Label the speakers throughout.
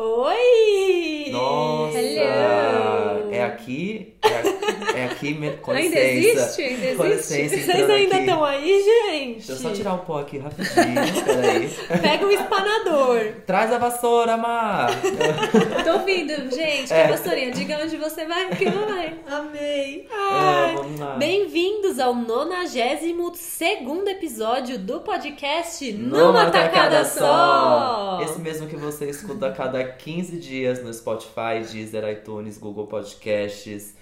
Speaker 1: Oi!
Speaker 2: Nossa!
Speaker 3: Hello!
Speaker 2: É aqui? É aqui, é aqui me- com
Speaker 3: Ainda
Speaker 2: licença.
Speaker 3: existe? Ainda
Speaker 2: Com
Speaker 3: existe?
Speaker 2: licença,
Speaker 1: Vocês
Speaker 2: entrando
Speaker 1: ainda
Speaker 2: aqui.
Speaker 1: estão aí, gente?
Speaker 2: Deixa eu só tirar um pó aqui rapidinho, peraí.
Speaker 1: Pega um espanador.
Speaker 2: Traz a vassoura, Mar!
Speaker 3: Tô vindo, gente.
Speaker 2: É.
Speaker 3: Vassourinha, diga onde você vai, porque eu vai.
Speaker 1: Amei.
Speaker 2: Ah,
Speaker 1: Ai.
Speaker 2: vamos lá.
Speaker 3: Bem-vindos ao 92 episódio do podcast
Speaker 2: Numa tacada
Speaker 3: só.
Speaker 2: Esse mesmo que você escuta a cada 15 dias no Spotify, Deezer, iTunes, Google Podcasts.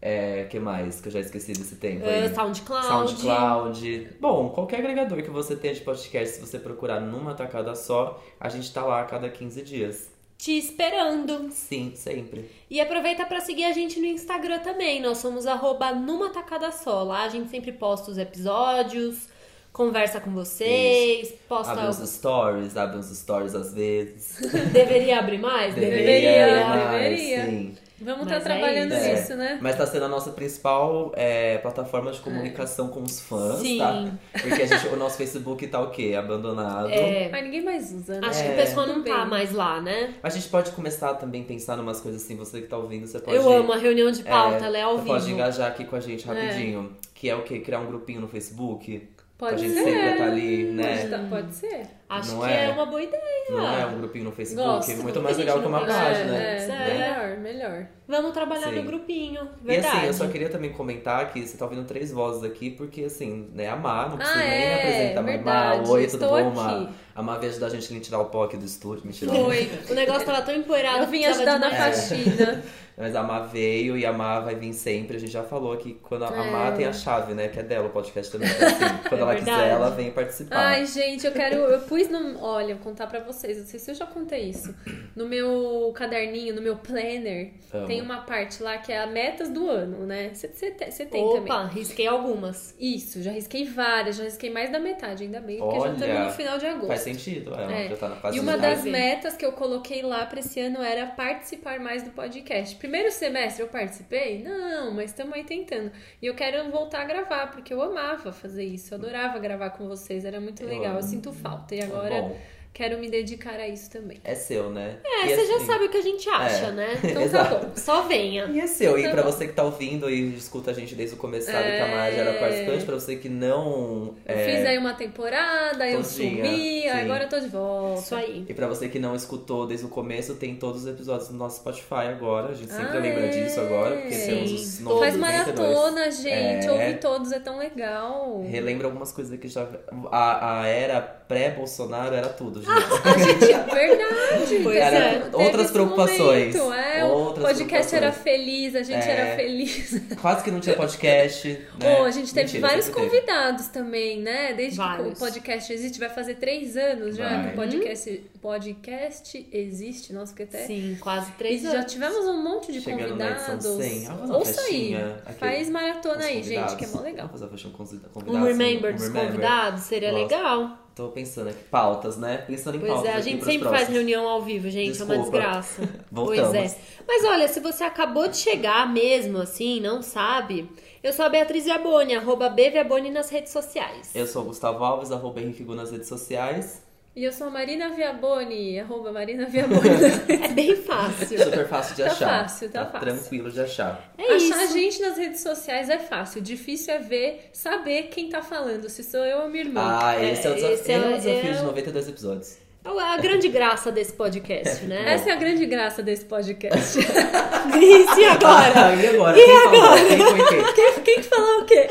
Speaker 2: É, que mais? Que eu já esqueci desse tempo aí.
Speaker 3: Ah, SoundCloud.
Speaker 2: SoundCloud. Bom, qualquer agregador que você tenha de podcast, se você procurar numa tacada só, a gente tá lá a cada 15 dias.
Speaker 3: Te esperando.
Speaker 2: Sim, sempre.
Speaker 3: E aproveita pra seguir a gente no Instagram também. Nós somos arroba numa tacada só. Lá a gente sempre posta os episódios, conversa com vocês, posta
Speaker 2: Abre uns stories, abre uns stories às vezes.
Speaker 3: Deveria abrir mais?
Speaker 2: Deveria,
Speaker 3: Deveria.
Speaker 2: mas,
Speaker 4: deveria.
Speaker 2: Sim.
Speaker 4: Vamos
Speaker 3: Mas
Speaker 4: estar
Speaker 3: é
Speaker 4: trabalhando
Speaker 2: isso.
Speaker 4: nisso, né?
Speaker 2: Mas tá sendo a nossa principal é, plataforma de comunicação com os fãs,
Speaker 3: Sim.
Speaker 2: tá? Porque a gente- o nosso Facebook tá o quê? Abandonado.
Speaker 3: É,
Speaker 4: Mas ninguém mais usa, né?
Speaker 3: acho
Speaker 2: É.
Speaker 3: que o pessoal não
Speaker 4: Tudo
Speaker 3: tá
Speaker 4: bem.
Speaker 3: mais lá, né?
Speaker 2: A gente pode começar também a pensar em umas coisas assim, você que tá ouvindo, você pode
Speaker 3: Eu amo a reunião de pauta,
Speaker 2: É,
Speaker 3: ela é ao
Speaker 2: você
Speaker 3: vivo.
Speaker 2: pode engajar aqui com a gente rapidinho. Que é o quê? Criar um grupinho no Facebook? pra
Speaker 4: Pode
Speaker 2: gente
Speaker 4: ser.
Speaker 2: sempre estar ali, né?
Speaker 4: Pode, tá- pode ser.
Speaker 3: Acho
Speaker 2: Não
Speaker 3: que
Speaker 2: é?
Speaker 3: é. uma boa ideia.
Speaker 2: Não é um grupinho no Facebook?
Speaker 4: Gosto,
Speaker 2: é muito
Speaker 3: porque
Speaker 2: mais
Speaker 3: a gente
Speaker 2: legal que uma
Speaker 3: não
Speaker 4: É,
Speaker 2: página.
Speaker 4: é,
Speaker 2: né?
Speaker 4: Melhor, melhor.
Speaker 3: Vamos trabalhar
Speaker 2: Sim.
Speaker 3: no grupinho,
Speaker 2: E
Speaker 3: verdade.
Speaker 2: assim, eu só queria também comentar que você tá ouvindo três vozes aqui, porque assim, né, a Má, não precisa
Speaker 4: Ah,
Speaker 2: nem
Speaker 4: é,
Speaker 2: apresentar mas Má,
Speaker 4: verdade,
Speaker 2: Ah, oi, tudo
Speaker 4: estou
Speaker 2: bom, Má?
Speaker 4: aqui.
Speaker 2: A Má veio ajudar a gente a tirar o pó aqui do estúdio, mentira.
Speaker 3: Foi. O negócio tava tão empoeirado.
Speaker 4: Eu vim
Speaker 3: precisava
Speaker 4: ajudar
Speaker 3: de
Speaker 4: na
Speaker 3: mais-
Speaker 4: faxina.
Speaker 2: Mas a Má veio e a Má vai vir sempre. A gente já falou aqui que quando a, a Má tem a chave, né? Que é dela o podcast também. Então, assim, quando
Speaker 3: É
Speaker 2: ela quiser,
Speaker 3: verdade.
Speaker 2: ela vem participar.
Speaker 4: Ai, gente, eu quero. Eu pus no. Olha, vou contar pra vocês. Não sei se eu já contei isso. No meu caderninho, no meu planner,
Speaker 2: Amo.
Speaker 4: tem uma parte lá que é a metas do ano, né? Você tem também.
Speaker 3: Opa, risquei algumas.
Speaker 4: Isso, já risquei várias, já risquei mais da metade, ainda bem, porque já
Speaker 2: Olha,
Speaker 4: estamos no final de agosto.
Speaker 2: Faz sentido, é,
Speaker 4: É.
Speaker 2: já tá na fase
Speaker 4: E uma
Speaker 2: de
Speaker 4: das
Speaker 3: Sim.
Speaker 4: metas que eu coloquei lá pra esse ano era participar mais do podcast. Primeiro semestre eu participei? Não, mas estamos aí tentando. E eu quero voltar a gravar, porque eu amava fazer isso. Eu adorava gravar com vocês, era muito
Speaker 2: Eu
Speaker 4: legal.
Speaker 2: amo.
Speaker 4: Eu sinto falta. E
Speaker 2: É
Speaker 4: agora
Speaker 2: Bom,
Speaker 4: quero me dedicar a isso também.
Speaker 2: é seu, né?
Speaker 3: É,
Speaker 2: E
Speaker 3: você já
Speaker 2: assim-
Speaker 3: sabe o que a gente acha,
Speaker 2: É.
Speaker 3: né?
Speaker 4: Então tá
Speaker 2: Exato.
Speaker 4: bom.
Speaker 3: Só venha.
Speaker 2: E é seu, e
Speaker 4: Tá
Speaker 2: pra
Speaker 4: bom.
Speaker 2: você que tá ouvindo e escuta a gente desde o começo, sabe que a
Speaker 4: É.
Speaker 2: Mara já era participante, pra você que não.
Speaker 4: Eu
Speaker 2: é,
Speaker 4: fiz aí uma temporada, eu
Speaker 2: Todinha,
Speaker 4: sumi,
Speaker 2: sim.
Speaker 4: agora eu tô de volta.
Speaker 3: Isso Então, aí.
Speaker 2: E pra você que não escutou desde o começo, tem todos os episódios no nosso Spotify agora. A gente sempre
Speaker 4: Ah,
Speaker 2: lembra
Speaker 4: é?
Speaker 2: disso agora, porque
Speaker 4: Sim.
Speaker 2: temos os
Speaker 3: Todos.
Speaker 4: Faz
Speaker 2: 992.
Speaker 4: maratona, gente.
Speaker 2: É.
Speaker 4: Ouvi todos, é tão legal.
Speaker 2: Relembra algumas coisas que já. A, a era pré-Bolsonaro era tudo, gente.
Speaker 4: A gente, verdade.
Speaker 3: Pois
Speaker 4: teve-
Speaker 3: é.
Speaker 4: Ah, teve
Speaker 2: Outras
Speaker 4: esse
Speaker 2: preocupações.
Speaker 4: momento, é, o
Speaker 2: Outras preocupações.
Speaker 4: podcast era feliz, a gente
Speaker 2: É.
Speaker 4: era feliz.
Speaker 2: Quase que não tinha podcast. Né?
Speaker 4: Ô, a gente teve
Speaker 2: Mentira,
Speaker 4: vários
Speaker 2: sempre teve.
Speaker 4: convidados também, né? Desde que
Speaker 3: Vários.
Speaker 4: o podcast existe, vai fazer três anos já
Speaker 2: Vai.
Speaker 4: que o podcast, podcast existe. Nossa, que até.
Speaker 3: Sim, quase
Speaker 4: E
Speaker 3: três
Speaker 4: já
Speaker 3: anos.
Speaker 4: tivemos um monte de
Speaker 2: Chegando na edição
Speaker 4: convidados.
Speaker 2: 100. Ah, vamos fazer uma
Speaker 4: Ouça aí.
Speaker 2: festinha, aquele-
Speaker 4: Faz maratona
Speaker 2: Os
Speaker 4: aí, gente, que é
Speaker 2: convidados.
Speaker 4: mó legal.
Speaker 2: Vamos fazer uma festa com os convidados.
Speaker 3: Um remember
Speaker 2: um
Speaker 3: dos convidados seria
Speaker 2: Nossa.
Speaker 3: legal.
Speaker 2: Tô pensando aqui, pautas, né? Pensando em
Speaker 3: Pois
Speaker 2: pautas.
Speaker 3: é, a
Speaker 2: aqui
Speaker 3: gente
Speaker 2: pros
Speaker 3: sempre faz
Speaker 2: próximos.
Speaker 3: reunião ao vivo, gente. É uma
Speaker 2: Desculpa.
Speaker 3: desgraça.
Speaker 2: Voltamos.
Speaker 3: Pois é. Mas olha, se você acabou de chegar mesmo assim, não sabe, eu sou a Beatriz Viaboni, arroba bviaboni nas redes sociais.
Speaker 2: Eu sou o Gustavo Alves, arroba Henrique Gu nas redes sociais.
Speaker 4: E eu sou a Marina Viaboni, arroba Marina Viaboni.
Speaker 3: É bem fácil.
Speaker 2: Super fácil de
Speaker 4: Tá
Speaker 2: achar.
Speaker 4: fácil, tá fácil.
Speaker 2: Tranquilo de achar.
Speaker 3: É
Speaker 4: Achar
Speaker 3: isso.
Speaker 4: a gente nas redes sociais é fácil. Difícil é ver, saber quem tá falando, se sou eu ou minha irmã.
Speaker 2: Ah, esse é, o desafio,
Speaker 3: esse é-
Speaker 2: é o desafio
Speaker 3: é
Speaker 2: de
Speaker 3: o-
Speaker 2: 92 episódios.
Speaker 3: É a grande graça desse podcast, né?
Speaker 4: Essa é a grande graça desse podcast.
Speaker 3: Isso, e agora?
Speaker 2: e agora? Quem falou? Quem foi quem?
Speaker 4: quem, quem que falou o quê?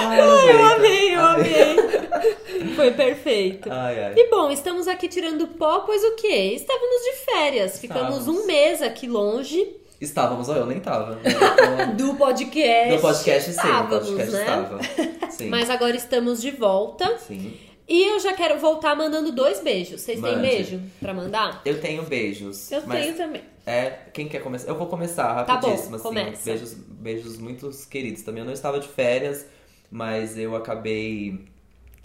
Speaker 2: Ai, eu,
Speaker 3: Eu amei, eu amei. Foi perfeito.
Speaker 2: Ai, ai.
Speaker 3: E bom, estamos aqui tirando pó, pois o quê? Estávamos de férias. Ficamos
Speaker 2: Estávamos.
Speaker 3: um mês aqui longe
Speaker 2: Estávamos, olha, eu nem tava. né? Então,
Speaker 3: do podcast.
Speaker 2: No podcast sim, no
Speaker 3: Estávamos,
Speaker 2: podcast
Speaker 3: né?
Speaker 2: estava. Sim.
Speaker 3: Mas agora estamos de volta.
Speaker 2: Sim.
Speaker 3: E eu já quero voltar mandando dois beijos. Vocês têm
Speaker 2: Mande.
Speaker 3: beijo pra mandar?
Speaker 2: Eu tenho beijos.
Speaker 4: Eu
Speaker 2: mas
Speaker 4: tenho também.
Speaker 2: É, quem quer começar? Eu vou começar
Speaker 3: Tá bom,
Speaker 2: rapidíssimo, assim.
Speaker 3: começa.
Speaker 2: Beijos, beijos muito queridos também. Eu não estava de férias, mas eu acabei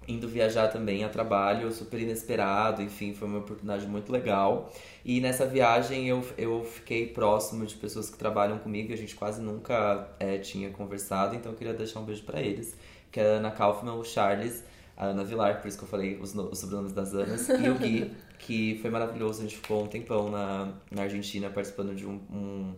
Speaker 2: indo viajar também a trabalho, super inesperado, enfim, foi uma oportunidade muito legal. E nessa viagem eu, eu fiquei próximo de pessoas que trabalham comigo, e a gente quase nunca é, tinha conversado, então eu queria deixar um beijo pra eles, que é a Ana Kaufman, o Charles, a Ana Vilar, por isso que eu falei os, no- os sobrenomes das Anas, e o Gui, que foi maravilhoso. A gente ficou um tempão na, na Argentina participando de um, um-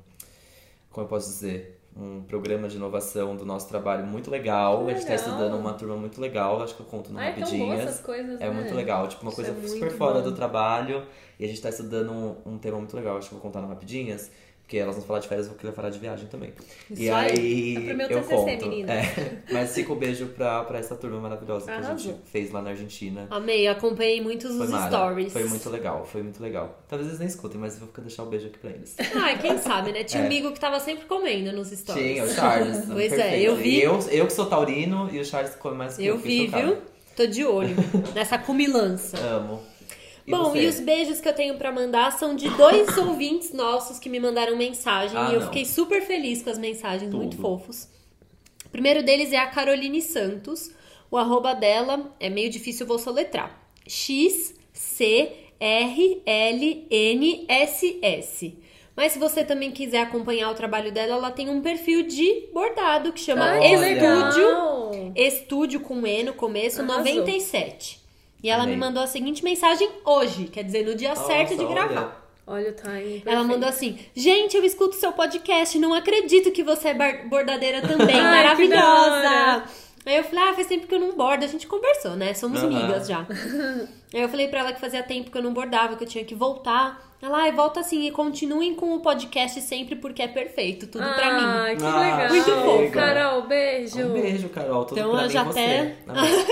Speaker 2: Como eu posso dizer? Um programa de inovação do nosso trabalho muito legal. A gente está
Speaker 5: Legal.
Speaker 2: estudando uma turma muito legal, acho que eu conto no
Speaker 5: Ah, é tão boa
Speaker 2: Rapidinhas.
Speaker 5: essas coisas, né?
Speaker 2: É muito legal, tipo, uma
Speaker 5: Isso é
Speaker 2: coisa
Speaker 5: muito
Speaker 2: super fora
Speaker 5: bom.
Speaker 2: do trabalho. E a gente tá estudando um, um tema muito legal, acho que eu vou contar no Rapidinhas. Porque elas vão falar de férias, eu vou querer falar de viagem também. e
Speaker 3: aí.
Speaker 2: aí,
Speaker 5: É pro meu
Speaker 2: eu
Speaker 5: TCC,
Speaker 2: conto.
Speaker 5: menina.
Speaker 2: É. Mas fica um beijo pra, pra essa turma maravilhosa que a
Speaker 5: Arrasou.
Speaker 2: gente fez lá na Argentina.
Speaker 3: Amei, acompanhei muitos
Speaker 2: Foi
Speaker 3: os
Speaker 2: mara.
Speaker 3: stories.
Speaker 2: Foi muito legal, foi muito legal. Talvez eles nem escutem, mas eu vou deixar o beijo aqui pra eles.
Speaker 3: Ah, quem sabe, né? Tinha um
Speaker 2: É.
Speaker 3: amigo que tava sempre comendo nos
Speaker 2: Sim, é o
Speaker 3: stories.
Speaker 2: Charles.
Speaker 3: Pois é,
Speaker 2: perfeito.
Speaker 3: eu vi.
Speaker 2: E eu, eu que sou taurino e o Charles come mais que eu.
Speaker 3: Eu
Speaker 2: fiquei
Speaker 3: vi,
Speaker 2: chocado.
Speaker 3: viu? Tô de olho nessa cumilança.
Speaker 2: Amo. E
Speaker 3: Bom,
Speaker 2: você?
Speaker 3: e os tá beijos que eu tenho pra mandar são de dois ouvintes nossos que me mandaram mensagem
Speaker 2: Ah,
Speaker 3: e eu
Speaker 2: não.
Speaker 3: fiquei super feliz com as mensagens,
Speaker 2: Tudo.
Speaker 3: muito fofos. O primeiro deles é a Caroline Santos. O arroba dela é meio difícil, eu vou soletrar. X C R L N S S. Mas se você também quiser acompanhar o trabalho dela, ela tem um perfil de bordado que chama
Speaker 5: Ah,
Speaker 2: Olha.
Speaker 5: que
Speaker 3: Estúdio
Speaker 5: legal!
Speaker 3: Estúdio com E no começo,
Speaker 5: Arrasou.
Speaker 3: 97. E ela
Speaker 2: Amei.
Speaker 3: me mandou a seguinte mensagem hoje, quer dizer, no dia
Speaker 2: Nossa,
Speaker 3: certo de
Speaker 2: olha.
Speaker 3: gravar.
Speaker 5: Olha o time.
Speaker 3: Ela mandou assim: Gente, eu escuto seu podcast, não acredito que você é bar- bordadeira também,
Speaker 5: Ai, que da hora.
Speaker 3: maravilhosa. Aí eu falei: Ah, faz tempo que eu não bordo. A gente conversou, né? Somos
Speaker 2: Aham.
Speaker 3: amigas já. Aí eu falei pra ela que fazia tempo que eu não bordava, que eu tinha que voltar. Ela, ai, volta assim e continuem com o podcast sempre porque é perfeito, tudo pra mim.
Speaker 5: Ai, que
Speaker 2: Ah,
Speaker 5: legal.
Speaker 2: Muito
Speaker 3: fofo.
Speaker 5: Carol, beijo.
Speaker 2: Um beijo, Carol. Tudo
Speaker 3: Então,
Speaker 2: pra
Speaker 3: eu
Speaker 2: mim
Speaker 3: já
Speaker 2: e você.
Speaker 3: até-
Speaker 2: Amém.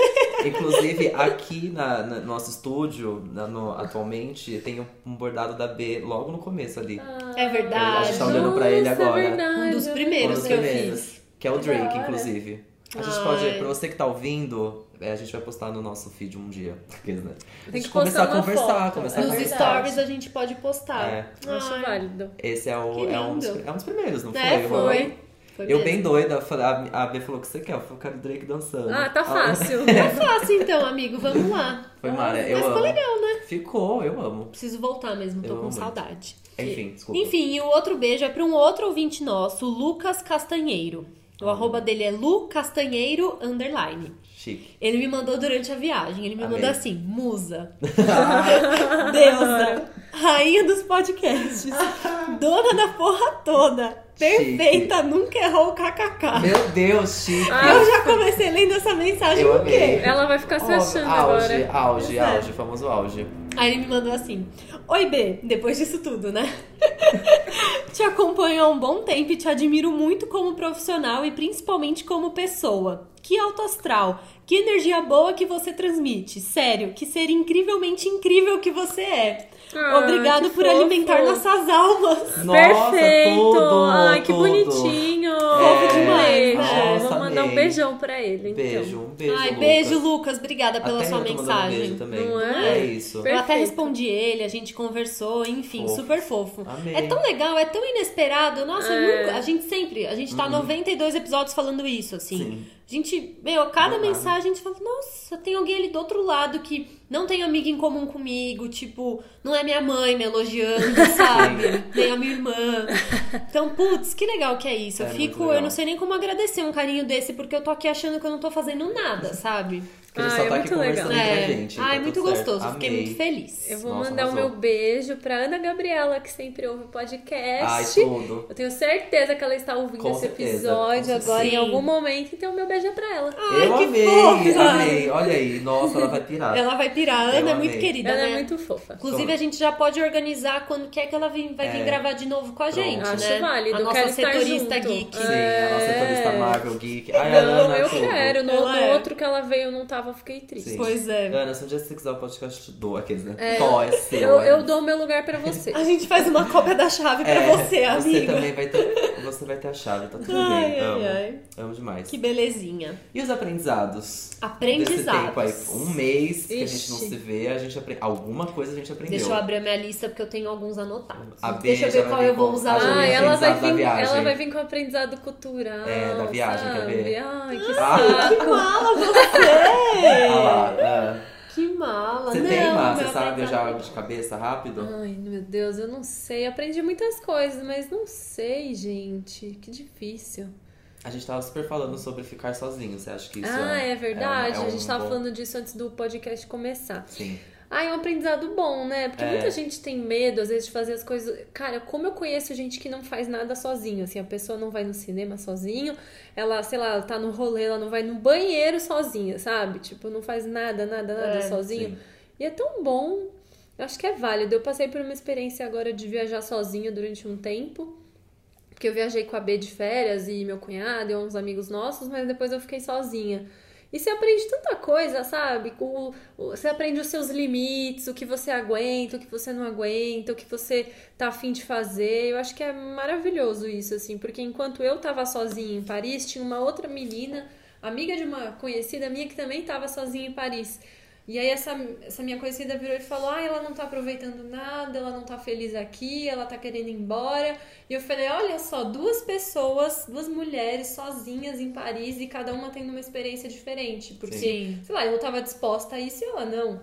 Speaker 2: Inclusive, aqui na, na- no nosso estúdio, na- no- atualmente, tem um, um bordado da B logo no começo ali.
Speaker 3: É verdade.
Speaker 2: A gente tá olhando pra ele
Speaker 5: Ah. Nossa,
Speaker 2: agora.
Speaker 5: É verdade,
Speaker 3: Um dos
Speaker 5: é
Speaker 3: primeiros
Speaker 2: Um dos
Speaker 3: que eu
Speaker 2: primeiros,
Speaker 3: fiz.
Speaker 2: Que é o
Speaker 5: Que
Speaker 2: Drake,
Speaker 5: da hora.
Speaker 2: inclusive. A gente
Speaker 3: Ai.
Speaker 2: pode, pra você que tá ouvindo, é, a gente vai postar no nosso feed um dia. Aqueles, né? A
Speaker 5: Tem
Speaker 2: gente
Speaker 5: que
Speaker 2: começar
Speaker 5: postar
Speaker 2: a
Speaker 5: uma
Speaker 2: conversar,
Speaker 5: foto.
Speaker 2: começar a
Speaker 3: Nos
Speaker 5: é verdade.
Speaker 2: conversar.
Speaker 3: stories a gente pode postar.
Speaker 2: É.
Speaker 5: Acho
Speaker 3: Ai,
Speaker 5: válido.
Speaker 2: Esse é, o,
Speaker 3: Que
Speaker 2: é um, dos,
Speaker 3: lindo.
Speaker 2: é um dos primeiros, não
Speaker 3: É,
Speaker 2: foi?
Speaker 3: foi.
Speaker 2: Manu?
Speaker 3: foi
Speaker 2: Eu
Speaker 3: mesmo.
Speaker 2: bem doida, falei- a a B falou o que você quer, eu falei, eu quero o Drake dançando.
Speaker 5: Ah, tá fácil.
Speaker 3: Tá fácil então, amigo. Vamos lá.
Speaker 2: Foi mara, eu
Speaker 3: Mas
Speaker 2: amo.
Speaker 3: ficou legal, né?
Speaker 2: Ficou, eu amo.
Speaker 3: Preciso voltar mesmo, tô
Speaker 2: Eu
Speaker 3: com
Speaker 2: amo muito.
Speaker 3: saudade.
Speaker 2: Enfim, desculpa.
Speaker 3: Enfim, e o outro beijo é pra um outro ouvinte nosso, o Lucas Castanheiro. O arroba dele é Lu Castanheiro underline.
Speaker 2: Chique.
Speaker 3: Ele me mandou durante a viagem. Ele me
Speaker 2: Amei.
Speaker 3: mandou assim: musa, deusa, rainha dos podcasts, dona da porra toda,
Speaker 2: Chique.
Speaker 3: perfeita, nunca errou o kkk.
Speaker 2: Meu Deus, chique.
Speaker 5: Ah,
Speaker 3: Eu já comecei lendo essa mensagem
Speaker 2: Eu
Speaker 3: o quê?
Speaker 2: amei.
Speaker 5: Ela vai ficar se achando
Speaker 2: auge,
Speaker 5: agora.
Speaker 2: auge,
Speaker 3: Pois é.
Speaker 2: auge, famoso auge.
Speaker 3: Aí ele me mandou assim: Oi, B, depois disso tudo, né? te acompanho há um bom tempo e te admiro muito como profissional e principalmente como pessoa. Que alto astral, que energia boa que você transmite. Sério, que ser incrivelmente incrível que você é.
Speaker 5: Ah,
Speaker 3: Obrigado
Speaker 5: que
Speaker 3: por
Speaker 5: fofo.
Speaker 3: alimentar nossas almas.
Speaker 2: Nossa,
Speaker 5: Perfeito!
Speaker 2: tudo,
Speaker 5: Ai, que
Speaker 2: tudo.
Speaker 5: bonitinho!
Speaker 2: É,
Speaker 5: Fofo demais, né?
Speaker 2: nossa,
Speaker 5: Vou mandar um
Speaker 2: amei.
Speaker 5: beijão pra ele, então.
Speaker 2: Beijo, um beijo.
Speaker 3: Ai,
Speaker 2: Lucas.
Speaker 3: beijo, Lucas. Obrigada pela
Speaker 2: Até
Speaker 3: sua
Speaker 2: eu tô mandando um
Speaker 3: mensagem.
Speaker 2: Beijo também.
Speaker 5: Não é?
Speaker 2: isso.
Speaker 5: Per-
Speaker 3: Eu até
Speaker 5: Perfeito.
Speaker 3: respondi ele, a gente conversou, enfim,
Speaker 2: Fofo.
Speaker 3: super fofo.
Speaker 2: Amei.
Speaker 3: É tão legal, é tão inesperado. Nossa, eu
Speaker 5: É.
Speaker 3: nunca- a gente sempre, a gente tá 92 episódios falando isso, assim.
Speaker 2: Uhum. Sim.
Speaker 3: A gente, meu, a cada
Speaker 2: Verdade.
Speaker 3: mensagem a gente fala, nossa, tem alguém ali do outro lado que não tem amigo em comum comigo, tipo, não é minha mãe me elogiando, sabe? Nem a minha irmã. Então, putz, que legal que é isso.
Speaker 2: É
Speaker 3: eu
Speaker 2: muito
Speaker 3: fico,
Speaker 2: legal.
Speaker 3: eu não sei nem como agradecer um carinho desse, porque eu tô aqui achando que eu não tô fazendo nada, sabe?
Speaker 2: Que ele
Speaker 5: Ai,
Speaker 2: só
Speaker 5: é
Speaker 2: tá aqui
Speaker 5: muito legal.
Speaker 2: conversando
Speaker 3: É.
Speaker 2: entre a gente.
Speaker 3: Ai,
Speaker 2: tá
Speaker 3: muito
Speaker 2: tudo certo.
Speaker 3: gostoso, fiquei
Speaker 2: Amei.
Speaker 3: muito feliz.
Speaker 5: Eu vou
Speaker 2: Nossa,
Speaker 5: mandar o
Speaker 2: arrasou.
Speaker 5: meu beijo pra Ana Gabriela, que sempre ouve o podcast.
Speaker 2: Ai, tudo.
Speaker 5: Eu tenho certeza que ela está ouvindo
Speaker 2: Com
Speaker 5: esse
Speaker 2: certeza,
Speaker 5: episódio
Speaker 2: com
Speaker 5: agora em
Speaker 3: certeza.
Speaker 5: algum momento, então meu beijo é pra ela.
Speaker 3: Ah,
Speaker 2: eu
Speaker 3: que
Speaker 2: amei,
Speaker 3: fofa.
Speaker 2: amei. Olha aí, nossa, ela vai pirar.
Speaker 3: Ela vai pirar, a
Speaker 2: Eu
Speaker 3: Ana é
Speaker 2: amei.
Speaker 3: muito querida,
Speaker 5: ela
Speaker 3: né?
Speaker 5: é muito fofa.
Speaker 3: Inclusive, a gente já pode organizar quando quer que ela vim- vai vir
Speaker 2: É.
Speaker 3: gravar de novo com a
Speaker 2: Pronto.
Speaker 3: gente,
Speaker 5: Acho
Speaker 3: né?
Speaker 5: válido,
Speaker 3: a nossa
Speaker 5: quero estar
Speaker 3: setorista
Speaker 5: junto.
Speaker 3: geek.
Speaker 2: Sim, a nossa
Speaker 5: É.
Speaker 2: setorista Marvel Geek. Ai, a
Speaker 5: Não,
Speaker 2: Ana,
Speaker 5: eu
Speaker 2: tudo.
Speaker 5: quero. No,
Speaker 3: Ela
Speaker 5: no
Speaker 3: é.
Speaker 5: outro que ela veio eu não tava, eu fiquei triste.
Speaker 2: Sim.
Speaker 3: Pois é.
Speaker 2: Ana, se um dia você quiser o podcast, eu te dou aqueles, né? Tó, é seu.
Speaker 5: Eu,
Speaker 2: é
Speaker 5: eu dou meu lugar pra você.
Speaker 3: A gente faz uma cópia da chave pra
Speaker 2: É,
Speaker 3: você,
Speaker 2: Você
Speaker 3: amiga.
Speaker 2: também vai ter, você vai ter a chave, tá tudo
Speaker 3: Ai,
Speaker 2: bem.
Speaker 3: ai,
Speaker 2: amo,
Speaker 3: ai.
Speaker 2: amo demais.
Speaker 3: Que belezinha.
Speaker 2: E os aprendizados? Desse
Speaker 3: Aprendizados.
Speaker 2: tempo aí, um mês que a gente
Speaker 5: Ixi.
Speaker 2: não se vê, a gente aprende... alguma coisa a gente aprendeu.
Speaker 3: Deixa eu abrir a minha lista porque eu tenho alguns anotados.
Speaker 2: A B
Speaker 3: Deixa eu
Speaker 2: já
Speaker 3: ver
Speaker 2: vai
Speaker 3: qual
Speaker 2: vir
Speaker 3: eu vou
Speaker 2: com-
Speaker 3: usar
Speaker 2: Ah,
Speaker 3: hoje.
Speaker 5: Ah, ela vai,
Speaker 2: aprendizado da
Speaker 5: vir,
Speaker 2: viagem.
Speaker 5: ela vai vir com aprendizado cultural.
Speaker 2: É, da viagem, quer
Speaker 5: sabe?
Speaker 2: ver?
Speaker 5: Ai, que
Speaker 2: Ah,
Speaker 5: saco.
Speaker 3: Que mala você!
Speaker 2: Ah lá, ah.
Speaker 3: que mala.
Speaker 2: Você
Speaker 3: não,
Speaker 2: tem lá,
Speaker 3: meu
Speaker 2: você sabe já
Speaker 3: aprendizado-
Speaker 2: de cabeça rápido?
Speaker 5: Ai, meu Deus, eu não sei. Aprendi muitas coisas, mas não sei, gente. Que difícil.
Speaker 2: A gente tava super falando sobre ficar sozinho. Você acha que isso
Speaker 4: ah,
Speaker 2: é,
Speaker 4: é verdade.
Speaker 2: é um- é
Speaker 4: a gente
Speaker 2: um
Speaker 4: tava
Speaker 2: bom-
Speaker 4: falando disso antes do podcast começar.
Speaker 2: Sim.
Speaker 4: Ah, é um aprendizado bom, né? Porque
Speaker 2: É.
Speaker 4: muita gente tem medo, às vezes, de fazer as coisas. Cara, como eu conheço gente que não faz nada sozinho, assim, a pessoa não vai no cinema sozinho, ela, sei lá, tá no rolê, ela não vai no banheiro sozinha, sabe? Tipo, não faz nada, nada, nada
Speaker 3: É.
Speaker 4: sozinho.
Speaker 2: Sim.
Speaker 4: E é tão bom. Eu acho que é válido. Eu passei por uma experiência agora de viajar sozinha durante um tempo. Porque eu viajei com a B de férias e meu cunhado e uns amigos nossos, mas depois eu fiquei sozinha. E você aprende tanta coisa, sabe? O- o- Você aprende os seus limites, o que você aguenta, o que você não aguenta, o que você tá afim de fazer. Eu acho que é maravilhoso isso, assim, porque enquanto eu tava sozinha em Paris, tinha uma outra menina, amiga de uma conhecida minha, que também tava sozinha em Paris. E aí essa, essa minha conhecida virou e falou: Ah, ela não tá aproveitando nada, ela não tá feliz aqui, ela tá querendo ir embora. E eu falei: Olha só, duas pessoas, duas mulheres sozinhas em Paris e cada uma tendo uma experiência diferente. Porque,
Speaker 3: Sim.
Speaker 4: sei lá, eu tava disposta a isso e ela não.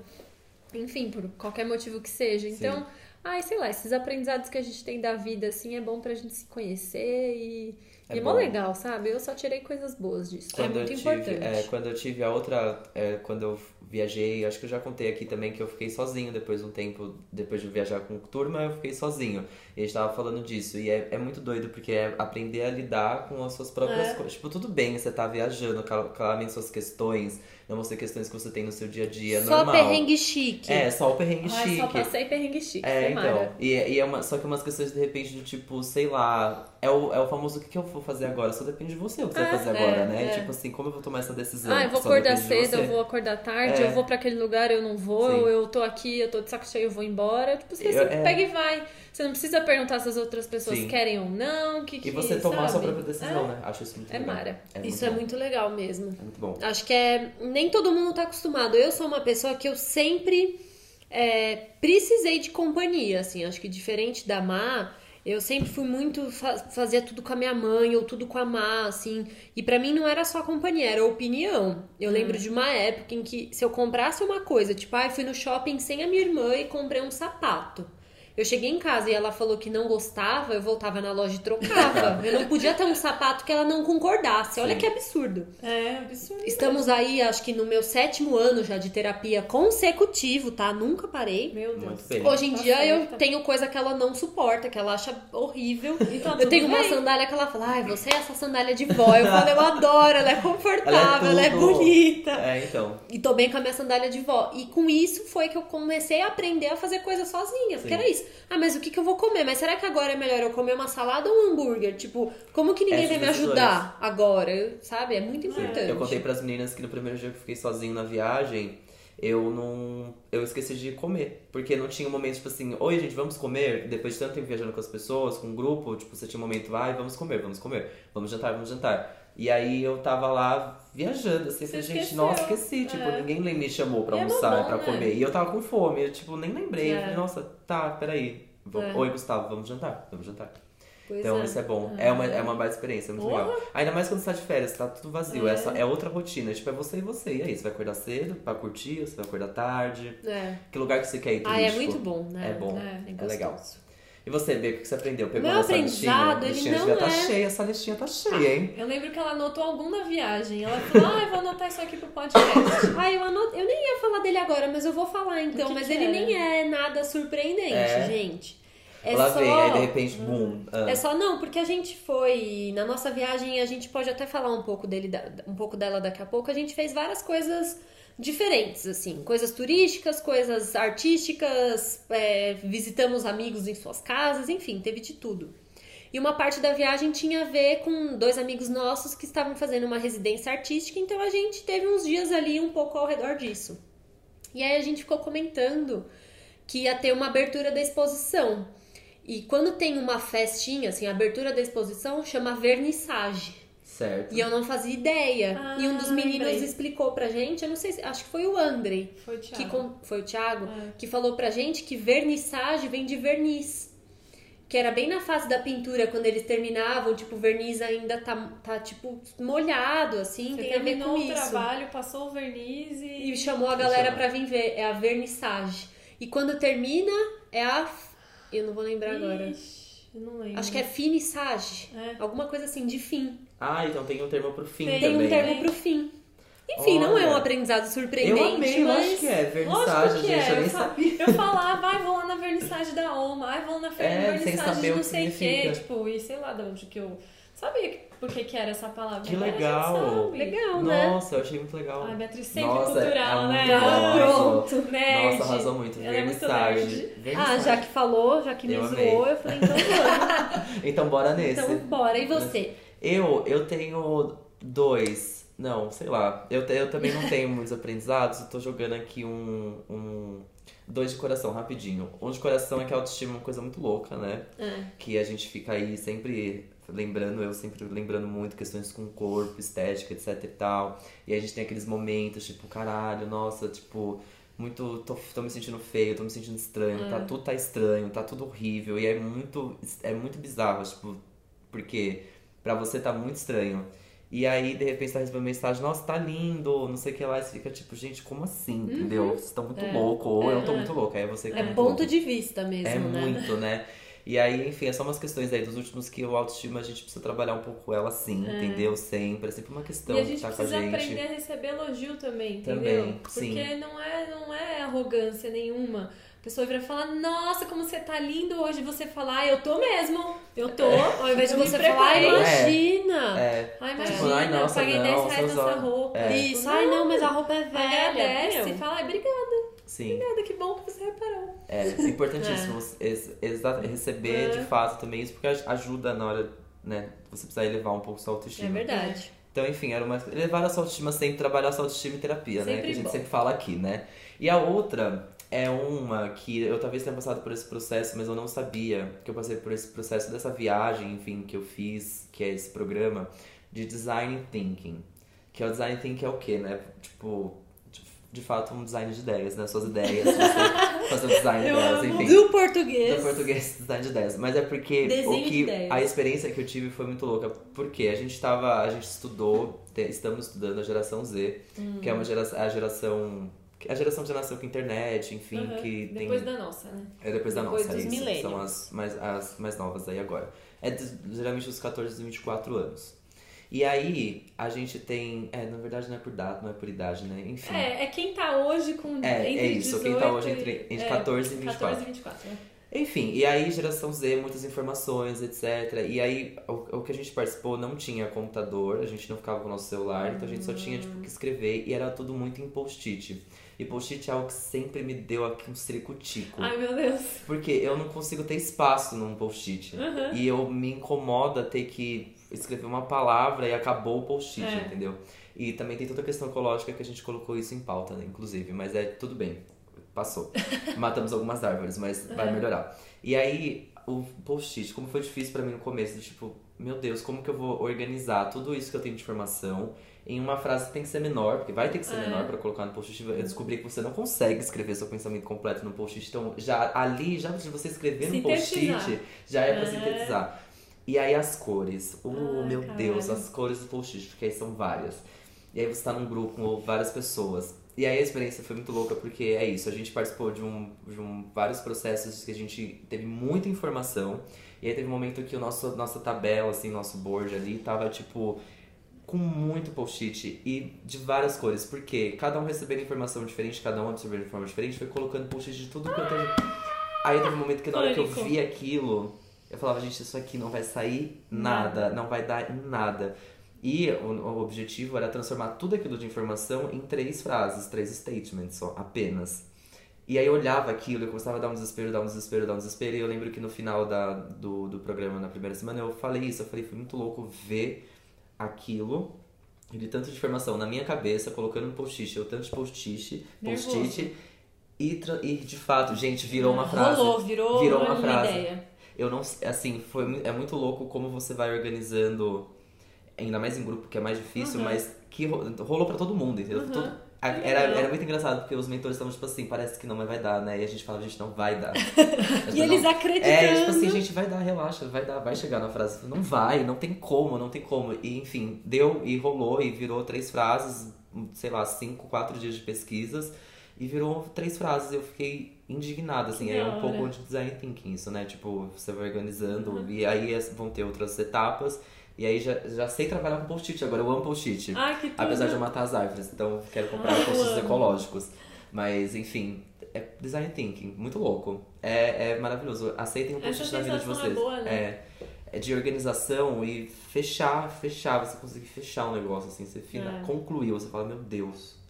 Speaker 4: Enfim, por qualquer motivo que seja.
Speaker 2: Sim.
Speaker 4: Então, ai, sei lá, esses aprendizados que a gente tem da vida, assim, é bom pra gente se conhecer e.
Speaker 2: É
Speaker 4: e é mó
Speaker 2: bom.
Speaker 4: legal, sabe? Eu só tirei coisas boas disso.
Speaker 2: Quando
Speaker 3: muito
Speaker 2: eu tive,
Speaker 3: importante.
Speaker 2: é, quando eu tive a outra, é, quando eu viajei, acho que eu já contei aqui também que eu fiquei sozinho depois de um tempo, depois de viajar com turma, eu fiquei sozinho. E a gente tava falando disso. E é, é muito doido, porque é aprender a lidar com as suas próprias
Speaker 6: É.
Speaker 2: coisas. Tipo, tudo bem você tá viajando, cal- calmem suas questões, não vão ser questões que você tem no seu dia a dia, é
Speaker 3: Só
Speaker 2: normal.
Speaker 3: perrengue chique.
Speaker 2: É, só o perrengue
Speaker 4: Ai,
Speaker 2: chique.
Speaker 4: só passei perrengue chique,
Speaker 2: É,
Speaker 4: foi mara.
Speaker 2: então. E, e é uma, só que umas questões de repente do tipo, sei lá, é o, é o famoso o que, que eu vou fazer agora? Só depende de você o que você vai
Speaker 4: É,
Speaker 2: fazer agora,
Speaker 4: é,
Speaker 2: né?
Speaker 4: é.
Speaker 2: Tipo assim, como eu vou tomar essa decisão?
Speaker 4: Ah, eu vou
Speaker 2: Só
Speaker 4: acordar
Speaker 2: depende de
Speaker 4: cedo, eu
Speaker 2: você.
Speaker 4: vou acordar tarde,
Speaker 2: É.
Speaker 4: eu vou pra aquele lugar, eu não vou,
Speaker 2: Sim.
Speaker 4: eu- eu tô aqui, eu tô de saco cheio, eu vou embora. Tipo, você
Speaker 2: Eu-
Speaker 4: se
Speaker 2: é.
Speaker 4: pega e vai. Você não precisa perguntar se as outras pessoas
Speaker 2: Sim.
Speaker 4: querem ou não, que que
Speaker 2: E você tomar
Speaker 4: sabe?
Speaker 2: sua própria decisão, né? Acho isso muito
Speaker 4: É
Speaker 2: legal.
Speaker 4: mara.
Speaker 3: Isso é muito legal mesmo.
Speaker 2: É muito bom.
Speaker 3: Acho que é. Nem todo mundo tá acostumado. Eu sou uma pessoa que eu sempre é, precisei de companhia, assim. Acho que diferente da Má, eu sempre fui muito. Fa fazia tudo com a minha mãe ou tudo com a Má, assim. E pra mim não era só companhia, era opinião. Eu lembro de uma época em que se eu comprasse uma coisa, tipo, ah, eu fui no shopping sem a minha irmã e comprei um sapato. Eu cheguei em casa e ela falou que não gostava, eu voltava na loja e trocava. Eu não podia ter um sapato que ela não concordasse. Olha
Speaker 2: Sim.
Speaker 3: que absurdo.
Speaker 6: É, absurdo.
Speaker 3: Estamos aí, acho que no meu sétimo ano já de terapia consecutivo, tá? Nunca parei.
Speaker 4: Meu Deus.
Speaker 2: Muito bem.
Speaker 3: Hoje em
Speaker 4: Tá
Speaker 3: dia
Speaker 4: certa.
Speaker 3: eu tenho coisa que ela não suporta, que ela acha horrível.
Speaker 4: Então,
Speaker 3: eu tenho
Speaker 4: tudo
Speaker 3: uma
Speaker 4: bem.
Speaker 3: sandália que ela fala, ai, você é essa sandália de vó. Eu falo, eu adoro, ela é confortável, ela é,
Speaker 2: tudo.
Speaker 4: Tá.
Speaker 3: bonita.
Speaker 2: É, então.
Speaker 3: E tô bem com a minha sandália de vó. E com isso foi que eu comecei a aprender a fazer coisa sozinha. Porque
Speaker 2: Sim.
Speaker 3: era isso. Ah, mas o que, que eu vou comer? Mas será que agora é melhor eu comer uma salada ou um hambúrguer? Tipo, como que ninguém
Speaker 2: Essas
Speaker 3: vai me
Speaker 2: decisões.
Speaker 3: ajudar agora? Eu- Sabe? É muito
Speaker 2: Sim.
Speaker 3: importante.
Speaker 2: Eu contei pras meninas que no primeiro dia que eu fiquei sozinho na viagem, eu não. Eu esqueci de comer. Porque não tinha um momento, tipo assim, oi, gente, vamos comer. Depois de tanto tempo viajando com as pessoas, com um grupo, tipo, você tinha um momento, vai, vamos comer, vamos comer, vamos jantar, vamos jantar. E aí eu tava lá viajando, assim, falei, gente,
Speaker 4: esqueceu.
Speaker 2: nossa, esqueci. Tipo,
Speaker 4: É.
Speaker 2: ninguém nem me chamou pra
Speaker 4: E é
Speaker 2: almoçar,
Speaker 4: bom,
Speaker 2: pra
Speaker 4: né?
Speaker 2: comer. E eu tava com fome, eu, tipo, nem lembrei. Eu
Speaker 4: É.
Speaker 2: falei, nossa, tá, peraí. Vam-
Speaker 3: É.
Speaker 2: Oi, Gustavo, vamos jantar, vamos jantar.
Speaker 3: Pois
Speaker 2: Então
Speaker 3: é.
Speaker 2: isso é bom. É uma, é uma baita experiência, é muito
Speaker 6: Porra!
Speaker 2: legal. Ainda mais quando você tá de férias, tá tudo vazio. É, só- é outra rotina. Tipo, é você e você. E aí, você vai acordar cedo pra curtir, você vai acordar tarde.
Speaker 3: É.
Speaker 2: Que lugar que você quer ir
Speaker 3: Ah, é
Speaker 2: turístico?
Speaker 3: muito bom, né?
Speaker 2: Então, É bom, é
Speaker 3: gostoso.
Speaker 2: legal. E você, Bê, o que você aprendeu? Pegou
Speaker 3: Meu
Speaker 2: essa listinha?
Speaker 3: aprendizado, ele
Speaker 2: listinha
Speaker 3: não
Speaker 2: devia tá
Speaker 3: é- Ah,
Speaker 2: cheia, essa listinha tá cheia, hein?
Speaker 4: Eu lembro que ela anotou algum na viagem. Ela falou, ah, eu vou anotar isso aqui pro podcast.
Speaker 3: Ah, eu, anot... eu nem ia falar dele agora, mas eu vou falar então.
Speaker 4: O que
Speaker 3: mas
Speaker 4: que
Speaker 3: ele
Speaker 4: era?
Speaker 3: nem é nada surpreendente,
Speaker 2: É.
Speaker 3: gente. É
Speaker 2: Lá
Speaker 3: só.
Speaker 2: vem, aí de repente, boom. Ah,
Speaker 3: É só não, porque a gente foi na nossa viagem, a gente pode até falar um pouco dele, da- um pouco dela daqui a pouco. A gente fez várias coisas diferentes, assim, coisas turísticas, coisas artísticas, é, visitamos amigos em suas casas, enfim, teve de tudo. E uma parte da viagem tinha a ver com dois amigos nossos que estavam fazendo uma residência artística, então a gente teve uns dias ali um pouco ao redor disso. E aí a gente ficou comentando que ia ter uma abertura da exposição. E quando tem uma festinha, assim, a abertura da exposição chama vernissage.
Speaker 2: certo.
Speaker 3: E eu não fazia ideia.
Speaker 6: Ah,
Speaker 3: e um dos meninos
Speaker 6: lembrei.
Speaker 3: explicou pra gente, eu não sei, se, acho que foi o Andrei,
Speaker 6: Foi o
Speaker 3: que
Speaker 6: Thiago.
Speaker 3: con- foi o Thiago,
Speaker 6: É.
Speaker 3: que falou pra gente que vernissage vem de verniz. Que era bem na fase da pintura, quando eles terminavam, tipo, o verniz ainda tá, tá tipo, molhado, assim,
Speaker 6: Você
Speaker 3: tem a ver com
Speaker 6: terminou o
Speaker 3: isso.
Speaker 6: trabalho, passou o verniz e...
Speaker 3: E chamou a galera pra vir ver, é a vernissage. E quando termina, é a... Eu não vou lembrar agora.
Speaker 6: Ixi, não lembro.
Speaker 3: Acho que é finissage.
Speaker 6: É.
Speaker 3: Alguma coisa assim de fim.
Speaker 2: Ah, então tem um termo pro fim
Speaker 4: Tem
Speaker 3: Tem
Speaker 2: também.
Speaker 3: um
Speaker 2: né?
Speaker 3: termo pro fim. Enfim, não é um
Speaker 2: Olha.
Speaker 3: aprendizado
Speaker 2: Eu
Speaker 3: surpreendente,
Speaker 2: amei, eu
Speaker 3: mas.
Speaker 2: acho que é.
Speaker 4: Lógico
Speaker 2: Vernissagem,
Speaker 4: que
Speaker 2: gente,
Speaker 4: é.
Speaker 2: eu nem
Speaker 4: Eu, fa-
Speaker 2: sabia.
Speaker 4: eu falava, ai, vou lá na vernissagem da OMA, ai, vou na fer-
Speaker 2: É, sem
Speaker 4: vernissagem
Speaker 2: saber
Speaker 4: de
Speaker 2: o
Speaker 4: não
Speaker 2: que
Speaker 4: sei o quê.
Speaker 2: significa.
Speaker 4: Tipo, e sei lá de onde que eu sabia que- por que que era essa palavra.
Speaker 2: Que
Speaker 4: Agora a gente
Speaker 2: legal.
Speaker 4: sabe.
Speaker 3: Legal, né?
Speaker 2: Nossa, eu achei muito legal.
Speaker 4: Ai, Beatriz sempre
Speaker 2: Nossa,
Speaker 4: cultural,
Speaker 2: é
Speaker 4: né?
Speaker 2: muito legal.
Speaker 3: Ah, Pronto.
Speaker 4: Nerd.
Speaker 2: Nossa, arrasou muito.
Speaker 4: Ela é muito
Speaker 2: Vernissagem.
Speaker 4: nerd.
Speaker 3: Ah,
Speaker 2: Vernissagem.
Speaker 3: já que falou, já que me
Speaker 2: Eu amei.
Speaker 3: zoou, eu falei, então vamos.
Speaker 2: Então bora nesse.
Speaker 3: então bora. E você?
Speaker 2: Eu, eu tenho dois. Não, sei lá. Eu, te- eu também não tenho muitos aprendizados. Eu tô jogando aqui um, um. Dois de coração, rapidinho. Um de coração é que a autoestima é uma coisa muito louca, né? Que a gente fica aí sempre lembrando, eu sempre lembrando muito questões com corpo, estética, etc e tal. E aí a gente tem aqueles momentos, tipo, caralho, nossa, tipo, muito. Tô, tô me sentindo feio, tô me sentindo estranho,
Speaker 3: Hum.
Speaker 2: tá tudo tá estranho, tá tudo horrível. E é muito. É muito bizarro, tipo, porque pra você tá muito estranho. E aí, de repente, você tá recebendo mensagem, nossa, tá lindo, não sei o que lá. E você fica tipo, gente, como assim? Entendeu? Vocês tão muito louco, ou eu tô muito louco. Aí você
Speaker 3: Uhum. É ponto de vista mesmo,
Speaker 2: é
Speaker 3: né?
Speaker 2: muito, né? E aí, enfim, é só umas questões aí dos últimos que o autoestima a gente precisa trabalhar um pouco ela sim, entendeu? Sempre. É sempre uma questão
Speaker 4: e a
Speaker 2: que
Speaker 4: gente
Speaker 2: tá com a
Speaker 4: precisa
Speaker 2: gente.
Speaker 4: aprender a receber elogio também, entendeu?
Speaker 2: Também,
Speaker 4: Porque
Speaker 2: sim.
Speaker 4: não é, não é arrogância nenhuma. A pessoa vira falar, nossa, como você tá lindo hoje. Você fala, ah, eu tô mesmo. Eu tô. Ao invés de
Speaker 3: Mas
Speaker 4: você
Speaker 3: você falar,
Speaker 4: falar,
Speaker 3: "Ai,
Speaker 4: "Ai,
Speaker 2: É.
Speaker 3: imagina!
Speaker 2: É,
Speaker 4: ai,
Speaker 2: Tipo,
Speaker 4: imagina,
Speaker 2: ai, nossa,
Speaker 4: eu paguei
Speaker 2: não,
Speaker 4: 10 reais
Speaker 2: seus
Speaker 4: nessa
Speaker 2: olhos-
Speaker 4: roupa.
Speaker 2: É.
Speaker 3: Isso, ai não, mas a roupa é velha.
Speaker 4: Agradece
Speaker 3: meu.
Speaker 4: e fala, ai, obrigada,
Speaker 2: sim.
Speaker 4: obrigada, que bom que você reparou.
Speaker 2: É importantíssimo ex- exa- receber
Speaker 4: É.
Speaker 2: de fato também isso, porque aj- ajuda na hora, né? Você precisar elevar um pouco sua
Speaker 3: É
Speaker 2: autoestima.
Speaker 3: verdade.
Speaker 2: Então, enfim, era uma. Elevar a sua autoestima sempre, trabalhar a sua autoestima e terapia, né?
Speaker 4: Sempre
Speaker 2: Que a gente
Speaker 4: bom.
Speaker 2: sempre fala aqui, né? E a outra é uma que eu talvez tenha passado por esse processo, mas eu não sabia que eu passei por esse processo dessa viagem, enfim, que eu fiz, que é esse programa, de design thinking. Que é o design thinking é o quê, né? Tipo, de, de fato, um design de ideias, né? Suas ideias, você fazer o design
Speaker 3: Eu
Speaker 2: delas,
Speaker 3: amo.
Speaker 2: enfim.
Speaker 3: Do português.
Speaker 2: Do português design de 10. Mas é porque
Speaker 3: Desenho
Speaker 2: o
Speaker 3: de
Speaker 2: que,
Speaker 3: 10.
Speaker 2: a experiência que eu tive foi muito louca. Porque a gente tava. A gente estudou, te- estamos estudando a geração Z, que é uma geração. A geração. A geração que já nasceu com internet, enfim,
Speaker 4: Aham,
Speaker 2: que tem.
Speaker 4: Depois da nossa, né?
Speaker 2: É depois da
Speaker 3: Depois
Speaker 2: nossa,
Speaker 3: dos
Speaker 2: é isso. que São
Speaker 3: millennials.
Speaker 2: as mais, as mais novas aí agora. É dos- geralmente dos 14 aos 24 anos. E aí, a gente tem. É, na verdade não é por data, não é por idade, né? Enfim.
Speaker 4: É, é quem tá hoje com
Speaker 2: É,
Speaker 4: entre
Speaker 2: é isso, quem tá
Speaker 4: 18
Speaker 2: hoje entre, entre
Speaker 4: é,
Speaker 2: 14 e 24.
Speaker 4: 14 e 24. né?
Speaker 2: Enfim, e aí geração Z, muitas informações, etc. E aí o, o que a gente participou não tinha computador, a gente não ficava com o nosso celular, então a gente só tinha tipo, que escrever e era tudo muito em post-it. E post-it é algo que sempre me deu aqui um circo-tico.
Speaker 4: Ai, meu Deus.
Speaker 2: Porque eu não consigo ter espaço num post-it.
Speaker 4: Uhum.
Speaker 2: E eu me incomoda ter que escrever uma palavra e acabou o post-it,
Speaker 4: É.
Speaker 2: entendeu? E também tem toda a questão ecológica que a gente colocou isso em pauta, né, inclusive. Mas é tudo bem, passou. Matamos algumas árvores, mas vai melhorar. E aí, o post-it, como foi difícil pra mim no começo, do tipo, meu Deus, como que eu vou organizar tudo isso que eu tenho de informação em uma frase que tem que ser menor, porque vai ter que ser
Speaker 4: É.
Speaker 2: menor pra colocar no post-it. Eu descobri que você não consegue escrever seu pensamento completo no post-it, então já ali, já de você escrever no
Speaker 4: Sintetizar.
Speaker 2: post-it, já é pra
Speaker 4: É.
Speaker 2: sintetizar. E aí as cores. Uh,
Speaker 4: Ai,
Speaker 2: meu
Speaker 4: caralho.
Speaker 2: Deus, as cores do post-it, porque aí são várias. E aí você tá num grupo com várias pessoas. E aí a experiência foi muito louca, porque é isso. A gente participou de, um, de um, vários processos que a gente teve muita informação. E aí teve um momento que o nosso, nossa tabela, assim, nosso board ali, tava tipo com muito post-it e de várias cores, porque cada um recebendo informação diferente, cada um absorvendo de forma diferente, foi colocando post-it de tudo quanto é. Aí teve um momento que na hora que eu
Speaker 4: Pânico.
Speaker 2: vi aquilo, eu falava, gente, isso aqui não vai sair nada, não vai dar em nada. E o, o objetivo era transformar tudo aquilo de informação em três frases, três statements só, apenas. E aí eu olhava aquilo, eu começava a dar um desespero, dar um desespero, dar um desespero. E eu lembro que no final da, do, do programa, na primeira semana, eu falei isso. Eu falei, foi muito louco ver aquilo e de tanto de informação na minha cabeça, colocando no post-it, eu tanto de post-it,
Speaker 4: Nervoso.
Speaker 2: post-it. E, tra- e de fato, gente, virou uma frase.
Speaker 3: Rolou, virou,
Speaker 2: Virou uma
Speaker 3: uma,
Speaker 2: frase.
Speaker 3: ideia.
Speaker 2: Eu não sei, assim, foi, mu- é muito louco como você vai organizando, ainda mais em grupo, que é mais difícil,
Speaker 4: Uhum.
Speaker 2: mas que ro- rolou pra todo mundo, entendeu?
Speaker 4: Uhum.
Speaker 2: Todo- a-
Speaker 4: Que
Speaker 2: era,
Speaker 4: legal.
Speaker 2: era muito engraçado, porque os mentores estavam tipo assim, parece que não, mas vai dar, né? E a gente fala, gente, não vai dar.
Speaker 3: E eles acreditando.
Speaker 2: É, tipo assim, gente, vai dar, relaxa, vai dar, vai chegar na frase. Não vai, não tem como, não tem como. E enfim, deu e rolou e virou três frases, sei lá, cinco, quatro dias de pesquisas. E virou três frases, eu fiquei indignada, assim.
Speaker 4: Que
Speaker 2: Aí é
Speaker 4: da
Speaker 2: um
Speaker 4: hora. Uhum.
Speaker 2: é, pouco de design thinking isso, né? Tipo, você vai organizando e aí as- vão ter outras etapas. E aí já, já sei trabalhar com post-it agora, eu amo post-it.
Speaker 4: Ai, que tudo.
Speaker 2: Apesar de eu matar as árvores, então quero comprar
Speaker 4: Ai, Ah, eu
Speaker 2: post-its
Speaker 4: amo.
Speaker 2: ecológicos. Mas enfim, é design thinking, muito louco. É, é maravilhoso. Aceitem o
Speaker 4: Essa
Speaker 2: post-it na vida de
Speaker 4: sensação é
Speaker 2: vocês.
Speaker 4: boa, né?
Speaker 2: É. É de organização e fechar, fechar, você conseguir fechar um negócio assim, você fina,
Speaker 4: É.
Speaker 2: concluiu, você fala, meu Deus.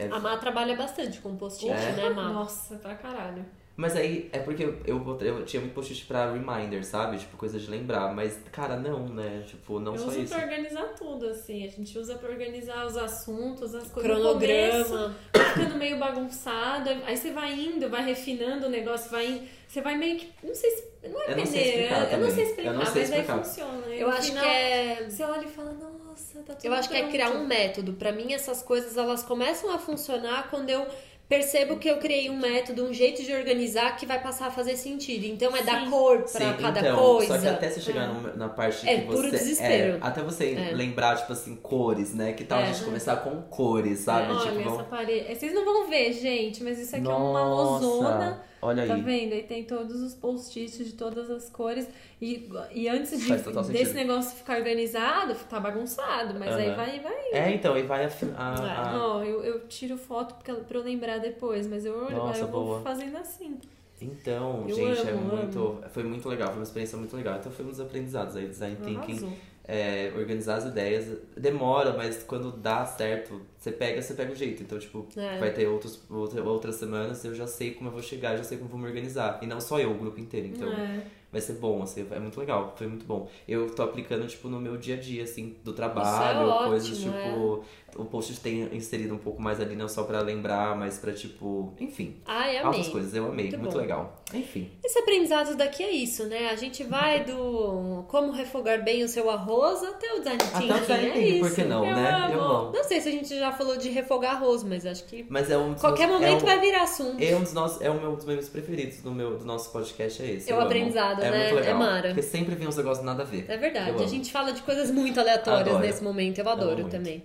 Speaker 2: É
Speaker 3: A Má trabalha bastante com post-it,
Speaker 2: É?
Speaker 3: né, Má?
Speaker 4: Nossa, pra caralho.
Speaker 2: Mas aí é porque eu, eu, botei- eu tinha muito post-it pra reminder, sabe? Tipo, coisa de lembrar. Mas, cara, não, né? Tipo, não
Speaker 4: eu
Speaker 2: só
Speaker 4: uso
Speaker 2: isso.
Speaker 4: pra organizar tudo, assim. A gente usa pra organizar os assuntos, as coisas. No começo,
Speaker 3: Cronograma.
Speaker 4: vai ficando meio bagunçado. Aí você vai indo, vai refinando o negócio, vai in- Você vai meio que. Não sei se. Não é
Speaker 2: Eu não sei explicar
Speaker 4: peneira. Eu não
Speaker 2: também.
Speaker 4: sei explicar,
Speaker 2: Eu não sei
Speaker 4: mas aí
Speaker 2: explicar.
Speaker 4: funciona. Aí
Speaker 3: Eu
Speaker 4: no
Speaker 3: acho que
Speaker 4: final,
Speaker 3: é
Speaker 4: Você olha e fala, nossa, tá tudo
Speaker 3: Eu acho que é
Speaker 4: pronto."
Speaker 3: criar um método. Pra mim, essas coisas elas começam a funcionar quando eu percebo que eu criei um método, um jeito de organizar que vai passar a fazer sentido. Então é dar
Speaker 4: Sim.
Speaker 3: cor pra
Speaker 2: Sim,
Speaker 3: cada
Speaker 2: então,
Speaker 3: coisa.
Speaker 2: só que até você chegar numa- na parte
Speaker 3: É
Speaker 2: que você...
Speaker 3: puro desespero.
Speaker 2: É, até você
Speaker 3: É.
Speaker 2: lembrar, tipo assim, cores, né? Que tal a gente começar com cores, sabe?
Speaker 4: Olha,
Speaker 2: tipo,
Speaker 4: essa parede. Vocês não vão ver, gente, mas isso aqui
Speaker 2: Nossa,
Speaker 4: é uma losona.
Speaker 2: Olha aí.
Speaker 4: Tá vendo? Aí tem todos os post-its de todas as cores. E, e antes de,
Speaker 2: Faz total sentido.
Speaker 4: desse negócio ficar organizado, tá bagunçado. Mas aí
Speaker 2: Aham.
Speaker 4: vai, vai.
Speaker 2: É, então, e vai a... a- a-
Speaker 4: Ó, eu, eu tiro foto porque- pra eu lembrar depois. Mas eu,
Speaker 2: Nossa,
Speaker 4: eu vou
Speaker 2: boa.
Speaker 4: fazendo assim.
Speaker 2: Então,
Speaker 4: Eu
Speaker 2: gente, é
Speaker 4: amo,
Speaker 2: muito... Foi muito legal, foi uma experiência muito legal. Então foi um dos aprendizados aí, design thinking.
Speaker 4: Arrasou.
Speaker 2: é, organizar as ideias. Demora, mas quando dá certo, você pega, você pega o jeito. Então, tipo,
Speaker 3: É.
Speaker 2: vai ter outros, outra- outras semanas, eu já sei como eu vou chegar, já sei como eu vou me organizar. E não só eu, o grupo inteiro. Então,
Speaker 4: É.
Speaker 2: vai ser bom, assim, é muito legal, foi muito bom. Eu tô aplicando, tipo, no meu dia a dia, assim,
Speaker 3: Isso é
Speaker 2: do trabalho,
Speaker 3: ótimo,
Speaker 2: coisas, tipo. O post tem inserido um pouco mais ali, não só pra lembrar, mas pra, tipo, enfim.
Speaker 3: Ai, amei.
Speaker 2: Altas coisas, eu amei,
Speaker 3: Muito
Speaker 2: muito,
Speaker 3: bom.
Speaker 2: legal. Enfim.
Speaker 3: Esse aprendizado daqui é isso, né? A gente vai do como refogar bem o seu arroz até o design thinking.
Speaker 2: Até o design
Speaker 3: é
Speaker 2: thinking, por
Speaker 3: isso.
Speaker 2: que não,
Speaker 4: eu
Speaker 2: né? Eu
Speaker 4: amo.
Speaker 2: amo.
Speaker 3: Não sei se a gente já falou de refogar arroz, mas acho que
Speaker 2: Mas é um dos
Speaker 3: qualquer
Speaker 2: meus- é
Speaker 3: momento
Speaker 2: um-
Speaker 3: vai virar assunto.
Speaker 2: É um dos nossos, é um meu- dos meus preferidos do, meu, do nosso podcast, é esse.
Speaker 3: É o
Speaker 2: eu amo.
Speaker 3: aprendizado,
Speaker 2: é
Speaker 3: né?
Speaker 2: Muito legal,
Speaker 3: É mara.
Speaker 2: Porque sempre vem uns negócios nada a ver.
Speaker 3: É verdade,
Speaker 2: Eu amo.
Speaker 3: a gente fala de coisas muito aleatórias
Speaker 2: Adoro.
Speaker 3: nesse momento, eu adoro
Speaker 2: muito.
Speaker 3: também.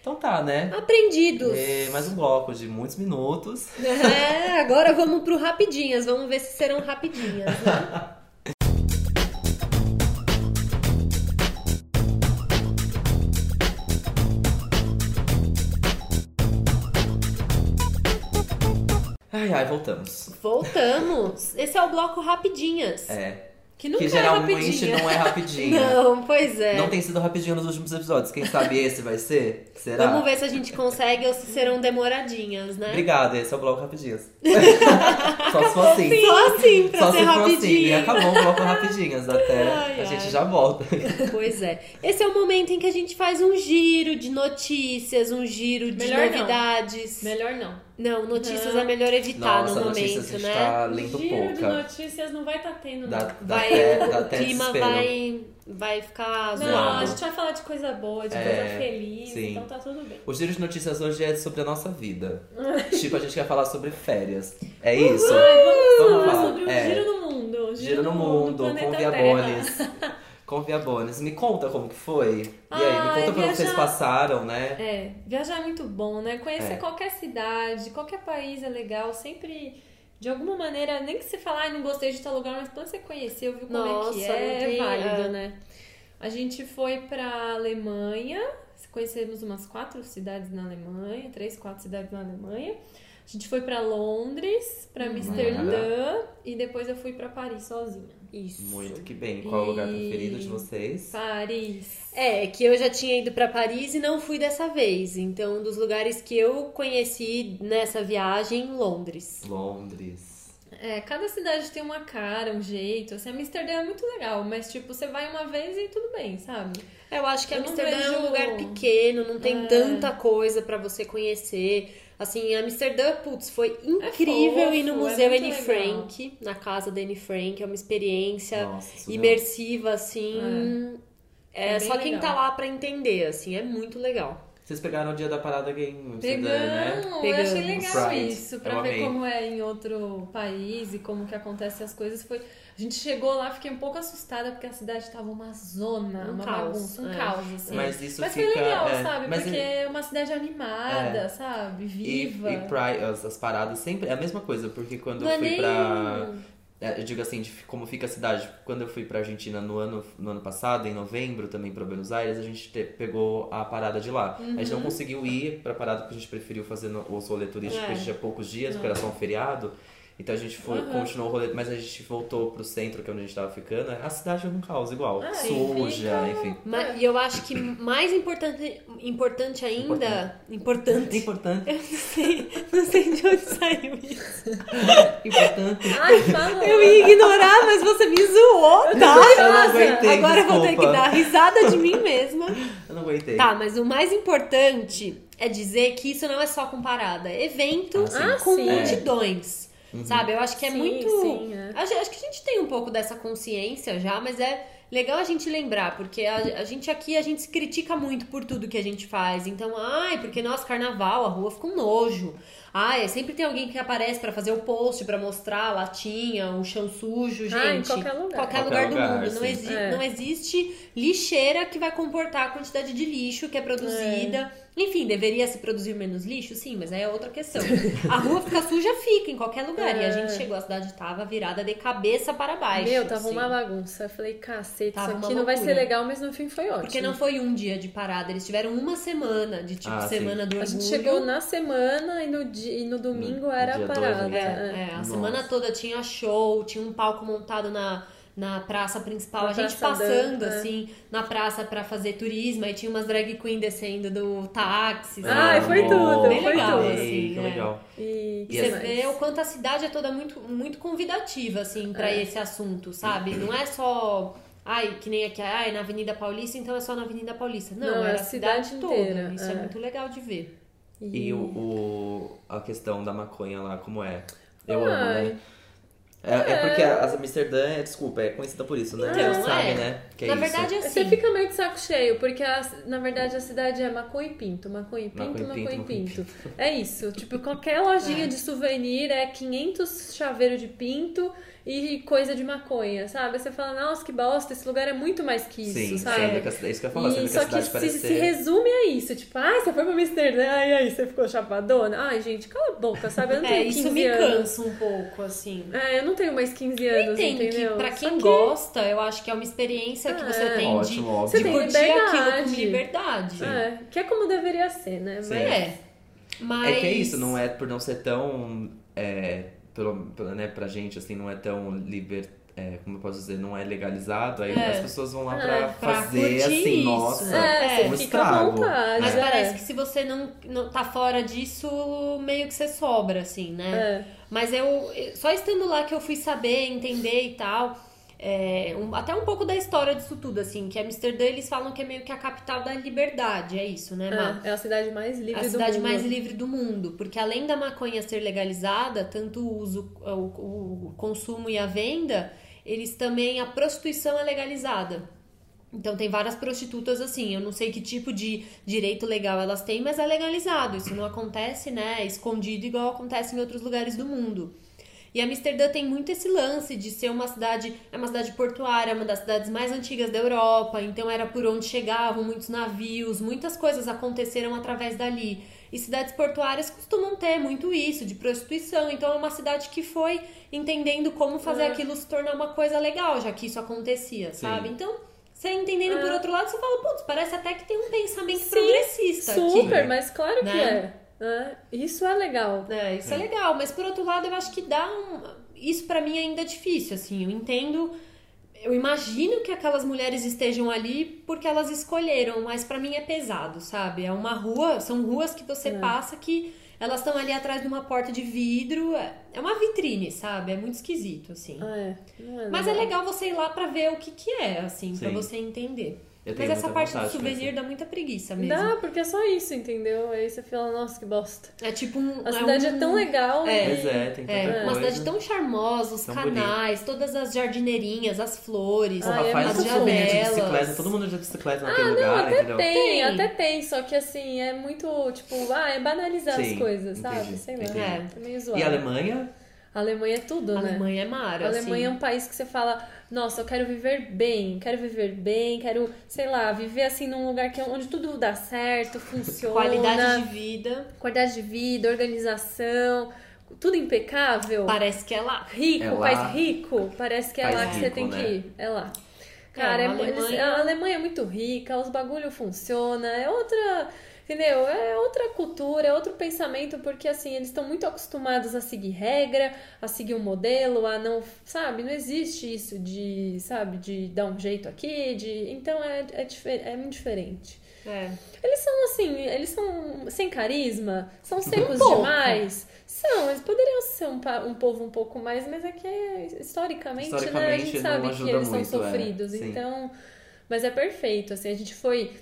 Speaker 2: Então tá, né?
Speaker 3: Aprendidos!
Speaker 2: É, mais um bloco de muitos minutos.
Speaker 3: É, agora vamos pro rapidinhas, vamos ver se serão rapidinhas. né?
Speaker 2: Ai, ai, voltamos.
Speaker 3: Voltamos! Esse é o bloco rapidinhas.
Speaker 2: É.
Speaker 4: Que nunca
Speaker 2: que
Speaker 4: é
Speaker 2: geralmente
Speaker 4: rapidinho.
Speaker 2: não é rapidinho.
Speaker 3: Não, pois é.
Speaker 2: Não tem sido rapidinho nos últimos episódios. Quem sabe esse vai ser? Será?
Speaker 3: Vamos ver se a gente consegue ou se serão demoradinhas, né?
Speaker 2: Obrigada, esse é o bloco rapidinhas. Só se for assim.
Speaker 3: Só assim pra
Speaker 2: Só
Speaker 3: ser
Speaker 2: se for assim. E
Speaker 3: rapidinha.
Speaker 2: acabou o bloco rapidinhas. Até
Speaker 3: Ai,
Speaker 2: a
Speaker 3: ai.
Speaker 2: gente já volta.
Speaker 3: Pois é. Esse é o momento em que a gente faz um giro de notícias, um giro de
Speaker 4: Melhor não.
Speaker 3: novidades.
Speaker 4: Melhor não.
Speaker 3: Não, notícias
Speaker 4: Não.
Speaker 3: é melhor evitar
Speaker 2: Nossa,
Speaker 3: no
Speaker 2: notícia,
Speaker 3: momento,
Speaker 2: a gente
Speaker 3: né?
Speaker 2: tá lendo
Speaker 4: Giro de
Speaker 2: pouca.
Speaker 4: notícias não vai tá tendo,
Speaker 2: Dá,
Speaker 4: não.
Speaker 2: dá
Speaker 3: Vai,
Speaker 2: até, dá
Speaker 3: o
Speaker 2: até
Speaker 3: clima
Speaker 2: desespero.
Speaker 3: vai, vai ficar
Speaker 4: Não, a
Speaker 2: zoado.
Speaker 4: gente vai falar de coisa boa, de
Speaker 2: tá É,
Speaker 4: coisa feliz,
Speaker 2: sim.
Speaker 4: então tá tudo bem.
Speaker 2: O giro de notícias hoje é sobre a nossa vida. tipo, a gente quer falar sobre férias. É isso? Vamos
Speaker 4: Falar
Speaker 2: falar.
Speaker 4: sobre o
Speaker 2: é,
Speaker 4: giro no mundo. o
Speaker 2: giro no mundo, com
Speaker 4: planeta Terra.
Speaker 2: Viabones. Com Viabones. Me conta como que foi. E aí, me
Speaker 4: Ai,
Speaker 2: conta como
Speaker 4: viajar-
Speaker 2: vocês passaram, né?
Speaker 4: É, viajar é muito bom, né? Conhecer
Speaker 2: É.
Speaker 4: qualquer cidade, qualquer país é legal, sempre. De alguma maneira, nem que você falar, "Ai, não gostei de tal lugar, mas quando você conheceu, viu como é
Speaker 3: Nossa,
Speaker 4: que é,
Speaker 3: não tem-
Speaker 4: é
Speaker 3: é.
Speaker 4: válido, né? A gente foi pra Alemanha, conhecemos umas quatro cidades na Alemanha, três, quatro cidades na Alemanha. A gente foi pra Londres,
Speaker 3: Hum,
Speaker 4: pra Amsterdã e depois eu fui pra Paris sozinha.
Speaker 3: Isso.
Speaker 2: Muito que bem. Qual é o lugar
Speaker 4: E-
Speaker 2: preferido de vocês?
Speaker 4: Paris.
Speaker 3: É, que eu já tinha ido pra Paris e não fui dessa vez. Então, um dos lugares que eu conheci nessa viagem, Londres.
Speaker 2: Londres.
Speaker 4: É, cada cidade tem uma cara, um jeito. Assim, Amsterdã é muito legal, mas tipo, você vai uma vez e tudo bem, sabe?
Speaker 3: É, Eu acho que
Speaker 4: Eu não
Speaker 3: Amsterdã é um
Speaker 4: vejo-
Speaker 3: lugar pequeno, não tem
Speaker 4: É.
Speaker 3: tanta coisa pra você conhecer. Assim, Amsterdã, putz, foi incrível
Speaker 4: fofo,
Speaker 3: ir no
Speaker 4: é
Speaker 3: Museu
Speaker 4: muito
Speaker 3: Anne
Speaker 4: legal.
Speaker 3: Frank, na casa da Anne Frank, é uma
Speaker 4: Tá.
Speaker 3: experiência
Speaker 2: Nossa, isso não.
Speaker 3: imersiva, assim. É,
Speaker 4: É bem
Speaker 3: só quem tá
Speaker 4: legal.
Speaker 3: lá pra entender, assim, é muito legal.
Speaker 2: Vocês pegaram o dia da parada gay em Amsterdã, né?
Speaker 4: Pegamos, eu achei
Speaker 3: Pegamos.
Speaker 4: legal
Speaker 2: Pride.
Speaker 4: isso, pra
Speaker 2: Eu
Speaker 4: ver
Speaker 2: amei.
Speaker 4: como é em outro país e como que acontecem as coisas. Foi... A gente chegou lá, fiquei um pouco assustada, porque a cidade tava uma zona,
Speaker 3: Um
Speaker 4: uma
Speaker 3: caos,
Speaker 4: bagunça, um
Speaker 3: é.
Speaker 4: caos, assim.
Speaker 2: Mas isso
Speaker 4: Mas
Speaker 2: fica.
Speaker 4: foi legal,
Speaker 2: é,
Speaker 4: sabe?
Speaker 2: mas
Speaker 4: Porque é uma cidade animada, sabe?
Speaker 2: E,
Speaker 4: Viva.
Speaker 2: e Pride, as, as paradas sempre é a mesma é coisa, porque quando
Speaker 3: Não
Speaker 2: eu
Speaker 3: é
Speaker 2: fui
Speaker 3: nem.
Speaker 2: pra. é, eu digo assim, de f- como fica a cidade. Quando eu fui pra Argentina no ano, no ano passado, em novembro, também pra Buenos Aires, a gente te- pegou a parada de lá. A gente não
Speaker 3: Uhum.
Speaker 2: conseguiu ir pra parada porque a gente preferiu fazer no- o rolê turístico,
Speaker 3: É.
Speaker 2: porque a gente tinha poucos dias, porque era só um feriado. Então a gente foi,
Speaker 3: Uhum.
Speaker 2: continuou o rolê, mas a gente voltou pro centro, que é onde a gente tava ficando. A cidade é um caos igual. Suja, enfim.
Speaker 3: Ma- E eu acho que mais importante, importante ainda. Importante.
Speaker 2: Importante.
Speaker 3: Eu não sei, não sei de onde saiu isso.
Speaker 2: Importante.
Speaker 4: Ai, fala.
Speaker 3: Eu ia ignorar, mas você me zoou, tá?
Speaker 2: Eu não aguentei,
Speaker 3: Agora eu vou ter que
Speaker 2: desculpa.
Speaker 3: dar risada de mim mesma.
Speaker 2: Eu não aguentei.
Speaker 3: Tá, mas o mais importante é dizer que isso não é só com parada. É evento
Speaker 2: Ah, sim. Ah,
Speaker 3: com
Speaker 4: sim.
Speaker 3: multidões.
Speaker 2: Uhum.
Speaker 3: Sabe? Eu acho que é
Speaker 4: Sim,
Speaker 3: muito.
Speaker 4: sim, é.
Speaker 3: Acho, acho que a gente tem um pouco dessa consciência já, mas é legal a gente lembrar, porque a, a gente aqui, a gente se critica muito por tudo que a gente faz. Então, ai, porque nossa, carnaval, a rua fica um nojo. Ai, é sempre tem alguém que aparece pra fazer o post, pra mostrar a latinha, o chão sujo, gente.
Speaker 4: Ah, em qualquer lugar.
Speaker 3: Qualquer
Speaker 2: Qualquer
Speaker 3: lugar do
Speaker 2: lugar,
Speaker 3: mundo. Não,
Speaker 2: sim.
Speaker 3: exi-
Speaker 4: É.
Speaker 3: não existe lixeira que vai comportar a quantidade de lixo que é produzida. Enfim, deveria se produzir menos lixo? Sim, mas aí é outra questão. A rua fica suja, fica em qualquer lugar. E a gente chegou, a cidade tava virada de cabeça para baixo.
Speaker 4: É. Meu, tava uma
Speaker 3: assim.
Speaker 4: bagunça. Eu falei, cacete,
Speaker 3: Tava
Speaker 4: isso
Speaker 3: uma
Speaker 4: aqui não vai
Speaker 3: loucura.
Speaker 4: ser legal, mas no fim foi ótimo.
Speaker 3: Porque não foi um dia de parada, eles tiveram uma semana de tipo
Speaker 2: Ah, sim.
Speaker 3: semana do orgulho.
Speaker 4: A gente chegou na semana e no, di- e no domingo
Speaker 2: No
Speaker 4: era
Speaker 2: dia
Speaker 4: a
Speaker 2: dois,
Speaker 4: parada.
Speaker 2: né?
Speaker 4: É,
Speaker 3: É, a
Speaker 2: Nossa.
Speaker 3: semana toda tinha show, tinha um palco montado na, na praça principal,
Speaker 4: Na
Speaker 3: a gente
Speaker 4: praça
Speaker 3: passando
Speaker 4: Dan, é.
Speaker 3: assim na praça pra fazer turismo, aí tinha umas drag queen descendo do táxi. sabe?
Speaker 4: Ai, foi tudo,
Speaker 3: Bem
Speaker 4: foi
Speaker 3: legal,
Speaker 4: tudo.
Speaker 3: assim,
Speaker 2: Ah, que
Speaker 3: né?
Speaker 2: legal.
Speaker 4: E,
Speaker 3: E
Speaker 2: E
Speaker 3: você
Speaker 2: as-
Speaker 3: vê o quanto a cidade é toda muito, muito convidativa, assim, pra esse assunto, sabe? Não é só. Ai, que nem aqui, ai, na Avenida Paulista, então é só na Avenida Paulista. Não,
Speaker 4: Não,
Speaker 3: é
Speaker 4: é
Speaker 3: a
Speaker 4: a
Speaker 3: cidade,
Speaker 4: cidade
Speaker 3: toda.
Speaker 4: inteira,
Speaker 3: Isso é.
Speaker 4: é.
Speaker 3: muito legal de ver.
Speaker 2: E o, o- a questão da maconha lá, como é? Eu
Speaker 4: Ai.
Speaker 2: amo, né? É, é porque as Amsterdã, é, desculpa, é conhecida por isso, né?
Speaker 3: Então,
Speaker 2: Você sabe,
Speaker 3: é.
Speaker 2: né? Que é
Speaker 3: na
Speaker 2: isso.
Speaker 3: verdade, assim.
Speaker 4: Você fica meio de saco cheio, porque a- na verdade a cidade é maconha e pinto, maconha e pinto,
Speaker 2: Maconha e
Speaker 4: maconha,
Speaker 2: pinto, maconha
Speaker 4: e
Speaker 2: e
Speaker 4: pinto. É isso. Tipo, qualquer lojinha de souvenir é 500 chaveiro de pinto e coisa de maconha, sabe? Você fala, nossa, que bosta, esse lugar é muito mais que isso,
Speaker 2: Sim,
Speaker 4: sabe?
Speaker 2: sendo que a cidade, isso que eu ia falar, sendo que
Speaker 4: E
Speaker 2: a
Speaker 4: só que
Speaker 2: cidade
Speaker 4: se,
Speaker 2: parece
Speaker 4: se
Speaker 2: ser-
Speaker 4: resume a isso, tipo, ai, você foi pra Amsterdã, ai, aí você ficou chapadona. Ai, gente, cala a boca, sabe? Eu não
Speaker 3: é,
Speaker 4: tenho 15
Speaker 3: isso me
Speaker 4: anos.
Speaker 3: cansa um pouco, assim.
Speaker 4: É, eu não tenho mais 15 anos,
Speaker 3: Tem que,
Speaker 4: entendeu?
Speaker 3: pra
Speaker 4: Só
Speaker 3: quem
Speaker 4: que
Speaker 3: gosta, eu acho que é uma experiência que você
Speaker 4: É.
Speaker 3: tem
Speaker 2: Ótimo,
Speaker 3: de,
Speaker 2: óbvio.
Speaker 3: de
Speaker 4: Você tem
Speaker 3: curtir aquilo com
Speaker 4: liberdade.
Speaker 3: liberdade.
Speaker 4: É, que é como deveria ser, né?
Speaker 2: Sim.
Speaker 4: Mas
Speaker 3: É. Mas...
Speaker 2: É que é isso, não é por não ser tão. É, pelo, pelo- né, pra gente, assim, não é tão liber. é, como eu posso dizer, não é legalizado, aí
Speaker 3: É.
Speaker 2: as pessoas vão lá
Speaker 4: É,
Speaker 2: pra,
Speaker 3: pra
Speaker 2: fazer
Speaker 3: curtir
Speaker 2: assim,
Speaker 3: isso.
Speaker 2: nossa,
Speaker 4: É,
Speaker 3: É,
Speaker 4: você
Speaker 2: como
Speaker 4: fica à
Speaker 2: Um estrago.
Speaker 4: vontade.
Speaker 3: Mas
Speaker 4: é.
Speaker 3: parece que se você não, não tá fora disso, meio que você sobra, assim, né?
Speaker 4: É.
Speaker 3: Mas eu. Só estando lá que eu fui saber, entender e tal. é, um- até um pouco da história disso tudo, assim, que Amsterdã eles falam que é meio que a capital da liberdade, é isso, né, Má?
Speaker 4: É, é a cidade mais livre
Speaker 3: A
Speaker 4: do
Speaker 3: cidade
Speaker 4: mundo.
Speaker 3: mais livre do mundo, porque além da maconha ser legalizada, tanto o uso, o, o consumo e a venda, eles também a prostituição é legalizada. Então tem várias prostitutas assim, eu não sei que tipo de direito legal elas têm, mas é legalizado. Isso não acontece, né, escondido igual acontece em outros lugares do mundo. E Amsterdã tem muito esse lance de ser uma cidade, é uma cidade portuária, é uma das cidades mais antigas da Europa, então era por onde chegavam muitos navios, muitas coisas aconteceram através dali. E cidades portuárias costumam ter muito isso, de prostituição, então é uma cidade que foi entendendo como fazer
Speaker 4: É.
Speaker 3: aquilo se tornar uma coisa legal, já que isso acontecia,
Speaker 2: Sim.
Speaker 3: sabe? Então, você entendendo
Speaker 4: É.
Speaker 3: por outro lado, você fala, putz, parece até que tem um pensamento
Speaker 4: Sim,
Speaker 3: progressista tá aqui.
Speaker 4: Super, mas claro que
Speaker 3: Né?
Speaker 4: é. É, Isso é legal.
Speaker 3: É, isso é. legal, mas por outro lado eu acho que dá um. Isso pra mim ainda é difícil, assim, eu entendo. Eu imagino que aquelas mulheres estejam ali porque elas escolheram, mas pra mim é pesado, sabe? É uma rua, são ruas que
Speaker 4: É.
Speaker 3: você passa que elas estão ali atrás de uma porta de vidro, é é uma vitrine, sabe? É muito esquisito, assim.
Speaker 4: É, não é
Speaker 3: Mas é legal você ir lá pra ver o que que é, assim, pra
Speaker 2: Sim.
Speaker 3: você entender.
Speaker 2: Eu
Speaker 3: Mas
Speaker 2: tenho
Speaker 3: essa
Speaker 2: muita
Speaker 3: parte do
Speaker 2: vontade pra isso.
Speaker 3: souvenir dá muita preguiça mesmo.
Speaker 4: Dá, porque é só isso, entendeu? Aí você fala, nossa, que bosta.
Speaker 3: É tipo um
Speaker 4: A cidade é,
Speaker 3: um-
Speaker 4: tão legal.
Speaker 3: É.
Speaker 4: e-
Speaker 2: Pois é, tem tanta
Speaker 3: É, uma
Speaker 2: coisa.
Speaker 3: cidade tão charmosa, os
Speaker 2: Tão
Speaker 3: canais, todas as jardineirinhas, as flores,
Speaker 4: Ah,
Speaker 2: Porra,
Speaker 4: é
Speaker 2: faz um
Speaker 3: as
Speaker 4: muito
Speaker 2: souvenir de
Speaker 3: janelas.
Speaker 2: bicicleta, todo mundo de bicicleta
Speaker 3: Ah,
Speaker 2: naquele lugar, entendeu?
Speaker 4: Tem,
Speaker 3: Tem.
Speaker 4: até tem, só que assim, é muito, tipo, ah, é banalizar
Speaker 2: Sim,
Speaker 4: as coisas, sabe?
Speaker 2: entendi,
Speaker 4: Sei lá.
Speaker 2: entendi.
Speaker 3: É.
Speaker 4: Tá meio zoado.
Speaker 2: E a Alemanha?
Speaker 4: A Alemanha é tudo,
Speaker 3: A
Speaker 4: né?
Speaker 3: Alemanha é mara,
Speaker 4: A Alemanha é um país que você fala, nossa, eu quero viver bem, quero viver bem, quero, sei lá, viver assim num lugar que, onde tudo dá certo,
Speaker 3: assim.
Speaker 4: funciona.
Speaker 3: Qualidade de vida.
Speaker 4: qualidade de vida, organização. tudo impecável.
Speaker 3: Parece que é lá.
Speaker 4: Rico,
Speaker 2: É lá.
Speaker 4: país rico. Parece que é
Speaker 2: País
Speaker 4: lá que você
Speaker 2: rico,
Speaker 4: tem
Speaker 2: né?
Speaker 4: que ir. É lá.
Speaker 3: É,
Speaker 4: Cara, é,
Speaker 3: na
Speaker 4: mu- eles-
Speaker 3: Alemanha-
Speaker 4: a Alemanha é muito rica, os bagulho funciona, é outra. Entendeu? É outra cultura, é outro pensamento, porque assim, eles estão muito acostumados a seguir regra, a seguir um modelo, a não. Sabe, não existe isso de, sabe, de dar um jeito aqui, de. Então é, é, dife- é muito diferente.
Speaker 3: É.
Speaker 4: Eles são assim, eles são sem carisma,
Speaker 2: Um
Speaker 4: são secos
Speaker 3: pouco.
Speaker 4: demais. São, eles poderiam ser um, pa- um povo um pouco mais, mas é que historicamente, né, a
Speaker 2: Historicamente,
Speaker 4: gente
Speaker 2: não
Speaker 4: sabe que
Speaker 2: ajuda
Speaker 4: eles
Speaker 2: muito,
Speaker 4: são
Speaker 2: é.
Speaker 4: sofridos.
Speaker 2: Sim.
Speaker 4: Então, mas é perfeito, assim, a gente foi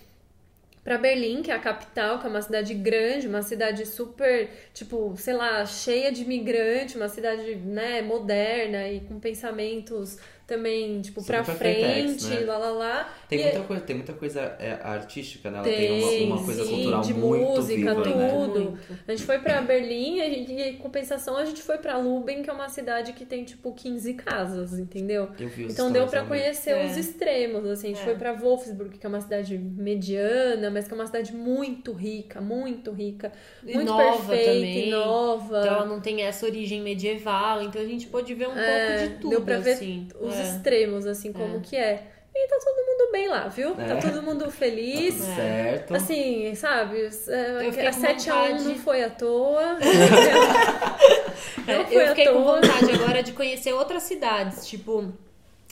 Speaker 4: Pra Berlim, que é a capital, que é uma cidade grande, uma cidade super, tipo, sei lá, cheia de imigrante, uma cidade, né, moderna e com pensamentos também, tipo,
Speaker 2: Super
Speaker 4: pra
Speaker 2: capex,
Speaker 4: frente,
Speaker 2: né?
Speaker 4: lá lá lá.
Speaker 2: Tem
Speaker 4: E-
Speaker 2: muita coisa, tem muita coisa é, artística, né? Ela tem,
Speaker 4: Tem,
Speaker 2: uma, uma coisa
Speaker 4: sim,
Speaker 2: cultural
Speaker 4: de
Speaker 2: muito
Speaker 4: música,
Speaker 2: viva,
Speaker 3: é
Speaker 2: né?
Speaker 4: tudo. A gente foi pra Berlim a gente- e, em compensação, a gente foi pra Luben, que é uma cidade que tem, tipo, 15 casas, entendeu?
Speaker 2: Eu vi os
Speaker 4: Então deu
Speaker 2: stories, Tá
Speaker 4: pra
Speaker 2: amei.
Speaker 4: conhecer
Speaker 3: É.
Speaker 4: os extremos, assim. A gente
Speaker 3: É.
Speaker 4: foi pra Wolfsburg, que é uma cidade mediana, mas que é uma cidade muito rica, muito rica.
Speaker 3: E
Speaker 4: muito
Speaker 3: nova
Speaker 4: perfeita,
Speaker 3: também.
Speaker 4: e nova.
Speaker 3: Então ela não tem essa origem medieval, então a gente pôde ver um
Speaker 4: É,
Speaker 3: pouco de tudo,
Speaker 4: deu pra ver
Speaker 3: assim.
Speaker 4: Os
Speaker 3: É.
Speaker 4: extremos, assim, como
Speaker 3: É.
Speaker 4: que é. E tá todo mundo bem lá, viu?
Speaker 2: É.
Speaker 4: Tá todo mundo
Speaker 2: Tá
Speaker 4: feliz.
Speaker 2: tudo
Speaker 3: É.
Speaker 2: certo.
Speaker 4: Assim, sabe? os- é,
Speaker 3: Eu fiquei
Speaker 4: A
Speaker 3: com
Speaker 4: 7x1
Speaker 3: vontade.
Speaker 4: não foi à toa.
Speaker 3: É,
Speaker 4: Não foi
Speaker 3: eu
Speaker 4: à
Speaker 3: fiquei com
Speaker 4: toa.
Speaker 3: vontade agora de conhecer outras cidades, tipo,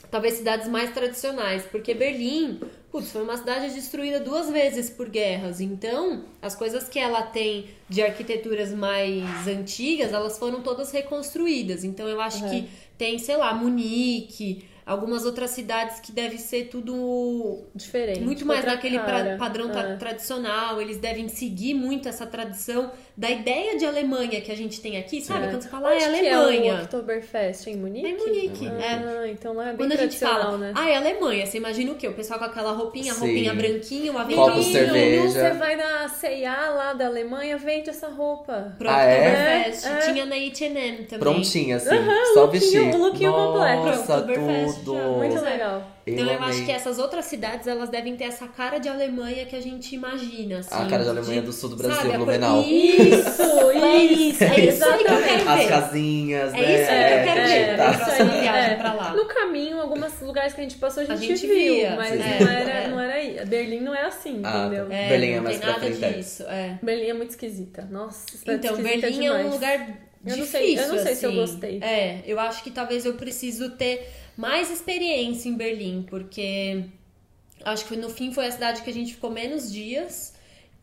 Speaker 3: talvez cidades mais tradicionais, porque Berlim, putz, foi uma cidade destruída duas vezes por guerras. Então, as coisas que ela tem de arquiteturas mais antigas, elas foram todas reconstruídas. Então, eu acho que tem, sei lá, Munique, algumas outras cidades que deve ser tudo
Speaker 4: Diferente.
Speaker 3: muito mais
Speaker 4: outra
Speaker 3: daquele pra-
Speaker 4: cara.
Speaker 3: padrão tra-
Speaker 4: É.
Speaker 3: tradicional, eles devem seguir muito essa tradição da ideia de Alemanha que a gente tem aqui, sabe?
Speaker 2: É.
Speaker 3: Quando você fala, ah, é
Speaker 4: Onde que é o
Speaker 3: Alemanha.
Speaker 4: Oktoberfest em Munique?
Speaker 3: É em Munique. É.
Speaker 4: Ah, então lá é bem
Speaker 3: Quando a gente
Speaker 4: tradicional,
Speaker 3: fala,
Speaker 4: né?
Speaker 3: ah, é Alemanha, você imagina o quê? O pessoal com aquela roupinha,
Speaker 2: Sim.
Speaker 3: roupinha branquinha, um uma
Speaker 2: Copo,
Speaker 4: Menino,
Speaker 3: aventurinha,
Speaker 2: cerveja.
Speaker 4: Você vai na C&A lá da Alemanha, vende essa roupa.
Speaker 3: pro
Speaker 2: Ah, é?
Speaker 3: Oktoberfest.
Speaker 4: É, é.
Speaker 3: um Tinha na H&M também.
Speaker 2: Prontinha, assim. só
Speaker 4: lookinho-
Speaker 2: vestir.
Speaker 4: o lookinho completo.
Speaker 2: Nossa,
Speaker 3: Oktoberfest,
Speaker 2: tudo.
Speaker 3: já,
Speaker 4: Muito
Speaker 3: Pois é.
Speaker 4: legal.
Speaker 3: Então eu, acho
Speaker 2: amei.
Speaker 3: que essas outras cidades, elas devem ter essa cara de Alemanha que a gente imagina, assim.
Speaker 2: A cara da Alemanha
Speaker 3: de-
Speaker 2: do sul do Brasil,
Speaker 3: sabe, a co-
Speaker 2: Blumenau.
Speaker 3: Isso,
Speaker 4: É
Speaker 3: isso, é isso aí que eu quero
Speaker 2: As
Speaker 3: ver.
Speaker 2: casinhas,
Speaker 3: É
Speaker 2: né?
Speaker 3: isso aí que eu quero né? ver
Speaker 4: é,
Speaker 3: na
Speaker 2: tá.
Speaker 4: isso
Speaker 3: próxima
Speaker 4: aí,
Speaker 3: viagem
Speaker 4: é.
Speaker 3: pra lá.
Speaker 4: No caminho, alguns lugares que a gente passou, a gente,
Speaker 3: A gente
Speaker 4: viu,
Speaker 3: via,
Speaker 4: mas
Speaker 2: sim.
Speaker 4: não,
Speaker 3: É,
Speaker 4: era,
Speaker 3: é.
Speaker 4: não era aí. Berlim não é assim,
Speaker 2: Ah,
Speaker 4: entendeu?
Speaker 2: tá. Berlim é
Speaker 3: não
Speaker 2: mais
Speaker 3: tem
Speaker 2: pra
Speaker 3: nada
Speaker 2: frente, é.
Speaker 3: disso, é.
Speaker 4: Berlim é muito esquisita. Nossa, cidade
Speaker 3: Então,
Speaker 4: Tá esquisita
Speaker 3: Berlim
Speaker 4: demais.
Speaker 3: é um lugar
Speaker 4: Eu
Speaker 3: difícil,
Speaker 4: não sei- eu não sei se eu
Speaker 3: assim.
Speaker 4: gostei.
Speaker 3: É, eu acho que talvez eu preciso ter mais experiência em Berlim, porque acho que no fim foi a cidade que a gente ficou menos dias.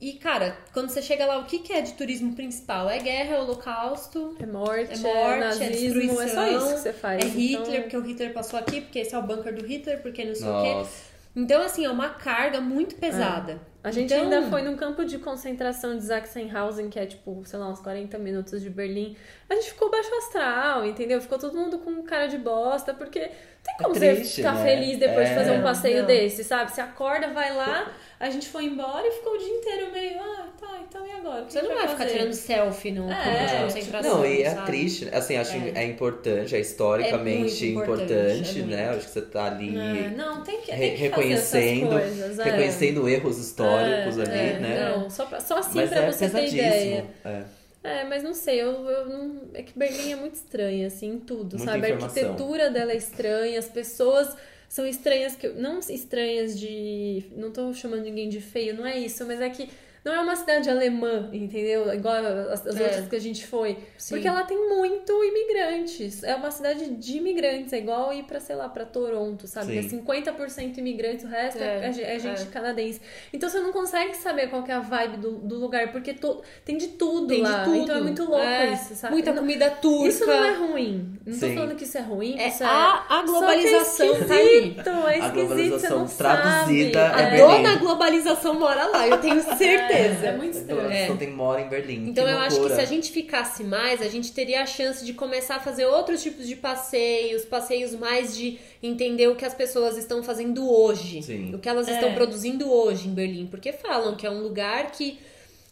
Speaker 3: E, cara, quando você chega lá, o que, que é de turismo principal? É guerra, é holocausto,
Speaker 4: É morte,
Speaker 3: É
Speaker 4: é,
Speaker 3: morte, é
Speaker 4: nazismo, é, só
Speaker 3: destruição,
Speaker 4: isso que você faz.
Speaker 3: é Hitler,
Speaker 4: Então,
Speaker 3: porque o Hitler passou aqui, porque esse é o bunker do Hitler, porque não sei o quê.
Speaker 2: Nossa.
Speaker 3: Então, assim, é uma carga muito pesada.
Speaker 4: a gente
Speaker 3: Então-
Speaker 4: ainda foi num campo de concentração de Sachsenhausen, que é tipo, sei lá, uns 40 minutos de Berlim. A gente ficou baixo astral, entendeu? Ficou todo mundo com cara de bosta, porque não tem como
Speaker 2: triste,
Speaker 4: você ficar
Speaker 2: né?
Speaker 4: feliz depois
Speaker 2: É.
Speaker 4: de fazer um passeio
Speaker 3: Não.
Speaker 4: desse, sabe? Você acorda, vai lá, a gente foi embora e ficou o dia inteiro meio, ah, tá, então e agora? O que
Speaker 3: Você
Speaker 4: a gente
Speaker 3: não vai ficar
Speaker 4: fazer?
Speaker 3: tirando selfie no
Speaker 4: É,
Speaker 3: campo de
Speaker 4: tipo,
Speaker 3: concentração.
Speaker 2: Não, e é
Speaker 3: sabe?
Speaker 2: triste, né? assim, acho que é importante, é historicamente
Speaker 3: É muito importante,
Speaker 2: importante,
Speaker 3: é
Speaker 2: né?
Speaker 3: muito.
Speaker 2: Acho que você tá ali
Speaker 4: É, não, tem que,
Speaker 2: re-
Speaker 4: tem que
Speaker 2: reconhecendo,
Speaker 4: fazer essas coisas, é.
Speaker 2: reconhecendo erros históricos
Speaker 4: É,
Speaker 2: ali,
Speaker 4: é,
Speaker 2: né?
Speaker 4: Não, só, pra- só assim
Speaker 2: Mas
Speaker 4: pra
Speaker 2: é
Speaker 4: você ter
Speaker 2: pesadíssimo.
Speaker 4: ideia.
Speaker 2: é.
Speaker 4: É, mas não sei, eu, eu não... é que Berlim é muito estranha, assim, em tudo,
Speaker 2: Muita
Speaker 4: sabe?
Speaker 2: informação.
Speaker 4: A arquitetura dela é estranha, as pessoas são estranhas, que eu- não estranhas de... Não tô chamando ninguém de feio, não é isso, mas é que não é uma cidade alemã, entendeu? Igual as, as
Speaker 3: É.
Speaker 4: outras que a gente foi.
Speaker 3: Sim.
Speaker 4: Porque ela tem muito imigrantes, é uma cidade de imigrantes, é igual ir pra, sei lá, pra Toronto, sabe? Que é
Speaker 2: Sim.
Speaker 4: 50% imigrantes, o resto é,
Speaker 3: É,
Speaker 4: é gente
Speaker 3: é.
Speaker 4: canadense. Então você não consegue saber qual que é a vibe do, do lugar, porque to- tem de tudo
Speaker 3: Tem de
Speaker 4: lá.
Speaker 3: tudo.
Speaker 4: Então é muito louco
Speaker 3: É,
Speaker 4: isso, sabe?
Speaker 3: Muita
Speaker 4: tá Não-
Speaker 3: comida turca.
Speaker 4: isso não é ruim. Não
Speaker 2: Sim.
Speaker 4: tô falando que isso é ruim,
Speaker 3: É
Speaker 4: isso
Speaker 3: a, a
Speaker 4: Só que
Speaker 3: globalização tá
Speaker 4: é
Speaker 3: aí.
Speaker 4: esquisito, é
Speaker 2: A
Speaker 4: esquisito, você
Speaker 2: globalização
Speaker 4: não
Speaker 2: traduzida
Speaker 4: sabe.
Speaker 2: é
Speaker 3: A
Speaker 2: Berlim.
Speaker 3: dona globalização mora lá, eu tenho certeza.
Speaker 4: É, é muito estranho.
Speaker 2: Então, tem mora em Berlim.
Speaker 3: Então
Speaker 2: que
Speaker 3: eu acho que
Speaker 2: loucura.
Speaker 3: se a gente ficasse mais, a gente teria a chance de começar a fazer outros tipos de passeios, passeios mais de entender o que as pessoas estão fazendo hoje,
Speaker 2: Sim.
Speaker 3: o que elas
Speaker 4: É.
Speaker 3: estão produzindo hoje em Berlim, porque falam que é um lugar que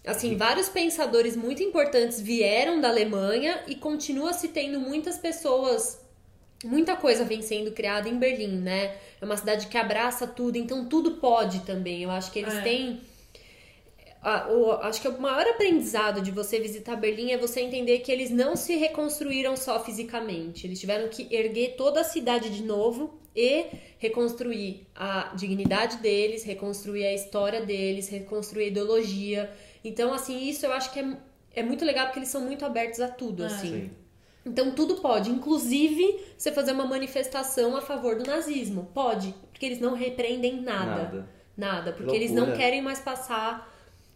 Speaker 3: assim, vários pensadores muito importantes vieram da Alemanha e continua se tendo muitas pessoas Muita coisa vem sendo criada em Berlim, né? É uma cidade que abraça tudo, então tudo pode também. Eu acho que eles
Speaker 4: É.
Speaker 3: têm a- o- acho que o maior aprendizado de você visitar Berlim é você entender que eles não se reconstruíram só fisicamente. Eles tiveram que erguer toda a cidade de novo e reconstruir a dignidade deles, reconstruir a história deles, reconstruir a ideologia. Então, assim, isso eu acho que é, é muito legal porque eles são muito abertos a tudo,
Speaker 4: É.
Speaker 3: assim.
Speaker 2: Sim.
Speaker 3: Então tudo pode, inclusive você fazer uma manifestação a favor do nazismo. Pode, porque eles não repreendem nada. Nada,
Speaker 2: Nada.
Speaker 3: porque eles não
Speaker 2: Loucura.
Speaker 3: querem mais passar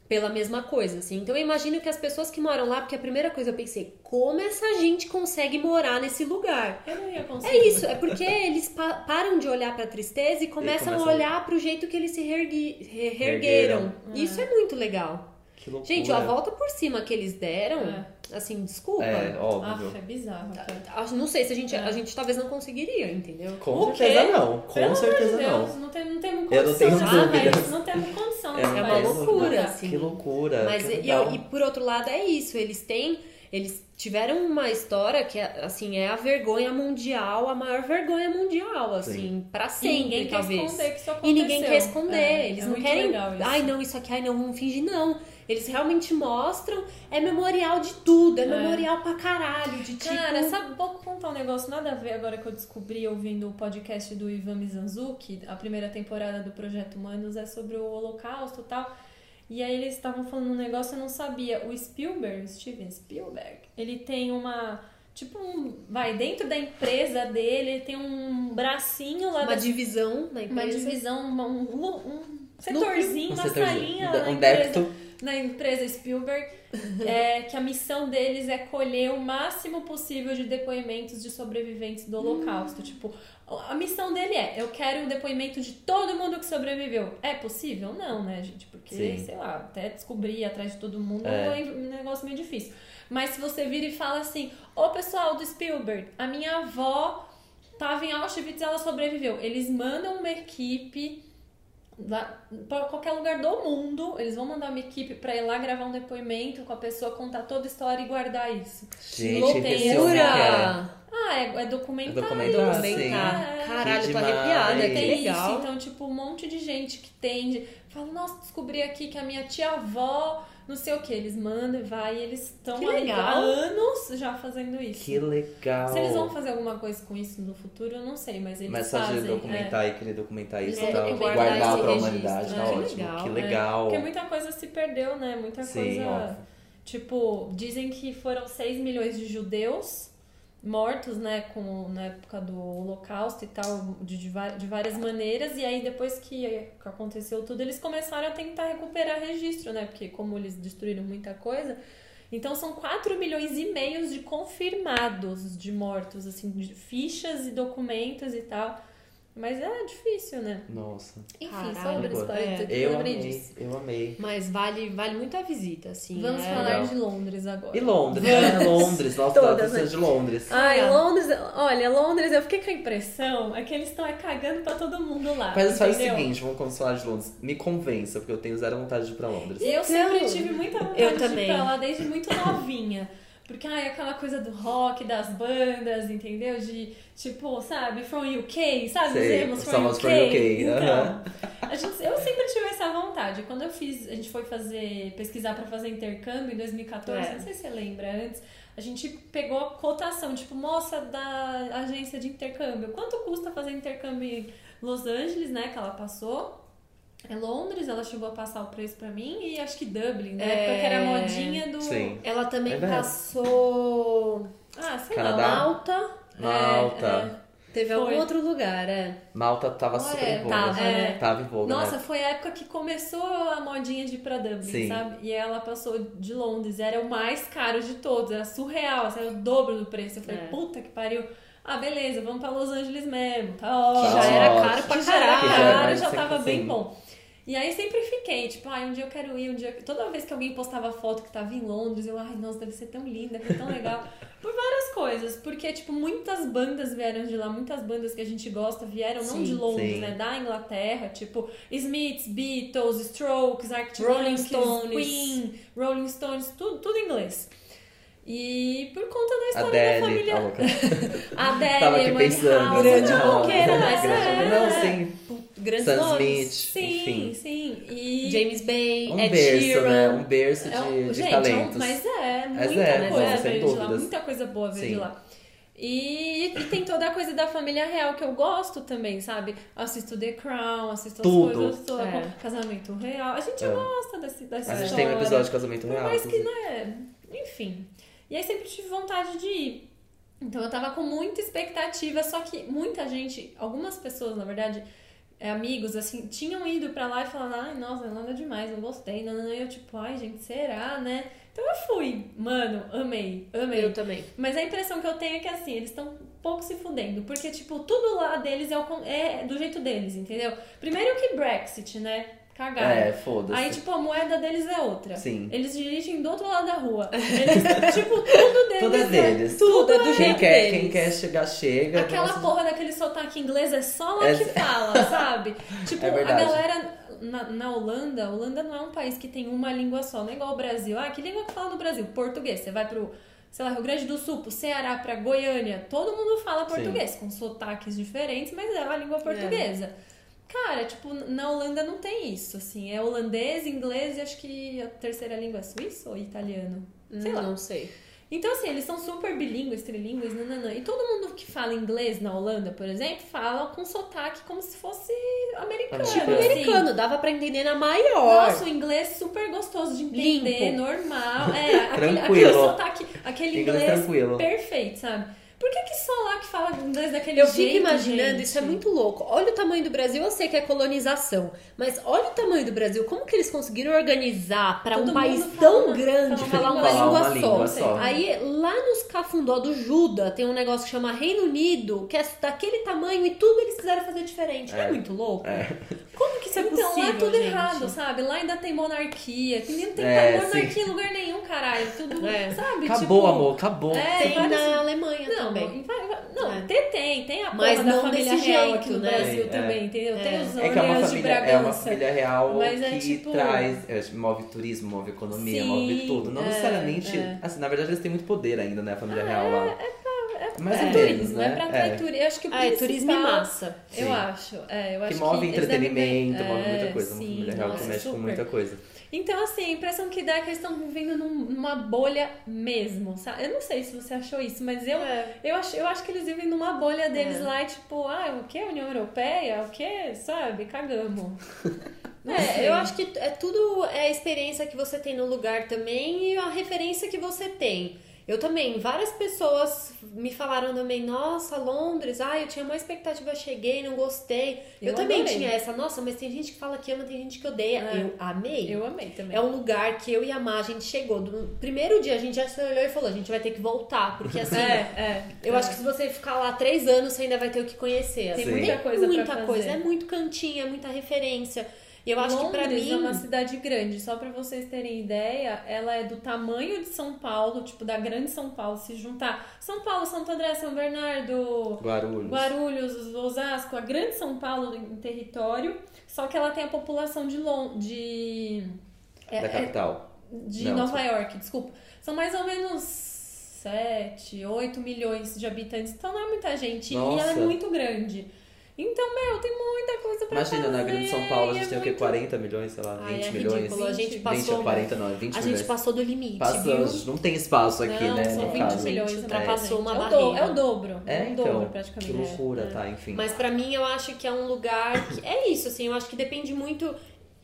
Speaker 3: pela mesma coisa, assim. Então eu imagino que as pessoas que moram lá, porque a primeira coisa eu pensei, como essa gente consegue morar nesse lugar?
Speaker 4: Eu não ia conseguir.
Speaker 3: É isso, é porque eles pa- param de olhar pra tristeza e começam
Speaker 2: começam
Speaker 3: a
Speaker 2: a-
Speaker 3: olhar pro jeito que eles se reergui- re- reergueram.
Speaker 4: Reergueram.
Speaker 3: Isso é muito legal.
Speaker 2: Que loucura.
Speaker 3: Gente, a volta por cima que eles deram,
Speaker 4: É.
Speaker 3: assim, desculpa.
Speaker 2: É, óbvio.
Speaker 4: Aff, é bizarro.
Speaker 3: Tá.
Speaker 4: cara.
Speaker 3: Acho- Não sei se a gente,
Speaker 4: É.
Speaker 3: a gente talvez não conseguiria, entendeu?
Speaker 2: Com
Speaker 4: O quê?
Speaker 2: certeza não. Com
Speaker 4: Pelo amor de
Speaker 2: certeza
Speaker 4: Deus,
Speaker 2: não.
Speaker 4: não tem- não temos
Speaker 2: Eu não
Speaker 4: condição.
Speaker 2: tenho
Speaker 4: de-
Speaker 2: dúvidas.
Speaker 4: Ah, mas não temos condição.
Speaker 2: É
Speaker 4: desse
Speaker 2: uma
Speaker 4: país.
Speaker 3: loucura, assim.
Speaker 2: Que loucura.
Speaker 3: Mas
Speaker 2: que um
Speaker 3: e,
Speaker 2: legal.
Speaker 3: e por outro lado é isso, eles têm, eles tiveram uma história que é, assim é a vergonha mundial, a maior vergonha mundial, assim, pra
Speaker 4: E
Speaker 3: sempre,
Speaker 4: ninguém quer
Speaker 3: talvez.
Speaker 4: esconder que isso aconteceu.
Speaker 3: E ninguém quer esconder,
Speaker 4: É,
Speaker 3: eles
Speaker 4: é
Speaker 3: não
Speaker 4: muito
Speaker 3: querem.
Speaker 4: legal isso.
Speaker 3: Ai, não, isso aqui, ai, não, vamos fingir, não. Eles realmente mostram, é memorial de tudo, é,
Speaker 4: É.
Speaker 3: memorial pra caralho, de tipo.
Speaker 4: Cara, sabe, vou contar um negócio nada a ver agora que eu descobri ouvindo o podcast do Ivan Mizanzuki, a primeira temporada do Projeto Humanos é sobre o Holocausto e tal. E aí eles estavam falando um negócio que eu não sabia. O Spielberg, Steven Spielberg, ele tem uma. Tipo um. Vai, dentro da empresa dele, ele tem um bracinho lá
Speaker 3: uma
Speaker 4: da
Speaker 3: divisão na
Speaker 4: uma
Speaker 3: empresa.
Speaker 4: divisão, uma- um, lu- um setorzinho,
Speaker 2: Um
Speaker 4: uma
Speaker 2: setorzinho,
Speaker 4: salinha
Speaker 2: um
Speaker 4: na
Speaker 2: de- um
Speaker 4: empresa
Speaker 2: débito.
Speaker 4: na empresa Spielberg, é, que a missão deles é colher o máximo possível de depoimentos de sobreviventes do Holocausto. Tipo, a missão dele é: eu quero o depoimento de todo mundo que sobreviveu. É possível? Não, né, gente? Porque,
Speaker 2: Sim.
Speaker 4: sei lá, até descobrir ir atrás de todo mundo
Speaker 2: É.
Speaker 4: é um negócio meio difícil. Mas se você vira e fala assim: Ô pessoal do Spielberg, a minha avó tava em Auschwitz e ela sobreviveu. Eles mandam uma equipe lá para qualquer lugar do mundo, eles vão mandar uma equipe pra ir lá gravar um depoimento com a pessoa, contar toda a história e guardar isso.
Speaker 2: Gente,
Speaker 4: loucura.
Speaker 2: impressiona, cara.
Speaker 4: Ah, é, é documentário.
Speaker 2: É
Speaker 3: Ah,
Speaker 2: documentário,
Speaker 4: assim.
Speaker 2: sim.
Speaker 4: É.
Speaker 3: Caralho,
Speaker 2: Que
Speaker 3: tô arrepiada,
Speaker 2: demais.
Speaker 3: que
Speaker 4: Tem isso,
Speaker 3: legal.
Speaker 4: então, tipo, um monte de gente que tem. Fala, nossa, descobri aqui que a minha tia-avó, não sei o que, eles mandam e vai, e eles estão
Speaker 3: Que
Speaker 4: há- há
Speaker 3: legal.
Speaker 4: anos já fazendo isso.
Speaker 2: Que legal.
Speaker 4: Se eles vão fazer alguma coisa com isso no futuro, eu não sei, mas eles
Speaker 2: Mas só
Speaker 4: fazem.
Speaker 2: de
Speaker 4: é.
Speaker 2: documentar e querer documentar isso
Speaker 3: É,
Speaker 2: e tal,
Speaker 3: documentar
Speaker 2: guardar
Speaker 3: esse
Speaker 2: pra
Speaker 3: registro,
Speaker 2: humanidade, tá
Speaker 4: né?
Speaker 3: Que
Speaker 2: ótimo.
Speaker 3: legal,
Speaker 2: Que
Speaker 3: né?
Speaker 2: legal.
Speaker 4: Porque é muita coisa se perdeu, né? Muita
Speaker 2: Sim,
Speaker 4: coisa.
Speaker 2: óbvio.
Speaker 4: Tipo, dizem que foram 6 milhões de judeus mortos, né, com, na época do Holocausto e tal, de, de, va- de várias maneiras, e aí depois que, que aconteceu tudo, eles começaram a tentar recuperar registro, né, porque como eles destruíram muita coisa, então são 4 milhões e meio de confirmados de mortos, assim, de fichas e documentos e tal, mas é difícil, né?
Speaker 2: Nossa.
Speaker 5: Enfim,
Speaker 3: Caralho.
Speaker 5: sobre a história
Speaker 3: É.
Speaker 5: de tudo, eu
Speaker 2: Eu
Speaker 5: lembrei
Speaker 2: amei,
Speaker 5: disso.
Speaker 2: eu amei.
Speaker 3: Mas vale, vale muito a visita, assim.
Speaker 4: Vamos
Speaker 3: é-
Speaker 4: falar
Speaker 2: Legal.
Speaker 4: de Londres Ah, agora.
Speaker 2: E Londres, né? Londres, nossa,
Speaker 5: Todas,
Speaker 2: ela precisa
Speaker 5: né?
Speaker 2: de Londres.
Speaker 5: Ai, Londres, olha, Londres, eu fiquei
Speaker 4: Fica a impressão é que eles estão é cagando pra todo mundo lá.
Speaker 2: Mas faz o
Speaker 4: entendeu?
Speaker 2: seguinte, vamos começar de Londres. Me convença, porque eu tenho zero vontade de ir pra Londres.
Speaker 4: Eu
Speaker 3: Então,
Speaker 4: sempre tive muita vontade
Speaker 3: eu
Speaker 4: de
Speaker 3: também.
Speaker 4: ir pra lá desde muito novinha. Porque, ai, aquela coisa do rock, das bandas, entendeu? De, tipo, sabe, from UK, sabe?
Speaker 2: Sei,
Speaker 4: Dizemos from
Speaker 2: somos
Speaker 4: UK.
Speaker 2: from UK,
Speaker 4: Então,
Speaker 2: aham.
Speaker 4: a gente, eu sempre tive essa vontade. Quando eu fiz, a gente foi fazer, pesquisar pra fazer intercâmbio em 2014,
Speaker 3: É.
Speaker 4: não sei se você lembra, antes, a gente pegou a cotação, tipo, moça da agência de intercâmbio, quanto custa fazer intercâmbio em Los Angeles, né, que ela passou. É Londres, ela chegou a passar o preço pra mim e acho que Dublin, né?
Speaker 3: É.
Speaker 4: Porque era a modinha do.
Speaker 2: Sim.
Speaker 3: Ela também
Speaker 2: É verdade.
Speaker 3: passou
Speaker 4: Ah, sei
Speaker 2: Canadá.
Speaker 4: lá.
Speaker 3: Malta.
Speaker 2: Malta.
Speaker 3: Teve
Speaker 4: Foi.
Speaker 3: algum outro lugar, é.
Speaker 2: Malta tava
Speaker 4: Olha,
Speaker 2: super em voga.
Speaker 4: tava, né?
Speaker 2: Tava em voga,
Speaker 4: Nossa,
Speaker 2: né?
Speaker 4: foi a época que começou a modinha de ir pra Dublin,
Speaker 2: Sim.
Speaker 4: sabe? E ela passou de Londres, era o mais caro de todos, era surreal, assim, era o dobro do preço. Eu falei,
Speaker 3: É.
Speaker 4: puta que pariu. Ah, beleza, vamos pra Los Angeles mesmo, tá ótimo.
Speaker 2: Tá
Speaker 3: já era
Speaker 2: ótimo.
Speaker 3: caro pra
Speaker 4: já era
Speaker 3: caralho.
Speaker 2: Que já era
Speaker 4: caro,
Speaker 2: mais
Speaker 4: já
Speaker 2: sempre
Speaker 4: tava bem
Speaker 2: assim.
Speaker 4: bom. E aí sempre fiquei, tipo, ai, um dia eu quero ir, um dia. eu- Toda vez que alguém postava foto que tava em Londres, eu, ai, nossa, deve ser tão linda, deve ser tão legal. Por várias coisas, porque, tipo, muitas bandas vieram de lá, muitas bandas que a gente gosta vieram não
Speaker 3: Sim,
Speaker 4: de Londres,
Speaker 2: sim.
Speaker 4: né? Da Inglaterra, tipo, Smiths, Beatles, Strokes, Arctic
Speaker 3: Rolling
Speaker 4: Monkeys,
Speaker 3: Stones.
Speaker 4: Queen, Rolling Stones, tudo, tudo em inglês. E por conta da história
Speaker 2: Adele,
Speaker 4: da família.
Speaker 2: tá louca.
Speaker 4: Adele,
Speaker 2: Tava aqui
Speaker 4: Emanuel
Speaker 2: pensando.
Speaker 4: House,
Speaker 3: né,
Speaker 2: Grande
Speaker 4: não, é
Speaker 2: Londres.
Speaker 4: que era essa
Speaker 2: Grande-
Speaker 4: era.
Speaker 2: Não, sim.
Speaker 3: grandes
Speaker 2: Sam Smith,
Speaker 3: nomes.
Speaker 4: Sim,
Speaker 2: enfim.
Speaker 4: sim. E.
Speaker 3: James Bay,
Speaker 2: Um
Speaker 3: Ed
Speaker 2: berço, né?
Speaker 3: Sheeran.
Speaker 2: Um berço de,
Speaker 4: É um-
Speaker 2: de
Speaker 4: gente, é um-
Speaker 2: talentos.
Speaker 4: mas é, muita
Speaker 2: é,
Speaker 4: coisa
Speaker 2: não, sem
Speaker 4: veio de lá,
Speaker 2: dúvidas.
Speaker 4: muita coisa boa veio
Speaker 2: Sim.
Speaker 4: de lá. E, e tem toda a coisa da família real que eu gosto também, sabe? Assisto The Crown, assisto
Speaker 2: Tudo.
Speaker 4: as coisas todas,
Speaker 3: É.
Speaker 4: com casamento real. A gente
Speaker 2: É.
Speaker 4: gosta desse, dessa
Speaker 2: A gente tem
Speaker 4: história. né?
Speaker 2: um episódio de casamento assim.
Speaker 4: Por
Speaker 2: real.
Speaker 4: mais que
Speaker 2: inclusive.
Speaker 4: não é. Enfim. E aí sempre tive vontade de ir. Então eu tava com muita expectativa, só que muita gente, algumas pessoas, na verdade, é, amigos, assim, tinham ido pra lá e falaram, ai, nossa, nada demais, não gostei. Não, não, não. E Eu, tipo, ai, gente, será, né? Então eu fui, mano, amei, amei.
Speaker 3: Eu também.
Speaker 4: Mas a impressão que eu tenho é que assim, eles estão pouco se fudendo, porque tipo, tudo lá deles é, o con- é do jeito deles, entendeu? Primeiro que Brexit, né? Cagaram.
Speaker 2: É, foda-se.
Speaker 4: Aí, tipo, a moeda deles é outra.
Speaker 2: Sim.
Speaker 4: Eles dirigem do outro lado da rua. Eles, tipo, tudo deles.
Speaker 2: Tudo é deles.
Speaker 3: Tudo é do
Speaker 2: Quem
Speaker 3: jeito
Speaker 2: quer,
Speaker 3: deles.
Speaker 2: quem quer chegar, chega.
Speaker 4: Aquela
Speaker 2: Nossa,
Speaker 4: porra daquele sotaque inglês é só lá
Speaker 2: É-
Speaker 4: que fala, sabe? Tipo,
Speaker 2: É
Speaker 4: a
Speaker 2: verdade.
Speaker 4: galera na, na Holanda, a Holanda não é um país que tem uma língua só, não é igual o Brasil. Ah, que língua que fala no Brasil? Português. Você vai pro, sei lá, Rio Grande do Sul, pro Ceará, pra Goiânia, todo mundo fala
Speaker 2: Sim.
Speaker 4: português, com sotaques diferentes, mas é uma língua portuguesa. Cara, tipo, na Holanda não tem isso, assim. É holandês, inglês e acho que a terceira língua é suíço ou italiano. Sei lá.
Speaker 3: Não sei.
Speaker 4: Então, assim, eles são super bilíngues, trilíngues, nananã. E todo mundo que fala inglês na Holanda, por exemplo, fala com sotaque como se fosse americano.
Speaker 2: Americano.
Speaker 4: assim.
Speaker 3: Tipo Americano, dava pra entender na maior.
Speaker 4: Nossa, o inglês super gostoso de entender,
Speaker 3: Limpo.
Speaker 4: normal. É, aquele, aquele
Speaker 2: Tranquilo.
Speaker 4: sotaque, aquele
Speaker 2: Inglês
Speaker 4: inglês,
Speaker 2: tranquilo.
Speaker 4: perfeito, sabe? Por que, que só lá que fala inglês daquele
Speaker 3: Eu
Speaker 4: jeito?
Speaker 3: fico imaginando,
Speaker 4: gente?
Speaker 3: isso é muito louco. Olha o tamanho do Brasil, eu sei que é colonização, mas olha o tamanho do Brasil, como que eles conseguiram organizar pra
Speaker 4: Todo
Speaker 3: um
Speaker 4: mundo
Speaker 3: país
Speaker 4: fala
Speaker 3: tão
Speaker 4: uma-
Speaker 3: grande
Speaker 4: fala
Speaker 3: falar
Speaker 4: uma
Speaker 3: uma,
Speaker 2: língua.
Speaker 3: língua,
Speaker 2: Falar uma
Speaker 3: só?
Speaker 2: língua só.
Speaker 3: Aí lá nos cafundó do Juda tem um negócio que chama Reino Unido, que é daquele tamanho e tudo eles quiseram fazer diferente. É,
Speaker 2: É.
Speaker 3: muito louco.
Speaker 2: É.
Speaker 3: Como que isso é
Speaker 4: então,
Speaker 3: possível?
Speaker 4: lá é tudo
Speaker 3: gente?
Speaker 4: errado, sabe? Lá ainda tem monarquia. Que nem tem
Speaker 2: É,
Speaker 4: monarquia
Speaker 2: sim.
Speaker 4: em lugar nenhum, caralho. Tudo,
Speaker 3: É.
Speaker 4: sabe?
Speaker 2: Acabou,
Speaker 4: tipo,
Speaker 2: amor, acabou.
Speaker 4: É,
Speaker 3: Tem
Speaker 4: vários-
Speaker 3: na Alemanha
Speaker 4: Não,
Speaker 3: também.
Speaker 4: em vai- vai- não
Speaker 3: É.
Speaker 4: tem, tem, tem a porra
Speaker 3: Mas
Speaker 4: da
Speaker 3: não
Speaker 4: família
Speaker 3: desse
Speaker 4: real
Speaker 3: jeito,
Speaker 4: aqui no
Speaker 3: né?
Speaker 4: Brasil
Speaker 2: É,
Speaker 4: também,
Speaker 2: é.
Speaker 4: entendeu? Tem os
Speaker 2: É que é uma,
Speaker 4: Orleans de
Speaker 2: família, é uma
Speaker 4: Bragança.
Speaker 2: família real
Speaker 4: Mas é
Speaker 2: que
Speaker 4: tipo-
Speaker 2: traz, é, move turismo, move economia,
Speaker 4: Sim,
Speaker 2: move tudo. Não
Speaker 4: é,
Speaker 2: necessariamente.
Speaker 4: é. Ah,
Speaker 2: Assim, na verdade, eles têm muito poder ainda, né? A família real lá. Mais
Speaker 4: é
Speaker 2: ou menos,
Speaker 4: turismo,
Speaker 2: né?
Speaker 4: é pra atrair turismo. Eu acho que o
Speaker 3: Ah, é
Speaker 4: principal-
Speaker 3: turismo em massa.
Speaker 4: Eu
Speaker 2: Sim.
Speaker 4: acho, é, eu acho
Speaker 2: Que move
Speaker 4: eles devem
Speaker 2: entretenimento,
Speaker 4: ter-
Speaker 2: move
Speaker 4: é,
Speaker 2: muita coisa. uma
Speaker 4: sim,
Speaker 2: família real
Speaker 4: nossa,
Speaker 2: que mexe com
Speaker 4: super.
Speaker 2: muita coisa.
Speaker 4: Então, assim, a impressão que dá é que eles estão vivendo num- numa bolha mesmo, sabe? Eu não sei se você achou isso, mas eu,
Speaker 3: É.
Speaker 4: eu, acho, eu acho que eles vivem numa bolha deles
Speaker 3: É.
Speaker 4: lá, e tipo, ah, o que? União Europeia? O que? Sabe? Cagamos. Não
Speaker 3: É,
Speaker 4: sei.
Speaker 3: eu acho que é tudo é a experiência que você tem no lugar também e a referência que você tem. Eu também, várias pessoas me falaram também, nossa, Londres, ah, eu tinha uma expectativa, cheguei, não gostei. Eu,
Speaker 4: Eu
Speaker 3: também
Speaker 4: adorei.
Speaker 3: tinha essa, nossa, mas tem gente que fala que ama, tem gente que odeia.
Speaker 4: É.
Speaker 3: Eu amei.
Speaker 4: Eu amei também.
Speaker 3: É um lugar que eu e a Má, a gente chegou. No primeiro dia a gente já se olhou e falou, a gente vai ter que voltar, porque assim,
Speaker 4: É, é.
Speaker 3: eu acho que se você ficar lá três anos, você ainda vai ter o que conhecer.
Speaker 4: Tem
Speaker 3: assim.
Speaker 4: muita
Speaker 3: Tem
Speaker 4: coisa pra
Speaker 3: muita
Speaker 4: fazer.
Speaker 3: coisa, é muito cantinho, é muita referência. E eu acho que pra
Speaker 4: Londres
Speaker 3: mim.
Speaker 4: é uma cidade grande, só pra vocês terem ideia, ela é do tamanho de São Paulo, tipo da grande São Paulo, se juntar São Paulo, Santo André, São Bernardo,
Speaker 2: Guarulhos.
Speaker 4: Guarulhos, Osasco, a grande São Paulo em território, só que ela tem a população de Lon de é-
Speaker 2: Da
Speaker 4: é-
Speaker 2: capital.
Speaker 4: de
Speaker 2: Não,
Speaker 4: Nova York, desculpa. São mais ou menos 7, 8 milhões de habitantes, então não é muita gente e ela é
Speaker 2: Nossa.
Speaker 4: muito grande. Então, meu, tem muita coisa pra
Speaker 2: Imagina,
Speaker 4: fazer.
Speaker 2: na Grande São Paulo a gente
Speaker 4: é
Speaker 2: tem o quê?
Speaker 4: muito
Speaker 2: 40 milhões, sei lá,
Speaker 3: Ai,
Speaker 2: 20
Speaker 3: é
Speaker 2: milhões.
Speaker 3: ridículo. A gente
Speaker 4: 20,
Speaker 3: passou. né?
Speaker 2: 20 a 40, não, é 20
Speaker 3: A
Speaker 2: milhões.
Speaker 3: gente passou do limite,
Speaker 2: Passamos,
Speaker 3: viu?
Speaker 2: não tem espaço aqui,
Speaker 4: não,
Speaker 2: né?
Speaker 4: São
Speaker 2: no
Speaker 4: 20
Speaker 2: caso.
Speaker 4: milhões,
Speaker 3: ultrapassou
Speaker 4: é.
Speaker 3: uma
Speaker 4: é o
Speaker 3: barreira.
Speaker 4: do- é o dobro. É,
Speaker 2: É,
Speaker 4: o dobro,
Speaker 2: então. Que
Speaker 4: praticamente.
Speaker 2: loucura,
Speaker 4: É.
Speaker 2: tá? Enfim.
Speaker 3: né, Mas pra mim eu acho que é um lugar que é isso, assim, eu acho que depende muito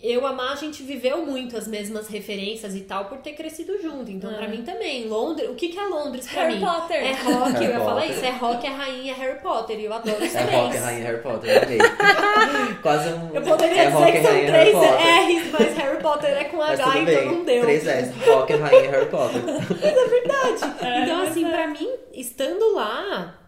Speaker 3: eu amar a gente viveu muito as mesmas referências e tal por ter crescido junto. Então pra mim também, Londres, o que que é Londres pra
Speaker 4: Harry
Speaker 3: mim?
Speaker 4: Potter.
Speaker 3: É rock, eu ia
Speaker 2: Harry
Speaker 3: falar
Speaker 2: Potter.
Speaker 3: isso, é rock, é rainha, é Harry Potter, e eu adoro os
Speaker 2: É
Speaker 3: três.
Speaker 2: rock, rainha Harry Potter, eu amei. Quase um.
Speaker 3: Eu poderia
Speaker 2: é
Speaker 3: dizer
Speaker 2: rock,
Speaker 3: que são
Speaker 2: rainha, Harry
Speaker 3: três
Speaker 2: Potter.
Speaker 3: R's, mas Harry Potter é com
Speaker 2: Mas
Speaker 3: H,
Speaker 2: tudo
Speaker 3: então
Speaker 2: bem.
Speaker 3: não deu.
Speaker 2: Três S, rock, rainha Harry Potter.
Speaker 3: Então, assim, pra mim, estando lá,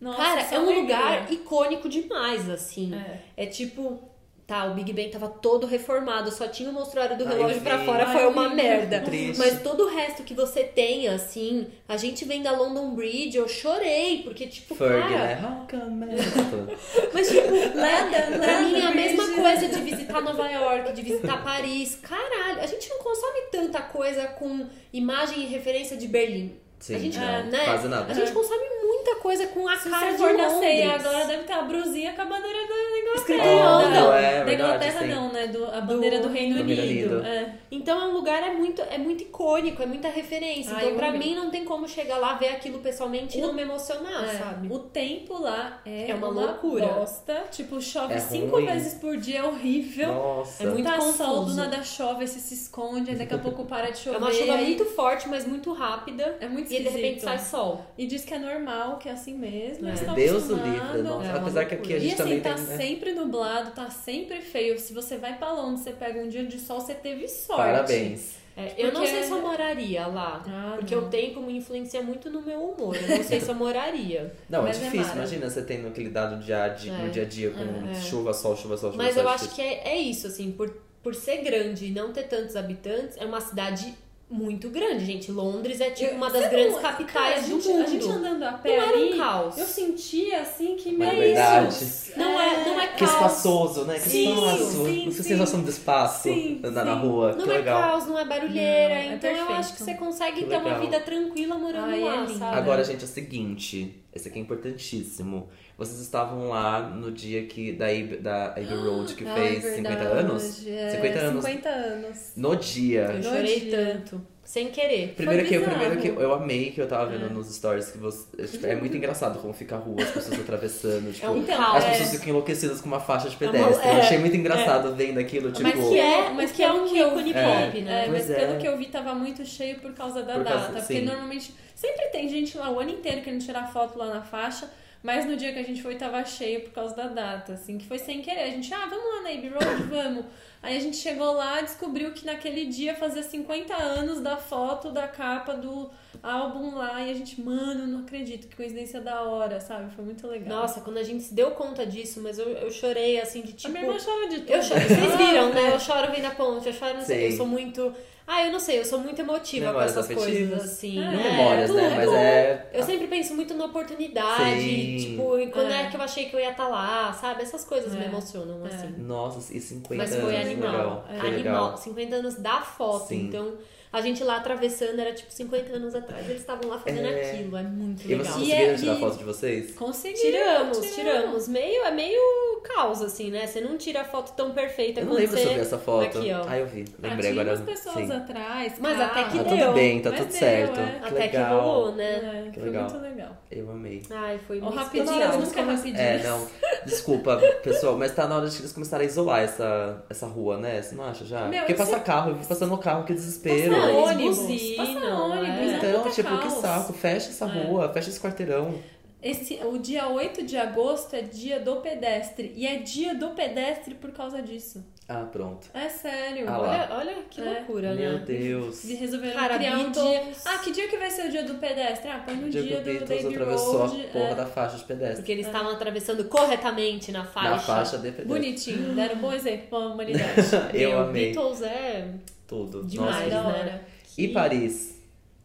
Speaker 4: Nossa,
Speaker 3: Cara, é um
Speaker 4: só
Speaker 3: lugar
Speaker 4: mergulho.
Speaker 3: icônico demais, assim. É. tipo, tá, o Big Ben tava todo reformado, só tinha o mostruário do
Speaker 2: Ai,
Speaker 3: relógio
Speaker 2: vi.
Speaker 3: pra fora,
Speaker 4: Ai,
Speaker 3: foi
Speaker 4: eu
Speaker 3: uma
Speaker 4: vi.
Speaker 3: merda.
Speaker 2: Triste.
Speaker 3: Mas todo o resto que você tem, assim, a gente vem da London Bridge, eu chorei, porque, tipo,
Speaker 2: Ferg,
Speaker 3: cara.
Speaker 2: né? How come I-
Speaker 3: Mas, tipo,
Speaker 4: London,
Speaker 3: pra mim é a
Speaker 4: London
Speaker 3: mesma
Speaker 4: Bridge.
Speaker 3: coisa de visitar Nova York, de visitar Paris. Caralho, a gente não consome tanta coisa com imagem e referência de Berlim.
Speaker 2: Sim,
Speaker 3: a gente,
Speaker 2: não,
Speaker 3: né?
Speaker 2: quase nada.
Speaker 3: A gente consome muita coisa com a
Speaker 4: Se
Speaker 3: cara
Speaker 4: você
Speaker 3: de
Speaker 4: for na
Speaker 3: Londres.
Speaker 4: ceia agora, deve ter a brusinha com a bandeira da
Speaker 3: Escrito
Speaker 4: Inglaterra.
Speaker 3: em Londres.
Speaker 4: Não,
Speaker 2: Oh, é
Speaker 4: da
Speaker 2: verdade,
Speaker 4: Inglaterra
Speaker 2: sim.
Speaker 4: não, né? Do, a bandeira do, Reino
Speaker 2: Do
Speaker 4: Unido.
Speaker 2: Reino Unido.
Speaker 4: É.
Speaker 3: Então é um lugar é muito é muito icônico, é muita referência.
Speaker 4: Ah,
Speaker 3: então
Speaker 4: eu
Speaker 3: pra
Speaker 4: amei.
Speaker 3: mim não tem como chegar lá ver aquilo pessoalmente e
Speaker 4: O-
Speaker 3: não me emocionar,
Speaker 4: É,
Speaker 3: Ah, sabe?
Speaker 4: O tempo lá é,
Speaker 3: É uma loucura.
Speaker 4: bosta. Tipo, chove
Speaker 2: É
Speaker 4: cinco
Speaker 2: ruim.
Speaker 4: vezes por dia, é horrível.
Speaker 2: Nossa.
Speaker 3: É muito
Speaker 4: tá sol, do
Speaker 3: confuso.
Speaker 4: nada chove, aí você se esconde, aí daqui a pouco para de chover.
Speaker 3: É uma chuva
Speaker 4: aí-
Speaker 3: muito forte, mas muito rápida.
Speaker 4: É muito
Speaker 3: E de
Speaker 4: esquisito.
Speaker 3: repente sai sol.
Speaker 4: E diz que é normal, que é assim mesmo.
Speaker 3: É.
Speaker 4: eles tão
Speaker 2: Deus o
Speaker 4: acostumados.
Speaker 2: livre. Nossa.
Speaker 3: É uma
Speaker 2: Apesar que aqui
Speaker 3: loucura.
Speaker 2: a
Speaker 4: E
Speaker 2: gente também
Speaker 4: assim, tá
Speaker 2: tem. né?
Speaker 4: sempre nublado, tá sempre feio. Se você vai pra Londres, você pega um dia de sol, você teve sorte.
Speaker 2: Parabéns.
Speaker 3: É, eu não
Speaker 4: Porque-
Speaker 3: sei se eu moraria lá.
Speaker 4: Ah,
Speaker 3: porque
Speaker 4: não.
Speaker 3: o tempo me influencia muito no meu humor. Eu não sei se eu moraria.
Speaker 2: Não,
Speaker 4: Mas é
Speaker 2: é difícil.
Speaker 4: mara.
Speaker 2: Imagina você tendo aquele dado dia, a dia-
Speaker 3: É.
Speaker 2: no dia a dia com
Speaker 3: É.
Speaker 2: chuva, sol, chuva, sol, chuva,
Speaker 3: Mas
Speaker 2: sol.
Speaker 3: eu acho que é, é isso, assim, por, por ser grande e não ter tantos habitantes, é uma cidade muito grande, gente. Londres é tipo
Speaker 4: Eu-
Speaker 3: uma
Speaker 4: você
Speaker 3: das
Speaker 4: não-
Speaker 3: grandes
Speaker 4: cara,
Speaker 3: capitais
Speaker 4: a gente-
Speaker 3: do mundo.
Speaker 4: A gente andando a
Speaker 3: não
Speaker 4: pé
Speaker 3: era um
Speaker 4: ali,
Speaker 3: caos.
Speaker 4: eu sentia assim que
Speaker 2: Mas
Speaker 4: meio...
Speaker 2: é verdade.
Speaker 3: Não é, não é
Speaker 2: Que
Speaker 3: caos.
Speaker 2: espaçoso, né? Que
Speaker 3: Sim,
Speaker 2: espaço.
Speaker 4: sim,
Speaker 2: Essa
Speaker 4: sim.
Speaker 2: sensação de espaço.
Speaker 4: Sim,
Speaker 2: andar na
Speaker 4: sim.
Speaker 2: rua.
Speaker 3: Não
Speaker 2: que
Speaker 3: é
Speaker 2: tá legal.
Speaker 3: caos, não é barulheira.
Speaker 4: Não, é
Speaker 3: então eu
Speaker 4: perfeito.
Speaker 3: acho que você consegue
Speaker 2: Que
Speaker 3: ter uma
Speaker 2: legal.
Speaker 3: vida tranquila morando
Speaker 4: Ai, é
Speaker 3: lá,
Speaker 4: lindo.
Speaker 3: sabe?
Speaker 2: Agora, gente, é o seguinte. Esse aqui é importantíssimo. Vocês estavam lá no dia que da Abbey, da Abbey Road que
Speaker 3: Ah,
Speaker 4: Ai,
Speaker 2: fez
Speaker 4: Ah,
Speaker 3: é
Speaker 4: verdade,
Speaker 2: 50 anos.
Speaker 4: é,
Speaker 2: 50 anos.
Speaker 4: 50 anos.
Speaker 2: No
Speaker 3: Eu
Speaker 2: dia.
Speaker 4: No
Speaker 3: chorei
Speaker 4: dia.
Speaker 3: tanto. Sem querer.
Speaker 2: Primeiro que, eu,
Speaker 4: bizarro.
Speaker 2: primeiro que eu amei que eu tava
Speaker 3: É.
Speaker 2: vendo nos stories que você. É muito engraçado como fica a rua, as pessoas atravessando. Tipo,
Speaker 3: É
Speaker 4: Então,
Speaker 3: um
Speaker 2: as
Speaker 3: caos.
Speaker 2: pessoas ficam enlouquecidas com uma faixa de
Speaker 3: É uma-
Speaker 2: pedestre.
Speaker 3: é.
Speaker 2: eu achei muito engraçado vendo aquilo, tipo,
Speaker 3: Mas que é,
Speaker 4: Mas
Speaker 3: mas que é
Speaker 4: pelo
Speaker 3: um
Speaker 4: que eu
Speaker 3: ícone
Speaker 4: vi,
Speaker 3: pop,
Speaker 4: É,
Speaker 3: né?
Speaker 2: Pois
Speaker 4: mas
Speaker 2: é.
Speaker 4: pelo que eu vi, tava muito cheio por causa da
Speaker 2: Por causa-
Speaker 4: data. porque
Speaker 2: sim.
Speaker 4: normalmente sempre tem gente lá o ano inteiro querendo tirar foto lá na faixa. Mas no dia que a gente foi, tava cheio por causa da data, assim, que foi sem querer. A gente, ah, vamos lá na Abbey Road, vamos. Aí a gente chegou lá, descobriu que naquele dia fazia 50 anos da foto da capa do álbum lá. E a gente, mano, não acredito, que coincidência da hora, sabe? Foi muito legal.
Speaker 3: Nossa, quando a gente se deu conta disso, mas eu, eu chorei assim de
Speaker 4: a
Speaker 3: tipo.
Speaker 4: minha irmã chora de tudo.
Speaker 3: Eu choro, vocês viram, né? Eu choro vendo a ponte, eu choro, não sei,
Speaker 2: Sim.
Speaker 3: eu sou muito. Ah, eu não sei, eu sou muito emotiva
Speaker 2: Memórias
Speaker 3: com essas
Speaker 2: afetivas.
Speaker 3: coisas, assim.
Speaker 4: É,
Speaker 2: não
Speaker 3: né?
Speaker 2: memórias, né?
Speaker 3: Tudo.
Speaker 2: Mas é.
Speaker 3: Eu sempre penso muito na oportunidade,
Speaker 2: Sim.
Speaker 3: tipo, em quando é.
Speaker 4: É.
Speaker 3: que eu achei que eu ia estar lá, sabe? Essas coisas
Speaker 4: É.
Speaker 3: me emocionam, assim.
Speaker 2: Nossa, e 50
Speaker 3: Mas
Speaker 2: anos.
Speaker 3: foi animal.
Speaker 2: então, Legal.
Speaker 3: É.
Speaker 2: Foi
Speaker 3: Animal.
Speaker 2: legal.
Speaker 3: 50 anos da foto.
Speaker 2: Sim.
Speaker 3: Então, a gente lá atravessando era tipo 50 anos atrás. Eles estavam lá fazendo
Speaker 2: É.
Speaker 3: aquilo. É muito
Speaker 2: E vocês
Speaker 3: legal.
Speaker 4: E
Speaker 2: conseguiram
Speaker 4: é-
Speaker 2: tirar
Speaker 4: e-
Speaker 2: foto de vocês?
Speaker 4: Conseguimos.
Speaker 3: Tiramos, tiramos, Meio, é meio caos, assim, né? Você não tira a foto tão perfeita
Speaker 2: Eu não
Speaker 3: quanto
Speaker 2: lembro
Speaker 3: você.
Speaker 2: se eu vi essa foto.
Speaker 3: Aqui, ó.
Speaker 2: Ah, eu vi.
Speaker 4: Ah,
Speaker 2: Lembrei
Speaker 4: tinha
Speaker 2: agora.
Speaker 4: umas pessoas
Speaker 2: Sim.
Speaker 4: atrás.
Speaker 3: Mas
Speaker 4: carro.
Speaker 3: até que
Speaker 2: Tá
Speaker 3: deu.
Speaker 2: tudo bem, tá
Speaker 4: Mas
Speaker 2: tudo
Speaker 4: deu,
Speaker 2: certo.
Speaker 4: é.
Speaker 2: Que
Speaker 3: Até
Speaker 2: legal.
Speaker 3: que rolou, né?
Speaker 4: É,
Speaker 2: Que
Speaker 4: foi
Speaker 2: legal.
Speaker 4: muito legal.
Speaker 2: Eu amei.
Speaker 3: Ai, foi
Speaker 4: O
Speaker 3: muito
Speaker 4: rapidinho,
Speaker 3: especial.
Speaker 4: nunca é rapidinho.
Speaker 2: É, não. Desculpa, pessoal, mas tá na hora de eles começarem a isolar essa, essa rua, né? Você não acha já?
Speaker 4: Meu,
Speaker 2: Porque
Speaker 4: eu
Speaker 2: passa carro, eu vi passando no carro, que desespero.
Speaker 3: Não, eles
Speaker 4: ônibus, passa
Speaker 3: buzinam,
Speaker 4: ônibus,
Speaker 3: é.
Speaker 4: é
Speaker 2: É, então,
Speaker 4: muito
Speaker 2: tipo, que
Speaker 4: caos. É.
Speaker 2: saco. Fecha essa rua, fecha esse quarteirão.
Speaker 4: Esse, o dia 8 de agosto é dia do pedestre. E é dia do pedestre por causa disso.
Speaker 2: Ah, pronto.
Speaker 4: É sério.
Speaker 2: Ah lá.
Speaker 3: Olha, olha que
Speaker 4: É.
Speaker 3: loucura,
Speaker 2: Meu
Speaker 3: né?
Speaker 2: Deus.
Speaker 4: Eles resolveram
Speaker 3: Cara,
Speaker 4: criar um
Speaker 3: Beatles.
Speaker 4: dia. Ah, que dia que vai ser o dia do pedestre? Ah, põe no
Speaker 2: O
Speaker 4: dia,
Speaker 2: dia que o
Speaker 4: do
Speaker 2: Beatles
Speaker 4: Baby
Speaker 2: atravessou
Speaker 4: Road.
Speaker 2: a porra
Speaker 4: é.
Speaker 2: da faixa de pedestre.
Speaker 3: Porque eles estavam atravessando corretamente na faixa.
Speaker 2: Na faixa de pedestre.
Speaker 4: Bonitinho, deram um bom exemplo pra humanidade.
Speaker 2: Eu
Speaker 3: Meu,
Speaker 2: amei
Speaker 3: Beatles é
Speaker 2: tudo.
Speaker 3: demais,
Speaker 2: Nossa,
Speaker 4: da hora.
Speaker 3: né?
Speaker 2: E Paris?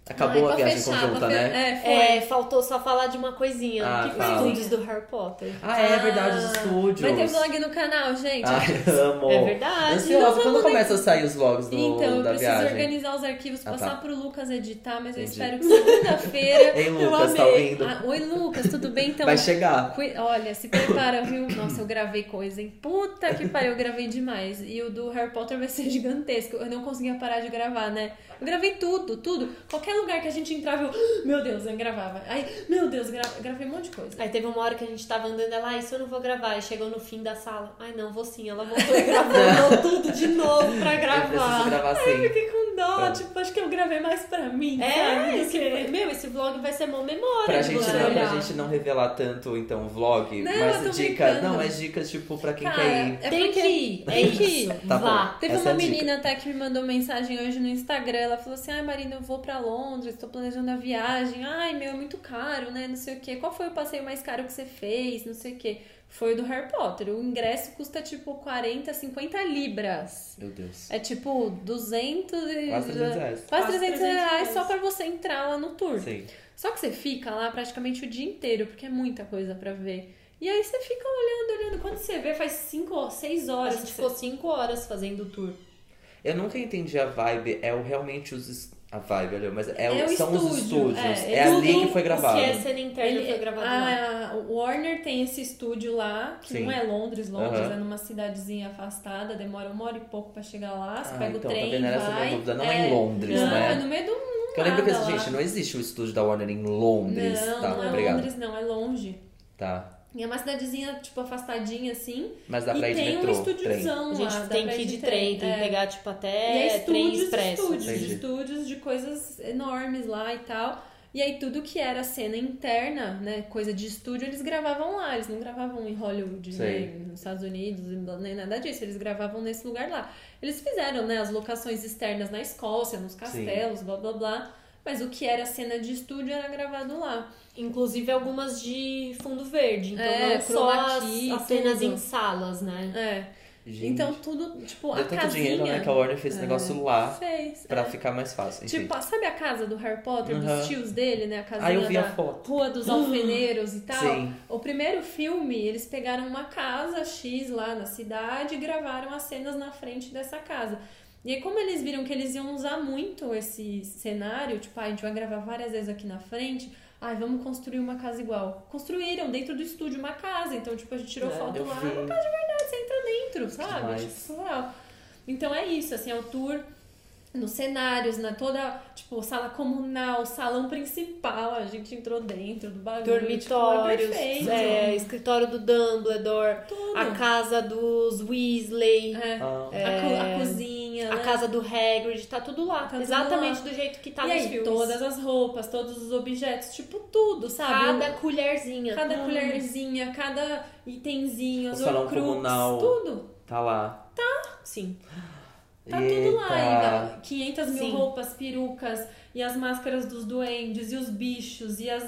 Speaker 2: Acabou
Speaker 4: Ai,
Speaker 2: a
Speaker 4: pra
Speaker 2: viagem
Speaker 4: fechar,
Speaker 2: conjunta,
Speaker 4: pra fe-
Speaker 2: né?
Speaker 4: É, foi.
Speaker 3: É, faltou só falar de uma coisinha.
Speaker 2: Ah,
Speaker 3: que foi
Speaker 2: fala.
Speaker 3: os estúdios do Harry Potter.
Speaker 2: Ah, é verdade, os
Speaker 4: Ah,
Speaker 2: estúdios.
Speaker 4: Vai ter vlog no canal, gente.
Speaker 2: Ai, amo.
Speaker 3: É verdade.
Speaker 2: Ansiosa,
Speaker 4: Não,
Speaker 2: quando
Speaker 4: vamos
Speaker 2: começa a sair os vlogs do,
Speaker 4: Então, eu
Speaker 2: da
Speaker 4: preciso
Speaker 2: viagem?
Speaker 4: organizar os arquivos,
Speaker 2: Ah,
Speaker 4: passar
Speaker 2: tá.
Speaker 4: pro Lucas editar, mas
Speaker 2: Entendi.
Speaker 4: eu espero que segunda-feira.
Speaker 2: Ei, Lucas, tá
Speaker 3: amei.
Speaker 2: ouvindo?
Speaker 4: Ah, Oi, Lucas, tudo bem? Então,
Speaker 2: Vai chegar.
Speaker 4: Cui- Olha, se prepara, viu? Nossa, eu gravei coisa, hein? Puta que pariu, eu gravei demais. E o do Harry Potter vai ser gigantesco. Eu não conseguia parar de gravar, né? Eu gravei tudo, tudo. Qualquer lugar que a gente entrava, eu. "Ah, Meu Deus, eu gravava. Ai, meu Deus, gra... gravei um monte de coisa.
Speaker 3: Aí teve uma hora que a gente tava andando, ela, ah, isso eu não vou gravar. E chegou no fim da sala. Ai, não, vou sim. Ela voltou e gravou tudo de novo pra
Speaker 2: Eu preciso
Speaker 3: gravar.
Speaker 2: gravar
Speaker 4: Eu
Speaker 2: assim.
Speaker 4: fiquei com dó,
Speaker 2: Pra-
Speaker 4: tipo, acho que eu gravei mais pra mim. sabe?
Speaker 3: É,
Speaker 4: Do
Speaker 3: esse,
Speaker 4: que-
Speaker 3: meu, esse vlog vai ser mó memória.
Speaker 2: Pra
Speaker 3: de
Speaker 2: gente,
Speaker 3: você
Speaker 2: não, pra
Speaker 3: olhar.
Speaker 2: gente não revelar tanto, então, o vlog.
Speaker 4: Não, eu tô
Speaker 2: mas dicas.
Speaker 4: brincando.
Speaker 2: Não, mas dicas, tipo, pra quem
Speaker 4: Cara,
Speaker 2: quer ir.
Speaker 4: é
Speaker 3: Tem
Speaker 4: porque-
Speaker 3: que ir, é
Speaker 4: tem que
Speaker 3: isso.
Speaker 4: ir.
Speaker 2: Tá
Speaker 3: Vá.
Speaker 2: bom.
Speaker 4: Teve
Speaker 2: Essa
Speaker 4: uma
Speaker 2: é a dica.
Speaker 4: menina até que me mandou mensagem hoje no Instagram. Ela falou assim: Ai, Marina, eu vou pra Londres, tô planejando a viagem. Ai, meu, é muito caro, né? Não sei o quê. Qual foi o passeio mais caro que você fez? Não sei o quê. Foi o do Harry Potter. O ingresso custa tipo 40, 50 libras.
Speaker 2: Meu Deus.
Speaker 4: É tipo 200 e.
Speaker 2: Quase 300 reais.
Speaker 4: Quase
Speaker 3: Quase 300
Speaker 4: 300 reais
Speaker 3: reais.
Speaker 4: só pra você entrar lá no tour.
Speaker 2: Sim.
Speaker 4: Só que você fica lá praticamente o dia inteiro, porque é muita coisa pra ver. E aí você fica olhando, olhando. Quando você vê, faz 5 ou 6
Speaker 3: A
Speaker 4: horas.
Speaker 3: gente
Speaker 4: que você
Speaker 3: ficou cinco horas fazendo o tour.
Speaker 2: Eu nunca entendi a vibe. É o- realmente os, es- A vibe, olha, mas é,
Speaker 4: É o
Speaker 2: são os
Speaker 4: estúdio,
Speaker 2: estúdios. É,
Speaker 4: é, é
Speaker 2: ali
Speaker 4: tudo
Speaker 2: que foi gravado.
Speaker 3: Se é cena interna, foi gravado
Speaker 4: Ah,
Speaker 3: lá.
Speaker 4: é, a, O Warner tem esse estúdio lá, que
Speaker 2: Sim.
Speaker 4: não é Londres, Londres,
Speaker 2: Aham.
Speaker 4: é numa cidadezinha afastada, demora uma hora e pouco pra chegar lá, você
Speaker 2: Ah,
Speaker 4: pega
Speaker 2: então,
Speaker 4: o trem,
Speaker 2: tá vendo? Era essa a minha
Speaker 4: vai.
Speaker 2: dúvida. Não é, em Londres,
Speaker 4: não,
Speaker 2: né?
Speaker 4: é no meio do
Speaker 2: Porque eu lembro que, assim,
Speaker 4: nada lá.
Speaker 2: gente, não existe o estúdio da Warner em Londres.
Speaker 4: Não,
Speaker 2: tá,
Speaker 4: não é
Speaker 2: obrigado.
Speaker 4: Londres, não, é longe.
Speaker 2: Tá.
Speaker 4: E é uma cidadezinha, tipo, afastadinha assim.
Speaker 2: Mas dá
Speaker 4: e
Speaker 2: pra ir de
Speaker 4: tem
Speaker 2: metrô.
Speaker 4: um
Speaker 2: trem.
Speaker 4: estudiozão
Speaker 3: A
Speaker 4: lá.
Speaker 3: gente
Speaker 4: dá
Speaker 3: tem
Speaker 4: pra
Speaker 3: que
Speaker 4: ir
Speaker 3: ir de trem, tem
Speaker 4: é.
Speaker 3: que pegar, tipo,
Speaker 4: E é
Speaker 3: até trem
Speaker 4: estúdios,
Speaker 3: expresso. assim.
Speaker 4: estúdios,
Speaker 2: Entendi.
Speaker 4: estúdios de coisas enormes lá e tal. E aí tudo que era cena interna, né, coisa de estúdio, eles gravavam lá. Eles não gravavam em Hollywood,
Speaker 2: Sei.
Speaker 4: nem nos Estados Unidos, nem nada disso. Eles gravavam nesse lugar lá. Eles fizeram, né, as locações externas na Escócia, nos castelos, blá blá blá. Mas o que era cena de estúdio era gravado lá.
Speaker 3: Inclusive algumas de fundo verde. Então
Speaker 4: É,
Speaker 3: não só
Speaker 4: chroma
Speaker 3: as,
Speaker 4: key,
Speaker 3: as cenas
Speaker 4: tudo.
Speaker 3: em salas, né?
Speaker 4: É.
Speaker 2: Gente,
Speaker 4: Então tudo, tipo, a
Speaker 2: deu tanto
Speaker 4: casinha...
Speaker 2: dinheiro, né, que a Warner fez esse negócio lá
Speaker 4: Fez.
Speaker 2: pra
Speaker 4: é.
Speaker 2: ficar mais fácil. Enfim.
Speaker 4: Tipo, sabe a casa do Harry Potter,
Speaker 2: Aham.
Speaker 4: dos tios dele, né? A casa
Speaker 2: Aí eu vi
Speaker 4: da Tá
Speaker 2: a foto.
Speaker 4: Rua dos Alfeneiros e tal.
Speaker 2: Sim.
Speaker 4: O primeiro filme, eles pegaram uma casa X lá na cidade e gravaram as cenas na frente dessa casa. E aí, como eles viram que eles iam usar muito esse cenário, tipo, ah, a gente vai gravar várias vezes aqui na frente, ai, vamos construir uma casa igual. Construíram dentro do estúdio uma casa, então, tipo, a gente tirou
Speaker 2: É,
Speaker 4: foto
Speaker 2: eu
Speaker 4: lá,
Speaker 2: vi.
Speaker 4: uma casa de verdade, você entra dentro, sabe?
Speaker 2: demais.
Speaker 4: Tipo, surreal. Então é isso, assim, é o tour nos cenários, na toda, tipo, sala comunal, salão principal, a gente entrou dentro do bagulho.
Speaker 3: Dormitórios,
Speaker 4: tipo, é perfeito.
Speaker 3: é, escritório do Dumbledore,
Speaker 4: Tudo.
Speaker 3: a casa dos Weasley,
Speaker 4: É,
Speaker 2: Ah,
Speaker 4: a, co- a cozinha,
Speaker 3: a
Speaker 4: né?
Speaker 3: casa do Hagrid, tá tudo lá.
Speaker 4: Tá tudo
Speaker 3: exatamente do jeito que tá
Speaker 4: e
Speaker 3: nos
Speaker 4: aí,
Speaker 3: filmes.
Speaker 4: todas as roupas, todos os objetos, tipo, tudo, sabe?
Speaker 3: Cada colherzinha. Hum.
Speaker 4: Cada colherzinha, cada itemzinho,
Speaker 2: O
Speaker 4: as
Speaker 2: salão
Speaker 4: horcruxes,
Speaker 2: comunal.
Speaker 4: tudo.
Speaker 2: Tá lá.
Speaker 3: Sim.
Speaker 4: Tá tudo lá
Speaker 2: Eita.
Speaker 4: ainda. 500 mil
Speaker 3: Sim.
Speaker 4: roupas, perucas, e as máscaras dos duendes, e os bichos, e as.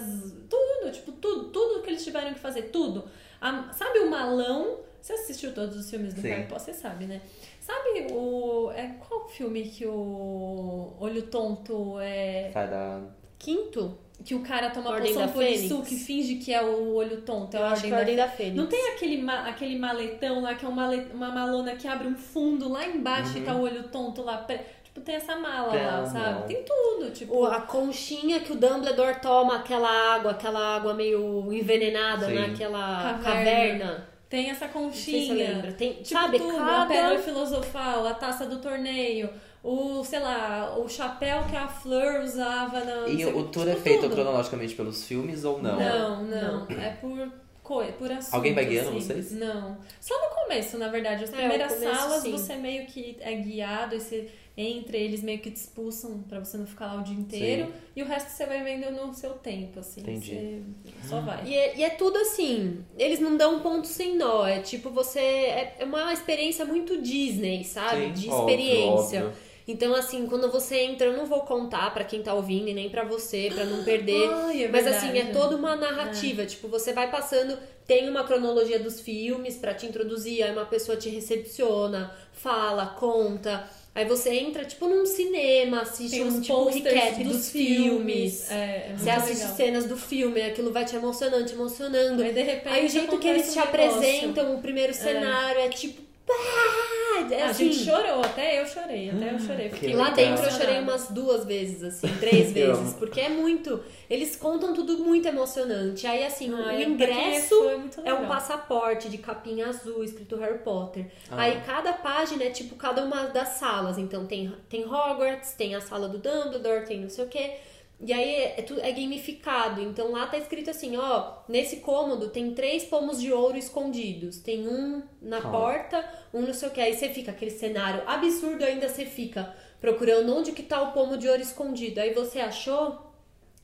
Speaker 4: Tudo, tipo, tudo, tudo que eles tiveram que fazer, tudo. A- sabe o malão? Você assistiu todos os filmes do
Speaker 2: Sim.
Speaker 4: Harry Potter, você sabe, né? Sabe o. É, qual filme que o Olho Tonto é.
Speaker 2: Sai da.
Speaker 3: Quinto,
Speaker 4: Que o cara toma
Speaker 3: Ordem
Speaker 4: poção
Speaker 3: da
Speaker 4: polissuco e
Speaker 3: Fênix.
Speaker 4: finge que é o olho tonto. É
Speaker 3: eu
Speaker 4: a
Speaker 3: acho que
Speaker 4: ordem
Speaker 3: é
Speaker 4: da
Speaker 3: a Ordem da Fênix.
Speaker 4: não tem aquele, ma- aquele maletão lá que é um male- uma malona que abre um fundo lá embaixo e tá o olho tonto lá. pre- Tipo, tem essa
Speaker 2: Uhum.
Speaker 4: mala
Speaker 2: Tem
Speaker 4: lá,
Speaker 2: a
Speaker 4: sabe?
Speaker 2: mala.
Speaker 4: Tem tudo, tipo.
Speaker 3: O- a conchinha que o Dumbledore toma, aquela água, aquela água meio envenenada
Speaker 2: Sim.
Speaker 3: naquela
Speaker 4: Caverna.
Speaker 3: caverna.
Speaker 4: Tem essa
Speaker 3: Não sei se você lembra.
Speaker 4: conchinha.
Speaker 3: Tem,
Speaker 4: Tipo,
Speaker 3: sabe,
Speaker 4: tudo.
Speaker 3: cada...
Speaker 4: A pedra filosofal, a taça do torneio, o, sei lá, o chapéu que a Fleur usava na.
Speaker 2: E
Speaker 4: não sei-
Speaker 2: o tour é
Speaker 4: tipo,
Speaker 2: feito
Speaker 4: tudo.
Speaker 2: cronologicamente pelos filmes ou não?
Speaker 4: Não, não. É por coisa, por assunto.
Speaker 2: Alguém vai guiando
Speaker 4: assim.
Speaker 2: vocês?
Speaker 4: Não. Só no começo, na verdade. As
Speaker 3: É, o
Speaker 4: primeiras
Speaker 3: começo,
Speaker 4: salas
Speaker 3: sim.
Speaker 4: você meio que é guiado, e você entra, e eles meio que te expulsam pra você não ficar lá o dia inteiro. E o resto você vai vendo no seu tempo, assim.
Speaker 2: Entendi. Ah.
Speaker 4: Você só vai.
Speaker 3: E é, e é tudo assim, eles não dão ponto sem nó. É tipo, você. É é uma experiência muito Disney,
Speaker 4: Ah,
Speaker 3: sabe?
Speaker 2: Sim,
Speaker 3: De
Speaker 2: óbvio,
Speaker 3: experiência.
Speaker 2: óbvio.
Speaker 3: Então, assim, quando você entra, eu não vou contar pra quem tá ouvindo e nem pra você, pra não perder.
Speaker 4: Ai, é
Speaker 3: Mas
Speaker 4: verdade.
Speaker 3: assim, é toda uma narrativa. Tipo, você vai passando, tem uma cronologia dos filmes pra te introduzir, aí uma pessoa te recepciona, fala, conta. Aí você entra, tipo, num cinema, assiste
Speaker 4: Tem
Speaker 3: um
Speaker 4: uns
Speaker 3: tipo,
Speaker 4: posters
Speaker 3: recap dos, filmes.
Speaker 4: É, é
Speaker 3: Você
Speaker 4: muito
Speaker 3: assiste
Speaker 4: legal.
Speaker 3: cenas do filme, aquilo vai te emocionando, te emocionando.
Speaker 4: Aí, de repente,
Speaker 3: Aí o jeito que eles
Speaker 4: acontece
Speaker 3: te
Speaker 4: um negócio.
Speaker 3: apresentam, o primeiro cenário, é tipo. pá, É
Speaker 4: Ah, A
Speaker 3: assim,
Speaker 4: gente chorou, até eu chorei, até
Speaker 2: Hum,
Speaker 4: eu chorei. Fiquei
Speaker 3: lá
Speaker 4: muito
Speaker 3: dentro eu
Speaker 4: emocionada.
Speaker 3: chorei umas duas vezes, assim, três
Speaker 2: Eu
Speaker 3: vezes.
Speaker 2: amo.
Speaker 3: Porque é muito. Eles contam tudo muito emocionante. Aí, assim,
Speaker 4: Ai, pra
Speaker 3: o
Speaker 4: quem
Speaker 3: ingresso
Speaker 4: foi muito
Speaker 3: é um
Speaker 4: legal.
Speaker 3: passaporte de capinha azul escrito Harry Potter.
Speaker 2: Ah.
Speaker 3: Aí cada página é tipo cada uma das salas. Então tem, tem Hogwarts, tem a sala do Dumbledore, tem não sei o quê. E aí é, é, tu- é gamificado. Então lá tá escrito assim, ó, nesse cômodo tem três pomos de ouro escondidos. Tem um na
Speaker 2: Ó.
Speaker 3: porta, um não sei o que. Aí você fica aquele cenário absurdo ainda você fica procurando onde que tá o pomo de ouro escondido. Aí você achou?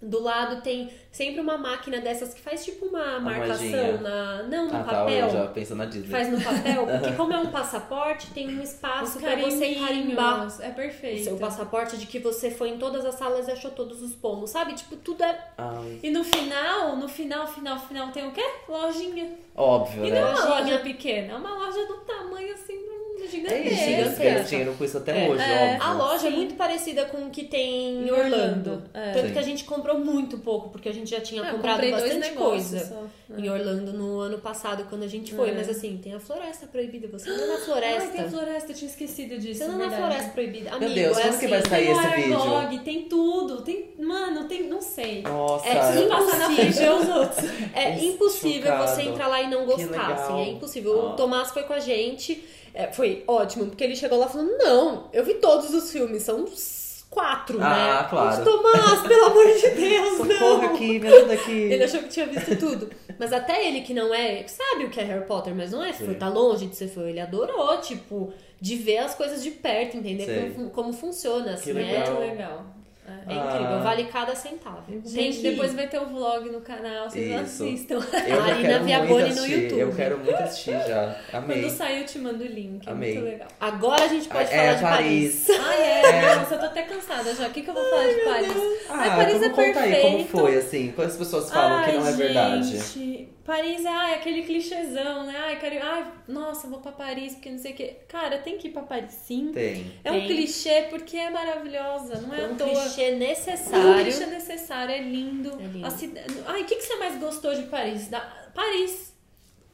Speaker 3: Do lado tem sempre uma máquina dessas que faz tipo uma marcação
Speaker 2: moedinha.
Speaker 3: na, não, no
Speaker 2: Ah, tá,
Speaker 3: papel
Speaker 2: eu já pensando na Disney.
Speaker 3: faz no papel, porque como é um passaporte, tem um espaço
Speaker 4: Os
Speaker 3: pra você carimbar
Speaker 4: carimbos, é
Speaker 3: o
Speaker 4: perfeito.
Speaker 3: seu passaporte de que você foi em todas as salas e achou todos os pomos, sabe? Tipo, tudo é
Speaker 2: Ai,
Speaker 4: E no final, no final, final, final, tem o quê? Lojinha.
Speaker 2: óbvio,
Speaker 4: E
Speaker 2: né?
Speaker 4: não é uma
Speaker 3: Lojinha.
Speaker 4: loja pequena, é uma loja do tamanho assim. do- gigantesca.
Speaker 2: É isso, gigantesca. Eles tinham com isso até
Speaker 4: É.
Speaker 2: hoje,
Speaker 4: É.
Speaker 2: óbvio.
Speaker 3: A loja é muito parecida com o que tem em
Speaker 4: Em
Speaker 3: Orlando.
Speaker 4: Orlando, É.
Speaker 3: Tanto
Speaker 2: Sim.
Speaker 3: que a gente comprou muito pouco, porque a gente já É. tinha
Speaker 4: Ah, eu
Speaker 3: comprado
Speaker 4: comprei dois
Speaker 3: bastante
Speaker 4: negócios
Speaker 3: coisa.
Speaker 4: só. Ah.
Speaker 3: Em Orlando no ano passado, quando a gente foi.
Speaker 4: É.
Speaker 3: Mas assim, tem a floresta proibida. Você anda na
Speaker 4: Ai,
Speaker 3: floresta.
Speaker 4: tem a floresta, eu tinha esquecido disso.
Speaker 3: você anda na
Speaker 4: verdade.
Speaker 3: floresta proibida. Amigo,
Speaker 2: Deus,
Speaker 3: é
Speaker 2: quando
Speaker 3: assim,
Speaker 2: que vai sair?
Speaker 4: Tem o
Speaker 2: esse vídeo.
Speaker 4: Arlog, tem tudo. Tem. Mano, tem. Não sei.
Speaker 2: Nossa,
Speaker 3: É
Speaker 2: eu-
Speaker 4: Não passar na frente
Speaker 3: impossível.
Speaker 4: dos outros.
Speaker 3: É
Speaker 2: Nossa,
Speaker 3: impossível
Speaker 2: chocado.
Speaker 3: você entrar lá e não
Speaker 2: Que
Speaker 3: gostar,
Speaker 2: legal.
Speaker 3: assim, é impossível.
Speaker 2: Ah.
Speaker 3: O Tomás foi com a gente, é, foi ótimo, porque ele chegou lá falando, não, eu vi todos os filmes, são uns quatro, né?
Speaker 2: Ah, claro.
Speaker 3: Os Tomás, pelo amor de Deus,
Speaker 2: Socorro
Speaker 3: não!
Speaker 2: aqui, me ajuda aqui.
Speaker 3: Ele achou que tinha visto tudo. Mas até ele que não é, sabe o que é Harry Potter, mas não é,
Speaker 2: Sim.
Speaker 3: foi, tá longe de ser fã. Ele adorou, tipo, de ver as coisas de perto, entender
Speaker 2: Sei.
Speaker 3: como, como funciona, assim,
Speaker 2: Que
Speaker 3: né?
Speaker 2: legal.
Speaker 4: Muito legal.
Speaker 3: É
Speaker 2: Ah.
Speaker 3: incrível, vale cada centavo.
Speaker 4: Gente,
Speaker 3: Tem que-
Speaker 4: depois vai ter o vlog no canal, vocês
Speaker 2: Isso.
Speaker 4: assistam.
Speaker 2: Eu já
Speaker 3: Marina
Speaker 2: quero
Speaker 3: Viaboni
Speaker 2: muito
Speaker 3: no
Speaker 2: assistir.
Speaker 3: YouTube.
Speaker 2: Eu quero muito assistir já. Amei.
Speaker 4: Quando sair, eu te mando o link. É
Speaker 2: Amei.
Speaker 4: muito legal.
Speaker 3: Agora a gente pode
Speaker 2: Ah,
Speaker 3: falar
Speaker 2: é,
Speaker 3: de
Speaker 2: Paris.
Speaker 4: Ai, é, nossa, eu tô até cansada já. O que, que eu vou falar de Paris? Ai,
Speaker 2: Ah,
Speaker 4: Paris
Speaker 2: como
Speaker 4: é
Speaker 2: conta aí como
Speaker 4: perfeito.
Speaker 2: foi, assim. Quantas pessoas falam
Speaker 4: Ai,
Speaker 2: que não é verdade?
Speaker 4: Gente, Paris ai, é aquele clichêzão, né? Ai, quero... ai, nossa, vou pra Paris porque não sei o quê. Cara, tem que ir pra Paris sim.
Speaker 2: Tem.
Speaker 4: É um
Speaker 3: Tem.
Speaker 4: clichê porque é maravilhosa, não é
Speaker 3: um
Speaker 4: à toa.
Speaker 3: clichê
Speaker 4: O
Speaker 3: necessário.
Speaker 4: lixo é necessário, é lindo.
Speaker 3: É lindo.
Speaker 4: A cida- Ai, o que, que você mais gostou de Paris? Da... Paris.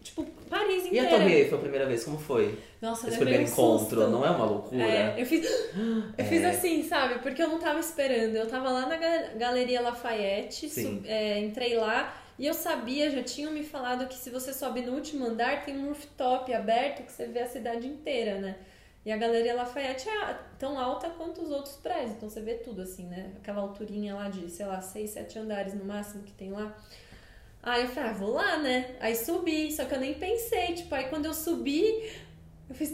Speaker 4: Tipo, Paris
Speaker 2: E
Speaker 4: inteira.
Speaker 2: a Torre Eiffel, a primeira vez, como foi?
Speaker 4: Nossa,
Speaker 2: Esse
Speaker 4: eu
Speaker 2: primeiro
Speaker 4: levei um
Speaker 2: encontro,
Speaker 4: susto.
Speaker 2: não é uma loucura? É.
Speaker 4: É, eu fiz, eu fiz assim, sabe? Porque eu não tava esperando. Eu tava lá na ga- Galeria Lafayette,
Speaker 2: Sim.
Speaker 4: sub- é, entrei lá e eu sabia, já tinham me falado que se você sobe no último andar tem um rooftop aberto que você vê a cidade inteira, né? E a Galeria Lafayette é a- tão alta quanto os outros prédios, então você vê tudo assim, né? Aquela alturinha lá de, sei lá, seis, sete andares no máximo que tem lá. Aí eu falei, ah, vou lá, né? Aí subi, só que eu nem pensei, tipo, aí quando eu subi, eu fiz,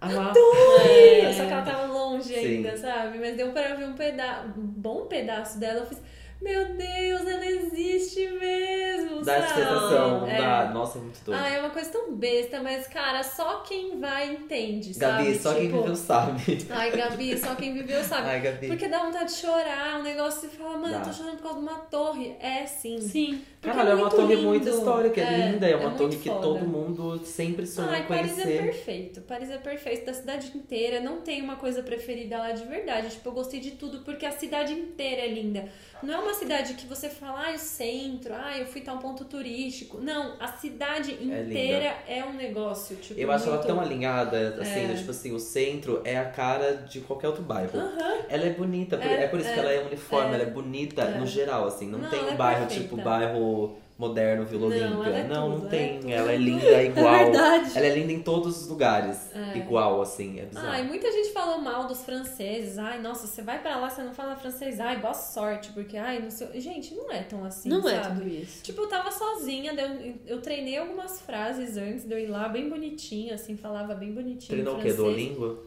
Speaker 2: Ah,
Speaker 3: É.
Speaker 4: Ui! Só que ela tava longe
Speaker 2: Sim.
Speaker 4: ainda, sabe? Mas deu pra ver um, peda um bom pedaço dela. Eu fiz, meu Deus, ela existe mesmo,
Speaker 2: dá essa
Speaker 4: sabe?
Speaker 2: sensação,
Speaker 4: um É.
Speaker 2: dá. Nossa, é muito doido.
Speaker 4: Ah, é uma coisa tão besta, mas, cara, só quem vai entende, sabe?
Speaker 2: Gabi, só quem
Speaker 4: Tipo,
Speaker 2: viveu sabe.
Speaker 4: Ai, Gabi, só quem viveu sabe.
Speaker 2: Ai, Gabi.
Speaker 4: Porque dá vontade de chorar, um negócio, você fala, mano, eu
Speaker 2: Dá.
Speaker 4: tô chorando por causa de uma torre. É, sim.
Speaker 3: Sim.
Speaker 4: Porque
Speaker 2: Caralho, é uma
Speaker 4: muito
Speaker 2: torre
Speaker 4: lindo.
Speaker 2: muito histórica, é, linda, é uma
Speaker 4: muito
Speaker 2: torre que
Speaker 4: foda.
Speaker 2: todo mundo sempre sonha
Speaker 4: Ai,
Speaker 2: em
Speaker 4: Paris é
Speaker 2: conhecer.
Speaker 4: perfeito. Paris é perfeito. Da cidade inteira, não tem uma coisa preferida lá de verdade. Tipo, eu gostei de tudo porque a cidade inteira é linda. Não é uma cidade que você fala, ah, o centro, ah, eu fui tal ponto turístico. Não, a cidade
Speaker 2: linda.
Speaker 4: inteira é, um negócio. Tipo,
Speaker 2: Eu acho ela
Speaker 4: muito-
Speaker 2: tão alinhada, assim,
Speaker 4: É.
Speaker 2: né? tipo assim, o centro é a cara de qualquer outro bairro.
Speaker 4: Aham.
Speaker 2: Ela é bonita, por- é,
Speaker 4: É,
Speaker 2: por isso
Speaker 4: é,
Speaker 2: que ela é uniforme,
Speaker 4: é.
Speaker 2: ela é bonita
Speaker 4: É.
Speaker 2: no geral, assim. Não,
Speaker 4: Não,
Speaker 2: tem
Speaker 4: ela
Speaker 2: um
Speaker 4: é
Speaker 2: bairro
Speaker 4: perfeita.
Speaker 2: tipo bairro moderno, Vila
Speaker 4: Não, ela
Speaker 2: Olímpia.
Speaker 4: é
Speaker 2: não, não
Speaker 4: tudo,
Speaker 2: tem.
Speaker 4: ela é
Speaker 2: ela é linda, é igual.
Speaker 3: É verdade.
Speaker 2: Ela é linda em todos os lugares.
Speaker 4: É.
Speaker 2: Igual, assim, é bizarro.
Speaker 4: Ai, muita gente falou mal dos franceses. Ai, nossa, você vai pra lá, você não fala francês. Ai, boa sorte, porque, ai, não sei. Gente, não é tão assim,
Speaker 3: não
Speaker 4: sabe?
Speaker 3: é tudo isso.
Speaker 4: Tipo, eu tava sozinha, daí eu, eu treinei algumas frases antes de eu ir lá, bem bonitinha, assim, falava bem bonitinho.
Speaker 2: Treinou o quê?
Speaker 4: francês.
Speaker 2: Duolingo?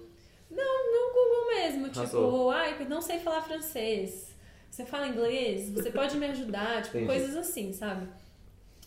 Speaker 4: Não, Google mesmo, tipo,
Speaker 2: Arrasou.
Speaker 4: ai, eu não sei falar francês. Você fala inglês? Você pode me ajudar? Tipo,
Speaker 2: Entendi.
Speaker 4: coisas assim, sabe?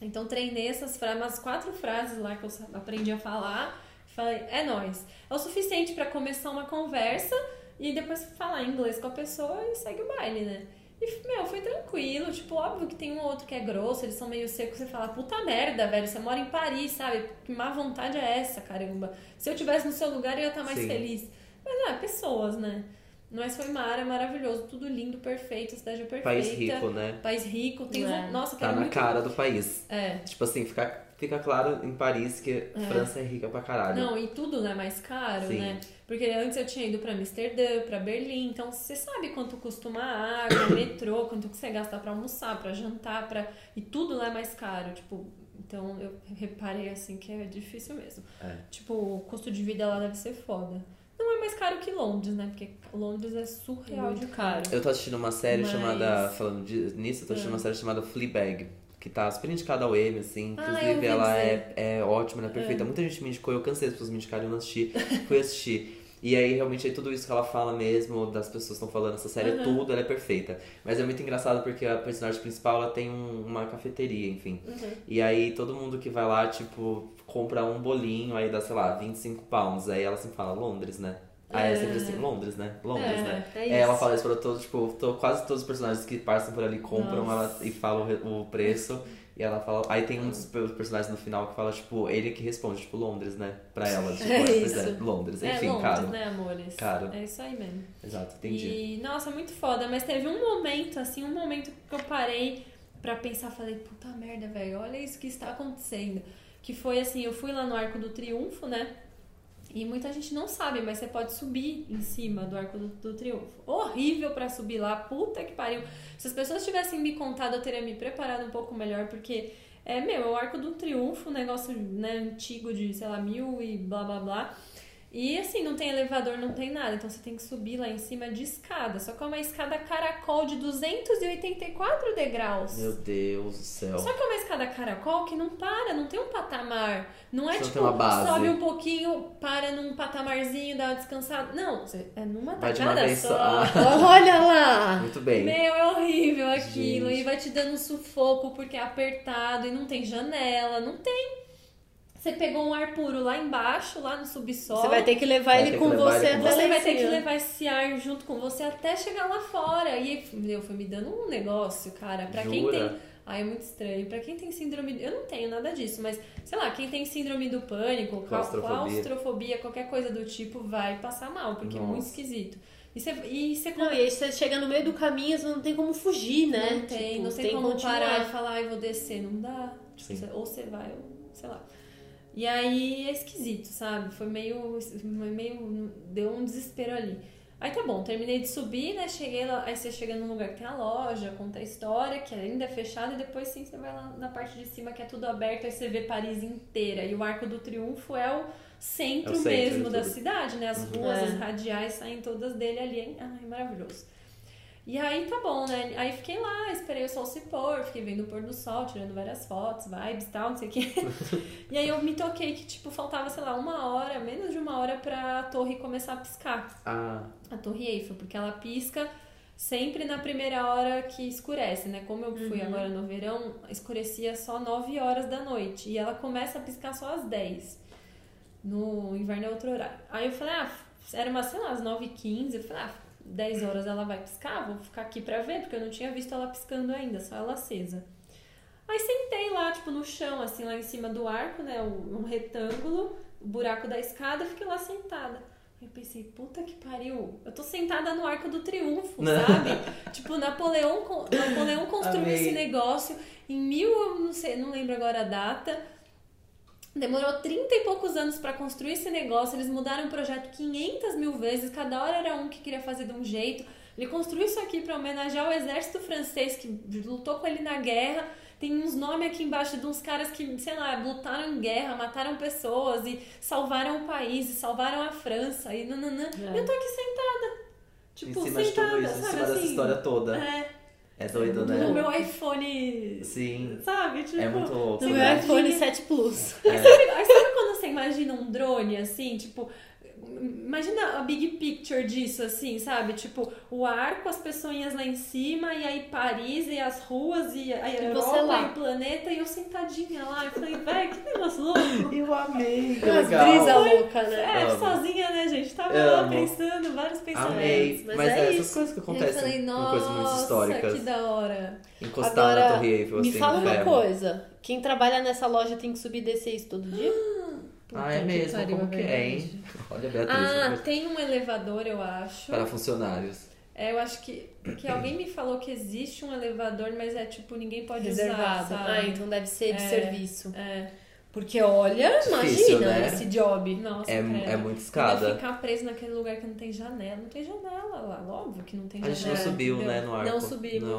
Speaker 4: Então treinei essas frases, umas quatro frases lá que eu sa- aprendi a falar. Falei, é nóis. É o suficiente pra começar uma conversa e depois falar inglês com a pessoa e segue o baile, né? E, meu, foi tranquilo. Tipo, óbvio que tem um ou outro que é grosso, eles são meio secos. Você fala, puta merda, velho, você mora em Paris, sabe? Que má vontade é essa, caramba? Se eu tivesse no seu lugar, eu ia estar mais
Speaker 2: Sim.
Speaker 4: feliz. Mas, ah, pessoas, né? Mas foi uma área maravilhosa, tudo lindo, perfeito, a cidade é perfeita.
Speaker 2: País rico, né?
Speaker 4: País rico, tem...
Speaker 3: É.
Speaker 4: vo- Nossa,
Speaker 2: Tá
Speaker 4: quero
Speaker 2: na
Speaker 4: muito...
Speaker 2: cara do país.
Speaker 4: É.
Speaker 2: Tipo assim, fica, fica claro em Paris que França é rica pra caralho.
Speaker 4: Não, e tudo não é mais caro,
Speaker 2: Sim.
Speaker 4: né? Porque antes eu tinha ido pra Amsterdã, pra Berlim, então você sabe quanto custa uma água, metrô, quanto que você gasta pra almoçar, pra jantar, pra... e tudo lá é mais caro, tipo, então eu reparei assim que é difícil mesmo.
Speaker 2: É.
Speaker 4: Tipo, o custo de vida lá deve ser foda. Não é mais caro que Londres, né? Porque Londres é surreal de caro.
Speaker 2: Eu tô assistindo uma série
Speaker 4: Mas-
Speaker 2: chamada. Falando de- nisso, eu tô assistindo uma série chamada Fleabag. Que tá super indicada ao M, assim.
Speaker 4: Ah, eu Ah.
Speaker 2: Inclusive,
Speaker 4: ouvi
Speaker 2: ela é,
Speaker 4: dizer.
Speaker 2: é ótima, ela é perfeita. Muita gente me indicou, eu cansei as pessoas me indicarem, eu não assisti. Fui assistir. E aí, realmente, é tudo isso que ela fala mesmo, das pessoas que estão falando essa série, é
Speaker 4: Aham.
Speaker 2: tudo, ela é perfeita. Mas é muito engraçado porque a personagem principal, ela tem um- uma cafeteria, enfim.
Speaker 4: Uhum.
Speaker 2: E aí todo mundo que vai lá, tipo, compra um bolinho, aí dá, sei lá, 25 pounds. Aí ela sempre fala, Londres, né? Ah, é sempre assim, Londres, né? Londres,
Speaker 4: É,
Speaker 2: né?
Speaker 5: é
Speaker 2: ela
Speaker 5: isso.
Speaker 2: fala isso pra todos, tipo, to- quase todos os personagens que passam por ali compram ela, e falam o re- o preço. E ela fala. Aí tem uns pe- personagens no final que fala, tipo, ele que responde, tipo, Londres, né? Pra ela. Tipo,
Speaker 5: É
Speaker 2: pois
Speaker 5: isso.
Speaker 2: é, Londres.
Speaker 4: É,
Speaker 2: Enfim,
Speaker 4: Londres,
Speaker 2: caro.
Speaker 4: né, amores?
Speaker 2: Caro.
Speaker 4: É isso aí mesmo.
Speaker 2: Exato, entendi.
Speaker 4: E, nossa, muito foda. Mas teve um momento, assim, um momento que eu parei pra pensar, falei, puta merda, velho, olha isso que está acontecendo. Que foi assim, eu fui lá no Arco do Triunfo, né? E muita gente não sabe, mas você pode subir em cima do Arco do, do Triunfo. Horrível pra subir lá, puta que pariu. Se as pessoas tivessem me contado, eu teria me preparado um pouco melhor, porque é, meu, é o Arco do Triunfo, um negócio né, antigo de, sei lá, mil e blá blá blá. E assim, não tem elevador, não tem nada, então você tem que subir lá em cima de escada. Só que é uma escada caracol de 284 degraus.
Speaker 2: Meu Deus do céu.
Speaker 4: Só que é uma escada caracol que não para, não tem um patamar. Não é
Speaker 2: Só tem
Speaker 4: tipo,
Speaker 2: uma base.
Speaker 4: sobe um pouquinho, para num patamarzinho, dá uma descansada. Não, você- é numa
Speaker 2: Vai de
Speaker 4: tacada
Speaker 2: uma vez
Speaker 4: só.
Speaker 2: só. Ah.
Speaker 3: Olha lá!
Speaker 2: Muito bem.
Speaker 4: Meu, é horrível aquilo.
Speaker 2: Gente.
Speaker 4: E vai te dando um sufoco porque é apertado e não tem janela, não tem. Você pegou um ar puro lá embaixo, lá no subsolo.
Speaker 3: Você vai ter que levar
Speaker 2: Vai ter
Speaker 3: ele
Speaker 2: que
Speaker 3: com
Speaker 2: levar
Speaker 3: você
Speaker 2: ele com
Speaker 3: até
Speaker 4: Você
Speaker 3: lá
Speaker 4: vai
Speaker 3: em
Speaker 4: ter que
Speaker 3: cima.
Speaker 4: levar esse ar junto com você até chegar lá fora. E eu fui me dando um negócio, cara. Pra quem
Speaker 2: Jura?
Speaker 4: tem. Ai, é muito estranho. Pra quem tem síndrome. Eu não tenho nada disso, mas sei lá, quem tem síndrome do pânico, clau-
Speaker 2: Claustrofobia.
Speaker 4: claustrofobia, qualquer coisa do tipo, vai passar mal, porque é muito
Speaker 2: Nossa.
Speaker 4: esquisito. E você, e você
Speaker 3: Não, e aí você chega no meio do caminho, você não tem como fugir, né?
Speaker 4: Não tem,
Speaker 3: Tipo,
Speaker 4: não
Speaker 3: você
Speaker 4: tem, como
Speaker 3: continuar.
Speaker 4: parar e falar, ai, vou descer, não dá. Tipo,
Speaker 2: Sim.
Speaker 4: cê- ou você vai, ou sei lá. E aí é esquisito, sabe? Foi meio, foi meio. Deu um desespero ali. Aí tá bom, terminei de subir, né? Cheguei lá, aí você chega num lugar que tem a loja, conta a história, que ainda é fechada, e depois sim você vai lá na parte de cima que é tudo aberto, aí você vê Paris inteira. E o Arco do Triunfo é o centro,
Speaker 2: É o centro de
Speaker 4: mesmo da
Speaker 2: tudo.
Speaker 4: cidade, né? As ruas,
Speaker 3: É.
Speaker 4: as radiais saem todas dele ali. hein? Ai, maravilhoso. E aí tá bom, né? Aí fiquei lá, esperei o sol se pôr, fiquei vendo o pôr do sol, tirando várias fotos, vibes e tal, não sei o quê. e aí eu me toquei que, tipo, faltava, sei lá, uma hora, menos de uma hora pra torre começar a piscar.
Speaker 2: Ah,
Speaker 4: A torre Eiffel, porque ela pisca sempre na primeira hora que escurece, né? Como eu fui agora no verão, escurecia só 9 horas da noite. E ela começa a piscar só às 10. No inverno é outro horário. Aí eu falei, ah, era umas, sei lá, as 9h15. Eu falei, ah, 10 horas ela vai piscar, vou ficar aqui pra ver, porque eu não tinha visto ela piscando ainda, só ela acesa. Aí sentei lá, tipo, no chão, assim, lá em cima do arco, né? Um um retângulo, o buraco da escada, fiquei lá sentada. Aí eu pensei, puta que pariu, eu tô sentada no arco do triunfo, sabe? tipo, Napoleão, con- Napoleão construiu
Speaker 2: Amei.
Speaker 4: esse negócio em mil, eu não sei, não lembro agora a data. Demorou 30 e poucos anos pra construir esse negócio. Eles mudaram o projeto 500 mil vezes. Cada hora era um que queria fazer de um jeito. Ele construiu isso aqui pra homenagear o exército francês que lutou com ele na guerra. Tem uns nomes aqui embaixo de uns caras que, sei lá, lutaram em guerra, mataram pessoas e salvaram o país, e salvaram a França e nananã.
Speaker 3: É.
Speaker 4: Eu tô aqui sentada.
Speaker 2: em
Speaker 4: Tipo,
Speaker 2: cima de
Speaker 4: sentada,
Speaker 2: tudo isso, em
Speaker 4: sabe
Speaker 2: cima dessa
Speaker 4: assim?
Speaker 2: história toda.
Speaker 4: É,
Speaker 2: É doido,
Speaker 4: no
Speaker 2: né?
Speaker 4: meu iPhone,
Speaker 2: Sim.
Speaker 4: sabe? Tipo, é?
Speaker 2: É muito louco.
Speaker 3: No meu
Speaker 2: né? É.
Speaker 3: iPhone 7 Plus.
Speaker 4: Mas sabe, mas sabe quando você imagina um drone assim, tipo. Imagina a big picture disso, assim, sabe? Tipo, o arco, as pessoinhas lá em cima, e aí Paris, e as ruas, e a
Speaker 3: você
Speaker 4: Europa,
Speaker 3: lá.
Speaker 4: e o planeta, e eu sentadinha lá. Eu falei, velho, que negócio louco.
Speaker 2: Eu amei, que
Speaker 3: Umas
Speaker 2: legal.
Speaker 3: brisa louca, né?
Speaker 4: É,
Speaker 2: Amo.
Speaker 4: sozinha, né, gente? Tava lá
Speaker 2: Amo.
Speaker 4: pensando, vários pensamentos.
Speaker 2: Amei.
Speaker 3: mas
Speaker 2: Mas,
Speaker 3: é
Speaker 2: é,
Speaker 3: isso.
Speaker 2: essas coisas que
Speaker 4: E aí eu
Speaker 2: acontecem
Speaker 4: falei,
Speaker 2: em coisas muito
Speaker 4: nossa,
Speaker 2: históricas.
Speaker 4: que da hora.
Speaker 2: Encostar
Speaker 3: Agora,
Speaker 2: na Torre Eiffel,
Speaker 3: Me
Speaker 2: assim,
Speaker 3: fala
Speaker 2: no
Speaker 3: uma
Speaker 2: ferro.
Speaker 3: coisa. Quem trabalha nessa loja tem que subir e descer isso todo dia?
Speaker 2: Ah, é
Speaker 4: Puta que
Speaker 2: mesmo?
Speaker 4: pariu,
Speaker 2: Como que é,
Speaker 4: verdade.
Speaker 2: hein? Olha a Beatriz.
Speaker 4: Ah,
Speaker 2: né?
Speaker 4: tem um elevador, eu acho.
Speaker 2: Para funcionários.
Speaker 4: É, eu acho que, que alguém me falou que existe um elevador, mas é tipo, ninguém pode
Speaker 3: Reservado.
Speaker 4: usar,
Speaker 3: Ah,
Speaker 4: sabe?
Speaker 3: então deve ser de
Speaker 4: É.
Speaker 3: serviço.
Speaker 4: É.
Speaker 3: Porque olha,
Speaker 2: Difícil,
Speaker 3: imagina
Speaker 2: né?
Speaker 3: esse job.
Speaker 4: Nossa,
Speaker 2: É,
Speaker 4: cara.
Speaker 2: é muita
Speaker 4: Ainda
Speaker 2: escada.
Speaker 4: Ficar preso naquele lugar que não tem janela. Não tem janela lá, óbvio que não tem
Speaker 2: A
Speaker 4: janela.
Speaker 2: gente não subiu,
Speaker 4: entendeu?
Speaker 2: né, no arco.
Speaker 3: Não subimos.
Speaker 2: Não,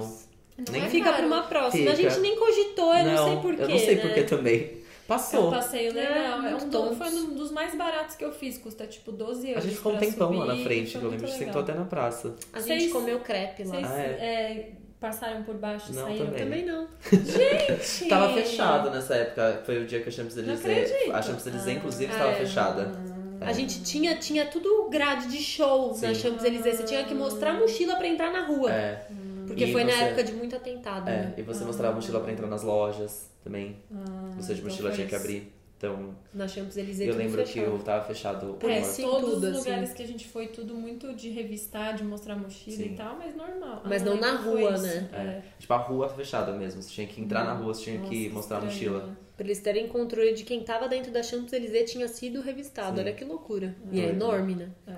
Speaker 4: Não
Speaker 2: Nem
Speaker 4: é
Speaker 3: Fica
Speaker 4: caro.
Speaker 3: pra uma próxima.
Speaker 2: Fica.
Speaker 3: A gente nem cogitou, eu não, sei porquê.
Speaker 2: Eu não sei
Speaker 3: né?
Speaker 2: porquê também.
Speaker 4: É um
Speaker 2: Passou.
Speaker 4: passeio legal.
Speaker 3: É,
Speaker 4: É, um
Speaker 3: muito
Speaker 4: do,
Speaker 3: tontos.
Speaker 4: foi um dos mais baratos que eu fiz. Custa tipo 12
Speaker 2: A
Speaker 4: euros.
Speaker 2: gente ficou um
Speaker 4: pra
Speaker 2: tempão lá
Speaker 4: subir,
Speaker 2: na frente,
Speaker 4: foi
Speaker 2: que eu lembro.
Speaker 4: muito
Speaker 2: A gente
Speaker 4: legal.
Speaker 2: sentou até na praça.
Speaker 3: A gente
Speaker 4: Vocês-
Speaker 3: comeu crepe lá.
Speaker 4: Vocês
Speaker 2: Ah,
Speaker 4: é, passaram por baixo,
Speaker 2: Não,
Speaker 4: saíram
Speaker 2: também.
Speaker 3: Também não.
Speaker 4: Gente!
Speaker 2: Tava fechado nessa época. Foi o dia que a Champs-Élysées...
Speaker 4: acredito.
Speaker 2: A Champs-Élysées, inclusive,
Speaker 3: Ah,
Speaker 2: estava
Speaker 3: é.
Speaker 2: fechada.
Speaker 4: Uhum.
Speaker 3: A gente tinha, tinha tudo grade de show na
Speaker 2: É. Sim.
Speaker 3: Champs-Élysées. Você tinha que mostrar a mochila pra entrar na rua.
Speaker 2: É,
Speaker 3: Porque
Speaker 2: E
Speaker 3: foi na
Speaker 2: você-
Speaker 3: época de muito atentado. né?
Speaker 2: é. E você mostrava a mochila pra entrar nas lojas também.
Speaker 4: Ah,
Speaker 2: Você de
Speaker 4: então
Speaker 2: mochila
Speaker 4: foi
Speaker 2: tinha que
Speaker 4: isso.
Speaker 2: abrir. Então,
Speaker 5: Na Champs-Élysées
Speaker 2: eu
Speaker 5: tudo
Speaker 2: lembro que
Speaker 5: fechado.
Speaker 2: eu tava fechado o
Speaker 4: É,
Speaker 5: É,
Speaker 2: portão.
Speaker 5: sim,
Speaker 4: todos
Speaker 5: tudo,
Speaker 4: os
Speaker 5: assim.
Speaker 4: lugares que a gente foi, tudo muito de revistar, de mostrar mochila
Speaker 2: Sim.
Speaker 4: e tal, mas normal.
Speaker 5: Mas
Speaker 4: Ah,
Speaker 5: não na
Speaker 4: então foi
Speaker 5: rua,
Speaker 4: isso.
Speaker 5: né?
Speaker 4: É.
Speaker 2: Tipo, a rua fechada mesmo. Você tinha que entrar na rua, você tinha
Speaker 4: Nossa,
Speaker 2: que mostrar
Speaker 4: estranho,
Speaker 2: a mochila.
Speaker 4: né?
Speaker 5: Pra eles terem controle de quem tava dentro da Champs-Élysées tinha sido revistado.
Speaker 2: Sim.
Speaker 5: Olha que loucura. E é
Speaker 2: Doido.
Speaker 5: enorme, né?
Speaker 4: É,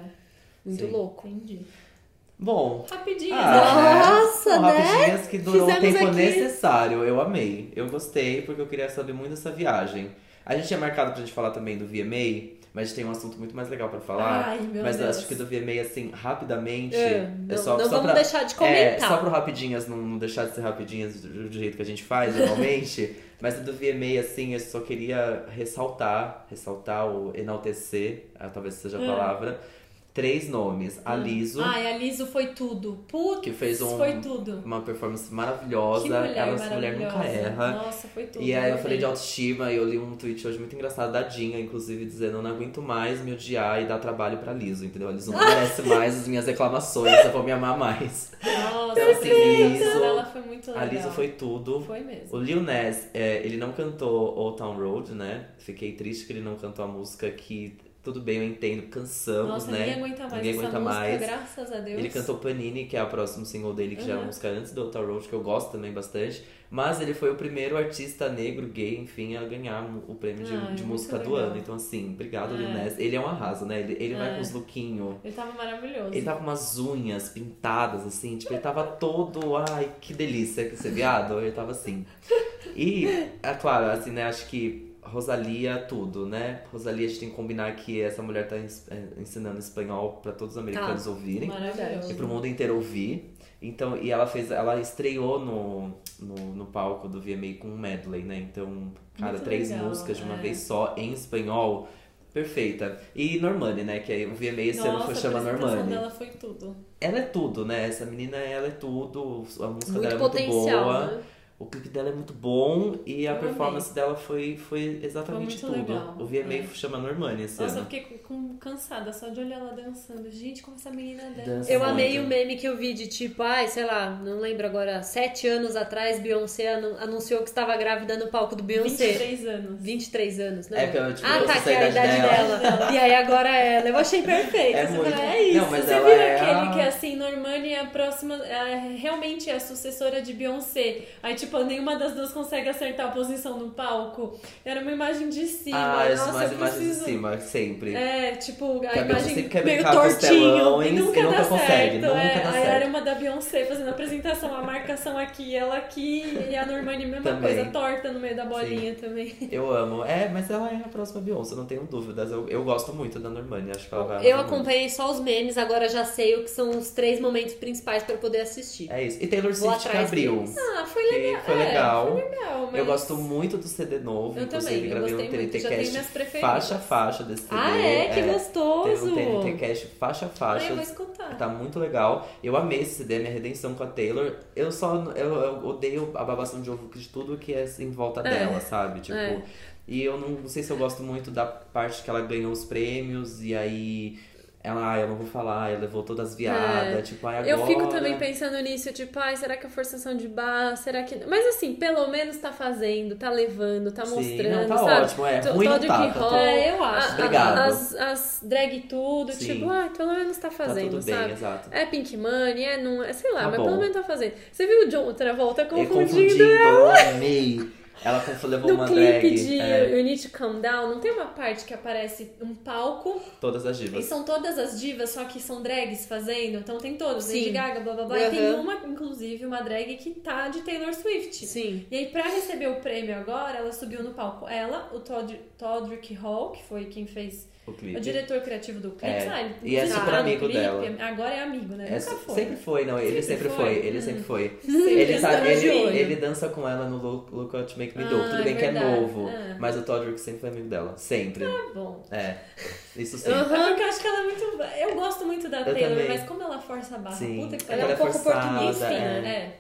Speaker 5: Muito
Speaker 2: Sim.
Speaker 5: louco.
Speaker 4: entendi.
Speaker 2: Bom.
Speaker 4: Rapidinho, né?
Speaker 2: Ah, Nossa,
Speaker 5: né?
Speaker 2: Rapidinhas que durou o
Speaker 5: Fizemos
Speaker 2: tempo
Speaker 5: aqui.
Speaker 2: necessário. Eu amei. Eu gostei, porque eu queria saber muito dessa viagem. A gente tinha marcado pra gente falar também do VMA, mas tem um assunto muito mais legal pra falar.
Speaker 4: Ai, Ah, meu
Speaker 2: mas eu
Speaker 4: Deus.
Speaker 2: acho que do VMA, assim, rapidamente.
Speaker 3: Ah,
Speaker 5: É,
Speaker 2: é
Speaker 5: não
Speaker 2: só,
Speaker 5: não
Speaker 2: só
Speaker 5: vamos
Speaker 2: pra,
Speaker 5: deixar de
Speaker 2: É,
Speaker 5: comentar.
Speaker 2: só pro Rapidinhas não não deixar de ser Rapidinhas do do jeito que a gente faz normalmente. Mas do VMA, assim, eu só queria ressaltar, ressaltar ou enaltecer, ah, talvez seja a
Speaker 4: Hum. Ah.
Speaker 2: palavra, três nomes. A Liso,
Speaker 4: Ai, a Liso foi tudo. Putz,
Speaker 2: que fez um-
Speaker 4: foi tudo.
Speaker 2: uma performance
Speaker 4: que
Speaker 2: maravilhosa.
Speaker 4: mulher
Speaker 2: Ela, essa
Speaker 4: maravilhosa.
Speaker 2: mulher nunca erra.
Speaker 4: Nossa, foi tudo. né,
Speaker 2: E aí eu falei de
Speaker 4: amei.
Speaker 2: autoestima e eu li um tweet hoje muito engraçado da Dinha, inclusive, dizendo eu não aguento mais me odiar e dar trabalho pra Liso, entendeu? A Liso não merece mais as minhas reclamações, eu vou me amar mais.
Speaker 4: Nossa,
Speaker 2: Então, assim,
Speaker 4: sim,
Speaker 2: Liso-
Speaker 4: ela foi muito legal.
Speaker 2: A Liso foi tudo.
Speaker 4: Foi mesmo.
Speaker 2: O Lil Nas, é, ele não cantou Old Town Road, né? Fiquei triste que ele não cantou a música que, tudo bem, eu entendo, cansamos,
Speaker 4: Nossa,
Speaker 2: né?
Speaker 4: ninguém aguenta mais
Speaker 2: Ninguém
Speaker 4: essa
Speaker 2: aguenta
Speaker 4: música,
Speaker 2: mais.
Speaker 4: graças a Deus.
Speaker 2: Ele cantou Panini, que é o próximo single dele, que já é uma
Speaker 4: Uhum.
Speaker 2: música antes do Old Town Road, que eu gosto também bastante. Mas ele foi o primeiro artista negro, gay, enfim, a ganhar o prêmio de-
Speaker 4: Ah, é
Speaker 2: de,
Speaker 4: muito
Speaker 2: música do
Speaker 4: legal.
Speaker 2: ano. Então, assim, obrigado, Lil
Speaker 4: É.
Speaker 2: Nas. Ele é um arraso, né? Ele, ele vai
Speaker 4: É.
Speaker 2: com os lookinhos.
Speaker 4: Ele tava maravilhoso.
Speaker 2: Ele tava com umas unhas pintadas, assim, tipo, ele tava todo. Ai, que delícia que ser viado. Ele tava assim. E, é claro, assim, né, acho que Rosalia, tudo, né? Rosalia, a gente tem que combinar que essa mulher tá ens- eh, ensinando espanhol pra todos os americanos
Speaker 4: Tá.
Speaker 2: ouvirem
Speaker 4: Maravilhoso.
Speaker 2: e pro mundo inteiro ouvir. Então, e ela fez, ela estreou no, no, no palco do VMA com um medley, né? Então, cara,
Speaker 4: Muito
Speaker 2: três
Speaker 4: legal,
Speaker 2: músicas de uma
Speaker 4: é.
Speaker 2: vez só em espanhol. Perfeita. E Normani, né? Que aí o VMA esse ano foi
Speaker 4: Nossa,
Speaker 2: chamar
Speaker 4: a apresentação
Speaker 2: Normani.
Speaker 4: dela foi tudo.
Speaker 2: Ela é tudo, né? Essa menina, ela é tudo. A música
Speaker 5: Muito
Speaker 2: dela é muito
Speaker 5: potencial,
Speaker 2: boa.
Speaker 5: né?
Speaker 2: O clipe dela é muito bom. E a
Speaker 4: Eu
Speaker 2: performance dela foi, foi exatamente
Speaker 4: Foi muito
Speaker 2: tudo.
Speaker 4: legal,
Speaker 2: O VMA
Speaker 4: é.
Speaker 2: chama Normani esse
Speaker 4: Nossa, eu
Speaker 2: ano.
Speaker 4: fiquei com- com- cansada só de olhar ela dançando. Gente, como essa menina dança.
Speaker 2: Dança
Speaker 5: Eu
Speaker 2: muito.
Speaker 5: amei o meme que eu vi de tipo, ai, sei lá, não lembro agora, sete anos atrás, Beyoncé anu- anunciou que estava grávida no palco do Beyoncé.
Speaker 4: 23 anos.
Speaker 5: 23 anos, né?
Speaker 2: É, porque eu, tipo,
Speaker 5: ah,
Speaker 2: eu
Speaker 5: tá, que
Speaker 2: sei
Speaker 5: é a idade dela. E aí agora ela. Eu achei perfeito.
Speaker 2: É
Speaker 5: Você
Speaker 2: muito.
Speaker 5: fala,
Speaker 4: É isso,
Speaker 2: Não, mas
Speaker 4: você
Speaker 2: ela
Speaker 4: viu
Speaker 2: é
Speaker 4: aquele
Speaker 2: a-
Speaker 4: que é assim, Normani é a próxima, é realmente é a sucessora de Beyoncé. Aí, tipo, nenhuma das duas consegue acertar a posição no palco. Era uma imagem de cima.
Speaker 2: Ah, as
Speaker 4: Nossa,
Speaker 2: mais
Speaker 4: eu
Speaker 2: imagens
Speaker 4: preciso...
Speaker 2: de cima, sempre.
Speaker 4: É, tipo, a
Speaker 2: Que a Beyoncé
Speaker 4: imagem
Speaker 2: sempre quer
Speaker 4: meio
Speaker 2: brincar com os telões
Speaker 4: tortinho e
Speaker 2: e
Speaker 4: nunca,
Speaker 2: nunca
Speaker 4: dá
Speaker 2: consegue,
Speaker 4: certo.
Speaker 2: nunca
Speaker 4: é.
Speaker 2: dá
Speaker 4: Aí
Speaker 2: certo.
Speaker 4: era uma da Beyoncé fazendo a apresentação, a marcação aqui, ela aqui e a Normani, mesma
Speaker 2: Também.
Speaker 4: coisa, torta no meio da bolinha também.
Speaker 2: Eu amo. É, mas ela é a próxima Beyoncé, não tenho dúvidas. Eu, eu gosto muito da Normani, acho que ela vai arrasar
Speaker 5: Eu
Speaker 2: muito.
Speaker 5: acompanhei só os memes, agora já sei o que são os três momentos principais pra eu poder assistir.
Speaker 2: É isso. E Taylor
Speaker 5: Vou
Speaker 2: Swift que
Speaker 5: atrás
Speaker 2: abriu.
Speaker 5: deles.
Speaker 4: Ah, foi
Speaker 2: que
Speaker 4: legal.
Speaker 2: foi
Speaker 4: é,
Speaker 2: legal.
Speaker 4: foi legal, mas...
Speaker 2: Eu gosto muito do CD novo,
Speaker 4: Eu
Speaker 2: inclusive
Speaker 4: também, eu
Speaker 2: gravei
Speaker 4: gostei
Speaker 2: um
Speaker 4: muito, já tenho minhas
Speaker 2: TNT Cash
Speaker 4: preferidas.
Speaker 2: faixa a faixa desse CD.
Speaker 5: Ah, é? Que
Speaker 2: Teve
Speaker 5: gostoso!
Speaker 2: um TNT Cash faixa a
Speaker 4: Ah, eu
Speaker 2: faixa.
Speaker 4: vou escutar.
Speaker 2: Tá muito legal. Eu amei esse CD, minha redenção com a Taylor. Eu só eu, eu odeio a babação de ovo de tudo que é em volta dela, sabe? Tipo.
Speaker 5: É.
Speaker 2: E eu não, não sei se eu gosto muito da parte que ela ganhou os prêmios e aí ela, ah, eu não vou falar, ela levou todas as viadas, tipo, ai, agora.
Speaker 5: É. Eu fico também pensando nisso, tipo, ai, será que é forçação de barra? Será que. Mas assim, pelo menos tá fazendo, tá levando, tá
Speaker 2: Sim,
Speaker 5: mostrando,
Speaker 2: não, tá
Speaker 5: sabe?
Speaker 2: ótimo, é.
Speaker 5: To-
Speaker 2: Ruim não
Speaker 5: todo
Speaker 2: tá,
Speaker 5: que
Speaker 2: tá
Speaker 5: rola.
Speaker 4: É, eu acho.
Speaker 5: A- a-
Speaker 2: Obrigado.
Speaker 5: As, as drag tudo,
Speaker 2: Sim.
Speaker 5: tipo, ai, pelo menos tá
Speaker 2: Tá
Speaker 5: fazendo,
Speaker 2: tudo bem,
Speaker 5: sabe?
Speaker 2: exato.
Speaker 5: É Pink Money, é não, é sei lá,
Speaker 2: Tá
Speaker 5: mas
Speaker 2: bom.
Speaker 5: pelo menos tá fazendo. Você viu o John Travolta
Speaker 2: E
Speaker 5: confundindo,
Speaker 2: confundindo, então eu amei. Ela confu- levou
Speaker 5: no
Speaker 2: uma
Speaker 5: clipe
Speaker 2: drag.
Speaker 5: de
Speaker 2: é,
Speaker 5: You Need to Calm Down? Não tem uma parte que aparece
Speaker 4: Um palco,
Speaker 2: todas as
Speaker 4: e
Speaker 2: divas.
Speaker 4: são todas as divas, só que são drags fazendo, então tem todas,
Speaker 5: Sim.
Speaker 4: Lady Gaga, blá blá blá, e
Speaker 5: Aham.
Speaker 4: tem uma, inclusive, uma drag que tá de Taylor Swift.
Speaker 5: Sim.
Speaker 4: E aí, pra receber o prêmio agora, ela subiu no palco. Ela, o Tod Todrick Hall, que foi quem fez.
Speaker 2: O clipe.
Speaker 4: O diretor criativo do clipe,
Speaker 2: É,
Speaker 4: sabe?
Speaker 2: e é
Speaker 4: Inclusive,
Speaker 5: super
Speaker 4: tá no
Speaker 2: amigo dela.
Speaker 4: Agora é amigo, né?
Speaker 2: É,
Speaker 4: Nunca foi.
Speaker 2: Sempre foi, não. Ele
Speaker 4: Sempre
Speaker 2: sempre
Speaker 4: foi?
Speaker 2: foi, ele
Speaker 4: Hum.
Speaker 2: sempre foi.
Speaker 4: Sempre
Speaker 2: Ele,
Speaker 4: eles
Speaker 2: sabe,
Speaker 4: estão de
Speaker 2: ele,
Speaker 4: olho.
Speaker 2: ele dança com ela no Look, Look What You Make Me Do.
Speaker 4: Ah,
Speaker 2: Tudo bem
Speaker 4: é
Speaker 2: que é
Speaker 4: verdade.
Speaker 2: novo.
Speaker 4: É.
Speaker 2: Mas o Todrick sempre foi amigo dela. Sempre.
Speaker 4: Tá bom.
Speaker 2: É. Isso sim.
Speaker 4: É
Speaker 5: Aham.
Speaker 4: porque eu acho que ela é muito. Eu gosto muito da Taylor,
Speaker 2: também.
Speaker 4: mas como ela força a barra,
Speaker 2: Sim.
Speaker 4: puta que
Speaker 2: Ela
Speaker 4: pariu.
Speaker 2: é forçada,
Speaker 4: portuguesa,
Speaker 2: é.
Speaker 4: né? É.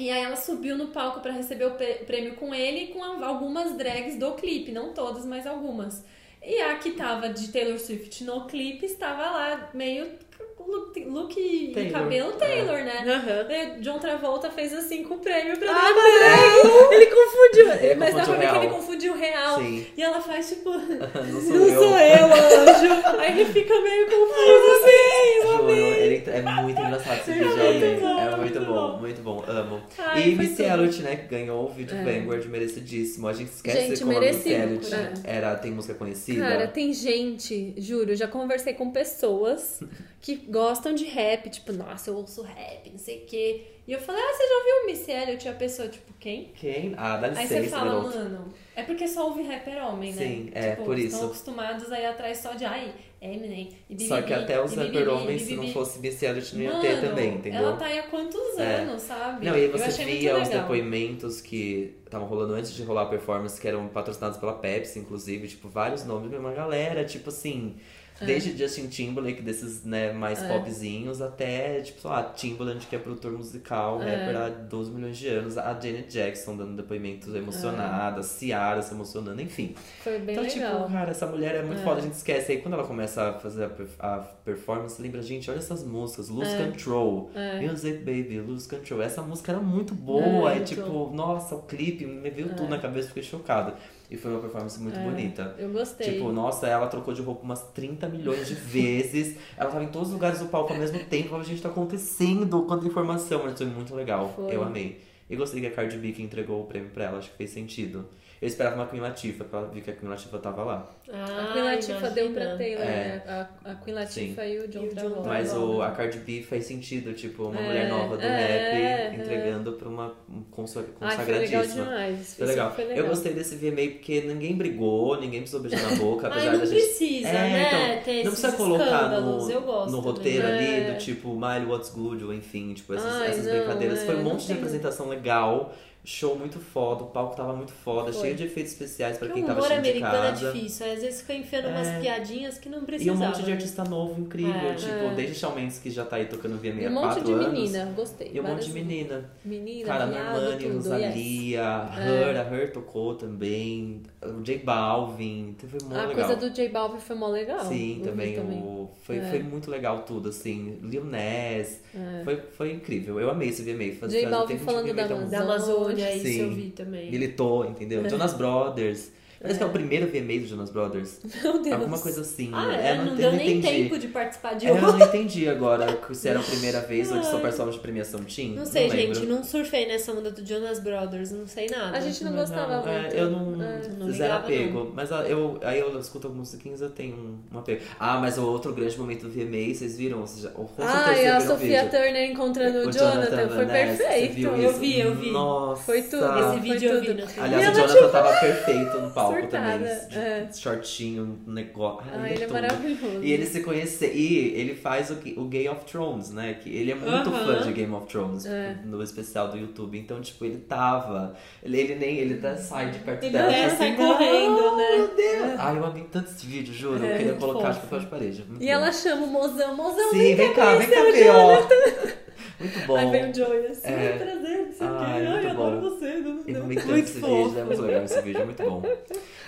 Speaker 4: E aí ela subiu no palco pra receber o pe- prêmio com ele e com a- algumas drags do clipe, não todas, mas algumas. E a que tava de Taylor Swift no clipe estava lá meio look, look e
Speaker 2: Taylor. É.
Speaker 4: cabelo Taylor, né?
Speaker 5: Aham.
Speaker 4: E John Travolta fez assim com o prêmio pra
Speaker 5: Ah, não! Ele confundiu.
Speaker 2: Ele
Speaker 5: Mas dá pra
Speaker 2: confundiu
Speaker 5: ver que
Speaker 2: real.
Speaker 5: ele confundiu
Speaker 4: de um real.
Speaker 2: Sim.
Speaker 4: E ela faz tipo, não
Speaker 2: Não sou eu.
Speaker 4: sou eu, anjo. Aí ele fica meio confuso assim.
Speaker 2: Juro, ele é muito engraçado esse
Speaker 4: É
Speaker 2: vídeo
Speaker 4: muito
Speaker 2: aí.
Speaker 4: bom,
Speaker 2: É
Speaker 4: muito
Speaker 2: muito bom,
Speaker 4: bom.
Speaker 2: muito bom. Amo.
Speaker 4: Ai,
Speaker 2: e
Speaker 4: foi
Speaker 2: Missy
Speaker 4: Ah, tudo. É.
Speaker 2: Elliott, né, que ganhou o vídeo Vanguard merecidíssimo. A gente esquece
Speaker 5: Gente,
Speaker 2: como a Missy
Speaker 5: merecido,
Speaker 2: Elliott
Speaker 5: né?
Speaker 2: era, tem música conhecida.
Speaker 5: Cara, tem gente, juro, eu já conversei com pessoas que gostam de rap, tipo, nossa, eu ouço rap, não sei o quê. E eu falei, ah, você já ouviu o Missy Elliott? E a pessoa, tipo, quem?
Speaker 2: Quem? Ah, dá
Speaker 4: Aí você
Speaker 2: licença,
Speaker 4: fala,
Speaker 2: garoto.
Speaker 4: mano, é porque só ouve rapper homem, né?
Speaker 2: Sim, é,
Speaker 4: tipo,
Speaker 2: por isso.
Speaker 4: Estão acostumados aí atrás só de, ai, Eminem, e bibibi,
Speaker 2: Só que até os
Speaker 4: e bibibi,
Speaker 2: rapper homens,
Speaker 4: e
Speaker 2: se não
Speaker 4: bibibi.
Speaker 2: fosse Missy Elliott, não ia
Speaker 4: Mano,
Speaker 2: ter também, entendeu?
Speaker 4: Ela tá aí há quantos
Speaker 2: É.
Speaker 4: anos, sabe?
Speaker 2: Não, e aí
Speaker 4: Eu
Speaker 2: você
Speaker 4: achei muito
Speaker 2: via os
Speaker 4: legal.
Speaker 2: depoimentos que estavam rolando antes de rolar a performance, que eram patrocinados pela Pepsi, inclusive, tipo, vários nomes, uma galera, tipo assim,
Speaker 4: É.
Speaker 2: desde Justin Timberlake, desses, né, mais popzinhos, até, tipo, sei lá, Timbaland, que é produtor musical,
Speaker 4: É.
Speaker 2: rapper há 12 milhões de anos, a Janet Jackson dando
Speaker 4: É.
Speaker 2: depoimentos emocionada, a Ciara se emocionando, enfim.
Speaker 5: Foi bem
Speaker 2: então,
Speaker 5: legal.
Speaker 2: tipo, cara, essa mulher é muito foda, a gente esquece. Aí quando ela começa a fazer a, perf- a performance, lembra, gente, olha essas músicas, Lose
Speaker 5: É.
Speaker 2: Control. Music Baby, Lose Control. Essa música era muito boa.
Speaker 5: É,
Speaker 2: e
Speaker 5: muito É.
Speaker 2: tipo, nossa, o clipe me veio tudo na cabeça, fiquei chocado. E foi uma performance muito bonita.
Speaker 5: Eu gostei.
Speaker 2: Tipo, nossa, ela trocou de roupa umas 30 milhões de vezes. ela tava em todos os lugares do palco ao mesmo tempo. A gente tá acontecendo, quanta informação. Mas foi muito legal.
Speaker 5: Foi.
Speaker 2: Eu amei. E gostei que a Cardi B que entregou o prêmio pra ela, acho que fez sentido. Eu esperava uma Queen Latifah, pra ver que a Queen Latifah tava lá.
Speaker 4: Ah,
Speaker 5: a Queen Latifah deu pra
Speaker 3: ter.
Speaker 5: Taylor,
Speaker 2: É.
Speaker 5: né? A, a Queen Latifah e o John
Speaker 3: E o John
Speaker 5: Travolta.
Speaker 3: Travolta.
Speaker 2: Mas
Speaker 3: Tá
Speaker 2: o,
Speaker 3: bom, né?
Speaker 2: a Cardi B faz sentido, tipo, uma
Speaker 5: É,
Speaker 2: mulher nova do
Speaker 5: é,
Speaker 2: rap
Speaker 5: é.
Speaker 2: entregando pra uma consa-
Speaker 5: Ai, foi legal
Speaker 2: consagradíssima.
Speaker 5: demais.
Speaker 2: é né? Foi
Speaker 5: Isso
Speaker 2: legal.
Speaker 5: Foi legal.
Speaker 2: Eu gostei desse VMA porque ninguém brigou, ninguém precisou beijar na boca, apesar
Speaker 3: Ai, não
Speaker 2: da gente.
Speaker 3: precisa,
Speaker 2: É,
Speaker 3: né?
Speaker 2: então,
Speaker 3: ter
Speaker 2: não precisa
Speaker 3: esses
Speaker 2: colocar
Speaker 3: escândalos.
Speaker 2: no,
Speaker 3: eu gosto.
Speaker 2: no
Speaker 3: também.
Speaker 2: roteiro ali
Speaker 5: É.
Speaker 2: do tipo Miley What's Good, ou enfim, tipo, essas,
Speaker 5: Ai,
Speaker 2: essas
Speaker 5: não,
Speaker 2: brincadeiras.
Speaker 5: é,
Speaker 2: Foi um
Speaker 5: não
Speaker 2: monte de
Speaker 5: tem.
Speaker 2: apresentação legal, show muito foda, o palco tava muito foda,
Speaker 5: Foi. um
Speaker 2: cheio de efeitos especiais pra
Speaker 3: Porque
Speaker 2: quem
Speaker 3: o
Speaker 2: tava
Speaker 3: humor
Speaker 2: assistindo de
Speaker 3: americano é
Speaker 2: casa.
Speaker 3: difícil. Aí, às vezes fica enfiando
Speaker 2: É.
Speaker 3: umas piadinhas que não
Speaker 2: E um
Speaker 3: precisava.
Speaker 2: monte de
Speaker 3: né?
Speaker 2: artista novo, incrível.
Speaker 3: É.
Speaker 2: Tipo, desde Shawn Mendes, que já tá aí tocando VMA
Speaker 5: E um
Speaker 2: há
Speaker 5: monte
Speaker 2: quatro
Speaker 5: de
Speaker 2: anos.
Speaker 5: menina, gostei.
Speaker 2: E um monte
Speaker 5: Várias
Speaker 2: de menina.
Speaker 5: Menina,
Speaker 2: Cara,
Speaker 5: viado,
Speaker 4: é
Speaker 2: Normani,
Speaker 5: tudo, yes. É.
Speaker 2: Rosalia, Her, a Her tocou também. O J Balvin, teve muito
Speaker 5: A
Speaker 2: legal.
Speaker 5: coisa do J Balvin foi mó legal. Eu
Speaker 2: Sim,
Speaker 5: vi
Speaker 2: também. O... Foi,
Speaker 5: É.
Speaker 2: foi muito legal tudo, assim. Lil Nas. Foi, foi incrível. Eu amei esse VMA. Faz,
Speaker 5: J
Speaker 2: faz um
Speaker 5: Balvin
Speaker 2: tempo que
Speaker 5: falando
Speaker 2: VMA
Speaker 5: da
Speaker 2: tá
Speaker 5: Amazônia.
Speaker 3: Da Amazônia, isso
Speaker 2: Sim.
Speaker 3: eu vi também.
Speaker 2: Militou, entendeu? Jonas Brothers. Parece que é o primeiro VMA do Jonas Brothers.
Speaker 5: Meu Deus.
Speaker 2: Alguma coisa assim.
Speaker 3: Ah,
Speaker 2: né?
Speaker 3: é,
Speaker 2: eu
Speaker 3: não,
Speaker 2: te-
Speaker 3: deu nem
Speaker 2: entendi. É,
Speaker 3: tempo de participar de
Speaker 2: Eu
Speaker 3: uma.
Speaker 2: não entendi agora se era a primeira vez ou se só participava de premiação tinha.
Speaker 3: Não sei,
Speaker 2: lembro.
Speaker 3: gente, não surfei nessa onda do Jonas Brothers, não sei nada.
Speaker 5: A gente não
Speaker 2: Mas
Speaker 5: gostava
Speaker 2: é,
Speaker 5: muito.
Speaker 2: eu não,
Speaker 3: não
Speaker 2: zero
Speaker 3: ligava,
Speaker 2: apego. Mas ah, eu, aí eu escuto algumas musiquinhas, eu tenho um, um apego. Ah, mas o outro grande momento do VMA, vocês viram? Vocês já, com certeza
Speaker 5: Ai,
Speaker 2: vocês
Speaker 5: a
Speaker 2: viram o
Speaker 5: Sofia
Speaker 2: vídeo.
Speaker 5: Turner encontrando o,
Speaker 2: O
Speaker 5: Jonathan,
Speaker 2: Jonathan
Speaker 5: foi
Speaker 2: Vanessa, você
Speaker 5: perfeito.
Speaker 2: viu
Speaker 3: Eu
Speaker 2: isso?
Speaker 3: vi, eu vi.
Speaker 2: Nossa.
Speaker 5: Foi tudo.
Speaker 3: Esse
Speaker 5: Foi
Speaker 3: vídeo eu vi
Speaker 5: tudo.
Speaker 3: no Twitter.
Speaker 2: Aliás,
Speaker 5: E
Speaker 2: o
Speaker 5: ela
Speaker 2: Jonathan tava perfeito no palco
Speaker 5: surtada,
Speaker 2: também. de-
Speaker 5: é.
Speaker 2: Shortinho, um negócio. Ai,
Speaker 5: Ai, ele é
Speaker 2: tudo.
Speaker 5: maravilhoso.
Speaker 2: E ele se conhece E ele faz o, que- o Game of Thrones, né? Que ele é muito
Speaker 3: Aham.
Speaker 2: fã de Game of Thrones no especial do YouTube. Então, tipo, ele tava. Ele, ele nem. Ele até sai de perto
Speaker 3: Ele
Speaker 2: dela.
Speaker 3: até
Speaker 2: assim,
Speaker 3: sai
Speaker 2: "Não,
Speaker 3: correndo, né?"
Speaker 2: Meu Deus! Ai, eu amei tanto esse vídeo, juro. eu queria
Speaker 3: muito
Speaker 2: colocar de
Speaker 3: fofo.
Speaker 2: papel de parede. Muito
Speaker 5: E
Speaker 2: bom.
Speaker 5: ela chama o mozão, mozão,
Speaker 2: Sim, vem cá, vem cá ver, ó. Muito bom.
Speaker 5: Aí vem o Joey assim,
Speaker 2: É.
Speaker 5: prazer, não sei o quê.
Speaker 2: Ai,
Speaker 5: Ai,
Speaker 2: muito
Speaker 5: eu adoro
Speaker 2: bom.
Speaker 5: você. não- não-
Speaker 2: Eu amei tanto
Speaker 3: tá Muito
Speaker 2: É esse
Speaker 3: fofo.
Speaker 2: vídeo, né? Muito legal esse vídeo, é muito bom.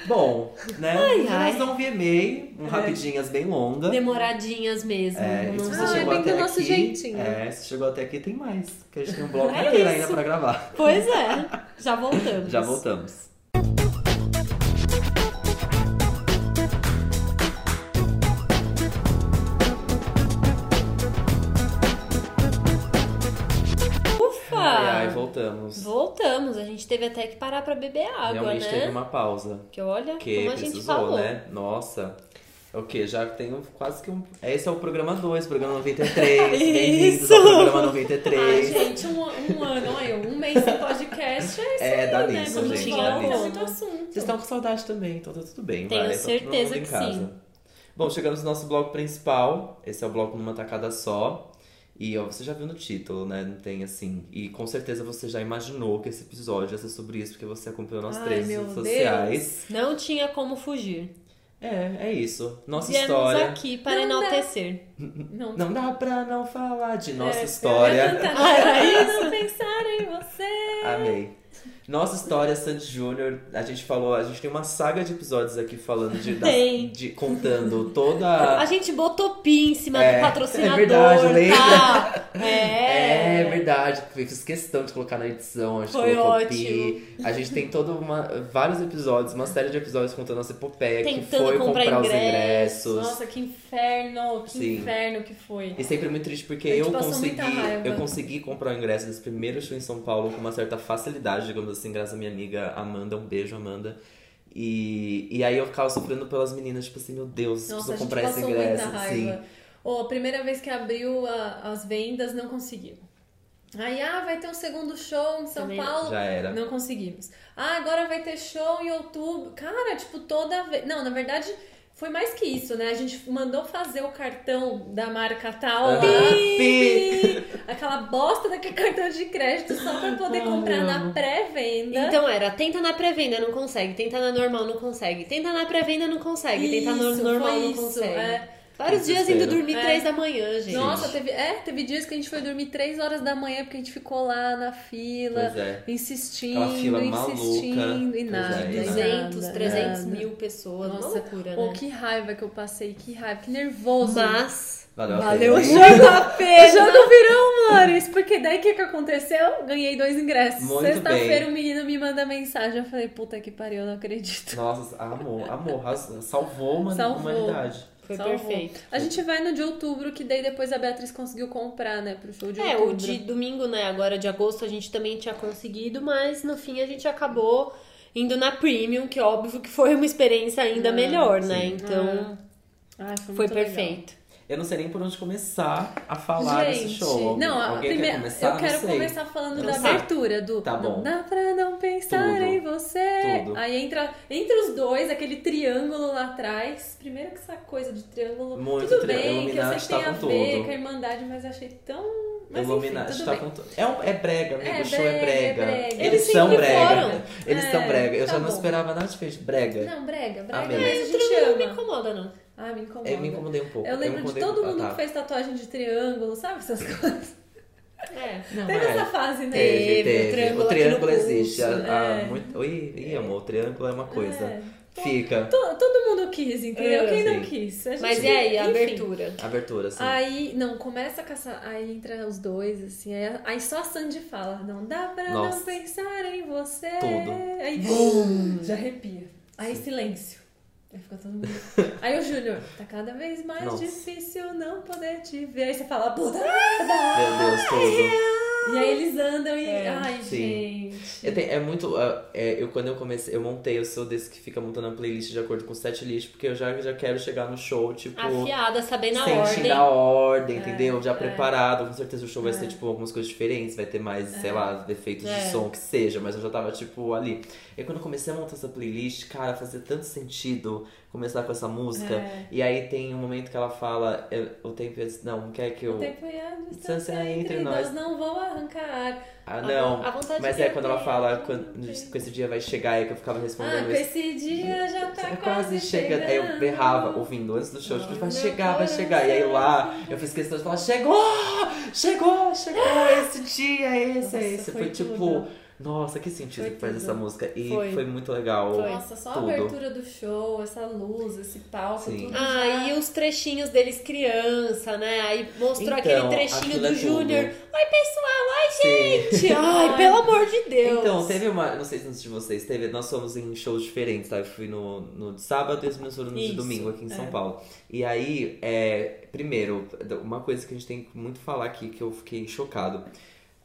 Speaker 2: Bom, né?
Speaker 3: ai. É.
Speaker 2: Nós não VMA, um rapidinhas bem longa.
Speaker 3: Demoradinhas mesmo.
Speaker 2: É, e
Speaker 3: não
Speaker 2: se você
Speaker 5: Ah,
Speaker 3: sei.
Speaker 2: chegou
Speaker 5: bem do
Speaker 2: até
Speaker 5: nosso
Speaker 2: aqui,
Speaker 5: jeitinho.
Speaker 2: É, se chegou até aqui tem mais, que a gente tem um bloco
Speaker 3: É
Speaker 2: inteiro
Speaker 3: isso.
Speaker 2: ainda pra gravar.
Speaker 3: Pois é, já voltamos.
Speaker 2: Já voltamos.
Speaker 3: Ufa!
Speaker 2: Ai, ai, voltamos.
Speaker 3: Voltamos, a gente teve até que parar pra beber água,
Speaker 2: Realmente
Speaker 3: né?
Speaker 2: teve uma pausa,
Speaker 3: Porque olha
Speaker 2: que
Speaker 3: como a gente falou.
Speaker 2: precisou, né? Nossa. É O que? Já tenho quase que um. Esse é o programa 2, programa 93. Bem-vindos ao
Speaker 3: Isso.
Speaker 2: programa
Speaker 4: Ai,
Speaker 2: 93.
Speaker 4: gente, um, um ano, olha, um mês de podcast é isso
Speaker 2: É,
Speaker 4: aí,
Speaker 2: dá
Speaker 4: né?
Speaker 2: nisso,
Speaker 4: Quando
Speaker 3: gente,
Speaker 4: volta,
Speaker 3: dá nisso.
Speaker 4: muito assunto.
Speaker 2: Vocês estão com saudade também, então tá tudo bem.
Speaker 3: Tenho
Speaker 2: vai, tá todo mundo
Speaker 3: certeza
Speaker 2: em
Speaker 3: que
Speaker 2: casa.
Speaker 3: sim.
Speaker 2: Bom, chegamos no nosso bloco principal. Esse é o bloco numa tacada só. E ó, você já viu no título, né? Não tem assim. E com certeza você já imaginou que esse episódio ia ser sobre isso, porque você acompanhou nós
Speaker 5: Ai,
Speaker 2: três
Speaker 5: meu
Speaker 2: redes sociais.
Speaker 3: Não tinha como fugir.
Speaker 2: É, é isso. Nossa
Speaker 3: Viemos
Speaker 2: história.
Speaker 3: aqui para
Speaker 5: Não dá.
Speaker 3: enaltecer.
Speaker 4: Não,
Speaker 2: Não dá pra
Speaker 3: É,
Speaker 2: não falar de nossa história.
Speaker 4: Tá
Speaker 3: Ah, era
Speaker 4: tentando pensar em você.
Speaker 2: Amei. Nossa história Santos Júnior, a gente falou, a gente tem uma saga de episódios aqui falando de, das-
Speaker 3: Tem.
Speaker 2: de contando toda
Speaker 3: A gente botou PIN em cima
Speaker 2: É,
Speaker 3: do patrocinador.
Speaker 2: é verdade, lembra?
Speaker 3: tá? É.
Speaker 2: É verdade, fiz questão de colocar na edição, a gente
Speaker 3: Foi
Speaker 2: colocou
Speaker 3: ótimo.
Speaker 2: pi. A gente tem todo uma, vários episódios, uma série de episódios contando nossa epopeia, que
Speaker 3: Tentando
Speaker 2: foi
Speaker 3: comprar ingressos.
Speaker 2: os ingressos.
Speaker 4: Nossa, que inferno, que
Speaker 2: Sim.
Speaker 4: inferno que foi.
Speaker 2: E sempre muito triste porque
Speaker 4: A gente
Speaker 2: eu
Speaker 4: passou
Speaker 2: consegui,
Speaker 4: muita raiva.
Speaker 2: eu consegui comprar o ingresso desse primeiro show em São Paulo com uma certa facilidade, digamos assim, graças à minha amiga Amanda, um beijo Amanda. E, e aí eu ficava sofrendo pelas meninas, tipo assim, meu Deus,
Speaker 4: Nossa,
Speaker 2: preciso
Speaker 4: a gente
Speaker 2: comprar esse
Speaker 4: passou
Speaker 2: ingresso.
Speaker 4: muita
Speaker 2: Sim.
Speaker 4: raiva. Ó, a primeira vez que abriu a- as vendas, não conseguiu. Aí, ah, vai ter um segundo show em São
Speaker 3: Também não.
Speaker 4: Paulo.
Speaker 2: Já era.
Speaker 4: Não conseguimos. Ah, agora vai ter show em outubro. Cara, tipo, toda vez. Não, na verdade, foi mais que isso, né? A gente mandou fazer o cartão da marca tal lá.
Speaker 2: Aham.
Speaker 4: Pi! Aquela bosta daquele cartão de crédito só pra poder
Speaker 2: Ai,
Speaker 4: comprar
Speaker 2: eu
Speaker 4: na
Speaker 2: amo.
Speaker 4: pré-venda.
Speaker 3: Então era, tenta na pré-venda, não consegue. Tenta na normal, não consegue. Tenta na pré-venda, não consegue. Tenta na
Speaker 4: Isso,
Speaker 3: tá normal,
Speaker 4: foi
Speaker 3: não
Speaker 4: isso,
Speaker 3: consegue.
Speaker 4: é.
Speaker 3: Vários dias indo
Speaker 2: Desespero.
Speaker 3: dormir
Speaker 4: É.
Speaker 3: três da manhã, gente.
Speaker 4: Nossa, teve, é, teve dias que a gente foi dormir 3 horas da manhã porque a gente ficou lá na fila,
Speaker 2: Pois é.
Speaker 4: insistindo,
Speaker 2: Aquela fila maluca.
Speaker 4: insistindo e
Speaker 2: Pois
Speaker 4: nada.
Speaker 2: é,
Speaker 4: e
Speaker 2: e nada.
Speaker 3: 200,
Speaker 4: nada,
Speaker 3: 300
Speaker 4: nada.
Speaker 3: mil pessoas. Uma
Speaker 4: Nossa,
Speaker 3: loucura,
Speaker 4: Oh,
Speaker 3: né?
Speaker 4: que raiva que eu passei, que raiva, que nervoso.
Speaker 3: Mas...
Speaker 2: Valeu,
Speaker 4: Valeu
Speaker 2: a
Speaker 4: o
Speaker 2: pena.
Speaker 4: jogo a pena. jogo virou, amores. Porque daí o que, que aconteceu? Ganhei dois ingressos.
Speaker 2: Muito
Speaker 4: Sexta-feira
Speaker 2: bem.
Speaker 4: o menino me manda mensagem. Eu falei, puta que pariu, eu não acredito.
Speaker 2: Nossa, amor, amor, arrasou. salvou uma
Speaker 4: Salvou.
Speaker 2: humanidade.
Speaker 3: Foi
Speaker 4: Salvou.
Speaker 3: perfeito.
Speaker 4: A gente vai no de outubro, que daí depois a Beatriz conseguiu comprar, né? Pro show de
Speaker 3: É,
Speaker 4: outubro.
Speaker 3: o de domingo, né? Agora de agosto a gente também tinha conseguido, mas no fim a gente acabou indo na premium, que é óbvio que foi uma experiência ainda
Speaker 4: Ah,
Speaker 3: melhor, né?
Speaker 2: sim.
Speaker 3: Então
Speaker 4: Ai, foi,
Speaker 3: foi
Speaker 4: muito legal.
Speaker 3: perfeito.
Speaker 2: Eu não sei nem por onde começar a falar desse
Speaker 4: Gente,
Speaker 2: show. Alguém-
Speaker 4: Não, a
Speaker 2: Alguém
Speaker 4: primeira,
Speaker 2: quer começar?
Speaker 4: eu quero
Speaker 2: não sei.
Speaker 4: começar falando
Speaker 3: Não
Speaker 4: da
Speaker 3: sei.
Speaker 4: abertura do
Speaker 2: Tá bom.
Speaker 4: Não dá pra não pensar
Speaker 2: Tudo.
Speaker 4: em você.
Speaker 2: Tudo.
Speaker 4: Aí entra entre os dois, aquele triângulo lá atrás. Primeiro que essa coisa de triângulo.
Speaker 2: Muito
Speaker 4: tudo
Speaker 2: triângulo.
Speaker 4: bem, que eu sei
Speaker 2: Illuminati
Speaker 4: que
Speaker 2: tá
Speaker 4: tem a
Speaker 2: com
Speaker 4: ver
Speaker 2: tudo.
Speaker 4: com a Irmandade, mas achei tão. Mas
Speaker 2: Illuminati
Speaker 4: enfim, tudo
Speaker 2: tá
Speaker 4: bem.
Speaker 2: com tudo. É, um- é brega, amigo.
Speaker 4: É
Speaker 2: o show é
Speaker 4: brega,
Speaker 2: brega.
Speaker 4: é brega.
Speaker 2: Eles,
Speaker 3: Eles
Speaker 2: são
Speaker 3: sempre
Speaker 2: brega.
Speaker 3: foram.
Speaker 2: Eles
Speaker 4: É,
Speaker 2: são brega. Eu
Speaker 4: tá
Speaker 2: já não
Speaker 4: bom.
Speaker 2: esperava nada diferente. Brega.
Speaker 4: Não, brega, brega,
Speaker 2: Amém.
Speaker 4: mas a
Speaker 3: Outro
Speaker 4: gente
Speaker 3: não me
Speaker 4: ama.
Speaker 3: incomoda, não.
Speaker 4: Ah, me incomoda.
Speaker 2: Eu me incomodei um pouco.
Speaker 4: Eu lembro
Speaker 2: me
Speaker 4: de
Speaker 2: incomodei
Speaker 4: todo
Speaker 2: um pouco.
Speaker 4: mundo
Speaker 2: Ah,
Speaker 4: que fez tatuagem de triângulo, sabe essas coisas?
Speaker 3: É.
Speaker 2: Não,
Speaker 4: Teve
Speaker 2: é.
Speaker 4: essa fase, né?
Speaker 3: Teve, o
Speaker 2: Teve, teve.
Speaker 3: triângulo
Speaker 2: O
Speaker 3: aqui
Speaker 2: triângulo
Speaker 3: no pulso,
Speaker 2: existe. há- há
Speaker 4: é.
Speaker 2: muito- Ih, ih, amor, o triângulo é uma coisa.
Speaker 4: É.
Speaker 2: Fica.
Speaker 4: To- todo mundo quis, entendeu?
Speaker 3: É,
Speaker 4: Quem não
Speaker 2: sim.
Speaker 4: quis? A gente-
Speaker 3: Mas e aí, a
Speaker 4: enfim.
Speaker 3: abertura?
Speaker 2: Abertura, assim.
Speaker 4: Aí, não, começa com essa. Aí entra os dois, assim. Aí, aí só a Sandy fala: Não dá pra não
Speaker 2: Nossa.
Speaker 4: pensar em você.
Speaker 2: Tudo.
Speaker 4: Aí, já arrepia. Aí, silêncio. Aí fica todo mundo. Aí o Júnior: Tá cada vez mais
Speaker 2: Nossa.
Speaker 4: difícil não poder te ver. Aí você fala: Puta.
Speaker 2: Meu Deus, tudo.
Speaker 4: E aí eles andam e.
Speaker 3: É,
Speaker 4: Ai,
Speaker 2: Ah! sim.
Speaker 4: gente.
Speaker 2: É, tem- é muito. ah, é, eu, quando eu comecei, eu montei, eu sou desse que fica montando a playlist de acordo com o set list, porque eu já, já quero chegar no show, tipo.
Speaker 4: Ah,
Speaker 3: Afiada, sabendo a
Speaker 2: Sem
Speaker 3: ordem.
Speaker 2: tirar a ordem, entendeu? Já preparado, com certeza o show vai ser, tipo, algumas coisas diferentes, vai ter mais, sei lá, defeitos
Speaker 3: É.
Speaker 2: de som, que seja, mas eu já tava, tipo, ali. E quando eu comecei a montar essa playlist, cara, fazia tanto sentido começar com essa música.
Speaker 4: É.
Speaker 2: E aí tem um momento que ela fala, é, o tempo é. Não, quer que eu.
Speaker 4: O tempo e a distância
Speaker 2: Distância é
Speaker 4: entre,
Speaker 2: entre
Speaker 4: nós.
Speaker 2: nós.
Speaker 4: não vão arrancar ar.
Speaker 2: Ah, não.
Speaker 3: a vontade
Speaker 2: mas
Speaker 3: que
Speaker 2: é
Speaker 3: eu
Speaker 2: quando ela
Speaker 3: tenho,
Speaker 2: fala,
Speaker 3: eu
Speaker 2: quando,
Speaker 3: não tenho.
Speaker 2: com esse dia vai chegar, aí que eu ficava
Speaker 4: Ah,
Speaker 2: respondendo.
Speaker 4: com
Speaker 2: mas-
Speaker 4: esse dia já tá
Speaker 2: É
Speaker 4: quase,
Speaker 2: quase chegando.
Speaker 4: chegando.
Speaker 2: Aí eu berrava, ouvindo antes do show, tipo, vai
Speaker 4: Meu
Speaker 2: chegar, vai
Speaker 4: coração.
Speaker 2: chegar. E aí lá eu fiz questão de falar: chegou! Chegou, chegou! Esse dia, esse,
Speaker 4: Nossa,
Speaker 2: é esse. Foi,
Speaker 4: foi
Speaker 2: tipo,
Speaker 4: tudo.
Speaker 2: nossa, que sentido
Speaker 4: Foi
Speaker 2: que faz
Speaker 4: tudo.
Speaker 2: essa música. E
Speaker 3: Foi.
Speaker 2: foi, muito legal.
Speaker 3: Foi.
Speaker 4: Nossa, só
Speaker 2: Tudo.
Speaker 4: a abertura do show, essa luz, esse palco,
Speaker 2: Sim.
Speaker 4: tudo.
Speaker 3: Ah, e os trechinhos deles criança, né? Aí mostrou
Speaker 2: Então,
Speaker 3: aquele trechinho
Speaker 2: aquilo é
Speaker 3: do Júnior. Ai, pessoal, ai,
Speaker 2: Sim.
Speaker 3: gente! Ai, pelo amor de Deus!
Speaker 2: Então, teve uma. Não sei se antes de vocês, teve. Nós fomos em shows diferentes, tá? Eu fui no, no de sábado e os meus foram no
Speaker 3: Isso, é.
Speaker 2: de domingo aqui em São Paulo. E aí, é, primeiro, uma coisa que a gente tem que muito falar aqui que eu fiquei chocado.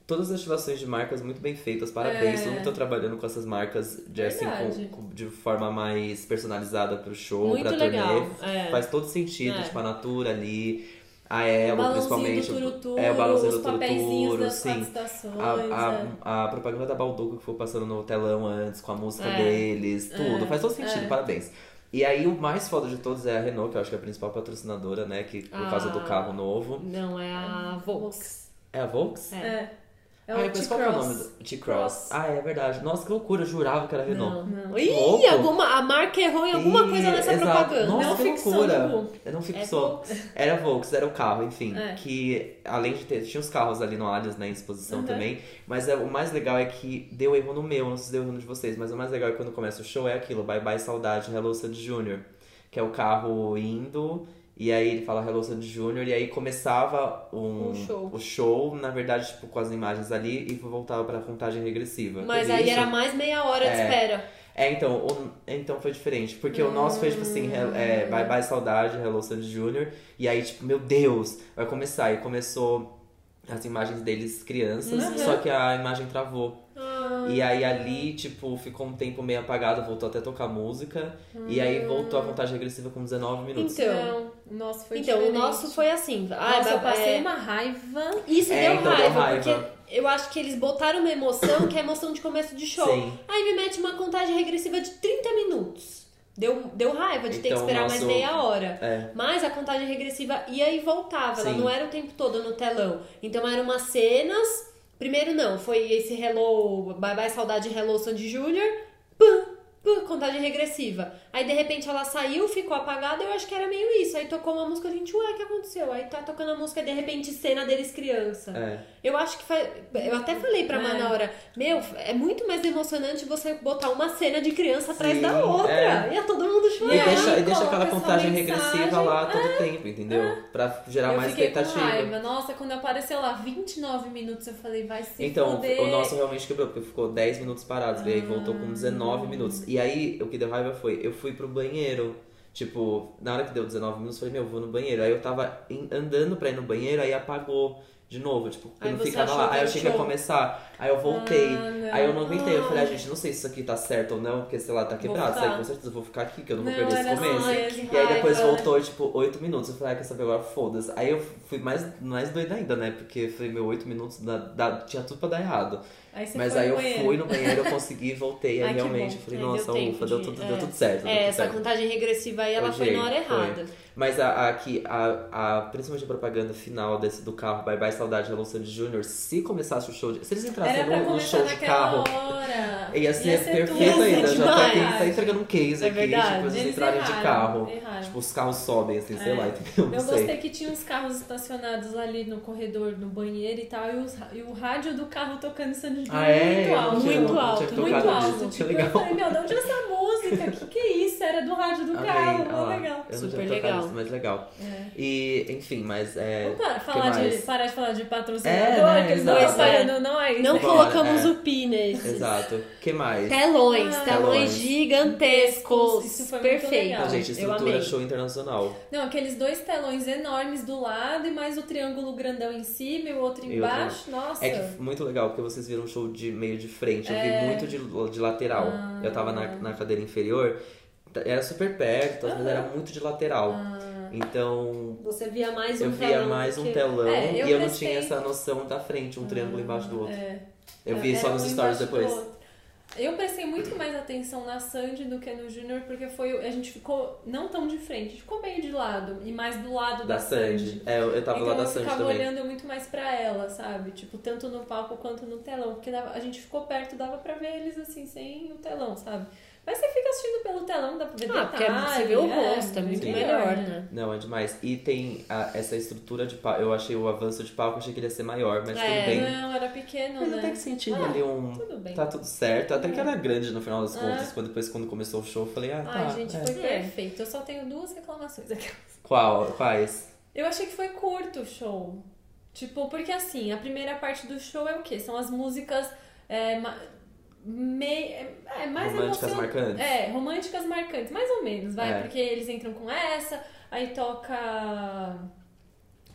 Speaker 2: Todas as ativações de marcas muito bem feitas, parabéns.
Speaker 4: É.
Speaker 2: Eu não tô trabalhando com essas marcas de, assim,
Speaker 4: Verdade.
Speaker 2: com- com- de forma mais personalizada pro show,
Speaker 3: Muito
Speaker 2: pra
Speaker 3: legal.
Speaker 2: turnê.
Speaker 3: É.
Speaker 2: Faz todo sentido,
Speaker 3: É.
Speaker 2: tipo, a Natura ali, a
Speaker 4: o
Speaker 2: Elo,
Speaker 4: balãozinho
Speaker 2: principalmente.
Speaker 4: do turuturo,
Speaker 2: é, o balãozinho
Speaker 4: os
Speaker 2: do
Speaker 4: papeizinhos
Speaker 2: Turuturo,
Speaker 4: das quatro
Speaker 2: sim.
Speaker 4: estações. é.
Speaker 2: A, a, a propaganda da Balduco que foi passando no telão antes, com a música
Speaker 3: É.
Speaker 2: deles, tudo. Faz todo sentido,
Speaker 4: é.
Speaker 2: parabéns. E aí, o mais foda de todos é a Renault, que eu acho que é a principal patrocinadora, né? Que por causa do
Speaker 3: Ah.
Speaker 2: carro novo.
Speaker 3: Não, é a Vox.
Speaker 4: Vox.
Speaker 2: É a Volks?
Speaker 4: É. É
Speaker 2: Ai, mas qual que é o nome
Speaker 4: T-Cross.
Speaker 2: do T-Cross? Ah, é verdade. Nossa, que loucura, eu jurava que era Renault.
Speaker 4: Não,
Speaker 3: Não.
Speaker 2: Que
Speaker 3: Ih,
Speaker 2: louco.
Speaker 3: alguma, a marca errou em alguma
Speaker 2: Ih,
Speaker 3: coisa nessa
Speaker 2: exato.
Speaker 3: propaganda.
Speaker 2: Nossa,
Speaker 4: Não
Speaker 2: que
Speaker 4: ficção,
Speaker 2: loucura.
Speaker 4: Hugo.
Speaker 2: Eu não fico
Speaker 4: É
Speaker 2: só. Era Volks, era o carro, enfim.
Speaker 4: É.
Speaker 2: Que além de ter. Tinha os carros ali no Alias, né, em exposição
Speaker 4: Uhum.
Speaker 2: também. Mas é- o mais legal é que deu erro no meu, não sei se deu erro no de vocês, mas o mais legal é que quando começa o show é aquilo: Bye Bye Saudade, Hello Sandy Jr. Que é o carro indo. E aí ele fala Hello Sandy Jr. E aí começava um,
Speaker 3: Um show.
Speaker 2: o show, na verdade, tipo, com as imagens ali, e voltava pra contagem regressiva.
Speaker 3: Mas
Speaker 2: Teve
Speaker 3: aí
Speaker 2: isso?
Speaker 3: era mais meia hora de
Speaker 2: É.
Speaker 3: espera.
Speaker 2: É, então, o- então foi diferente. Porque o nosso foi, tipo assim, Hel- é, Bye Bye Saudade, Hello Sandy Jr. E aí, tipo, meu Deus, vai começar. E começou as imagens deles crianças,
Speaker 4: Uhum. Ah.
Speaker 2: só que a imagem travou. E aí ali, tipo, ficou um tempo meio apagado, voltou até a tocar música. E aí
Speaker 4: Ah.
Speaker 2: voltou a contagem regressiva com 19 minutos.
Speaker 3: Então,
Speaker 4: Não, o nosso foi
Speaker 3: então o
Speaker 4: diferente.
Speaker 3: nosso foi assim. Ah,
Speaker 4: Nossa, eu
Speaker 3: é-
Speaker 4: passei uma raiva.
Speaker 3: Isso
Speaker 2: É,
Speaker 3: deu,
Speaker 2: então deu
Speaker 3: raiva,
Speaker 2: raiva.
Speaker 3: porque eu acho que eles botaram uma emoção que é a emoção de começo de show.
Speaker 2: Sim.
Speaker 3: Aí me mete uma contagem regressiva de 30 minutos. Deu, deu raiva de ter que
Speaker 2: Então,
Speaker 3: esperar mais
Speaker 2: nosso-
Speaker 3: meia hora.
Speaker 2: É.
Speaker 3: Mas a contagem regressiva ia e voltava, ela
Speaker 2: Sim.
Speaker 3: não era o tempo todo no telão. Então eram umas cenas. Primeiro não, foi esse hello, bye bye saudade, hello Sandy Júnior. Pum, pum, contagem regressiva. Aí de repente ela saiu, ficou apagada, eu acho que era meio isso. Aí tocou uma música, a gente, ué, o que aconteceu? Aí tá tocando a música, de repente cena deles criança.
Speaker 2: É.
Speaker 3: Eu acho que fa... eu até falei pra
Speaker 4: É.
Speaker 3: Má na hora, meu, é muito mais emocionante você botar uma cena de criança atrás
Speaker 2: Sim,
Speaker 3: da outra.
Speaker 2: é.
Speaker 3: E é todo mundo
Speaker 2: E
Speaker 3: chorando.
Speaker 2: deixa, e deixa aquela
Speaker 4: coloca essa
Speaker 2: contagem
Speaker 4: mensagem, Ah.
Speaker 2: regressiva lá todo tempo, entendeu? Pra gerar
Speaker 4: eu
Speaker 2: mais
Speaker 4: fiquei com
Speaker 2: expectativa.
Speaker 4: raiva. Nossa, quando apareceu lá 29 minutos, eu falei, vai se
Speaker 2: Então,
Speaker 4: fuder.
Speaker 2: o nosso realmente quebrou, porque ficou 10 minutos parados, e aí voltou com 19 minutos. E aí, o que deu raiva foi, eu fui pro banheiro. Tipo, na hora que deu 19 minutos, eu falei, meu, eu vou no banheiro. Aí eu tava in- andando pra ir no banheiro, aí apagou de novo, tipo, porque
Speaker 3: Aí
Speaker 2: não
Speaker 3: você
Speaker 2: ficava
Speaker 3: achou
Speaker 2: lá.
Speaker 3: que
Speaker 2: Aí eu
Speaker 3: era
Speaker 2: achei que ia
Speaker 3: show.
Speaker 2: começar, aí eu voltei.
Speaker 4: Ah, não.
Speaker 2: aí eu não aguentei, eu falei, ah, gente, não sei se isso aqui tá certo ou não, porque sei lá, tá quebrado. Aí
Speaker 4: ficar.
Speaker 2: com certeza eu vou ficar aqui, que eu não, vou
Speaker 4: Não,
Speaker 2: perder esse
Speaker 4: era
Speaker 2: começo.
Speaker 4: só
Speaker 3: Ai, que
Speaker 2: E aí depois
Speaker 3: raiva.
Speaker 2: voltou, tipo, 8 minutos. Eu falei, ah, quer saber agora? Foda-se. Aí eu fui mais, mais doida ainda, né? Porque eu falei, meu, 8 minutos dá- dá- tinha tudo pra dar errado.
Speaker 4: Aí você
Speaker 2: Mas
Speaker 4: foi
Speaker 2: aí
Speaker 4: no
Speaker 2: eu
Speaker 4: banheiro.
Speaker 2: fui no banheiro, eu consegui, voltei. Aí
Speaker 4: Ai, que
Speaker 2: realmente
Speaker 4: bom.
Speaker 2: eu falei,
Speaker 3: Aí
Speaker 2: nossa,
Speaker 3: deu tempo
Speaker 2: ufa, deu
Speaker 3: de-
Speaker 2: tudo,
Speaker 3: é.
Speaker 2: deu tudo certo. deu
Speaker 3: É,
Speaker 2: tudo
Speaker 3: odiei,
Speaker 2: certo.
Speaker 3: foi. contagem regressiva aí ela foi na hora errada.
Speaker 2: Mas a, a, que- a, a- principalmente a propaganda final desse do carro, Bye Bye Saudade, Hello Sandy Jr., se começasse o show, de, se eles entrassem
Speaker 4: Era pra
Speaker 2: no, no
Speaker 4: começar
Speaker 2: show de carro,
Speaker 4: naquela hora.
Speaker 2: ia ser, perfeito
Speaker 4: tudo.
Speaker 2: ainda.
Speaker 3: Ia ser
Speaker 2: Já tá,
Speaker 3: demais.
Speaker 2: aqui, tá entregando um case
Speaker 3: É
Speaker 2: aqui,
Speaker 3: verdade,
Speaker 2: tipo, eles,
Speaker 4: eles
Speaker 2: entrarem de
Speaker 4: erraram,
Speaker 2: carro.
Speaker 4: erraram.
Speaker 2: Tipo, os carros sobem, assim, sei
Speaker 4: É.
Speaker 2: lá, entendeu? Não
Speaker 4: Eu
Speaker 2: sei.
Speaker 4: gostei que tinha uns carros estacionados ali no corredor, no banheiro e tal, e, os, e o rádio do carro tocando Sandy Júnior
Speaker 2: Ah, é?
Speaker 4: muito
Speaker 2: Eu
Speaker 4: alto.
Speaker 2: não tinha-
Speaker 4: muito
Speaker 2: não tinha
Speaker 4: alto,
Speaker 2: tocado
Speaker 4: muito
Speaker 2: nisso.
Speaker 4: alto.
Speaker 2: Que
Speaker 4: Tipo,
Speaker 2: legal.
Speaker 4: eu falei, meu, de onde é essa música? Que que é isso? Era do rádio do
Speaker 2: Amei,
Speaker 4: carro,
Speaker 2: ah
Speaker 4: mó
Speaker 2: lá,
Speaker 4: legal.
Speaker 2: Eu
Speaker 3: Super
Speaker 2: não tinha tocado
Speaker 3: legal.
Speaker 2: nisso, mas legal.
Speaker 4: É.
Speaker 2: E, enfim, mas é.
Speaker 4: Opa,
Speaker 2: que
Speaker 4: falar de,
Speaker 2: mais?
Speaker 4: parar de falar de
Speaker 2: É, né,
Speaker 4: patrocinador, que eles não
Speaker 2: exato.
Speaker 4: reparando, não é isso.
Speaker 3: Não
Speaker 2: Bora,
Speaker 3: colocamos
Speaker 2: é.
Speaker 3: o pi nesse.
Speaker 2: Exato. O que mais?
Speaker 3: Telões,
Speaker 4: Ah,
Speaker 3: telões
Speaker 2: telões.
Speaker 3: gigantescos.
Speaker 4: Isso foi muito
Speaker 3: Perfeito.
Speaker 4: legal.
Speaker 2: A gente
Speaker 3: eu
Speaker 2: estrutura
Speaker 3: amei.
Speaker 2: show internacional.
Speaker 4: Não, aqueles dois telões enormes do lado e mais o triângulo grandão em cima e o outro
Speaker 2: E outro-
Speaker 4: embaixo. Nossa. É.
Speaker 2: É que f- muito legal, porque vocês viram o show de meio de frente. Eu vi muito de, de lateral. Eu tava
Speaker 4: Ah.
Speaker 2: na, na cadeira inferior, t- era super perto, mas era muito de lateral.
Speaker 4: Ah.
Speaker 2: Então,
Speaker 3: Você via mais um
Speaker 2: eu
Speaker 3: telão.
Speaker 2: via mais
Speaker 3: do
Speaker 2: um
Speaker 3: que-
Speaker 2: telão
Speaker 4: É, eu
Speaker 2: e eu não
Speaker 4: prestei-
Speaker 2: tinha essa noção da frente, um triângulo embaixo do outro.
Speaker 4: É.
Speaker 2: Eu vi só
Speaker 4: Era
Speaker 2: nos
Speaker 4: um
Speaker 2: stories
Speaker 4: embaixo do
Speaker 2: depois.
Speaker 4: outro. Eu prestei muito mais atenção na Sandy do que no Junior, porque foi a gente ficou não tão de frente, a gente ficou meio de lado, e mais do lado da,
Speaker 2: Da Sandy. É, eu eu tava
Speaker 4: então
Speaker 2: lá da
Speaker 4: eu
Speaker 2: Sandy
Speaker 4: ficava
Speaker 2: também.
Speaker 4: olhando muito mais pra ela, sabe? Tipo, tanto no palco quanto no telão. Porque dava- a gente ficou perto, dava pra ver eles assim, sem o telão, sabe? Mas você fica assistindo pelo telão, dá pra ver
Speaker 3: Ah, porque
Speaker 4: detalhe.
Speaker 3: você vê o
Speaker 4: é,
Speaker 3: rosto, é muito
Speaker 2: sim.
Speaker 3: melhor, né?
Speaker 2: Não, é demais. E tem a- essa estrutura de palco. Eu achei o avanço de palco, achei que ele ia ser maior,
Speaker 3: É,
Speaker 2: mas tudo bem.
Speaker 4: Não, era pequeno,
Speaker 2: Mas
Speaker 4: né?
Speaker 2: até que sentido ali um.
Speaker 4: Tudo bem.
Speaker 2: Tá tudo certo. Até que era grande no final das
Speaker 4: É.
Speaker 2: contas. Quando, depois, quando começou o show, eu falei, ah, tá.
Speaker 4: Ai, gente,
Speaker 2: é.
Speaker 4: foi
Speaker 3: É.
Speaker 4: perfeito. Eu só tenho duas reclamações aqui.
Speaker 2: Qual? Quais?
Speaker 4: Eu achei que foi curto o show. Tipo, porque assim, a primeira parte do show é o quê? São as músicas é, ma- mei- é, mais
Speaker 2: Românticas
Speaker 4: emocion-
Speaker 2: marcantes.
Speaker 4: É, românticas marcantes, mais ou menos, vai.
Speaker 2: É.
Speaker 4: Porque eles entram com essa, aí toca.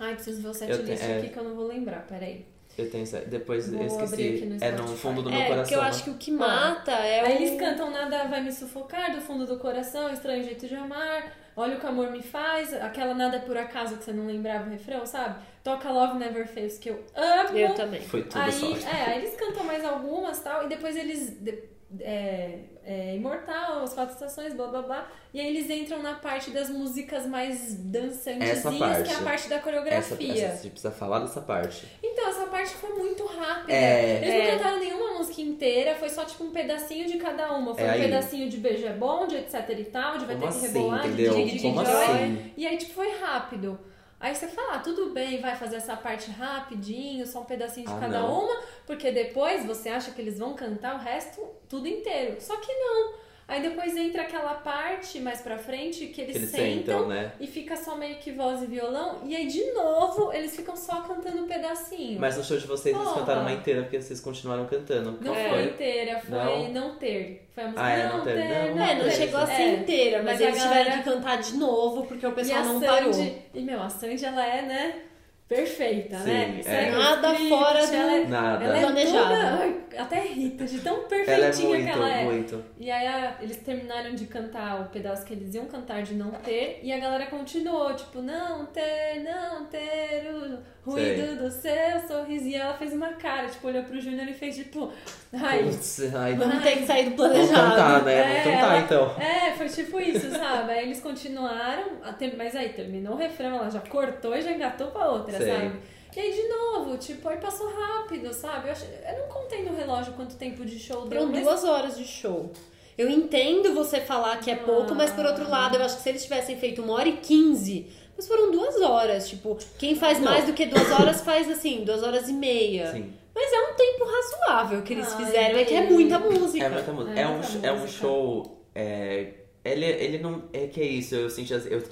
Speaker 4: Ai, preciso ver o
Speaker 2: Eu
Speaker 4: setlist
Speaker 2: tenho- é.
Speaker 4: aqui que eu não vou lembrar, peraí.
Speaker 2: Eu tenho. essa- Depois
Speaker 4: Vou
Speaker 2: eu
Speaker 4: abrir aqui
Speaker 2: esqueci.
Speaker 4: no
Speaker 2: É no
Speaker 4: Spotify.
Speaker 2: fundo do meu
Speaker 3: É,
Speaker 2: coração. né?
Speaker 3: porque eu acho que o que mata é o.
Speaker 4: Aí eles cantam Nada Vai Me Sufocar, do fundo do coração, Estranho Jeito de Amar, Olha o que o amor me faz, aquela Nada É por Acaso que você não lembrava o refrão, sabe? Toca Love Never Fails, que eu amo.
Speaker 3: Eu também.
Speaker 2: Foi tudo
Speaker 4: Aí,
Speaker 2: só.
Speaker 4: é, aí eles cantam mais algumas tal, e depois eles. de- é, é, imortal, as quatro estações, blá blá blá. E aí eles entram na parte das músicas mais dançantezinhas,
Speaker 2: Essa parte.
Speaker 4: que é a parte da
Speaker 2: Essa,
Speaker 4: coreografia.
Speaker 2: essa, a gente precisa falar dessa parte.
Speaker 4: Então, essa parte foi muito rápida.
Speaker 2: É.
Speaker 4: Eles
Speaker 5: É.
Speaker 4: não cantaram nenhuma música inteira, foi só tipo um pedacinho de cada uma. Foi
Speaker 2: É
Speaker 4: um
Speaker 2: aí.
Speaker 4: pedacinho de beijo é bom, de etc e tal, de vai
Speaker 2: Como
Speaker 4: ter que
Speaker 2: assim,
Speaker 4: rebolar,
Speaker 2: entendeu?
Speaker 4: de dig, dig,
Speaker 2: Como
Speaker 4: joy.
Speaker 2: assim?
Speaker 4: E aí, tipo, foi rápido. Aí você fala, ah, tudo bem, vai fazer essa parte rapidinho, só um pedacinho de
Speaker 2: Ah,
Speaker 4: cada
Speaker 2: não.
Speaker 4: uma, porque depois você acha que eles vão cantar o resto tudo inteiro. Só que não. Aí depois entra aquela parte mais pra frente que eles,
Speaker 2: Eles
Speaker 4: sentam
Speaker 2: sentam, né?
Speaker 4: e fica só meio que voz e violão, e aí de novo eles ficam só cantando um pedacinho.
Speaker 2: Mas no show de vocês eles
Speaker 4: Porra.
Speaker 2: cantaram uma inteira porque vocês continuaram cantando.
Speaker 4: Não
Speaker 5: É.
Speaker 4: foi inteira, foi
Speaker 2: Não?
Speaker 4: não, ter. Foi a música
Speaker 2: Ah, é, não ter, não,
Speaker 3: É, não
Speaker 2: É,
Speaker 3: chegou a
Speaker 4: é.
Speaker 3: ser inteira, mas,
Speaker 4: Mas a
Speaker 3: eles
Speaker 4: galera-
Speaker 3: tiveram que cantar de novo porque o
Speaker 4: E a
Speaker 3: pessoal não
Speaker 4: Sandy,
Speaker 3: parou.
Speaker 4: e meu, a Sandy ela é, né, perfeita,
Speaker 2: Sim,
Speaker 4: né?
Speaker 2: é.
Speaker 4: Segue o
Speaker 3: Nada
Speaker 4: script,
Speaker 3: fora do-
Speaker 4: Ela é,
Speaker 2: Nada.
Speaker 4: ela é
Speaker 3: Planejado.
Speaker 4: toda, ai, até irrita de tão
Speaker 2: Ela é
Speaker 4: perfeitinha
Speaker 2: muito,
Speaker 4: que ela é.
Speaker 2: muito.
Speaker 4: E aí a- eles terminaram de cantar o pedaço que eles iam cantar de não ter, e a galera continuou, tipo, não ter, não ter o ruído
Speaker 2: Sei.
Speaker 4: do seu sorriso. E ela fez uma cara, tipo, olhou pro Júnior e fez, tipo, ai,
Speaker 2: Putz, ai. Vamos
Speaker 3: Vamos ter que sair do planejado.
Speaker 2: cantar, né?
Speaker 4: É,
Speaker 2: Vamos cantar,
Speaker 4: ela-
Speaker 2: então.
Speaker 4: É, foi tipo isso, sabe? Aí eles continuaram, a ter- mas aí terminou o refrão, ela já cortou e já engatou pra outra,
Speaker 2: Sei.
Speaker 4: sabe? E aí de novo, tipo, aí passou rápido, sabe? Eu, ach- eu não contei no relógio quanto tempo de show deu,
Speaker 3: Foram
Speaker 4: mas
Speaker 3: duas horas de show. Eu entendo você falar que é pouco, mas por
Speaker 4: Ah.
Speaker 3: outro lado, eu acho que se eles tivessem feito uma hora e quinze, mas foram duas horas. Tipo, quem faz
Speaker 2: Não.
Speaker 3: mais do que duas horas faz assim, duas horas e meia.
Speaker 2: Sim.
Speaker 3: Mas é um tempo razoável que eles
Speaker 4: Ai,
Speaker 3: fizeram, é que é
Speaker 4: gente.
Speaker 3: muita música.
Speaker 2: É muita música.
Speaker 4: É
Speaker 2: É, um,
Speaker 4: muita
Speaker 2: é um
Speaker 4: música.
Speaker 2: show. É, ele, ele não. É que é isso, eu senti. as- Eu,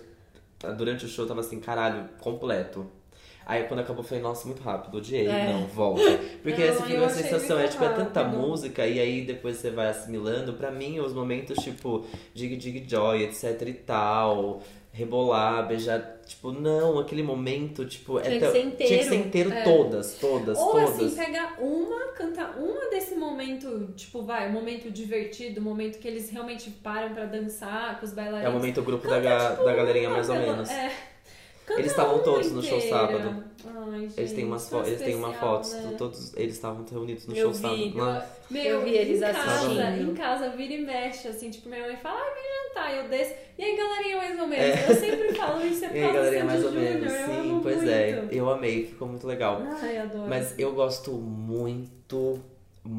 Speaker 2: durante o show eu tava assim, caralho, completo. Aí quando acabou eu falei, nossa, muito rápido, odiei,
Speaker 3: É.
Speaker 2: não, volta. Porque
Speaker 4: Não,
Speaker 2: essa foi
Speaker 4: eu
Speaker 2: uma
Speaker 4: achei
Speaker 2: sensação, é
Speaker 4: muito
Speaker 2: tipo, é tanta
Speaker 4: rápido.
Speaker 2: música e aí depois você vai assimilando. Pra mim, os momentos tipo Dig Dig Joy, etc e tal, rebolar, beijar, tipo, não, aquele momento, tipo, é
Speaker 3: Tinha que
Speaker 2: tão-
Speaker 3: ser
Speaker 2: Tinha que
Speaker 3: inteiro.
Speaker 2: ser inteiro
Speaker 4: É.
Speaker 2: todas, todas,
Speaker 4: Ou
Speaker 2: todas.
Speaker 4: assim, pega uma, canta uma desse momento, tipo, vai, um momento divertido, um momento que eles realmente param pra dançar com os bailarinos.
Speaker 2: é o momento grupo da, ga- da galerinha, mais ou
Speaker 4: Pelo-
Speaker 2: menos.
Speaker 4: tipo, é. Canta
Speaker 2: Eles estavam
Speaker 4: uma
Speaker 2: todos no show
Speaker 4: inteira.
Speaker 2: sábado.
Speaker 4: Ai, gente,
Speaker 2: Eles têm, umas fo-
Speaker 4: tão
Speaker 2: eles têm uma
Speaker 4: especial,
Speaker 2: foto,
Speaker 4: né?
Speaker 2: todos eles estavam reunidos no
Speaker 3: Eu
Speaker 2: show sábado.
Speaker 3: vi.
Speaker 2: Nossa,
Speaker 4: Meu,
Speaker 3: Eu vi eles
Speaker 4: em casa,
Speaker 3: assistindo.
Speaker 4: em casa, vira e mexe, assim, tipo, minha mãe fala, ai, vem jantar, eu desço. E aí, galerinha, mais ou menos. Eu sempre falo isso, é
Speaker 2: E
Speaker 4: por
Speaker 2: aí,
Speaker 4: causa
Speaker 2: galerinha,
Speaker 4: do
Speaker 2: mais ou
Speaker 4: Sandy
Speaker 2: menos.
Speaker 4: Júnior, eu
Speaker 2: Sim,
Speaker 4: amo
Speaker 2: pois
Speaker 4: muito.
Speaker 2: é. Eu amei, ficou muito legal.
Speaker 4: Ai, adoro.
Speaker 2: Mas eu gosto muito,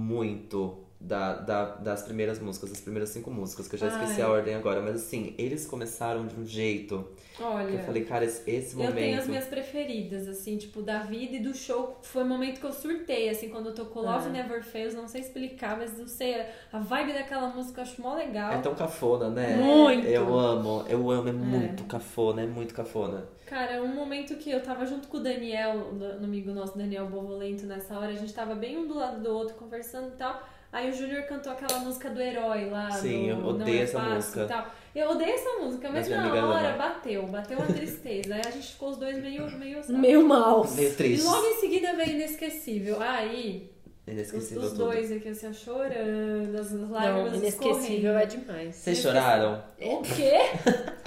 Speaker 2: muito da, da- das primeiras músicas, das primeiras cinco músicas, que eu já esqueci
Speaker 4: Ai.
Speaker 2: a ordem agora. Mas assim, eles começaram de um jeito que
Speaker 4: Olha,
Speaker 2: eu falei, cara, esse, esse
Speaker 4: eu tenho as
Speaker 2: momento.
Speaker 4: minhas preferidas, assim, tipo, da vida e do show. Foi o momento que eu surtei, assim, quando tocou Love Never Fails, não sei explicar, mas não sei, a vibe daquela música eu acho mó legal.
Speaker 2: É tão cafona, né?
Speaker 4: Muito.
Speaker 2: Eu amo, eu amo, é muito cafona, é muito cafona.
Speaker 4: Cara, um momento que eu tava junto com o Daniel, no amigo nosso Daniel Bovolento, nessa hora, a gente tava bem um do lado do outro conversando e tal. Aí o Júnior cantou aquela música do herói lá.
Speaker 2: Sim,
Speaker 4: do
Speaker 2: eu
Speaker 4: Não
Speaker 2: odeio
Speaker 4: É
Speaker 2: essa
Speaker 4: Fácil
Speaker 2: música.
Speaker 4: e tal. Eu odeio essa música, mas,
Speaker 2: Mas minha
Speaker 4: na
Speaker 2: amiga é
Speaker 4: hora
Speaker 2: ama.
Speaker 4: bateu, bateu uma tristeza. Aí a gente ficou os dois meio. meio, sabe?
Speaker 3: Meio mal.
Speaker 2: Meio
Speaker 4: E
Speaker 2: triste. é
Speaker 4: logo em seguida veio Inesquecível. Aí, os,
Speaker 2: Inesquecível
Speaker 4: os
Speaker 2: tudo.
Speaker 4: dois aqui, assim, ó, chorando, as
Speaker 3: Não,
Speaker 4: lágrimas
Speaker 3: inesquecível
Speaker 4: escorrendo.
Speaker 3: é demais. É
Speaker 2: Vocês choraram?
Speaker 4: O quê?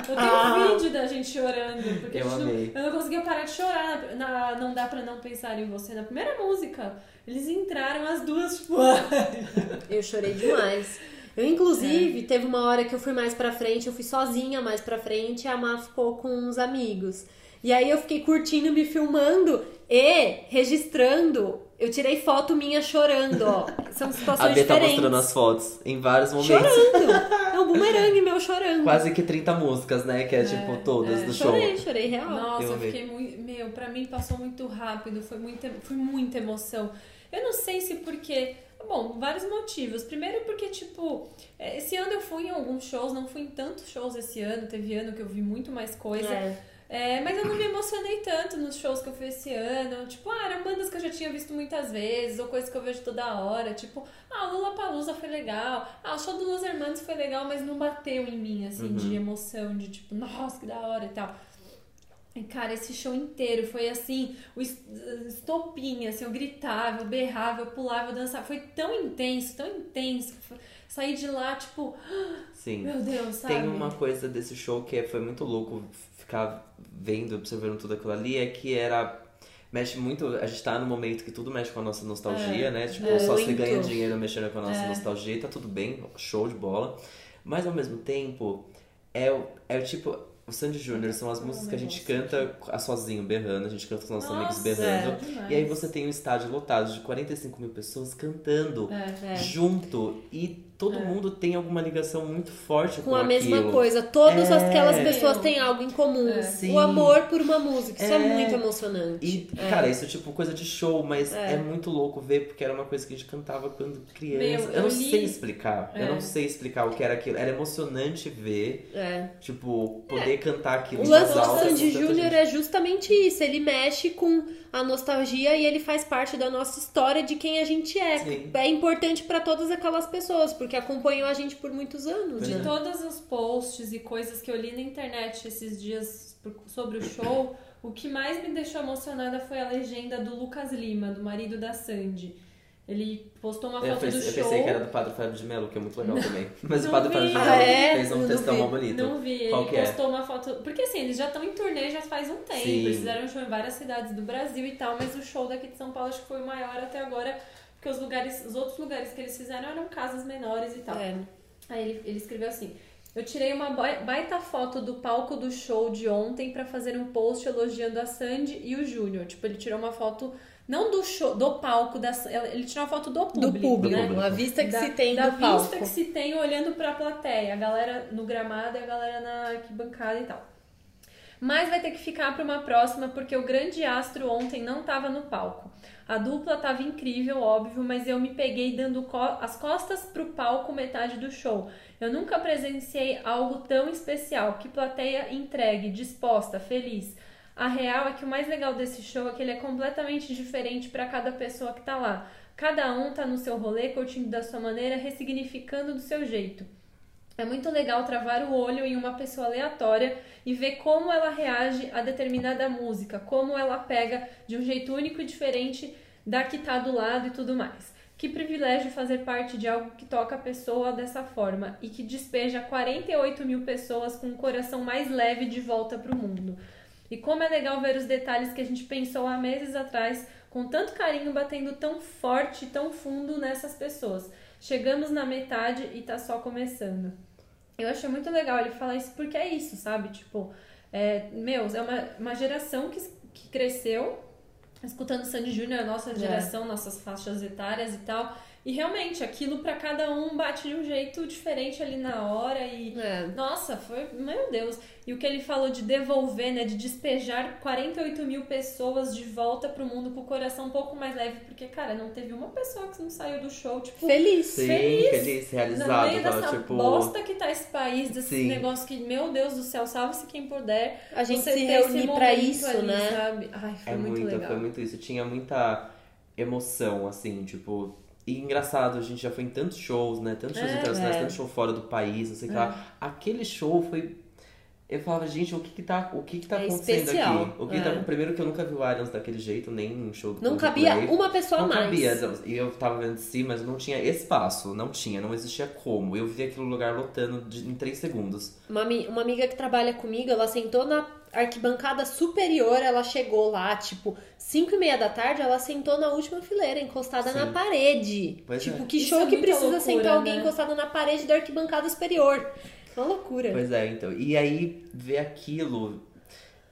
Speaker 4: Eu tenho
Speaker 3: Ah.
Speaker 4: vídeo da gente chorando. Porque
Speaker 2: Eu
Speaker 4: a gente
Speaker 2: amei.
Speaker 4: Não, eu não conseguia parar de chorar na, na- Não Dá Pra Não Pensar em Você. Na primeira música, eles entraram as duas, tipo...
Speaker 3: Eu chorei demais. Eu, inclusive, teve uma hora que eu fui mais pra frente, eu fui sozinha mais pra frente, e a Má ficou com uns amigos. E aí eu fiquei curtindo, me filmando e registrando. Eu tirei foto minha chorando, ó. São
Speaker 2: A
Speaker 3: situações
Speaker 2: B tá
Speaker 3: diferentes.
Speaker 2: mostrando as fotos em vários momentos.
Speaker 3: Chorando! É um bumerangue meu chorando.
Speaker 2: Quase que 30 músicas, né? Que é, tipo todas do show.
Speaker 3: Chorei, chorei real.
Speaker 4: Nossa,
Speaker 2: Eu
Speaker 4: eu
Speaker 2: amei.
Speaker 4: fiquei muito... Meu, pra mim passou muito rápido. Foi muita, foi muita emoção. Eu não sei se porque... Bom, vários motivos. Primeiro porque, tipo, eh, esse ano eu fui em alguns shows, não fui em tantos shows esse ano. Teve ano que eu vi muito mais coisa.
Speaker 3: É.
Speaker 4: É, mas eu não me emocionei tanto nos shows que eu fui esse ano. Tipo, ah, eram bandas que eu já tinha visto muitas vezes, ou coisas que eu vejo toda hora. Tipo, ah, o Lula Palusa foi legal. Ah, o show do Los Hermanos foi legal, mas não bateu em mim, assim,
Speaker 2: Uhum.
Speaker 4: de emoção, de tipo, nossa, que da hora e tal. E, cara, esse show inteiro foi assim, o es- estopinha, assim, eu gritava, eu berrava, eu pulava, eu dançava. Foi tão intenso, tão intenso. Foi- Saí de lá, tipo,
Speaker 2: Sim.
Speaker 4: meu Deus, sabe?
Speaker 2: Tem uma né, coisa desse show que é- foi muito louco ficar vendo, observando tudo aquilo ali, é que era mexe muito. A gente tá no momento que tudo mexe com a nossa nostalgia, né? Tipo, só se
Speaker 4: muito.
Speaker 2: ganha dinheiro mexendo com a nossa nostalgia e tá tudo bem, show de bola. Mas ao mesmo tempo, é o, é o tipo. O Sandy Júnior são as músicas que a gente canta a- sozinho, berrando, a gente canta com os nossos amigos
Speaker 4: é
Speaker 2: berrando. E aí você tem um estádio lotado de 45 mil pessoas cantando
Speaker 4: É.
Speaker 2: junto. E todo mundo tem alguma ligação muito forte com,
Speaker 3: Com a mesma
Speaker 2: aquilo.
Speaker 3: coisa. Todas
Speaker 2: É.
Speaker 3: aquelas pessoas têm algo em comum.
Speaker 2: Sim.
Speaker 3: O amor por uma música. Isso é,
Speaker 2: É.
Speaker 3: muito emocionante.
Speaker 2: E, cara, isso é tipo coisa de show, mas é. muito louco ver, porque era uma coisa que a gente cantava quando criança.
Speaker 4: Meu,
Speaker 2: eu,
Speaker 4: eu
Speaker 2: não
Speaker 4: li-
Speaker 2: sei explicar.
Speaker 4: É.
Speaker 2: Eu não sei explicar o que era aquilo. Era emocionante ver,
Speaker 3: É.
Speaker 2: tipo, poder cantar aquilo.
Speaker 3: O
Speaker 2: em
Speaker 3: lance
Speaker 2: voz
Speaker 3: do
Speaker 2: alta com
Speaker 3: Sandy
Speaker 2: tanta
Speaker 3: Júnior
Speaker 2: gente.
Speaker 3: é justamente isso. Ele mexe com a nostalgia e ele faz parte da nossa história de quem a gente é.
Speaker 2: Sim.
Speaker 3: É importante pra todas aquelas pessoas, porque acompanhou a gente por muitos
Speaker 2: é.
Speaker 3: anos,
Speaker 4: De
Speaker 3: né?
Speaker 4: todos os posts e coisas que eu li na internet esses dias por- sobre o show, o que mais me deixou emocionada foi a legenda do Lucas Lima, do marido da Sandy. Ele postou uma
Speaker 2: Eu
Speaker 4: foto do
Speaker 2: pensei, eu
Speaker 4: show.
Speaker 2: pensei que era do Padre Fábio de Mello, que é muito legal também. Mas
Speaker 4: não
Speaker 2: o Padre Fábio de
Speaker 4: vi.
Speaker 2: Mello
Speaker 3: Ah, é?
Speaker 2: fez um
Speaker 3: Não
Speaker 2: textão
Speaker 3: vi.
Speaker 2: mó bonito.
Speaker 4: Não vi,
Speaker 2: Qual
Speaker 4: ele
Speaker 2: que é?
Speaker 4: postou uma foto. Porque assim, eles já estão em turnê já faz um tempo.
Speaker 2: Sim.
Speaker 4: Eles fizeram show em várias cidades do Brasil e tal, mas o show daqui de São Paulo acho que foi o maior até agora, porque os lugares, os outros lugares que eles fizeram eram casas menores e tal.
Speaker 3: É.
Speaker 4: Aí ele, ele escreveu assim: Eu tirei uma boi- baita foto do palco do show de ontem pra fazer um post elogiando a Sandy e o Júnior. Tipo, ele tirou uma foto não do show, do palco da Sa- ele tirou uma foto do público,
Speaker 2: público.
Speaker 4: né?
Speaker 3: A vista que
Speaker 4: Da-
Speaker 3: se tem
Speaker 4: da
Speaker 3: do
Speaker 4: vista
Speaker 3: palco.
Speaker 4: que se tem olhando pra plateia, a galera no gramado e a galera na arquibancada e tal. Mas vai ter que ficar pra uma próxima porque o grande astro ontem não tava no palco. A dupla tava incrível, óbvio, mas eu me peguei dando co- as costas pro palco metade do show. Eu nunca presenciei algo tão especial, que plateia entregue, disposta, feliz. A real é que o mais legal desse show é que ele é completamente diferente pra cada pessoa que tá lá. Cada um tá no seu rolê, curtindo da sua maneira, ressignificando do seu jeito. É muito legal travar o olho em uma pessoa aleatória e ver como ela reage a determinada música, como ela pega de um jeito único e diferente da que tá do lado e tudo mais. Que privilégio fazer parte de algo que toca a pessoa dessa forma e que despeja 48 mil pessoas com o coração mais leve de volta pro mundo. E como é legal ver os detalhes que a gente pensou há meses atrás, com tanto carinho batendo tão forte, tão fundo nessas pessoas. Chegamos na metade e tá só começando. Eu achei muito legal ele falar isso porque é isso, sabe? Tipo, é, meus, é uma, uma geração que, que cresceu escutando Sandy Júnior, a nossa geração, nossas faixas etárias e tal. E realmente, aquilo pra cada um bate de um jeito diferente ali na hora e
Speaker 3: É.
Speaker 4: nossa, foi. Meu Deus. E o que ele falou de devolver, né? De despejar 48 mil pessoas de volta pro mundo com o coração um pouco mais leve. Porque, cara, não teve uma pessoa que não saiu do show, tipo.
Speaker 3: Feliz.
Speaker 2: Sim,
Speaker 4: Feliz.
Speaker 2: feliz,
Speaker 4: No
Speaker 2: realizado.
Speaker 4: meio
Speaker 2: Tá?
Speaker 4: dessa
Speaker 2: Tipo,
Speaker 4: bosta que tá esse país, desse
Speaker 2: Sim.
Speaker 4: negócio que, meu Deus do céu, salve-se quem puder.
Speaker 3: A gente
Speaker 4: Você
Speaker 3: se
Speaker 4: ter
Speaker 3: reunir
Speaker 4: esse
Speaker 3: pra
Speaker 4: momento
Speaker 3: isso,
Speaker 4: ali,
Speaker 3: né?
Speaker 4: sabe? Ai, foi
Speaker 2: É
Speaker 4: muito
Speaker 2: muita,
Speaker 4: legal.
Speaker 2: foi muito isso. Tinha muita emoção, assim, tipo. E engraçado, a gente já foi em tantos shows, né? Tantos shows
Speaker 4: É,
Speaker 2: internacionais,
Speaker 3: é.
Speaker 2: tanto show fora do país, não sei o que lá. Aquele show foi. Eu falava, gente, o que que tá, o que que tá
Speaker 3: É
Speaker 2: acontecendo
Speaker 3: especial,
Speaker 2: aqui? O que
Speaker 3: é.
Speaker 2: tá, primeiro que eu nunca vi o Irons daquele jeito, nem um show do
Speaker 3: Não
Speaker 2: Coldplay.
Speaker 3: cabia
Speaker 4: um
Speaker 3: uma pessoa a
Speaker 2: não
Speaker 3: mais.
Speaker 2: cabia, e eu tava vendo de si, mas não tinha espaço, não tinha, não existia como. Eu vi aquele lugar lotando de- em três segundos.
Speaker 3: Uma, ami- uma amiga que trabalha comigo, ela sentou na arquibancada superior, ela chegou lá, tipo, 5 e meia da tarde, ela sentou na última fileira, encostada
Speaker 2: Sim.
Speaker 3: na parede.
Speaker 2: Pois
Speaker 3: tipo,
Speaker 2: é.
Speaker 3: que
Speaker 4: Isso
Speaker 3: show
Speaker 4: é
Speaker 3: que
Speaker 4: muita
Speaker 3: precisa
Speaker 4: loucura,
Speaker 3: sentar alguém
Speaker 4: né?
Speaker 3: encostado na parede da arquibancada superior. Uma loucura.
Speaker 2: Pois é, então. E aí, ver aquilo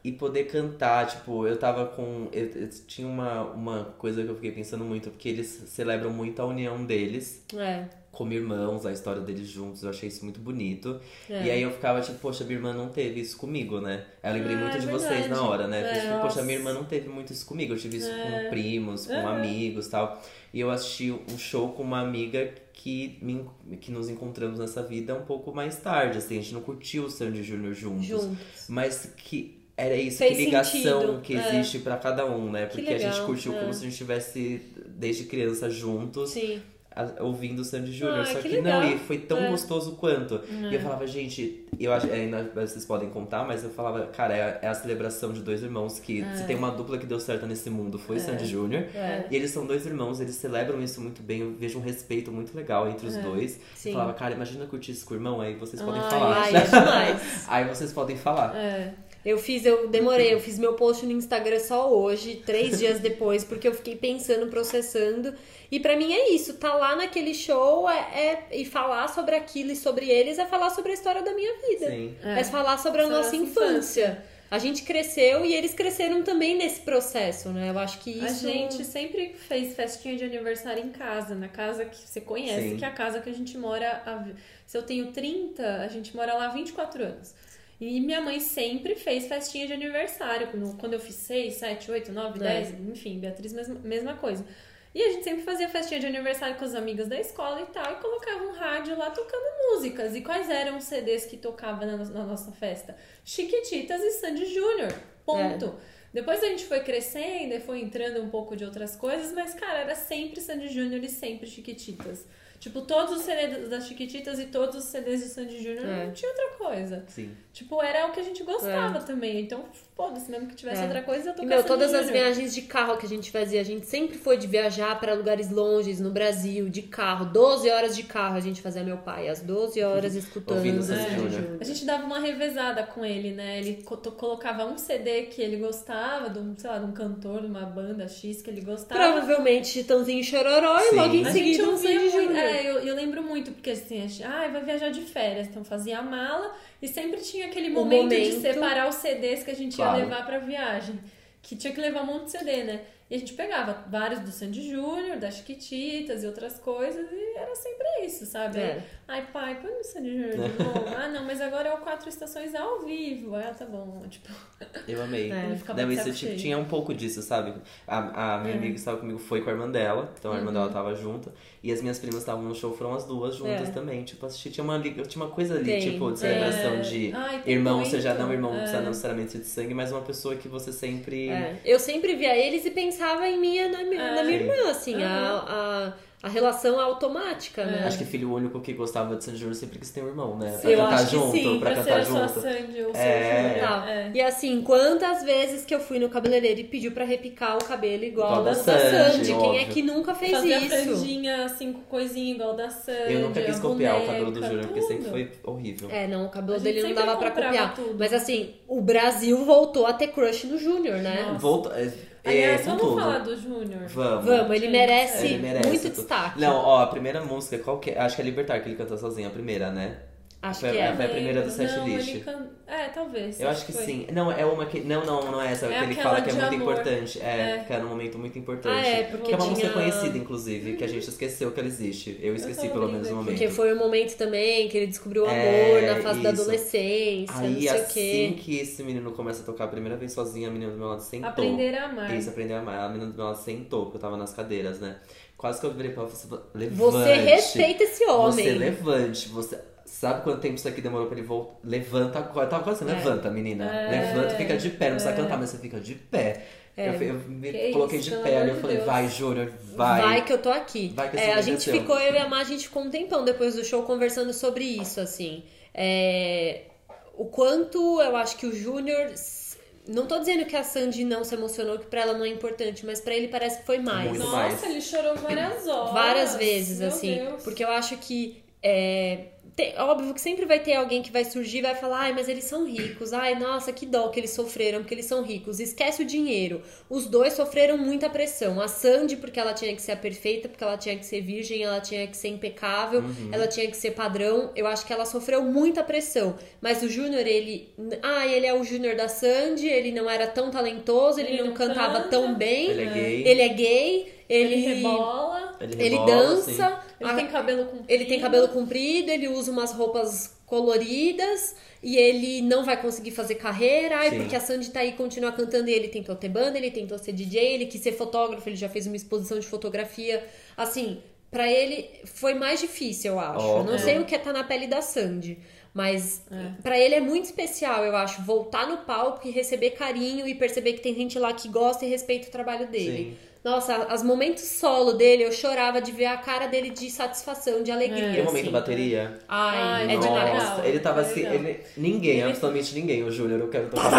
Speaker 2: e poder cantar, tipo, eu tava com. Eu, eu tinha uma, uma coisa que eu fiquei pensando muito, porque eles celebram muito a união deles.
Speaker 3: É,
Speaker 2: Como irmãos, a história deles juntos, eu achei isso muito bonito.
Speaker 3: é.
Speaker 2: E aí eu ficava tipo, poxa, minha irmã não teve isso comigo, né? Aí Eu lembrei
Speaker 4: Ah,
Speaker 2: muito
Speaker 4: é
Speaker 2: de vocês
Speaker 4: verdade.
Speaker 2: na hora, né?
Speaker 4: É,
Speaker 2: Porque, tipo,
Speaker 4: nossa.
Speaker 2: poxa, minha irmã não teve muito isso comigo. Eu tive isso
Speaker 3: É.
Speaker 2: com primos, com amigos e tal. E eu assisti um show com uma amiga que, me, que nos encontramos nessa vida um pouco mais tarde, assim. A gente não curtiu o Sandy Júnior juntos.
Speaker 3: Juntos.
Speaker 2: Mas que era isso,
Speaker 3: Fez
Speaker 2: que ligação
Speaker 3: sentido,
Speaker 2: que
Speaker 3: é.
Speaker 2: existe pra cada um, né?
Speaker 3: Que
Speaker 2: Porque a
Speaker 3: legal,
Speaker 2: gente curtiu
Speaker 3: é.
Speaker 2: como se a gente estivesse desde criança juntos
Speaker 3: Sim.
Speaker 2: a- ouvindo o Sandy Júnior.
Speaker 3: Ah,
Speaker 2: só
Speaker 3: que
Speaker 2: que,
Speaker 3: legal.
Speaker 2: não, e foi tão
Speaker 3: É.
Speaker 2: gostoso quanto. E eu falava, gente, eu acho, é, não- vocês podem contar, mas eu falava, cara, é, a- é a celebração de dois irmãos que se tem uma dupla que deu certo nesse mundo foi Sandy Júnior.
Speaker 3: É.
Speaker 2: E eles são dois irmãos, eles celebram isso muito bem, eu vejo um respeito muito legal entre os dois.
Speaker 3: É. Sim.
Speaker 2: Eu falava, cara, imagina curtir isso com o irmão, aí vocês podem
Speaker 3: Ai,
Speaker 2: falar.
Speaker 3: ai, é demais.
Speaker 2: aí vocês podem falar.
Speaker 3: É. Eu fiz, eu demorei, eu fiz meu post no Instagram só hoje, três dias depois, porque eu fiquei pensando, processando. E pra mim é isso, tá lá naquele show é, é- e falar sobre aquilo e sobre eles é falar sobre a história da minha vida.
Speaker 2: Sim.
Speaker 3: É, falar sobre a
Speaker 4: Sobre a
Speaker 3: nossa
Speaker 4: nossa
Speaker 3: infância. A gente cresceu e eles cresceram também nesse processo, né? Eu acho que isso.
Speaker 4: A gente sempre fez festinha de aniversário em casa, na casa que você conhece,
Speaker 2: Sim.
Speaker 4: que é a casa que a gente mora. há vi- se eu tenho 30, a gente mora lá há 24 anos. E minha mãe sempre fez festinha de aniversário. Quando- Quando eu fiz 6, 7, 8, 9,
Speaker 3: É.
Speaker 4: 10, enfim, Beatriz, mesma, mesma coisa. E a gente sempre fazia festinha de aniversário com as amigas da escola e tal, e colocava um rádio lá tocando músicas. E quais eram os CDs que tocava na, no- na nossa festa? Chiquititas e Sandy Júnior. Ponto.
Speaker 3: É.
Speaker 4: Depois a gente foi crescendo e foi entrando um pouco de outras coisas, mas, cara, era sempre Sandy Júnior e sempre Chiquititas. Tipo, todos os CDs das Chiquititas e todos os CDs de Sandy Júnior
Speaker 3: É.
Speaker 4: não tinha outra coisa.
Speaker 2: Sim.
Speaker 4: Tipo, era o que a gente gostava também. Então, foda-se, mesmo que tivesse
Speaker 3: É.
Speaker 4: outra coisa, eu
Speaker 3: E,
Speaker 4: tocava
Speaker 3: meu,
Speaker 4: Sandy
Speaker 3: todas as
Speaker 4: Júnior.
Speaker 3: viagens de carro que a gente fazia, a gente sempre foi de viajar pra lugares longes no Brasil, de carro, 12 horas de carro a gente fazia meu pai, às 12 horas escutando.
Speaker 2: Ouvindo Sandy
Speaker 3: Sandy
Speaker 2: Júnior.
Speaker 4: A gente dava uma revezada com ele, né? Ele co- to- colocava um CD que ele gostava, de um, sei lá, de um cantor, de uma banda X que ele gostava.
Speaker 3: Provavelmente Chitãozinho e Chororó e
Speaker 2: Sim.
Speaker 3: logo em
Speaker 2: A
Speaker 4: A gente
Speaker 3: seguida um
Speaker 4: ouvia
Speaker 3: Sandy
Speaker 4: muito.
Speaker 3: Júnior.
Speaker 4: É, eu, eu lembro muito, porque assim, a gente, ah, vai viajar de férias. Então fazia a mala e sempre tinha aquele
Speaker 3: O
Speaker 4: momento, de
Speaker 3: momento.
Speaker 4: separar os CDs que a gente
Speaker 2: Claro.
Speaker 4: ia levar pra viagem. Que tinha que levar um monte de CD, né? E a gente pegava vários do Sandy Júnior, das Chiquititas e outras coisas, e era sempre isso, sabe?
Speaker 3: É.
Speaker 4: Ai, pai, põe no Sandy Júnior de novo. Ah, não, mas agora é o Quatro Estações ao vivo. Ah, tá bom. Tipo,
Speaker 2: Eu amei.
Speaker 3: É.
Speaker 4: ele ficava
Speaker 2: Não,
Speaker 4: de É.
Speaker 2: isso
Speaker 4: saco
Speaker 2: tipo,
Speaker 4: cheio.
Speaker 2: tinha um pouco disso, sabe? A, a minha amiga que estava comigo foi com a irmã dela, então a
Speaker 4: Uhum.
Speaker 2: irmã dela tava junto. E as minhas primas estavam no show, foram as duas juntas
Speaker 3: É.
Speaker 2: também. Tipo, assistir, tinha uma, liga- tinha uma coisa ali,
Speaker 3: Tem,
Speaker 2: tipo, de
Speaker 3: é.
Speaker 2: celebração de
Speaker 4: Ai, tem
Speaker 2: irmão,
Speaker 4: muito.
Speaker 2: seja não irmão,
Speaker 4: Ah, É.
Speaker 2: seja não necessariamente de sangue, mas uma pessoa que você sempre.
Speaker 3: É, Eu sempre via eles e pensava em mim e na, mi-
Speaker 4: É.
Speaker 3: na minha irmã, assim,
Speaker 4: Aham. É.
Speaker 3: a, a, a relação automática, né?
Speaker 2: Acho que filho único que gostava de San Júnior sempre quis ter um irmão, né? Pra
Speaker 3: Eu
Speaker 2: cantar
Speaker 3: acho que
Speaker 2: junto,
Speaker 3: sim,
Speaker 2: pra,
Speaker 4: pra ser
Speaker 2: cantar
Speaker 4: a sua
Speaker 2: junto.
Speaker 4: Sandy ou
Speaker 2: É.
Speaker 4: Sandy
Speaker 3: Tá.
Speaker 4: Júnior. É.
Speaker 3: E assim, quantas vezes que eu fui no cabeleireiro e pediu pra repicar o cabelo igual a
Speaker 2: Igual
Speaker 3: da
Speaker 2: da
Speaker 3: Sandy?
Speaker 2: Sandy,
Speaker 3: Quem é
Speaker 2: óbvio.
Speaker 3: que nunca fez
Speaker 4: Fazer a
Speaker 3: isso?
Speaker 4: franjinha, assim, com coisinha igual da Sandy.
Speaker 2: Eu nunca quis
Speaker 4: a
Speaker 2: copiar o
Speaker 4: boneca,
Speaker 2: cabelo do Júnior, porque sempre
Speaker 4: tudo.
Speaker 2: foi horrível.
Speaker 3: É, não, o
Speaker 4: A
Speaker 3: cabelo
Speaker 4: gente
Speaker 3: dele não
Speaker 4: sempre
Speaker 3: dava pra
Speaker 4: comprava
Speaker 3: copiar.
Speaker 4: tudo.
Speaker 3: Mas assim, o Brasil voltou a ter crush no Júnior, né?
Speaker 4: Nossa.
Speaker 2: Volta. É,
Speaker 4: Aliás,
Speaker 2: é, com
Speaker 4: vamos
Speaker 2: tudo.
Speaker 4: falar do Júnior.
Speaker 2: Vamos.
Speaker 3: Vamos, ele
Speaker 4: Gente,
Speaker 3: merece,
Speaker 2: Ele merece
Speaker 3: muito
Speaker 2: tudo.
Speaker 3: destaque.
Speaker 2: Não, ó, a primeira música, qual que é? Acho que é Libertar que ele cantou sozinho, a primeira, né?
Speaker 3: Acho
Speaker 2: foi-
Speaker 3: que
Speaker 2: é,
Speaker 3: é.
Speaker 2: foi a primeira do set
Speaker 4: Não,
Speaker 2: list.
Speaker 4: ele can- É, talvez.
Speaker 2: Eu acho que
Speaker 4: foi.
Speaker 2: sim. Não, é uma que. Não, não, não é essa.
Speaker 4: É
Speaker 2: que ele
Speaker 4: aquela
Speaker 2: fala que é
Speaker 4: de
Speaker 2: muito
Speaker 4: amor.
Speaker 2: importante. É,
Speaker 4: É.
Speaker 2: que era um momento muito importante.
Speaker 3: Ah, é, porque
Speaker 2: que é uma
Speaker 3: tinha...
Speaker 2: música conhecida, inclusive, que a gente esqueceu que ela existe. Eu esqueci,
Speaker 4: tava
Speaker 2: pelo menos, no
Speaker 4: ouvindo
Speaker 2: momento.
Speaker 3: Porque foi o momento também que ele descobriu o amor
Speaker 2: É,
Speaker 3: na fase da
Speaker 2: isso.
Speaker 3: adolescência, não
Speaker 2: Aí,
Speaker 3: sei o
Speaker 2: assim
Speaker 3: quê.
Speaker 2: que esse menino começa a tocar a primeira vez sozinho, a menina do meu lado sentou.
Speaker 4: Aprender a amar.
Speaker 2: então. Isso, aprender a amar. A menina do meu lado sentou, porque eu tava nas cadeiras, né? Quase que eu virei pra ela e falei, assim, levante.
Speaker 3: Você respeita esse homem.
Speaker 2: Você levante, você. Sabe quanto tempo isso aqui demorou pra ele voltar? Levanta agora. Tava quase assim,
Speaker 3: É.
Speaker 2: levanta, menina.
Speaker 4: É.
Speaker 2: Levanta, fica de pé. Não precisa cantar, mas você fica de pé.
Speaker 3: É.
Speaker 2: Eu, eu me
Speaker 4: Que
Speaker 2: coloquei
Speaker 4: isso,
Speaker 2: de
Speaker 4: pelo
Speaker 2: pé ali.
Speaker 4: amor
Speaker 2: Eu
Speaker 4: de
Speaker 2: falei,
Speaker 4: Deus.
Speaker 2: vai, Júnior, vai.
Speaker 3: Vai. que eu tô aqui.
Speaker 2: Vai que esse
Speaker 3: é, a
Speaker 2: menino é
Speaker 3: gente
Speaker 2: seu.
Speaker 3: ficou, eu e a Mar, a gente ficou um tempão depois do show conversando sobre isso, assim. É, o quanto eu acho que o Júnior. s- Não tô dizendo que a Sandy não se emocionou, que pra ela não é importante, mas pra ele parece que foi mais.
Speaker 2: Muito
Speaker 4: Nossa,
Speaker 2: mais.
Speaker 4: ele chorou várias horas.
Speaker 3: Várias vezes,
Speaker 4: Meu
Speaker 3: assim.
Speaker 4: Deus.
Speaker 3: Porque eu acho que. É, tem- óbvio que sempre vai ter alguém que vai surgir e vai falar, ai, mas eles são ricos, ai, nossa, que dó que eles sofreram, porque eles são ricos. Esquece o dinheiro. Os dois sofreram muita pressão. A Sandy, porque ela tinha que ser a perfeita, porque ela tinha que ser virgem, ela tinha que ser impecável,
Speaker 2: Uhum.
Speaker 3: ela tinha que ser padrão. Eu acho que ela sofreu muita pressão. Mas o Júnior, ele. Ah, ele é o Júnior da Sandy, ele não era tão talentoso, ele,
Speaker 4: Ele
Speaker 3: não
Speaker 4: não
Speaker 3: cantava
Speaker 4: canta.
Speaker 3: tão bem.
Speaker 2: Ele é gay.
Speaker 3: Ele é gay,
Speaker 4: Ele,
Speaker 3: ele,
Speaker 4: rebola,
Speaker 3: ele
Speaker 2: rebola, assim.
Speaker 3: dança,
Speaker 4: ele
Speaker 3: a-
Speaker 4: tem cabelo comprido.
Speaker 3: ele tem cabelo comprido, ele usa umas roupas coloridas e ele não vai conseguir fazer carreira, ai,
Speaker 2: Sim.
Speaker 3: porque a Sandy tá aí continua cantando e ele tentou ter banda, ele tentou ser DJ, ele quis ser fotógrafo, ele já fez uma exposição de fotografia. Assim, pra ele foi mais difícil, eu acho. Eu não
Speaker 2: Óbvio.
Speaker 3: sei o que é tá na pele da Sandy, mas pra ele é muito especial, eu acho, voltar no palco e receber carinho e perceber que tem gente lá que gosta e respeita o trabalho dele.
Speaker 2: Sim.
Speaker 3: Nossa, os momentos solo dele, eu chorava de ver a cara dele de satisfação, de alegria.
Speaker 2: E o um momento
Speaker 3: assim.
Speaker 2: bateria?
Speaker 3: Ai,
Speaker 4: Ai,
Speaker 3: é
Speaker 4: muito
Speaker 3: demais.
Speaker 4: legal.
Speaker 2: ele tava
Speaker 4: é
Speaker 2: assim.
Speaker 4: legal.
Speaker 2: Ele, ninguém, absolutamente ninguém, o Júnior, eu quero tocar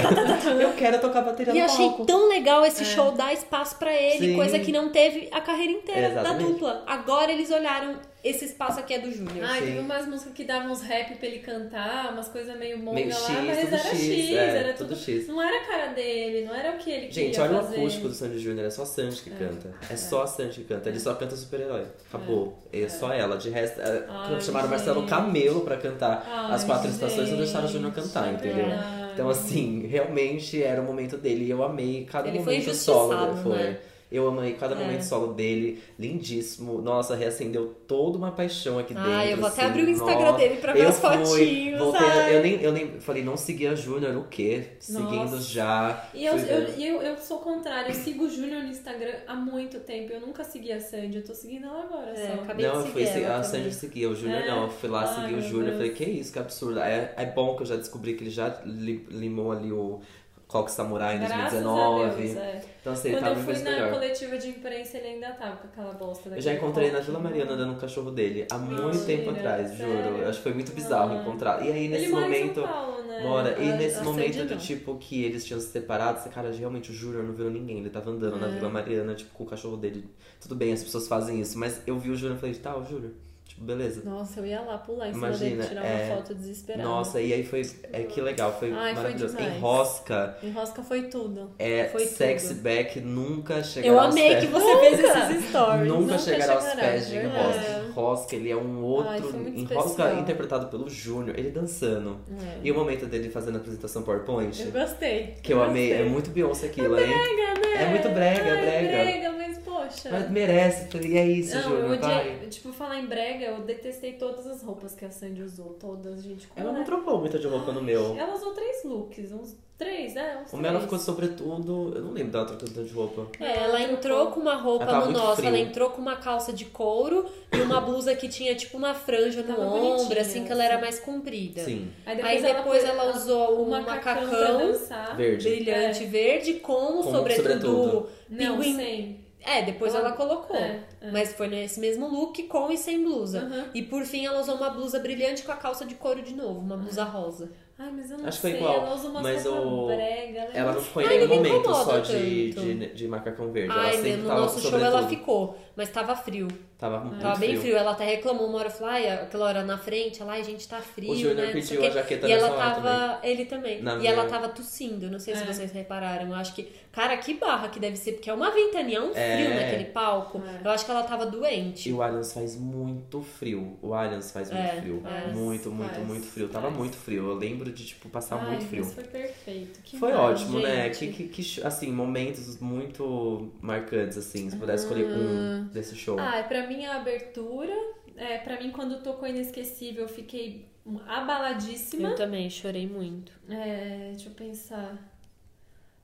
Speaker 2: bateria. eu quero tocar bateria
Speaker 3: E
Speaker 2: no
Speaker 3: eu achei
Speaker 2: palco.
Speaker 3: tão legal esse show dar espaço pra ele,
Speaker 2: Sim.
Speaker 3: coisa que não teve a carreira inteira da
Speaker 2: Exatamente.
Speaker 3: dupla. Agora eles olharam
Speaker 7: esse espaço aqui é do Júnior.
Speaker 4: Ai,
Speaker 2: Sim.
Speaker 4: Ah, teve umas músicas que davam uns rap pra ele cantar, umas coisas meio monga
Speaker 2: Meio X,
Speaker 4: lá, mas
Speaker 2: tudo
Speaker 4: era
Speaker 2: X,
Speaker 4: X,
Speaker 2: é,
Speaker 4: era
Speaker 2: tudo
Speaker 4: tudo.
Speaker 2: X.
Speaker 4: Não era a cara dele, não era o que ele
Speaker 2: Gente,
Speaker 4: queria
Speaker 2: olha
Speaker 4: fazer.
Speaker 2: o acústico do Sandy Júnior, é só a Sandy que canta. É, só a Sandy que canta. Ele só canta super-herói. Acabou. É, só ela. De resto, é,
Speaker 4: Ai,
Speaker 2: chamaram
Speaker 4: gente.
Speaker 2: Marcelo Camelo pra cantar
Speaker 4: Ai,
Speaker 2: as quatro estações e não
Speaker 4: gente,
Speaker 2: deixaram o Júnior cantar,
Speaker 4: é
Speaker 2: entendeu?
Speaker 4: verdade.
Speaker 2: Então, assim, realmente era o momento dele. E eu amei cada
Speaker 7: Ele foi
Speaker 2: momento solo.
Speaker 7: injustiçado,
Speaker 2: Foi.
Speaker 7: né?
Speaker 2: Eu amei cada momento solo dele. Lindíssimo. Nossa, reacendeu toda uma paixão aqui dentro.
Speaker 7: Ai, eu vou até
Speaker 2: assim.
Speaker 7: abrir o Instagram
Speaker 2: Nossa.
Speaker 7: dele pra ver
Speaker 2: eu
Speaker 7: as
Speaker 2: fui,
Speaker 7: fotinhos.
Speaker 2: voltei,
Speaker 7: ai.
Speaker 2: eu, nem, eu nem falei, não seguia Júnior, o quê? Seguindo já.
Speaker 4: E eu,
Speaker 2: Fui
Speaker 4: eu,
Speaker 2: ver.
Speaker 4: eu, eu sou contrária, eu sigo o Júnior no Instagram há muito tempo. Eu nunca segui a Sandy, eu tô seguindo ela agora
Speaker 7: É,
Speaker 4: só.
Speaker 7: acabei
Speaker 2: não,
Speaker 7: de
Speaker 2: eu fui,
Speaker 7: seguir
Speaker 2: se-
Speaker 7: ela
Speaker 2: a
Speaker 7: também.
Speaker 2: Sandy seguia, o Júnior
Speaker 4: É?
Speaker 2: não. Eu fui lá,
Speaker 4: Ai,
Speaker 2: segui o
Speaker 4: meu
Speaker 2: Júnior, eu falei,
Speaker 4: Deus.
Speaker 2: que isso, que absurdo. É, é bom que eu já descobri que ele já li- limou ali o Coque Samurai em
Speaker 4: Graças
Speaker 2: 2019.
Speaker 4: a Deus, é.
Speaker 2: Então assim, ele
Speaker 4: Quando
Speaker 2: tava
Speaker 4: eu
Speaker 2: me
Speaker 4: fui na
Speaker 2: melhor.
Speaker 4: coletiva de imprensa, ele ainda tava com aquela bosta
Speaker 2: Eu
Speaker 4: daquele
Speaker 2: já encontrei na
Speaker 4: rock.
Speaker 2: Vila Mariana dando um cachorro dele há muito
Speaker 4: Mentira,
Speaker 2: tempo atrás,
Speaker 4: sério?
Speaker 2: juro. Eu Acho que foi muito bizarro
Speaker 4: Ah.
Speaker 2: encontrar. E aí, nesse
Speaker 4: Ele mora em
Speaker 2: momento.
Speaker 4: São Paulo, né?
Speaker 2: Mora. E
Speaker 7: A-
Speaker 2: nesse
Speaker 7: a
Speaker 2: momento
Speaker 7: Sandy
Speaker 2: do
Speaker 7: não.
Speaker 2: tipo que eles tinham se separado, esse cara realmente o Júnior não virou ninguém. Ele tava andando
Speaker 4: Ah.
Speaker 2: na Vila Mariana, tipo, com o cachorro dele. Tudo bem, as pessoas fazem isso, mas eu vi o Júnior e falei, tá, o Júnior. Tipo, beleza.
Speaker 7: Nossa, eu ia lá pular em cima
Speaker 2: Imagina,
Speaker 7: dele, tirar
Speaker 2: é.
Speaker 7: uma foto desesperada.
Speaker 2: Nossa, e aí foi. É que legal, foi
Speaker 7: Ai, foi
Speaker 2: maravilhoso.
Speaker 7: demais.
Speaker 2: Enrosca
Speaker 7: Enrosca foi tudo.
Speaker 2: é
Speaker 7: Foi tudo.
Speaker 2: sexy back, nunca chegará
Speaker 7: Eu
Speaker 2: aos
Speaker 7: amei
Speaker 2: pés.
Speaker 7: que você fez esses stories.
Speaker 2: Nunca, chegará aos
Speaker 7: chegará,
Speaker 2: pés de
Speaker 7: verdade.
Speaker 2: Enrosca. Enrosca, ele é um outro.
Speaker 7: Ai, foi muito
Speaker 2: Enrosca
Speaker 7: especial.
Speaker 2: interpretado pelo Júnior, ele dançando.
Speaker 7: É.
Speaker 2: E o momento dele fazendo a apresentação PowerPoint,
Speaker 7: Eu gostei.
Speaker 2: que eu amei, é
Speaker 7: gostei.
Speaker 2: muito Beyoncé aquilo, hein?
Speaker 4: Brega, né?
Speaker 2: É muito brega,
Speaker 4: Ai,
Speaker 2: brega.
Speaker 4: mas poxa.
Speaker 2: Mas merece, e é isso,
Speaker 4: Não, eu
Speaker 2: Júnior, vai.
Speaker 7: é
Speaker 4: odiei. Tipo, falar em brega, eu detestei todas as roupas que a Sandy usou. Todas, gente. Como
Speaker 2: Ela não
Speaker 4: né?
Speaker 2: trocou muito de roupa no meu.
Speaker 4: Ela usou três looks, uns três, né? Uns
Speaker 2: O meu ela
Speaker 4: três.
Speaker 2: ficou sobretudo. Eu não lembro dela trocando tanto de roupa.
Speaker 3: É, ela entrou com uma roupa
Speaker 2: Ela tava
Speaker 3: no
Speaker 2: muito
Speaker 3: nosso,
Speaker 2: frio.
Speaker 3: ela entrou com uma calça de couro e uma blusa que tinha tipo uma franja no
Speaker 4: Tava
Speaker 3: ombro,
Speaker 4: bonitinha,
Speaker 3: assim, que ela era
Speaker 4: assim.
Speaker 3: mais comprida.
Speaker 2: Sim.
Speaker 4: Aí
Speaker 3: Aí depois
Speaker 4: foi-
Speaker 3: ela usou
Speaker 4: o
Speaker 3: um
Speaker 4: macacão
Speaker 3: macacão
Speaker 4: pra dançar.
Speaker 2: Verde.
Speaker 3: Brilhante verde com o
Speaker 2: Com o
Speaker 3: sobretudo.
Speaker 2: sobretudo.
Speaker 4: É. Não,
Speaker 3: pinguim.
Speaker 4: sem.
Speaker 3: É, depois
Speaker 4: Com-
Speaker 3: ela colocou.
Speaker 4: É, é.
Speaker 3: Mas foi nesse mesmo look, com e sem blusa.
Speaker 4: Aham.
Speaker 3: E por fim ela usou uma blusa brilhante com a calça de couro de novo, uma blusa rosa.
Speaker 4: Ai, mas eu não
Speaker 2: Acho que foi
Speaker 4: sei,
Speaker 2: igual,
Speaker 4: ela usa umas
Speaker 2: mas
Speaker 4: roupas
Speaker 2: o-
Speaker 4: brega. né? Ela,
Speaker 2: Ela não ficou em
Speaker 3: Ai,
Speaker 2: nenhum
Speaker 3: não me
Speaker 2: momento
Speaker 3: incomoda
Speaker 2: só de,
Speaker 3: tanto.
Speaker 2: de, de macacão verde. ela
Speaker 3: Ai,
Speaker 2: sempre
Speaker 3: no
Speaker 2: tava
Speaker 3: nosso
Speaker 2: com
Speaker 3: show ela
Speaker 2: sobretudo.
Speaker 3: ficou, mas tava frio.
Speaker 2: Tava muito
Speaker 3: Tava bem
Speaker 2: frio.
Speaker 3: frio. Ela até reclamou uma hora, falou, ai, aquela hora na frente, ela, ai, gente, tá frio,
Speaker 2: O Júnior
Speaker 3: né? não sei
Speaker 2: pediu
Speaker 3: o quê."
Speaker 2: a jaqueta
Speaker 3: E ela
Speaker 2: nessa hora também.
Speaker 3: tava, ele também.
Speaker 2: Na
Speaker 3: e
Speaker 2: minha-
Speaker 3: ela tava tossindo, não sei se
Speaker 4: É.
Speaker 3: vocês repararam. Eu acho que, cara, que barra que deve ser, porque é uma ventania, é um frio
Speaker 2: É.
Speaker 3: naquele palco.
Speaker 4: É.
Speaker 3: Eu acho que ela tava doente.
Speaker 2: E o Allianz faz muito frio. O Allianz faz muito
Speaker 3: É,
Speaker 2: frio.
Speaker 4: faz,
Speaker 2: muito, muito,
Speaker 4: faz,
Speaker 2: muito frio. Tava
Speaker 4: faz.
Speaker 2: muito frio. Eu lembro de, tipo, passar
Speaker 4: Ai,
Speaker 2: muito
Speaker 4: mas
Speaker 2: frio.
Speaker 4: foi perfeito. Que
Speaker 2: Foi
Speaker 4: maravilha,
Speaker 2: ótimo, né? Que,
Speaker 4: gente.
Speaker 2: que, que sh- assim, momentos muito marcantes, assim. Se pudesse escolher um desse show.
Speaker 4: Ah, pra mim a abertura. É, pra mim, quando tocou Inesquecível, eu fiquei abaladíssima.
Speaker 3: Eu também, chorei muito.
Speaker 4: É, deixa eu pensar.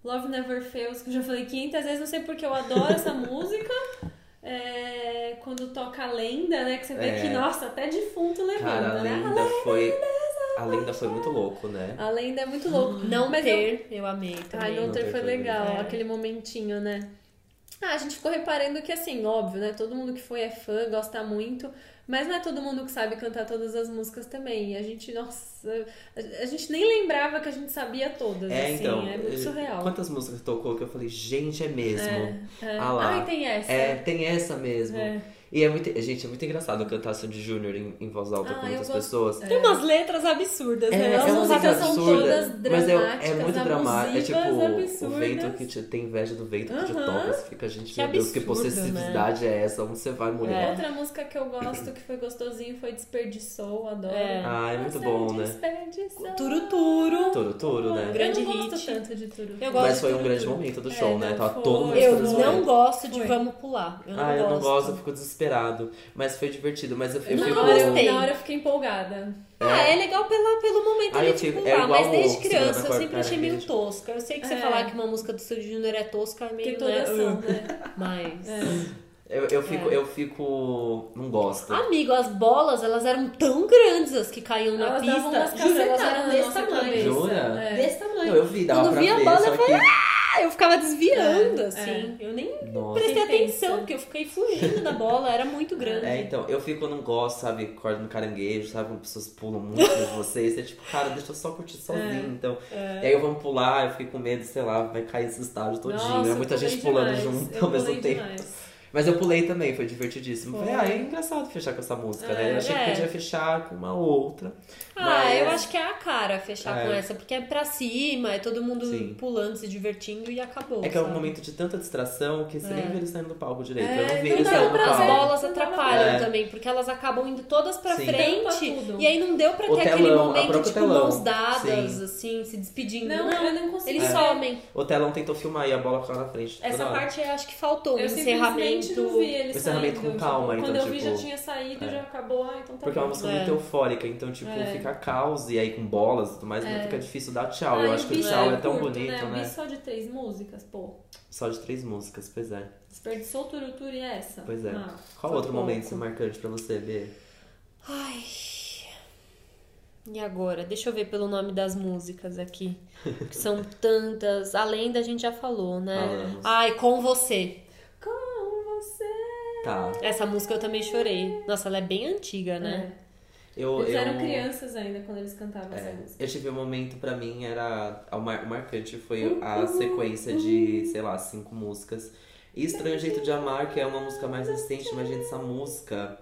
Speaker 4: Love Never Fails, que eu já falei 500 vezes, não sei porque eu adoro essa música. É, quando toca a lenda, né? Que você vê
Speaker 2: É.
Speaker 4: que, nossa, até defunto levanta,
Speaker 2: Cara, a
Speaker 4: né?
Speaker 2: lenda foi. A lenda foi muito louco, né?
Speaker 4: A lenda é muito louco.
Speaker 3: Não
Speaker 4: Mas
Speaker 3: ter, eu, amei também. É.
Speaker 4: Ai, não
Speaker 2: Não
Speaker 4: ter
Speaker 2: ter
Speaker 4: foi
Speaker 2: foi
Speaker 4: legal,
Speaker 3: legal.
Speaker 4: aquele momentinho, né? Ah, a gente ficou reparando que, assim, óbvio, né? Todo mundo que foi é fã, gosta muito, mas não é todo mundo que sabe cantar todas as músicas também. E a gente, nossa, a a gente nem lembrava que a gente sabia todas,
Speaker 2: É,
Speaker 4: assim,
Speaker 2: então.
Speaker 4: é muito
Speaker 2: eh,
Speaker 4: surreal.
Speaker 2: Quantas músicas tocou que eu falei, gente, é mesmo.
Speaker 4: É.
Speaker 2: Ah lá.
Speaker 4: Ai, tem essa.
Speaker 2: É, tem essa mesmo.
Speaker 4: É.
Speaker 2: E é muito. Gente, é muito engraçado cantar Sandy Júnior em, em voz alta
Speaker 4: Ah,
Speaker 2: com
Speaker 4: eu
Speaker 2: muitas
Speaker 4: gosto-
Speaker 2: pessoas.
Speaker 3: Tem umas letras absurdas, né?
Speaker 4: as
Speaker 2: é uma
Speaker 4: músicas
Speaker 2: coisa
Speaker 4: são
Speaker 2: absurda,
Speaker 4: todas
Speaker 2: mas é, é
Speaker 4: dramáticas,
Speaker 2: muito dramático. É tipo
Speaker 4: abusivas,
Speaker 2: o vento
Speaker 4: absurdas.
Speaker 2: que te, tem inveja do vento que te
Speaker 4: Aham.
Speaker 2: toca. Você fica, gente,
Speaker 3: Que
Speaker 2: meu Deus, que
Speaker 3: absurdo, né?
Speaker 2: possessividade é essa? Onde você vai, mulher?
Speaker 4: Outra música que eu gosto, que foi gostosinho, foi Desperdiçou, adoro.
Speaker 3: É.
Speaker 2: Ah, é muito
Speaker 4: Nossa,
Speaker 2: bom, né?
Speaker 4: Desperdiçou.
Speaker 3: Turu Turo.
Speaker 2: Toro, toro, né?
Speaker 3: Grande
Speaker 4: eu não gosto
Speaker 3: hit.
Speaker 4: tanto de Turu.
Speaker 3: Eu gosto
Speaker 2: Mas foi um
Speaker 3: Turu,
Speaker 2: grande
Speaker 3: Turu.
Speaker 2: momento do
Speaker 4: É,
Speaker 2: show, né?
Speaker 4: não,
Speaker 2: Tava
Speaker 4: foi.
Speaker 2: todo mundo
Speaker 3: Eu
Speaker 2: feliz,
Speaker 3: não
Speaker 2: né?
Speaker 3: gosto de
Speaker 4: Foi.
Speaker 3: Vamos Pular. Eu não
Speaker 2: Ah,
Speaker 3: gosto.
Speaker 2: eu não gosto, eu fico desesperado. Mas foi divertido, mas eu, eu
Speaker 4: Na
Speaker 2: fico.
Speaker 4: hora, eu-
Speaker 3: gostei.
Speaker 4: na hora eu fiquei empolgada.
Speaker 3: Ah, é legal pela, pelo momento
Speaker 2: Ah,
Speaker 3: ali
Speaker 2: eu
Speaker 3: de
Speaker 2: fico- é
Speaker 3: pular,
Speaker 2: igual
Speaker 3: mas desde
Speaker 2: o
Speaker 3: criança
Speaker 2: Segurando
Speaker 3: eu
Speaker 2: a
Speaker 3: sempre
Speaker 2: Corda,
Speaker 3: achei meio
Speaker 2: gente.
Speaker 3: tosca. Eu sei que você
Speaker 4: É.
Speaker 3: falar que uma música do Sandy Júnior é tosca, é meio,
Speaker 4: Porque todas
Speaker 3: né? É.
Speaker 4: são, né?
Speaker 3: Mas...
Speaker 2: Eu, eu fico,
Speaker 3: É.
Speaker 2: eu fico. Não gosto.
Speaker 3: Amigo, as bolas, elas eram tão grandes as que caíam na
Speaker 4: Elas davam umas
Speaker 3: pista. Juro, elas
Speaker 4: cacetadas
Speaker 3: eram
Speaker 4: na
Speaker 3: desse
Speaker 4: nossa
Speaker 3: tamanho.
Speaker 4: cabeça.
Speaker 2: Jura?
Speaker 4: É.
Speaker 3: Desse tamanho.
Speaker 2: Não, eu vi, dava
Speaker 3: Quando
Speaker 2: pra
Speaker 3: vi a
Speaker 2: ver,
Speaker 3: bola,
Speaker 2: só
Speaker 3: eu
Speaker 2: que.
Speaker 3: Ah, eu ficava desviando,
Speaker 4: É,
Speaker 3: assim. Eu nem
Speaker 2: Nossa.
Speaker 3: prestei
Speaker 4: Quem
Speaker 3: atenção,
Speaker 4: pensa?
Speaker 3: porque eu fiquei fugindo da bola, era muito grande.
Speaker 2: É, então, eu fico, eu não gosto, sabe, corda no caranguejo, sabe, quando pessoas pulam muito de vocês, você é tipo, cara, deixa eu só curtir sozinho, então. E aí eu vou pular, eu fiquei com medo, sei lá, vai cair esse estádio todinho,
Speaker 4: Nossa,
Speaker 2: é
Speaker 4: eu
Speaker 2: muita gente
Speaker 4: pulei
Speaker 2: pulando
Speaker 4: demais.
Speaker 2: junto
Speaker 4: Eu
Speaker 2: ao mesmo
Speaker 4: pulei
Speaker 2: tempo.
Speaker 4: demais.
Speaker 2: Mas eu pulei também, foi divertidíssimo. Falei, ah, é engraçado fechar com essa música, né?
Speaker 4: É,
Speaker 2: Eu achei
Speaker 4: é.
Speaker 2: que podia fechar com uma outra.
Speaker 3: Ah, eu
Speaker 2: mas-
Speaker 3: acho que é a cara fechar
Speaker 2: assim. É.
Speaker 3: com essa, porque é pra cima, é todo mundo
Speaker 2: Sim.
Speaker 3: pulando, se divertindo e acabou.
Speaker 2: É que é um
Speaker 3: sabe?
Speaker 2: momento de tanta distração que você nem vê eles saindo do palco direito. eu não vi
Speaker 3: não
Speaker 2: eles
Speaker 3: É, então dá
Speaker 2: saindo do
Speaker 3: pra as
Speaker 2: palco.
Speaker 3: bolas
Speaker 4: Não dá pra-
Speaker 3: atrapalham
Speaker 2: É.
Speaker 3: também, porque elas acabam indo todas pra
Speaker 2: Sim.
Speaker 3: frente.
Speaker 4: Tampa tudo.
Speaker 3: E aí não deu pra
Speaker 2: O
Speaker 3: ter aquele
Speaker 2: telão, a
Speaker 3: momento,
Speaker 2: própria
Speaker 3: tipo,
Speaker 2: telão.
Speaker 3: mãos dadas,
Speaker 2: Sim.
Speaker 3: assim, se despedindo.
Speaker 4: Não, eu não consigo.
Speaker 3: eles
Speaker 4: ver.
Speaker 3: somem.
Speaker 2: O telão tentou filmar e a bola ficava na frente.
Speaker 3: Essa
Speaker 2: toda hora.
Speaker 3: parte eu acho que faltou. O
Speaker 4: Eu simplesmente
Speaker 3: encerramento.
Speaker 4: não vi ele
Speaker 2: O encerramento
Speaker 4: saindo,
Speaker 2: com calma,
Speaker 4: tipo,
Speaker 2: então,
Speaker 4: Quando eu vi
Speaker 2: tipo,
Speaker 4: já tinha saído,
Speaker 2: é.
Speaker 4: já acabou. Ah, então tá
Speaker 2: Porque é uma
Speaker 4: bom.
Speaker 2: música
Speaker 3: É.
Speaker 2: muito eufórica, então, tipo,
Speaker 4: É.
Speaker 2: fica caos e aí com bolas e tudo mais, não fica difícil dar tchau.
Speaker 4: Ah,
Speaker 2: eu
Speaker 4: e
Speaker 2: acho
Speaker 4: o
Speaker 2: que o
Speaker 4: bicho
Speaker 2: tchau é
Speaker 4: era
Speaker 2: tão
Speaker 4: curto,
Speaker 2: bonito,
Speaker 4: O bicho
Speaker 2: né?
Speaker 4: só de três músicas, pô.
Speaker 2: Só de três músicas, pois é.
Speaker 4: Desperdiçou o turuturu e essa.
Speaker 2: Pois é.
Speaker 4: Ah,
Speaker 2: Qual
Speaker 4: foi
Speaker 2: outro
Speaker 4: pouco.
Speaker 2: momento marcante pra você, Bê?
Speaker 3: Ai. E agora? Deixa eu ver pelo nome das músicas aqui. Que são tantas. Além da gente já falou, né?
Speaker 2: Falamos.
Speaker 3: Ai, com você.
Speaker 4: Com você.
Speaker 2: Tá.
Speaker 3: Essa música eu também chorei. Nossa, ela é bem antiga, né?
Speaker 4: É.
Speaker 2: Eu,
Speaker 4: Eles
Speaker 2: eu...
Speaker 4: eram crianças ainda quando eles cantavam essa
Speaker 2: É,
Speaker 4: música.
Speaker 2: eu tive um momento pra mim, era. O, mar, o marcante
Speaker 4: Uhum.
Speaker 2: foi a sequência de, sei lá, cinco músicas. E Estranho Jeito de Amar, que é uma música mais recente, mas gente, essa música,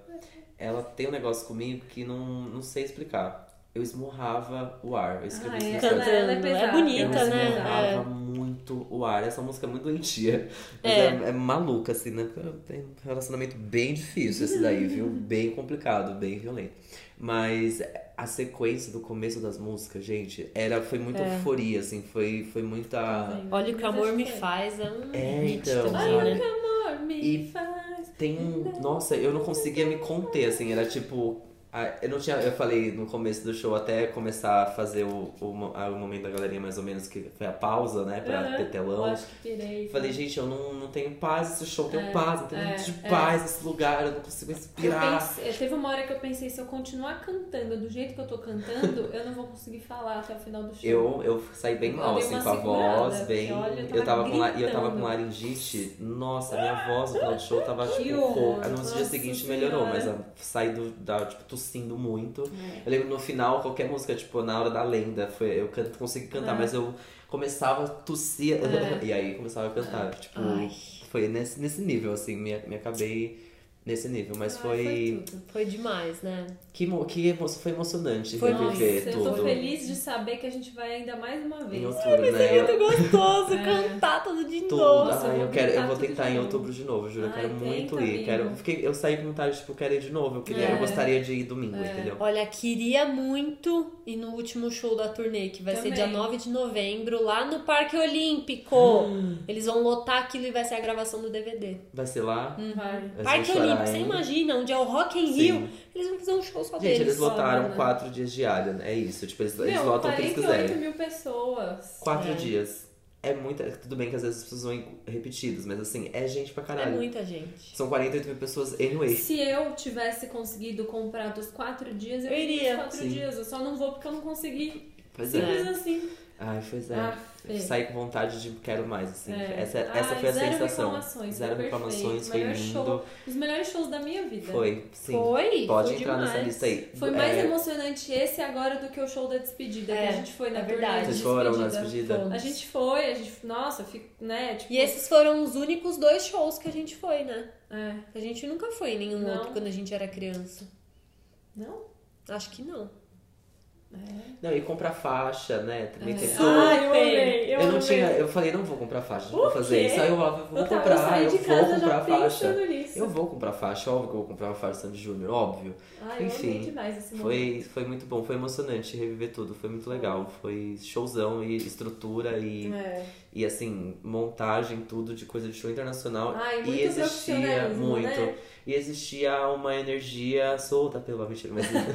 Speaker 2: ela tem um negócio comigo que não, não sei explicar. Eu esmurrava o ar. Eu escrevi
Speaker 4: Ah,
Speaker 2: isso no
Speaker 4: é.
Speaker 2: Instagram.
Speaker 3: Cantando.
Speaker 4: ela é
Speaker 3: é,
Speaker 4: pesada,
Speaker 2: Eu
Speaker 3: bonita,
Speaker 4: ela é
Speaker 3: né?
Speaker 2: esmurrava
Speaker 3: É.
Speaker 2: muito o ar. Essa música é muito doentia. Mas
Speaker 3: É.
Speaker 2: é. é maluca, assim, né? Tem um relacionamento bem difícil esse daí, viu? Bem complicado, bem violento. Mas a sequência do começo das músicas, gente, era, foi muita
Speaker 3: É.
Speaker 2: euforia, assim. Foi, foi muita...
Speaker 4: É.
Speaker 3: Olha o que o amor me
Speaker 4: faz.
Speaker 3: faz. É um
Speaker 2: É,
Speaker 3: hit
Speaker 2: então.
Speaker 3: também,
Speaker 2: Olha o
Speaker 3: né?
Speaker 2: que
Speaker 4: Amor me
Speaker 2: E-
Speaker 4: faz.
Speaker 2: Tem um... Nossa, eu não conseguia me conter, assim. Era tipo... a- Eu não tinha... Eu falei no começo do show, até começar a fazer o, o, mo- a- o momento da galerinha, mais ou menos, que foi a pausa, né? Pra
Speaker 4: Aham.
Speaker 2: ter telão.
Speaker 4: Eu acho que tá? pirei.
Speaker 2: Eu Falei, gente, eu não, não tenho paz, esse show tem
Speaker 4: É,
Speaker 2: paz, não tem
Speaker 4: é,
Speaker 2: um momento de
Speaker 4: é.
Speaker 2: paz nesse lugar, eu não consigo
Speaker 4: Eu
Speaker 2: respirar.
Speaker 4: pensei- teve uma hora que eu pensei, se eu continuar cantando do jeito que eu tô cantando, eu não vou conseguir falar até o final do show.
Speaker 2: Eu, eu saí bem
Speaker 4: Eu
Speaker 2: mal,
Speaker 4: dei
Speaker 2: assim,
Speaker 4: uma
Speaker 2: com a
Speaker 4: segurada,
Speaker 2: voz,
Speaker 4: porque,
Speaker 2: bem.
Speaker 4: olha, eu
Speaker 2: eu
Speaker 4: tava
Speaker 2: tava com la- e eu tava com
Speaker 4: gritando.
Speaker 2: laringite. Nossa, minha voz no final do show tava
Speaker 4: Que
Speaker 2: tipo.
Speaker 4: horror,
Speaker 2: co- No
Speaker 4: nossa
Speaker 2: dia seguinte melhorou, mas
Speaker 4: senhora.
Speaker 2: eu saí do, da, tipo, tossindo muito.
Speaker 4: É.
Speaker 2: Eu lembro no final, qualquer música, tipo, na hora da lenda, foi, eu can- consegui cantar,
Speaker 4: É.
Speaker 2: mas eu começava a tossir. E aí começava a cantar. Tipo,
Speaker 3: Ai.
Speaker 2: foi nesse, nesse nível, assim, me, me acabei nesse nível. Mas
Speaker 4: Ai,
Speaker 2: foi.
Speaker 4: tudo.
Speaker 3: Foi demais, né?
Speaker 2: Que, mo- que emo- foi emocionante
Speaker 3: Foi
Speaker 2: reviver
Speaker 4: Nossa,
Speaker 2: tudo.
Speaker 4: eu tô feliz de saber que a gente vai ainda mais uma vez.
Speaker 2: Em outubro, né?
Speaker 3: Muito gostoso
Speaker 4: É.
Speaker 3: cantar todo de
Speaker 2: Tudo.
Speaker 3: novo.
Speaker 4: Nossa, eu
Speaker 2: Ai, eu,
Speaker 4: vou
Speaker 2: quero, eu
Speaker 4: tentar
Speaker 2: vou
Speaker 4: tudo de
Speaker 2: tentar em
Speaker 4: novo.
Speaker 2: outubro de novo, juro. Eu
Speaker 4: Ai,
Speaker 2: quero
Speaker 4: tenta,
Speaker 2: muito ir.
Speaker 4: amigo.
Speaker 2: Quero, fiquei, eu saí com vontade, tipo, quero ir de novo. Eu, queria, eu
Speaker 4: É.
Speaker 2: gostaria de ir domingo, entendeu?
Speaker 3: Olha, queria muito ir no último show da turnê, que vai ser
Speaker 4: Também.
Speaker 3: dia 9 de novembro, lá no Parque Olímpico. Eles vão lotar aquilo e vai ser a gravação do DVD.
Speaker 2: Vai ser lá.
Speaker 4: Vai.
Speaker 2: Vai
Speaker 3: Parque
Speaker 2: chorar,
Speaker 3: Olímpico, você
Speaker 2: hein?
Speaker 3: imagina, onde é o Rock in
Speaker 2: Sim.
Speaker 3: Rio, eles vão fazer um show só
Speaker 2: Gente,
Speaker 3: deles.
Speaker 2: eles lotaram
Speaker 4: né?
Speaker 2: quatro dias de área, né? é isso. Tipo, eles, eles
Speaker 4: Meu,
Speaker 2: lotam o que eles
Speaker 4: 48
Speaker 2: quiserem.
Speaker 4: mil pessoas.
Speaker 2: Quatro
Speaker 3: É.
Speaker 2: dias. É muita. Tudo bem que às vezes as pessoas vão em repetidas, mas assim, é gente pra
Speaker 3: É
Speaker 2: caralho.
Speaker 3: muita gente.
Speaker 2: São 48 mil pessoas anyway.
Speaker 4: Se eu tivesse conseguido comprar dos quatro dias, eu
Speaker 3: Eu
Speaker 4: iria
Speaker 3: iria.
Speaker 4: os quatro
Speaker 2: Sim.
Speaker 4: dias. Eu só não vou porque eu não consegui.
Speaker 2: Pois é.
Speaker 4: Simples assim.
Speaker 2: Ai, pois é.
Speaker 4: Ah, Fê.
Speaker 2: Saí com vontade de quero mais, assim.
Speaker 4: É.
Speaker 2: Essa, essa
Speaker 4: Ai,
Speaker 2: foi a
Speaker 4: zero
Speaker 2: sensação.
Speaker 4: reclamações,
Speaker 2: zero
Speaker 4: foi
Speaker 2: reclamações,
Speaker 4: perfeito.
Speaker 2: foi
Speaker 4: Melhor
Speaker 2: lindo.
Speaker 4: show Os melhores shows da minha vida.
Speaker 2: Foi, sim.
Speaker 3: Foi?
Speaker 2: Pode
Speaker 4: foi
Speaker 2: entrar nessa
Speaker 4: demais.
Speaker 2: lista aí.
Speaker 4: Foi mais
Speaker 2: É,
Speaker 4: emocionante esse agora do que o show da despedida.
Speaker 3: É,
Speaker 4: que a gente foi na
Speaker 3: é
Speaker 4: turnê
Speaker 3: verdade.
Speaker 4: de
Speaker 2: Vocês foram na
Speaker 4: despedida.
Speaker 2: despedida?
Speaker 3: Fomos.
Speaker 4: A gente foi, a gente. Nossa, fico, né? Tipo,
Speaker 3: E esses foram os únicos dois shows que a gente foi, né?
Speaker 4: é.
Speaker 3: A gente nunca foi em nenhum
Speaker 4: Não.
Speaker 3: outro quando a gente era criança.
Speaker 4: Não?
Speaker 3: Acho que não.
Speaker 4: É.
Speaker 2: Não, e comprar faixa, né? Também
Speaker 4: É.
Speaker 2: tem tudo.
Speaker 4: Ai, eu
Speaker 3: Tem.
Speaker 4: amei. Eu,
Speaker 2: Eu, não
Speaker 4: amei.
Speaker 2: tinha, eu falei, não vou comprar faixa, não vou fazer
Speaker 4: quê?
Speaker 2: isso. Aí eu, ah, vou
Speaker 4: Eu tava- eu
Speaker 2: comprar,
Speaker 4: saí
Speaker 2: eu
Speaker 4: de casa
Speaker 2: vou comprar
Speaker 4: já
Speaker 2: faixa.
Speaker 4: pensando nisso.
Speaker 2: Eu vou comprar faixa, óbvio que eu vou comprar uma faixa Sandy Júnior, óbvio.
Speaker 4: Ai, eu amei
Speaker 2: Enfim,
Speaker 4: demais esse momento.
Speaker 2: Foi, foi muito bom, foi emocionante reviver tudo, foi muito legal. Foi showzão e estrutura e,
Speaker 4: É.
Speaker 2: e assim, montagem, tudo de coisa de show internacional.
Speaker 4: Ai, muito
Speaker 2: e existia
Speaker 4: profissionalismo,
Speaker 2: muito.
Speaker 4: né?
Speaker 2: E existia uma energia solta pela mentira, mas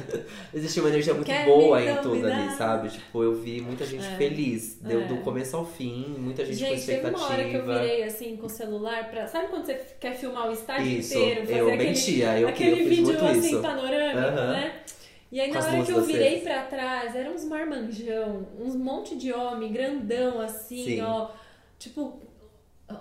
Speaker 2: existia uma energia muito
Speaker 4: Quer me
Speaker 2: boa em tudo
Speaker 4: dominar?
Speaker 2: ali, sabe? Tipo, eu vi muita gente feliz, deu
Speaker 4: é.
Speaker 2: do começo ao fim, muita gente, com
Speaker 4: Gente, teve
Speaker 2: expectativa.
Speaker 4: uma hora que eu virei assim com o celular pra. Sabe quando você quer filmar o estádio
Speaker 2: Isso,
Speaker 4: inteiro? Fazer
Speaker 2: eu
Speaker 4: aquele,
Speaker 2: mentia, eu, que-
Speaker 4: aquele
Speaker 2: eu fiz
Speaker 4: vídeo
Speaker 2: muito
Speaker 4: assim
Speaker 2: isso.
Speaker 4: panorâmico,
Speaker 2: Aham.
Speaker 4: né? E aí
Speaker 2: Com
Speaker 4: na
Speaker 2: as
Speaker 4: hora
Speaker 2: mãos
Speaker 4: que eu
Speaker 2: de vocês.
Speaker 4: virei pra trás, eram uns marmanjão, uns monte de homem grandão assim,
Speaker 2: Sim.
Speaker 4: ó. Tipo,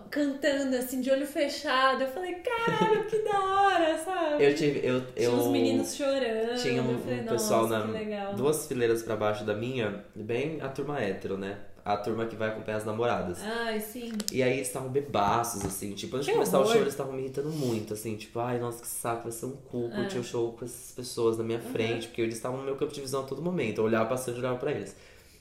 Speaker 4: cantando assim, de olho fechado. Eu falei, caralho, que da hora, sabe?
Speaker 2: Eu tive. Eu,
Speaker 4: Tinha
Speaker 2: eu...
Speaker 4: uns meninos chorando.
Speaker 2: Tinha um,
Speaker 4: eu falei,
Speaker 2: um pessoal
Speaker 4: "Nossa,
Speaker 2: na
Speaker 4: que legal.
Speaker 2: duas fileiras pra baixo da minha, bem a turma hétero, né? a turma que vai acompanhar as namoradas.
Speaker 4: Ai, sim.
Speaker 2: E aí eles estavam bebaços, assim, tipo, antes de
Speaker 4: Que
Speaker 2: começar o
Speaker 4: horror.
Speaker 2: show, eles estavam me irritando muito, assim, tipo, ai, nossa, que saco, vai ser um cu
Speaker 4: Ah.
Speaker 2: curtir o show com essas pessoas na minha frente, porque eles estavam no meu campo de visão a todo momento. Eu olhava passando e olhava pra eles.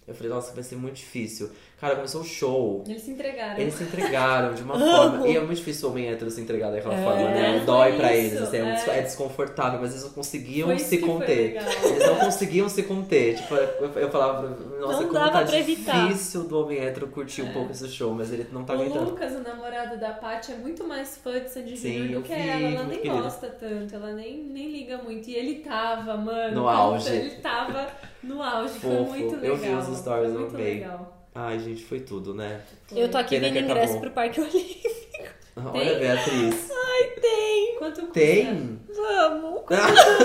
Speaker 2: Eu falei, nossa, vai ser muito difícil. Cara, começou o show.
Speaker 4: Eles se entregaram.
Speaker 2: Eles se entregaram de uma forma. E é muito difícil o homem hétero se entregar daquela forma, né? Dói pra
Speaker 4: É, isso,
Speaker 2: eles, assim, é, um des-
Speaker 4: é.
Speaker 2: é desconfortável, mas eles não conseguiam
Speaker 4: Foi isso
Speaker 2: se
Speaker 4: que foi
Speaker 2: conter.
Speaker 4: legal.
Speaker 2: Eles não conseguiam se conter. Tipo, eu eu falava, nossa,
Speaker 3: Não
Speaker 2: como
Speaker 3: dava
Speaker 2: tá
Speaker 3: pra evitar. É. Uhum.
Speaker 2: difícil do homem hétero curtir um pouco esse show, mas ele não tá
Speaker 4: o
Speaker 2: aguentando.
Speaker 4: Lucas, o namorado da Paty, é muito mais fã de Sandy
Speaker 2: Sim,
Speaker 4: Júnior
Speaker 2: eu
Speaker 4: do que
Speaker 2: vi,
Speaker 4: ela. Ela
Speaker 2: muito
Speaker 4: nem
Speaker 2: querido.
Speaker 4: gosta tanto, ela nem, nem liga muito. E ele tava, mano.
Speaker 2: No
Speaker 4: puta,
Speaker 2: auge.
Speaker 4: Ele tava no auge. Foi
Speaker 2: Fofo.
Speaker 4: muito legal.
Speaker 2: Eu vi os stories,
Speaker 4: Foi
Speaker 2: eu
Speaker 4: muito
Speaker 2: amei.
Speaker 4: legal.
Speaker 2: Ai, gente, foi tudo, né?
Speaker 3: Eu tô aqui
Speaker 2: Pena que
Speaker 3: vendo ingresso
Speaker 2: acabou.
Speaker 3: pro Parque Olímpico.
Speaker 2: Olha, Beatriz.
Speaker 4: Quanto custa?
Speaker 2: Tem?
Speaker 3: Vamos!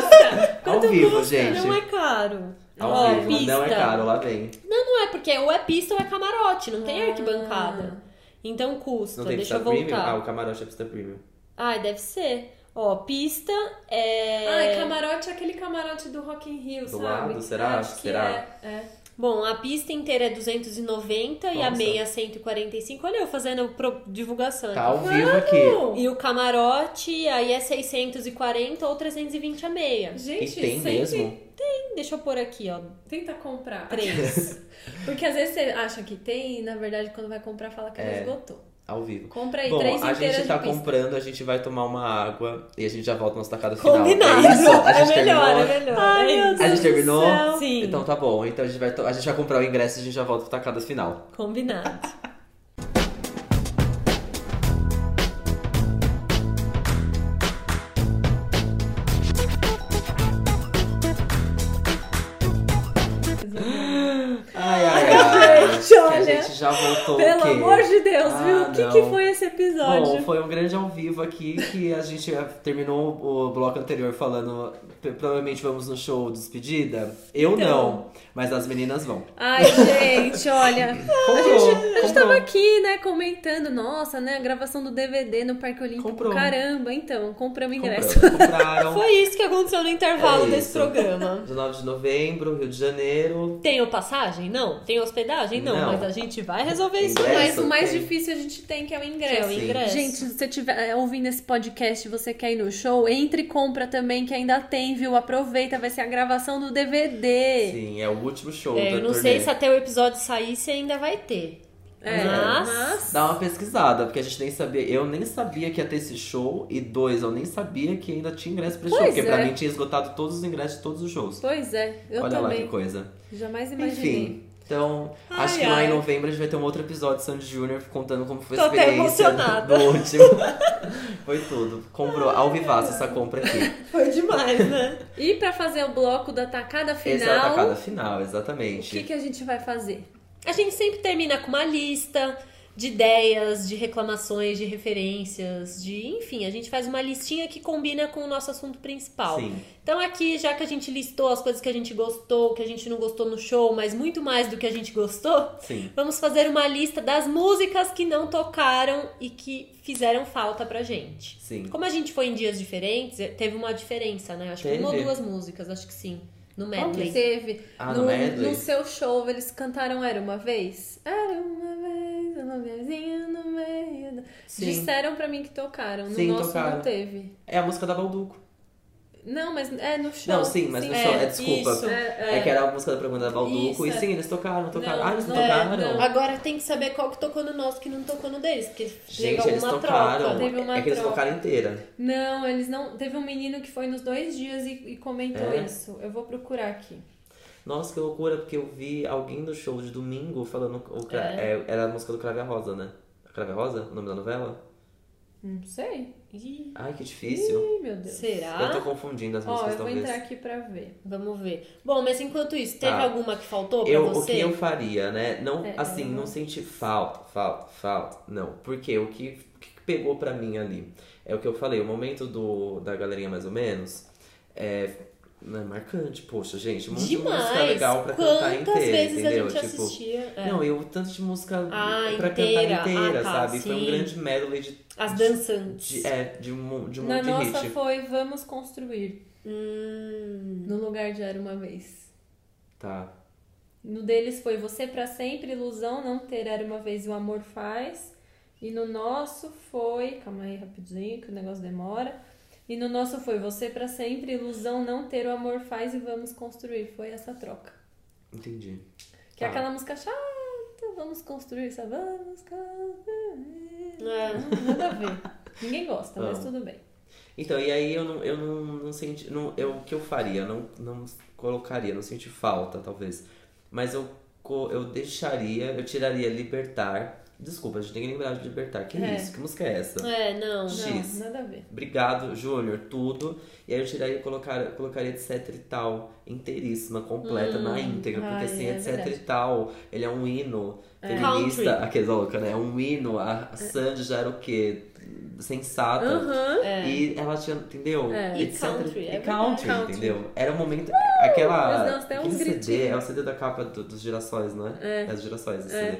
Speaker 2: Ao
Speaker 3: Quanto
Speaker 2: vivo,
Speaker 3: custa?
Speaker 2: gente.
Speaker 3: Não é caro.
Speaker 2: Ao
Speaker 3: Ó,
Speaker 2: vivo, não é
Speaker 3: pista.
Speaker 2: caro, lá vem.
Speaker 3: Não é, porque ou é pista ou é camarote, não tem
Speaker 4: Ah.
Speaker 3: arquibancada. Então custa,
Speaker 2: Não tem
Speaker 3: deixa
Speaker 2: pista
Speaker 3: eu
Speaker 2: premium? Ah,
Speaker 3: voltar.
Speaker 2: o camarote é pista premium.
Speaker 3: Ai, deve ser. Ó, pista é.
Speaker 4: Ai, camarote é aquele camarote do Rock in Rio,
Speaker 2: Do
Speaker 4: sabe?
Speaker 2: lado, será?
Speaker 4: Acho que
Speaker 2: Será?
Speaker 4: É, é.
Speaker 3: Bom, a pista inteira é 290 e a
Speaker 2: Nossa.
Speaker 3: meia 145. Olha, eu fazendo pro- divulgação.
Speaker 2: Tá
Speaker 3: aqui.
Speaker 2: ao vivo aqui.
Speaker 3: E o camarote aí é 640 ou 320 a meia.
Speaker 2: E
Speaker 4: Gente,
Speaker 2: tem
Speaker 4: sempre
Speaker 2: mesmo?
Speaker 3: Ih, Deixa eu pôr aqui, ó.
Speaker 4: tenta
Speaker 2: é
Speaker 4: comprar.
Speaker 3: Três.
Speaker 4: Porque às vezes você acha que tem e na verdade quando vai comprar fala que
Speaker 2: É.
Speaker 4: não esgotou.
Speaker 2: Ao vivo.
Speaker 4: Compra aí três
Speaker 2: Bom, a
Speaker 4: inteiras
Speaker 2: gente
Speaker 4: de
Speaker 2: tá
Speaker 4: pista.
Speaker 2: comprando, a gente vai tomar uma água e a gente já volta no tacado final.
Speaker 3: Combinado.
Speaker 2: É isso? A gente
Speaker 3: é melhor,
Speaker 2: terminou?
Speaker 3: é melhor.
Speaker 4: Ai,
Speaker 3: é
Speaker 4: meu
Speaker 3: isso.
Speaker 2: A gente terminou?
Speaker 3: céu. Sim.
Speaker 2: Então tá bom. Então a gente, vai to- a gente vai comprar o ingresso e a gente já volta pro tacado final.
Speaker 3: Combinado.
Speaker 2: Ai, ai, ai.
Speaker 4: Gente,
Speaker 2: a
Speaker 4: olha,
Speaker 2: gente já voltou o
Speaker 4: Pelo
Speaker 2: quê?
Speaker 4: amor de Deus,
Speaker 2: Ah,
Speaker 4: viu? O que,
Speaker 2: não.
Speaker 4: que foi esse episódio?
Speaker 2: Bom, foi um grande ao vivo aqui que a gente eh, terminou o bloco anterior falando. "P- Provavelmente vamos no show despedida. Eu
Speaker 4: Então.
Speaker 2: não, mas as meninas vão.
Speaker 4: Ai, gente, olha.
Speaker 2: Comprou,
Speaker 4: A gente
Speaker 2: comprou.
Speaker 4: tava aqui, né, comentando, nossa, né, a gravação do DVD no Parque Olímpico.
Speaker 2: Comprou.
Speaker 4: Caramba, então, compramos ingresso.
Speaker 2: Comprou, compraram.
Speaker 3: Foi isso que aconteceu no intervalo
Speaker 2: É
Speaker 3: desse
Speaker 2: isso.
Speaker 3: programa.
Speaker 2: 19 de novembro, Rio de Janeiro.
Speaker 3: Tenho passagem? Não. Tenho hospedagem? Não.
Speaker 2: Não.
Speaker 3: Mas a gente vai resolver isso.
Speaker 2: Ingresso?
Speaker 4: Mas o mais
Speaker 2: É tem.
Speaker 4: difícil a gente tem que é o
Speaker 3: Que é
Speaker 4: ingresso.
Speaker 3: o
Speaker 2: Sim.
Speaker 3: ingresso.
Speaker 4: Gente, se você estiver ouvindo esse podcast e você quer ir no show, entre e compra também, que ainda tem, viu? Aproveita, vai ser a gravação do DVD.
Speaker 2: Sim, é o último show
Speaker 3: É,
Speaker 2: da
Speaker 3: eu não
Speaker 2: turnê.
Speaker 3: sei se até o episódio sair se ainda vai ter.
Speaker 4: É,
Speaker 3: Mas-
Speaker 4: mas-
Speaker 2: Dá uma pesquisada, porque a gente nem sabia. Eu nem sabia que ia ter esse show. E dois, eu nem sabia que ainda tinha ingresso pra esse show.
Speaker 4: Pois
Speaker 2: Porque pra
Speaker 4: é.
Speaker 2: mim tinha esgotado todos os ingressos de todos os shows.
Speaker 4: Pois é, eu
Speaker 2: Olha lá
Speaker 4: também.
Speaker 2: que coisa.
Speaker 4: Jamais imaginei.
Speaker 2: Enfim, então
Speaker 3: Ai,
Speaker 2: acho que lá
Speaker 3: ai.
Speaker 2: em novembro a gente vai ter um outro episódio de Sandy Júnior contando como foi a
Speaker 3: Tô até
Speaker 2: experiência
Speaker 3: emocionada.
Speaker 2: do último. foi tudo. Comprou ao vivaço essa compra aqui.
Speaker 3: Foi demais, né?
Speaker 4: E pra fazer o bloco da tacada final,
Speaker 2: Essa é a tacada final,
Speaker 4: o
Speaker 2: exatamente.
Speaker 4: que, que a gente vai fazer?
Speaker 3: A gente sempre termina com uma lista de ideias, de reclamações, de referências, de enfim, a gente faz uma listinha que combina com o nosso assunto principal.
Speaker 2: Sim.
Speaker 3: Então aqui, já que a gente listou as coisas que a gente gostou, que a gente não gostou no show, mas muito mais do que a gente gostou,
Speaker 2: Sim.
Speaker 3: Vamos fazer uma lista das músicas que não tocaram e que fizeram falta pra gente.
Speaker 2: Sim.
Speaker 3: Como a gente foi em dias diferentes, eh, teve uma diferença, né? Acho que uma ou
Speaker 2: Teve.
Speaker 3: duas músicas, acho que sim. No
Speaker 4: Qual que
Speaker 3: medley.
Speaker 4: teve?
Speaker 2: Ah,
Speaker 4: no,
Speaker 2: no medley?
Speaker 4: no seu show, eles cantaram Era Uma Vez? Era uma vez, um lugarzinho no meio. da-
Speaker 2: Sim.
Speaker 4: Disseram pra mim que tocaram, no
Speaker 2: Sim,
Speaker 4: nosso não
Speaker 2: tocaram.
Speaker 4: teve.
Speaker 2: É a música da Balduco.
Speaker 4: Não, mas é no show.
Speaker 2: Não, sim, mas no
Speaker 4: é.
Speaker 2: show. É, desculpa.
Speaker 3: isso.
Speaker 2: É. que era a música da propaganda da Balduco.
Speaker 4: Isso,
Speaker 2: E
Speaker 4: é.
Speaker 2: sim, eles tocaram, tocaram.
Speaker 4: Não,
Speaker 2: ah, eles
Speaker 4: não,
Speaker 2: tocaram.
Speaker 4: é, não.
Speaker 3: Agora tem que saber qual que tocou no nosso que não tocou no deles, porque teve
Speaker 2: Gente, eles
Speaker 3: alguma
Speaker 2: tocaram.
Speaker 3: troca.
Speaker 4: Teve uma
Speaker 2: é que eles
Speaker 4: troca.
Speaker 2: tocaram inteira.
Speaker 4: Não, eles não. Teve um menino que foi nos dois dias e, e comentou
Speaker 2: É?
Speaker 4: isso. Eu vou procurar aqui.
Speaker 2: Nossa, que loucura, porque eu vi alguém do show de domingo falando. O Cra- é, era a música do Crave a Rosa, né? Crave a Rosa? O nome da novela?
Speaker 4: Não sei.
Speaker 3: Ih,
Speaker 2: Ai, que difícil.
Speaker 4: Ih, meu Deus.
Speaker 2: Eu tô
Speaker 3: será?
Speaker 2: confundindo as
Speaker 4: Ó,
Speaker 2: músicas,
Speaker 4: eu vou
Speaker 2: talvez.
Speaker 4: entrar aqui pra ver.
Speaker 3: Vamos ver. Bom, mas enquanto isso, teve
Speaker 2: Tá.
Speaker 3: alguma que faltou pra
Speaker 2: Eu, o
Speaker 3: você?
Speaker 2: que eu faria, né? Não,
Speaker 4: É,
Speaker 2: assim,
Speaker 4: é.
Speaker 2: não senti falta, falta, falta. Não, porque o que, o que pegou pra mim ali é o que eu falei, o momento do, da galerinha mais ou menos é, não é marcante, poxa, gente. Um monte de música
Speaker 3: Demais.
Speaker 2: legal pra cantar
Speaker 3: Quantas
Speaker 2: inteira,
Speaker 3: vezes
Speaker 2: entendeu?
Speaker 3: a gente
Speaker 2: tipo,
Speaker 3: assistia? É.
Speaker 2: Não, e o tanto de música
Speaker 3: Ah,
Speaker 2: pra
Speaker 3: inteira.
Speaker 2: cantar inteira,
Speaker 3: Ah, tá,
Speaker 2: sabe? Foi um
Speaker 3: sim.
Speaker 2: grande medley de,
Speaker 3: As dançantes.
Speaker 2: de, é, de, um, mon- de um
Speaker 4: Na
Speaker 2: monte de
Speaker 4: nossa
Speaker 2: hit.
Speaker 4: foi Vamos Construir.
Speaker 3: Hum.
Speaker 4: No lugar de Era Uma Vez.
Speaker 2: Tá.
Speaker 4: No deles foi Você para Sempre, Ilusão, Não Ter Era Uma Vez e o Amor Faz. E no nosso foi. Calma aí, rapidinho, que o negócio demora. E no nosso foi Você para Sempre, Ilusão, Não Ter o Amor Faz e Vamos Construir. Foi essa troca.
Speaker 2: Entendi. Tá.
Speaker 4: Que é aquela música chata, vamos construir, sabe? Vamos construir.
Speaker 3: É.
Speaker 4: Nada a ver. Ninguém gosta, mas
Speaker 2: Ah.
Speaker 4: tudo bem.
Speaker 2: Então, e aí eu não, eu não, não senti. Não, eu, o que eu faria? Eu Não, não colocaria, não senti falta, talvez. Mas eu, co- eu deixaria, eu tiraria libertar. Desculpa, a gente tem que lembrar de libertar. Que
Speaker 4: É.
Speaker 2: isso? Que música é essa?
Speaker 3: É, não.
Speaker 2: X.
Speaker 4: Não, nada a ver.
Speaker 2: Obrigado, Júnior, tudo. E aí eu tiraria e colocar, colocaria etc e tal, inteiríssima, completa, na íntegra. Porque
Speaker 4: Ai,
Speaker 2: assim,
Speaker 4: é
Speaker 2: etc e
Speaker 4: verdade.
Speaker 2: tal, ele é um hino feminista.
Speaker 3: Country.
Speaker 2: Aqueles louca, né? É um hino. A a Sandy já era o quê? Sensata.
Speaker 5: Aham.
Speaker 3: É.
Speaker 2: E ela tinha, entendeu?
Speaker 5: É.
Speaker 4: E
Speaker 2: etc.
Speaker 4: country,
Speaker 2: e
Speaker 4: é
Speaker 2: country,
Speaker 5: verdade.
Speaker 2: entendeu? Era o momento. aquela.
Speaker 5: Mas nós temos
Speaker 2: aquele CD,
Speaker 5: gritinho.
Speaker 2: é o CD da capa do- dos girassóis, não é?
Speaker 5: É.
Speaker 2: dos girassóis, esse CD.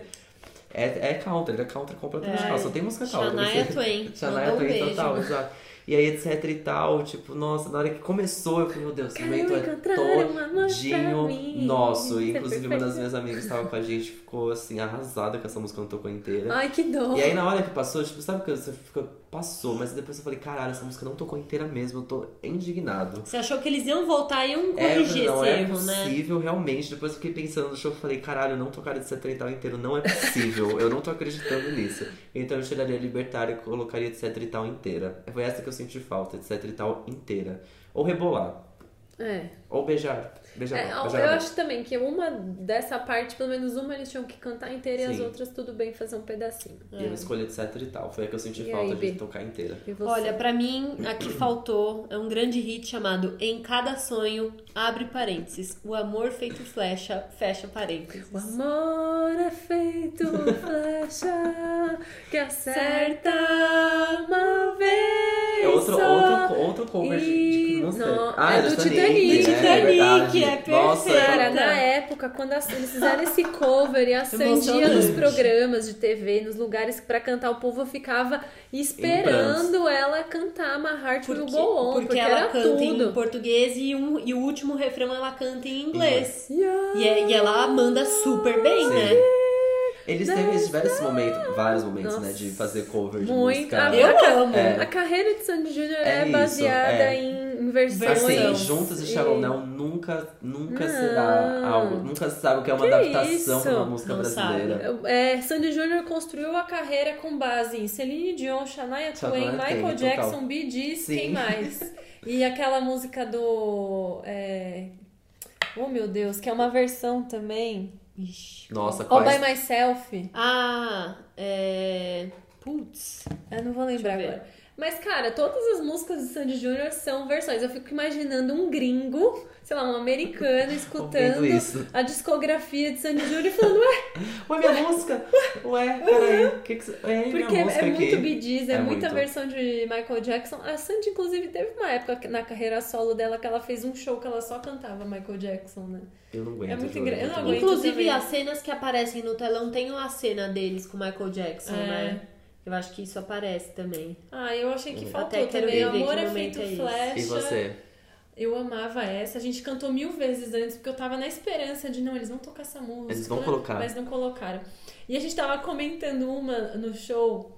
Speaker 2: É, é country, é country completamente
Speaker 4: É.
Speaker 2: country. Só tem música country.
Speaker 3: Shania Twain.
Speaker 2: Shania
Speaker 3: Mandou um
Speaker 2: Twain
Speaker 3: beijo.
Speaker 2: total, exato. E aí, etc e tal, tipo, nossa, na hora que começou, eu falei, meu Deus, esse momento
Speaker 5: Quero encontrar
Speaker 2: é
Speaker 5: uma noite pra
Speaker 2: todinho
Speaker 5: mim.
Speaker 2: nosso. E,
Speaker 5: Isso é
Speaker 2: inclusive, uma das
Speaker 5: perfeito.
Speaker 2: minhas amigas que tava com a gente ficou, assim, arrasada com essa música, não tocou inteira.
Speaker 5: Ai, que dor.
Speaker 2: E aí na hora que passou, tipo, sabe que você fica, passou, mas depois eu falei, caralho, essa música não tocou inteira mesmo, eu tô indignado.
Speaker 3: Você achou que eles iam voltar e iam
Speaker 2: É, eu
Speaker 3: corrigir
Speaker 2: falei, não
Speaker 3: esse
Speaker 2: é
Speaker 3: erro, né?
Speaker 2: possível, realmente. Depois eu fiquei pensando no show, eu falei, caralho, não tocaram de 70 e tal inteiro, não é possível. eu não tô acreditando nisso. Então eu tiraria Libertário e colocaria etc e tal inteira. Foi essa que eu senti falta, etc e tal inteira. Ou rebolar.
Speaker 5: É.
Speaker 2: Ou beijar. Beijar
Speaker 5: É,
Speaker 2: não,
Speaker 5: eu
Speaker 2: beijar não.
Speaker 5: acho também que uma dessa parte, pelo menos uma, eles tinham que cantar inteira e as
Speaker 2: Sim.
Speaker 5: outras tudo bem fazer um pedacinho.
Speaker 2: E eu escolhi etc e tal. Foi a que eu senti
Speaker 5: E
Speaker 2: falta
Speaker 5: aí,
Speaker 2: de
Speaker 5: Bi?
Speaker 2: tocar inteira.
Speaker 5: E você?
Speaker 3: Olha, pra mim, aqui faltou é um grande hit chamado Em Cada Sonho, abre parênteses. O amor feito flecha, fecha parênteses.
Speaker 5: o amor é feito flecha que acerta
Speaker 3: Certa
Speaker 5: uma vez.
Speaker 2: É outro,
Speaker 5: só.
Speaker 2: outro, outro cover de, de
Speaker 5: E-
Speaker 2: não sei.
Speaker 5: não,
Speaker 2: ah,
Speaker 5: é
Speaker 2: do
Speaker 5: do
Speaker 2: Titanic.
Speaker 5: Titanic.
Speaker 2: né?
Speaker 3: Titanic,
Speaker 2: verdade.
Speaker 3: é
Speaker 2: Nossa, então,
Speaker 3: perfeito.
Speaker 5: Cara,
Speaker 3: Não.
Speaker 5: na época, quando as- eles fizeram esse cover e a Sandy ia
Speaker 3: Emocionante.
Speaker 5: nos programas de TV, nos lugares pra cantar, o povo ficava esperando ela cantar My Heart Will
Speaker 3: Porque,
Speaker 5: Go On, porque,
Speaker 3: porque ela
Speaker 5: era
Speaker 3: canta em
Speaker 5: tudo.
Speaker 3: português e, um, e o último refrão ela canta em inglês.
Speaker 5: Yeah.
Speaker 3: E, é- e ela manda super bem,
Speaker 2: Sim.
Speaker 3: né?
Speaker 2: Eles teve- eles tiveram esse momento, vários momentos, né?
Speaker 5: Nossa.
Speaker 2: De fazer cover de
Speaker 5: Muito.
Speaker 2: música.
Speaker 5: Eu
Speaker 3: amo.
Speaker 2: É.
Speaker 5: A carreira de Sandy Jr.
Speaker 2: É
Speaker 5: é,
Speaker 2: isso,
Speaker 5: baseada
Speaker 2: é.
Speaker 5: em em versões.
Speaker 2: Assim,
Speaker 3: Versões.
Speaker 2: juntas e Shallow Now nunca, nunca
Speaker 5: Não.
Speaker 2: será algo. Nunca se sabe o que é uma
Speaker 5: Que
Speaker 2: adaptação
Speaker 5: isso?
Speaker 2: pra uma música
Speaker 3: Não
Speaker 2: brasileira.
Speaker 4: É, Sandy Júnior construiu a carreira com base em Celine Dion, Shania Twain,
Speaker 2: Shania
Speaker 4: Michael
Speaker 2: Twain,
Speaker 4: Jackson,
Speaker 2: total.
Speaker 4: Bee Gees,
Speaker 2: Sim.
Speaker 4: quem mais? E aquela música do... é, Oh, meu Deus, que é uma versão também.
Speaker 3: Ixi.
Speaker 2: Nossa,
Speaker 4: All
Speaker 2: quais.
Speaker 4: By Myself.
Speaker 3: Ah, é. Putz.
Speaker 4: Eu não vou lembrar
Speaker 3: Deixa eu ver.
Speaker 4: agora.
Speaker 5: Mas, cara, todas as músicas de Sandy Jr. são versões. Eu fico imaginando um gringo, sei lá, um americano,
Speaker 2: Ouvindo
Speaker 5: escutando
Speaker 2: isso.
Speaker 5: a discografia de Sandy Jr. e falando, ué,
Speaker 2: Ué, minha música! Ué, peraí. Que que... você- Ué, minha
Speaker 5: porque é,
Speaker 2: música
Speaker 5: é
Speaker 2: aqui.
Speaker 5: muito Bee Gees, é,
Speaker 2: É
Speaker 5: muita
Speaker 2: muito.
Speaker 5: versão de Michael Jackson. A Sandy, inclusive, teve uma época que- na carreira solo dela que ela fez um show que ela só cantava Michael Jackson, né?
Speaker 2: Eu não aguento.
Speaker 4: É muito
Speaker 2: juro,
Speaker 4: engra- eu não
Speaker 2: bom.
Speaker 4: aguento.
Speaker 3: Inclusive,
Speaker 4: também.
Speaker 3: as cenas que aparecem no telão tem lá a cena deles com o Michael Jackson,
Speaker 4: É.
Speaker 3: né? Eu acho que isso aparece também.
Speaker 4: Ah, eu achei que
Speaker 2: Até
Speaker 4: faltou
Speaker 3: quero
Speaker 4: também.
Speaker 3: ver que
Speaker 4: Amor é
Speaker 3: momento
Speaker 4: feito
Speaker 3: é esse.
Speaker 4: flecha.
Speaker 2: E você?
Speaker 4: Eu amava essa. A gente cantou mil vezes antes, porque eu tava na esperança de, não, eles vão tocar essa música.
Speaker 2: Eles vão colocar.
Speaker 4: Mas não colocaram. E a gente tava comentando uma no show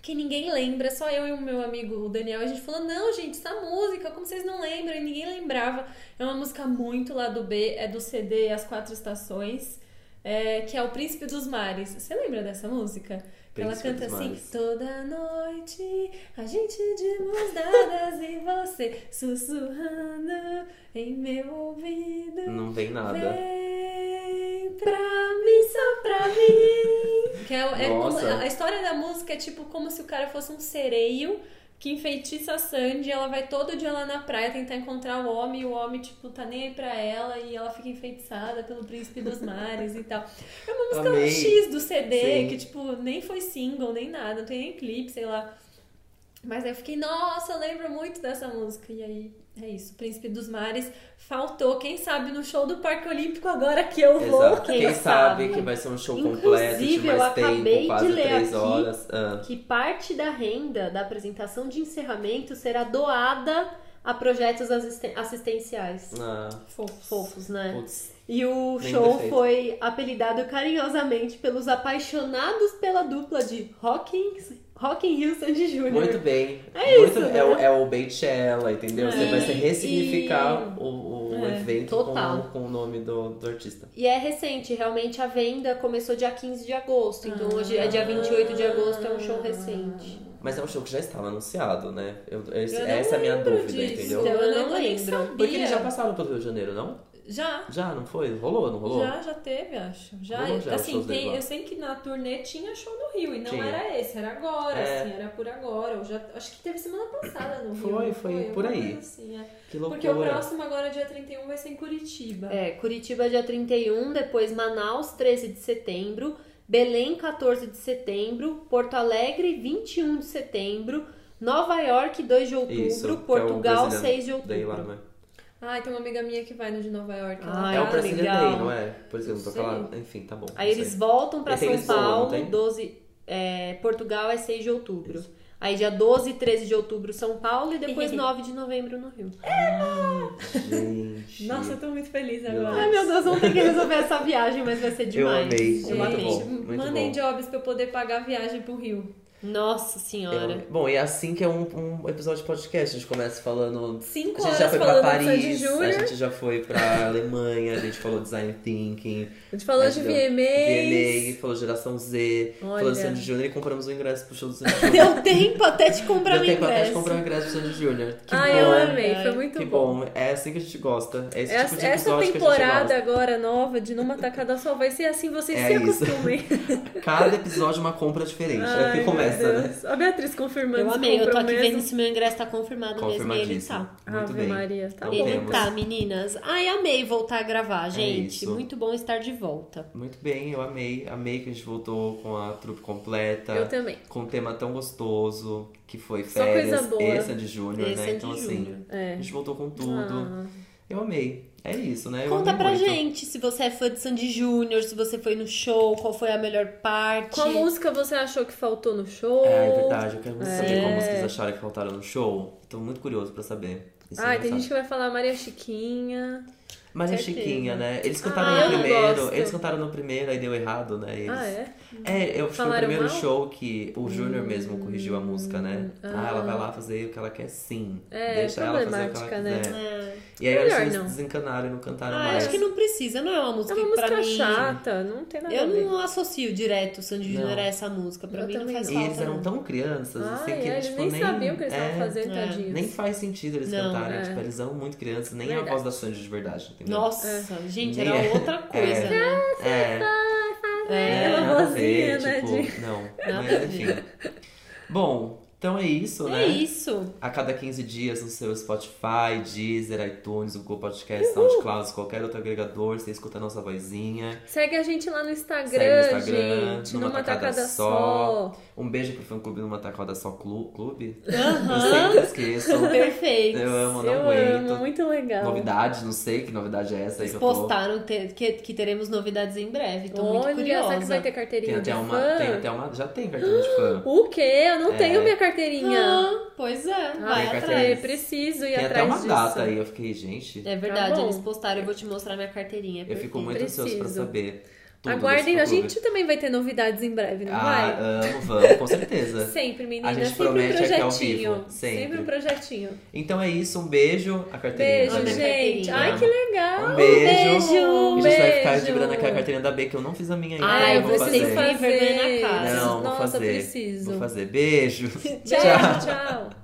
Speaker 4: que ninguém lembra, só eu e o meu amigo o Daniel. A gente falou, não, gente, essa música, como vocês não lembram? E ninguém lembrava. É uma música muito lá do B, é do CD As Quatro Estações. é, que é o Príncipe dos Mares. Você lembra dessa música? Que ela
Speaker 2: Príncipe
Speaker 4: canta
Speaker 2: dos
Speaker 4: assim:
Speaker 2: Mares.
Speaker 4: Toda noite a gente de mãos dadas e você sussurrando em meu ouvido.
Speaker 2: Não vem nada.
Speaker 4: Vem pra mim, só pra mim. Que é, é como-
Speaker 2: Nossa.
Speaker 4: a história da música é tipo como se o cara fosse um sereio que enfeitiça a Sandy. Ela vai todo dia lá na praia tentar encontrar o homem e o homem, tipo, tá nem aí pra ela e ela fica enfeitiçada pelo príncipe dos mares e tal. É uma música
Speaker 2: Amei.
Speaker 4: X do CD
Speaker 2: Sim.
Speaker 4: que, tipo, nem foi single, nem nada, não tem nem clipe, sei lá. Mas aí eu fiquei, nossa, eu lembro muito dessa música. E aí, é isso. Príncipe dos Mares faltou. Quem sabe no show do Parque Olímpico agora que eu vou.
Speaker 2: Exato.
Speaker 3: quem
Speaker 2: Quem, sabe,
Speaker 3: sabe?
Speaker 2: que vai ser um show
Speaker 3: Inclusive,
Speaker 2: completo, de
Speaker 3: eu
Speaker 2: mais
Speaker 3: acabei
Speaker 2: tempo,
Speaker 3: de
Speaker 2: quase
Speaker 3: ler
Speaker 2: três
Speaker 3: aqui.
Speaker 2: horas. Ah.
Speaker 3: Que parte da renda da apresentação de encerramento será doada a projetos assisten- assistenciais.
Speaker 2: Ah,
Speaker 4: Fofos.
Speaker 3: Fofos, né?
Speaker 2: putz.
Speaker 3: E o
Speaker 2: Bem
Speaker 3: show
Speaker 2: perfeito.
Speaker 3: foi apelidado carinhosamente pelos apaixonados pela dupla de Rock in, Rock in Rio Sandy Júnior.
Speaker 2: Muito bem.
Speaker 3: É
Speaker 2: Muito-
Speaker 3: isso, né?
Speaker 2: É, o- é o Beychella, entendeu? Você
Speaker 3: É.
Speaker 2: vai se ressignificar o, o
Speaker 4: É,
Speaker 2: evento
Speaker 3: total.
Speaker 2: Com, com o nome do, do artista.
Speaker 3: E é recente, realmente a venda começou dia 15 de agosto,
Speaker 4: Ah.
Speaker 3: então hoje é dia 28 de agosto, é um show recente.
Speaker 2: Mas é um show que já estava anunciado, né? Eu- esse-
Speaker 4: Eu não
Speaker 2: essa é a minha
Speaker 4: lembro
Speaker 2: dúvida,
Speaker 4: disso.
Speaker 2: entendeu?
Speaker 3: Então, eu
Speaker 4: Eu
Speaker 3: não
Speaker 4: não nem
Speaker 3: lembro.
Speaker 4: sabia.
Speaker 2: Porque eles já passaram pelo Rio de Janeiro, não?
Speaker 4: Já,
Speaker 2: Já, não foi? Rolou, não rolou?
Speaker 4: Já, já teve, acho. Já,
Speaker 2: Rolou já os
Speaker 4: assim,
Speaker 2: shows
Speaker 4: tem-
Speaker 2: dele lá.
Speaker 4: eu sei que na turnê tinha show no Rio e não
Speaker 2: Tinha.
Speaker 4: era esse, era agora,
Speaker 2: É.
Speaker 4: assim, era por agora. ou já, acho que teve semana passada no
Speaker 2: Foi,
Speaker 4: Rio. não
Speaker 2: foi
Speaker 4: Alguma
Speaker 2: por aí.
Speaker 4: coisa assim, é.
Speaker 2: Que loucura.
Speaker 4: Porque o próximo agora, dia 31, vai ser em Curitiba.
Speaker 3: É, Curitiba dia 31, depois Manaus 13 de setembro, Belém 14 de setembro, Porto Alegre 21 de setembro, Nova York 2 de outubro,
Speaker 2: Isso, que é o
Speaker 3: Portugal
Speaker 2: brasileiro
Speaker 3: 6 de
Speaker 2: Daí lá,
Speaker 3: outubro.
Speaker 2: né?
Speaker 4: Ai, Ah, tem uma amiga minha que vai no de Nova York.
Speaker 3: Ah,
Speaker 4: lá.
Speaker 2: é o Brazilian
Speaker 3: legal.
Speaker 2: Day, não é? Por exemplo,
Speaker 4: Não
Speaker 2: toca lá. Enfim, tá bom.
Speaker 3: Aí
Speaker 2: não
Speaker 3: eles
Speaker 2: sei.
Speaker 3: voltam pra
Speaker 2: E tem
Speaker 3: São
Speaker 2: Lisboa, não
Speaker 3: Paulo,
Speaker 2: tem?
Speaker 3: 12, é, Portugal é 6 de outubro. Aí dia 12 e 13 de outubro São Paulo e depois 9 de novembro no Rio.
Speaker 2: Gente.
Speaker 4: Nossa, eu tô muito feliz
Speaker 2: Meu
Speaker 4: agora.
Speaker 3: Ai É meu Deus, vamos ter que resolver essa viagem, mas vai ser demais.
Speaker 2: amei,
Speaker 4: Gente,
Speaker 2: eu Muito bom, muito
Speaker 4: mandem
Speaker 2: bom.
Speaker 4: um jobs pra eu poder pagar a viagem pro Rio.
Speaker 3: Nossa senhora.
Speaker 2: Eu- Bom, e é assim que é um, um episódio de podcast. A gente começa falando.
Speaker 4: Cinco
Speaker 2: A gente
Speaker 4: horas
Speaker 2: já foi pra
Speaker 4: falando do Sandy
Speaker 2: Paris, né? a
Speaker 4: Júnior.
Speaker 2: gente já foi pra Alemanha, a gente falou design thinking,
Speaker 4: A gente falou
Speaker 2: Mas
Speaker 4: de
Speaker 2: deu.
Speaker 4: VMAs.
Speaker 2: VMA, falou geração Z,
Speaker 4: É Olha.
Speaker 2: falou assim do Sandy Júnior e compramos o ingresso pro show do Sandy Júnior.
Speaker 3: Deu tempo até de comprar
Speaker 2: Deu
Speaker 3: o
Speaker 2: tempo até de
Speaker 3: ingresso.
Speaker 2: comprar o ingresso pro Sandy Júnior. Que
Speaker 4: um Ai,
Speaker 2: bom.
Speaker 4: Ah, eu amei,
Speaker 3: Ai,
Speaker 4: foi muito
Speaker 2: Que bom. é assim que a gente gosta. É esse
Speaker 4: Essa,
Speaker 2: tipo de
Speaker 4: essa
Speaker 2: episódio
Speaker 4: temporada
Speaker 2: que
Speaker 4: agora nova de Numa Tacada Só vai ser assim, vocês
Speaker 2: É
Speaker 4: se
Speaker 2: isso.
Speaker 4: acostumem.
Speaker 2: a gente gosta. Cada episódio uma compra diferente. é o que
Speaker 4: meu
Speaker 2: começa, né?
Speaker 4: Deus. A Beatriz confirmando
Speaker 3: Eu
Speaker 4: esse
Speaker 3: amei, eu tô aqui
Speaker 4: compromisso.
Speaker 3: vendo se meu ingresso tá confirmado mesmo e ele
Speaker 2: Confirmadíssimo.
Speaker 3: tá.
Speaker 2: Muito
Speaker 4: Ave
Speaker 2: bem.
Speaker 4: Maria, tá
Speaker 2: Então
Speaker 3: Ele
Speaker 2: temos. É
Speaker 3: tá, meninas. Ai, amei voltar a gravar, gente.
Speaker 2: isso.
Speaker 3: Muito bom estar de volta.
Speaker 2: Muito bem, eu amei. Amei que a gente voltou com a trupe completa.
Speaker 4: Eu também.
Speaker 2: Com um tema tão gostoso, que foi
Speaker 4: Só coisa
Speaker 2: férias,
Speaker 4: boa.
Speaker 2: e Sandy Júnior,
Speaker 3: Esse
Speaker 2: né?
Speaker 3: é
Speaker 2: Então,
Speaker 3: de
Speaker 2: assim,
Speaker 3: junho.
Speaker 2: a
Speaker 4: É.
Speaker 2: gente voltou com tudo.
Speaker 4: Ah,
Speaker 2: Eu amei. É isso, né? Eu
Speaker 3: Conta
Speaker 2: amei
Speaker 3: pra
Speaker 2: muito.
Speaker 3: gente se você é fã de Sandy Júnior, se você foi no show, qual foi a melhor parte.
Speaker 4: Qual música você achou que faltou no show?
Speaker 2: Ah, é verdade. Eu quero muito saber
Speaker 4: É.
Speaker 2: como vocês acharam que faltaram no show. Tô muito curioso pra saber. Isso é
Speaker 4: Ai,
Speaker 2: eu não
Speaker 4: tem
Speaker 2: sabe.
Speaker 4: gente que vai falar Maria Chiquinha.
Speaker 2: Mas é
Speaker 4: Certeza.
Speaker 2: Chiquinha, né? Eles cantaram
Speaker 4: Ah, eu
Speaker 2: no
Speaker 4: não
Speaker 2: primeiro,
Speaker 4: gosto.
Speaker 2: eles cantaram no primeiro, aí deu errado, né? Eles...
Speaker 4: Ah, é?
Speaker 2: É, eu fui o
Speaker 4: Falaram
Speaker 2: primeiro
Speaker 4: mal? Hum,
Speaker 2: show que o Júnior mesmo corrigiu a música, né? Ah, ela vai lá fazer o que ela quer sim.
Speaker 4: É,
Speaker 2: Deixa ela fazer o que ela
Speaker 4: problemática, né?
Speaker 2: quiser.
Speaker 3: É.
Speaker 2: E aí eu acho que
Speaker 4: Melhor
Speaker 2: eles
Speaker 4: não.
Speaker 2: desencanaram e não cantaram
Speaker 3: Ah,
Speaker 2: mais.
Speaker 3: acho que não precisa, não é uma música
Speaker 4: É uma
Speaker 3: que pra
Speaker 4: música
Speaker 3: mim.
Speaker 4: chata, não tem nada a
Speaker 3: Eu
Speaker 4: ver.
Speaker 3: não associo direto o Sandy
Speaker 2: Não.
Speaker 3: Júnior a essa música. Pra
Speaker 4: Eu
Speaker 3: mim não
Speaker 4: também
Speaker 3: faz
Speaker 4: não.
Speaker 2: E eles
Speaker 3: falta.
Speaker 2: eram
Speaker 3: não.
Speaker 2: tão crianças, assim,
Speaker 4: Ai,
Speaker 2: que
Speaker 4: é,
Speaker 2: eles
Speaker 4: eles
Speaker 2: tipo,
Speaker 4: nem, sabiam o que eles
Speaker 2: é,
Speaker 4: estavam fazendo,
Speaker 3: é,
Speaker 4: tadinhos.
Speaker 2: Nem faz sentido eles
Speaker 3: Não,
Speaker 2: cantarem,
Speaker 4: é.
Speaker 2: tipo, eles eram muito crianças, nem a
Speaker 4: Verdade.
Speaker 2: voz da Sandy de verdade, entendeu?
Speaker 3: Nossa, gente,
Speaker 2: Nem
Speaker 3: era
Speaker 2: é.
Speaker 3: outra coisa,
Speaker 2: É.
Speaker 3: né?
Speaker 2: É.
Speaker 3: É.
Speaker 4: Aquela
Speaker 2: nada a ver,
Speaker 4: vozinha, né,
Speaker 2: tipo, Não,
Speaker 3: Nada a
Speaker 2: mas enfim. Bom, então é isso, né?
Speaker 3: É isso.
Speaker 2: A cada 15 dias no seu Spotify, Deezer, iTunes, Google Podcast, SoundCloud, qualquer outro agregador, você escuta a nossa vozinha.
Speaker 4: Segue a gente lá no Instagram,
Speaker 2: Segue no Instagram,
Speaker 4: gente.
Speaker 2: numa
Speaker 4: Numa,
Speaker 2: tacada
Speaker 4: tacada,
Speaker 2: só.
Speaker 4: só.
Speaker 2: Um beijo pro fã clube numa tacada só clu clube. Eu
Speaker 3: Aham.
Speaker 2: sempre esqueço.
Speaker 3: Perfeito.
Speaker 2: Eu amo, não
Speaker 4: Eu
Speaker 2: aguento.
Speaker 4: amo, muito legal.
Speaker 2: Novidades, não sei que novidade é essa aí
Speaker 3: Eles
Speaker 2: que eu tô.
Speaker 3: postaram te- que, que teremos novidades em breve. Tô muito
Speaker 4: Olha, será
Speaker 3: curiosa.
Speaker 4: que vai ter carteirinha
Speaker 2: Tem até
Speaker 4: de
Speaker 2: uma.
Speaker 4: fã?
Speaker 2: Tem até uma. Já tem carteirinha de fã.
Speaker 4: O quê? Eu não
Speaker 2: É.
Speaker 4: tenho minha carteirinha.
Speaker 3: Ah, pois é,
Speaker 4: Ah,
Speaker 3: vai
Speaker 2: tem
Speaker 3: atrás.
Speaker 2: carteirinha.
Speaker 4: é, preciso
Speaker 2: Tem
Speaker 4: ir
Speaker 2: até
Speaker 4: atrás
Speaker 2: uma
Speaker 4: disso.
Speaker 2: data aí. Eu fiquei, gente.
Speaker 3: É verdade,
Speaker 4: Tá bom.
Speaker 3: eles postaram. Eu vou te mostrar minha carteirinha.
Speaker 2: eu fico
Speaker 3: perfeito.
Speaker 2: muito ansioso pra
Speaker 4: Preciso.
Speaker 2: saber. tudo
Speaker 4: Aguardem,
Speaker 2: desse
Speaker 4: a
Speaker 2: fã-clube.
Speaker 4: gente também vai ter novidades em breve, não
Speaker 2: Ah,
Speaker 4: vai?
Speaker 2: amo, vamos, com certeza.
Speaker 4: Sempre, menina.
Speaker 2: a gente
Speaker 4: sempre um
Speaker 2: promete aqui
Speaker 4: projetinho.
Speaker 2: ao vivo, sempre.
Speaker 4: um projetinho.
Speaker 2: Então é isso, um beijo. A carteirinha
Speaker 4: Beijo,
Speaker 2: da B.
Speaker 4: gente.
Speaker 3: Carteirinha.
Speaker 4: Ai, que legal.
Speaker 2: Um beijo.
Speaker 4: Um
Speaker 2: E a gente vai
Speaker 4: beijo.
Speaker 2: ficar vibrando aqui a carteirinha da B, que eu não fiz a minha ainda.
Speaker 3: Ai,
Speaker 2: eu vou
Speaker 3: vocês
Speaker 2: fazer.
Speaker 3: fazem vergonha na cara.
Speaker 2: Não, vou
Speaker 4: Nossa,
Speaker 2: fazer.
Speaker 4: preciso.
Speaker 2: Vou fazer. Beijo.
Speaker 4: Tchau, tchau.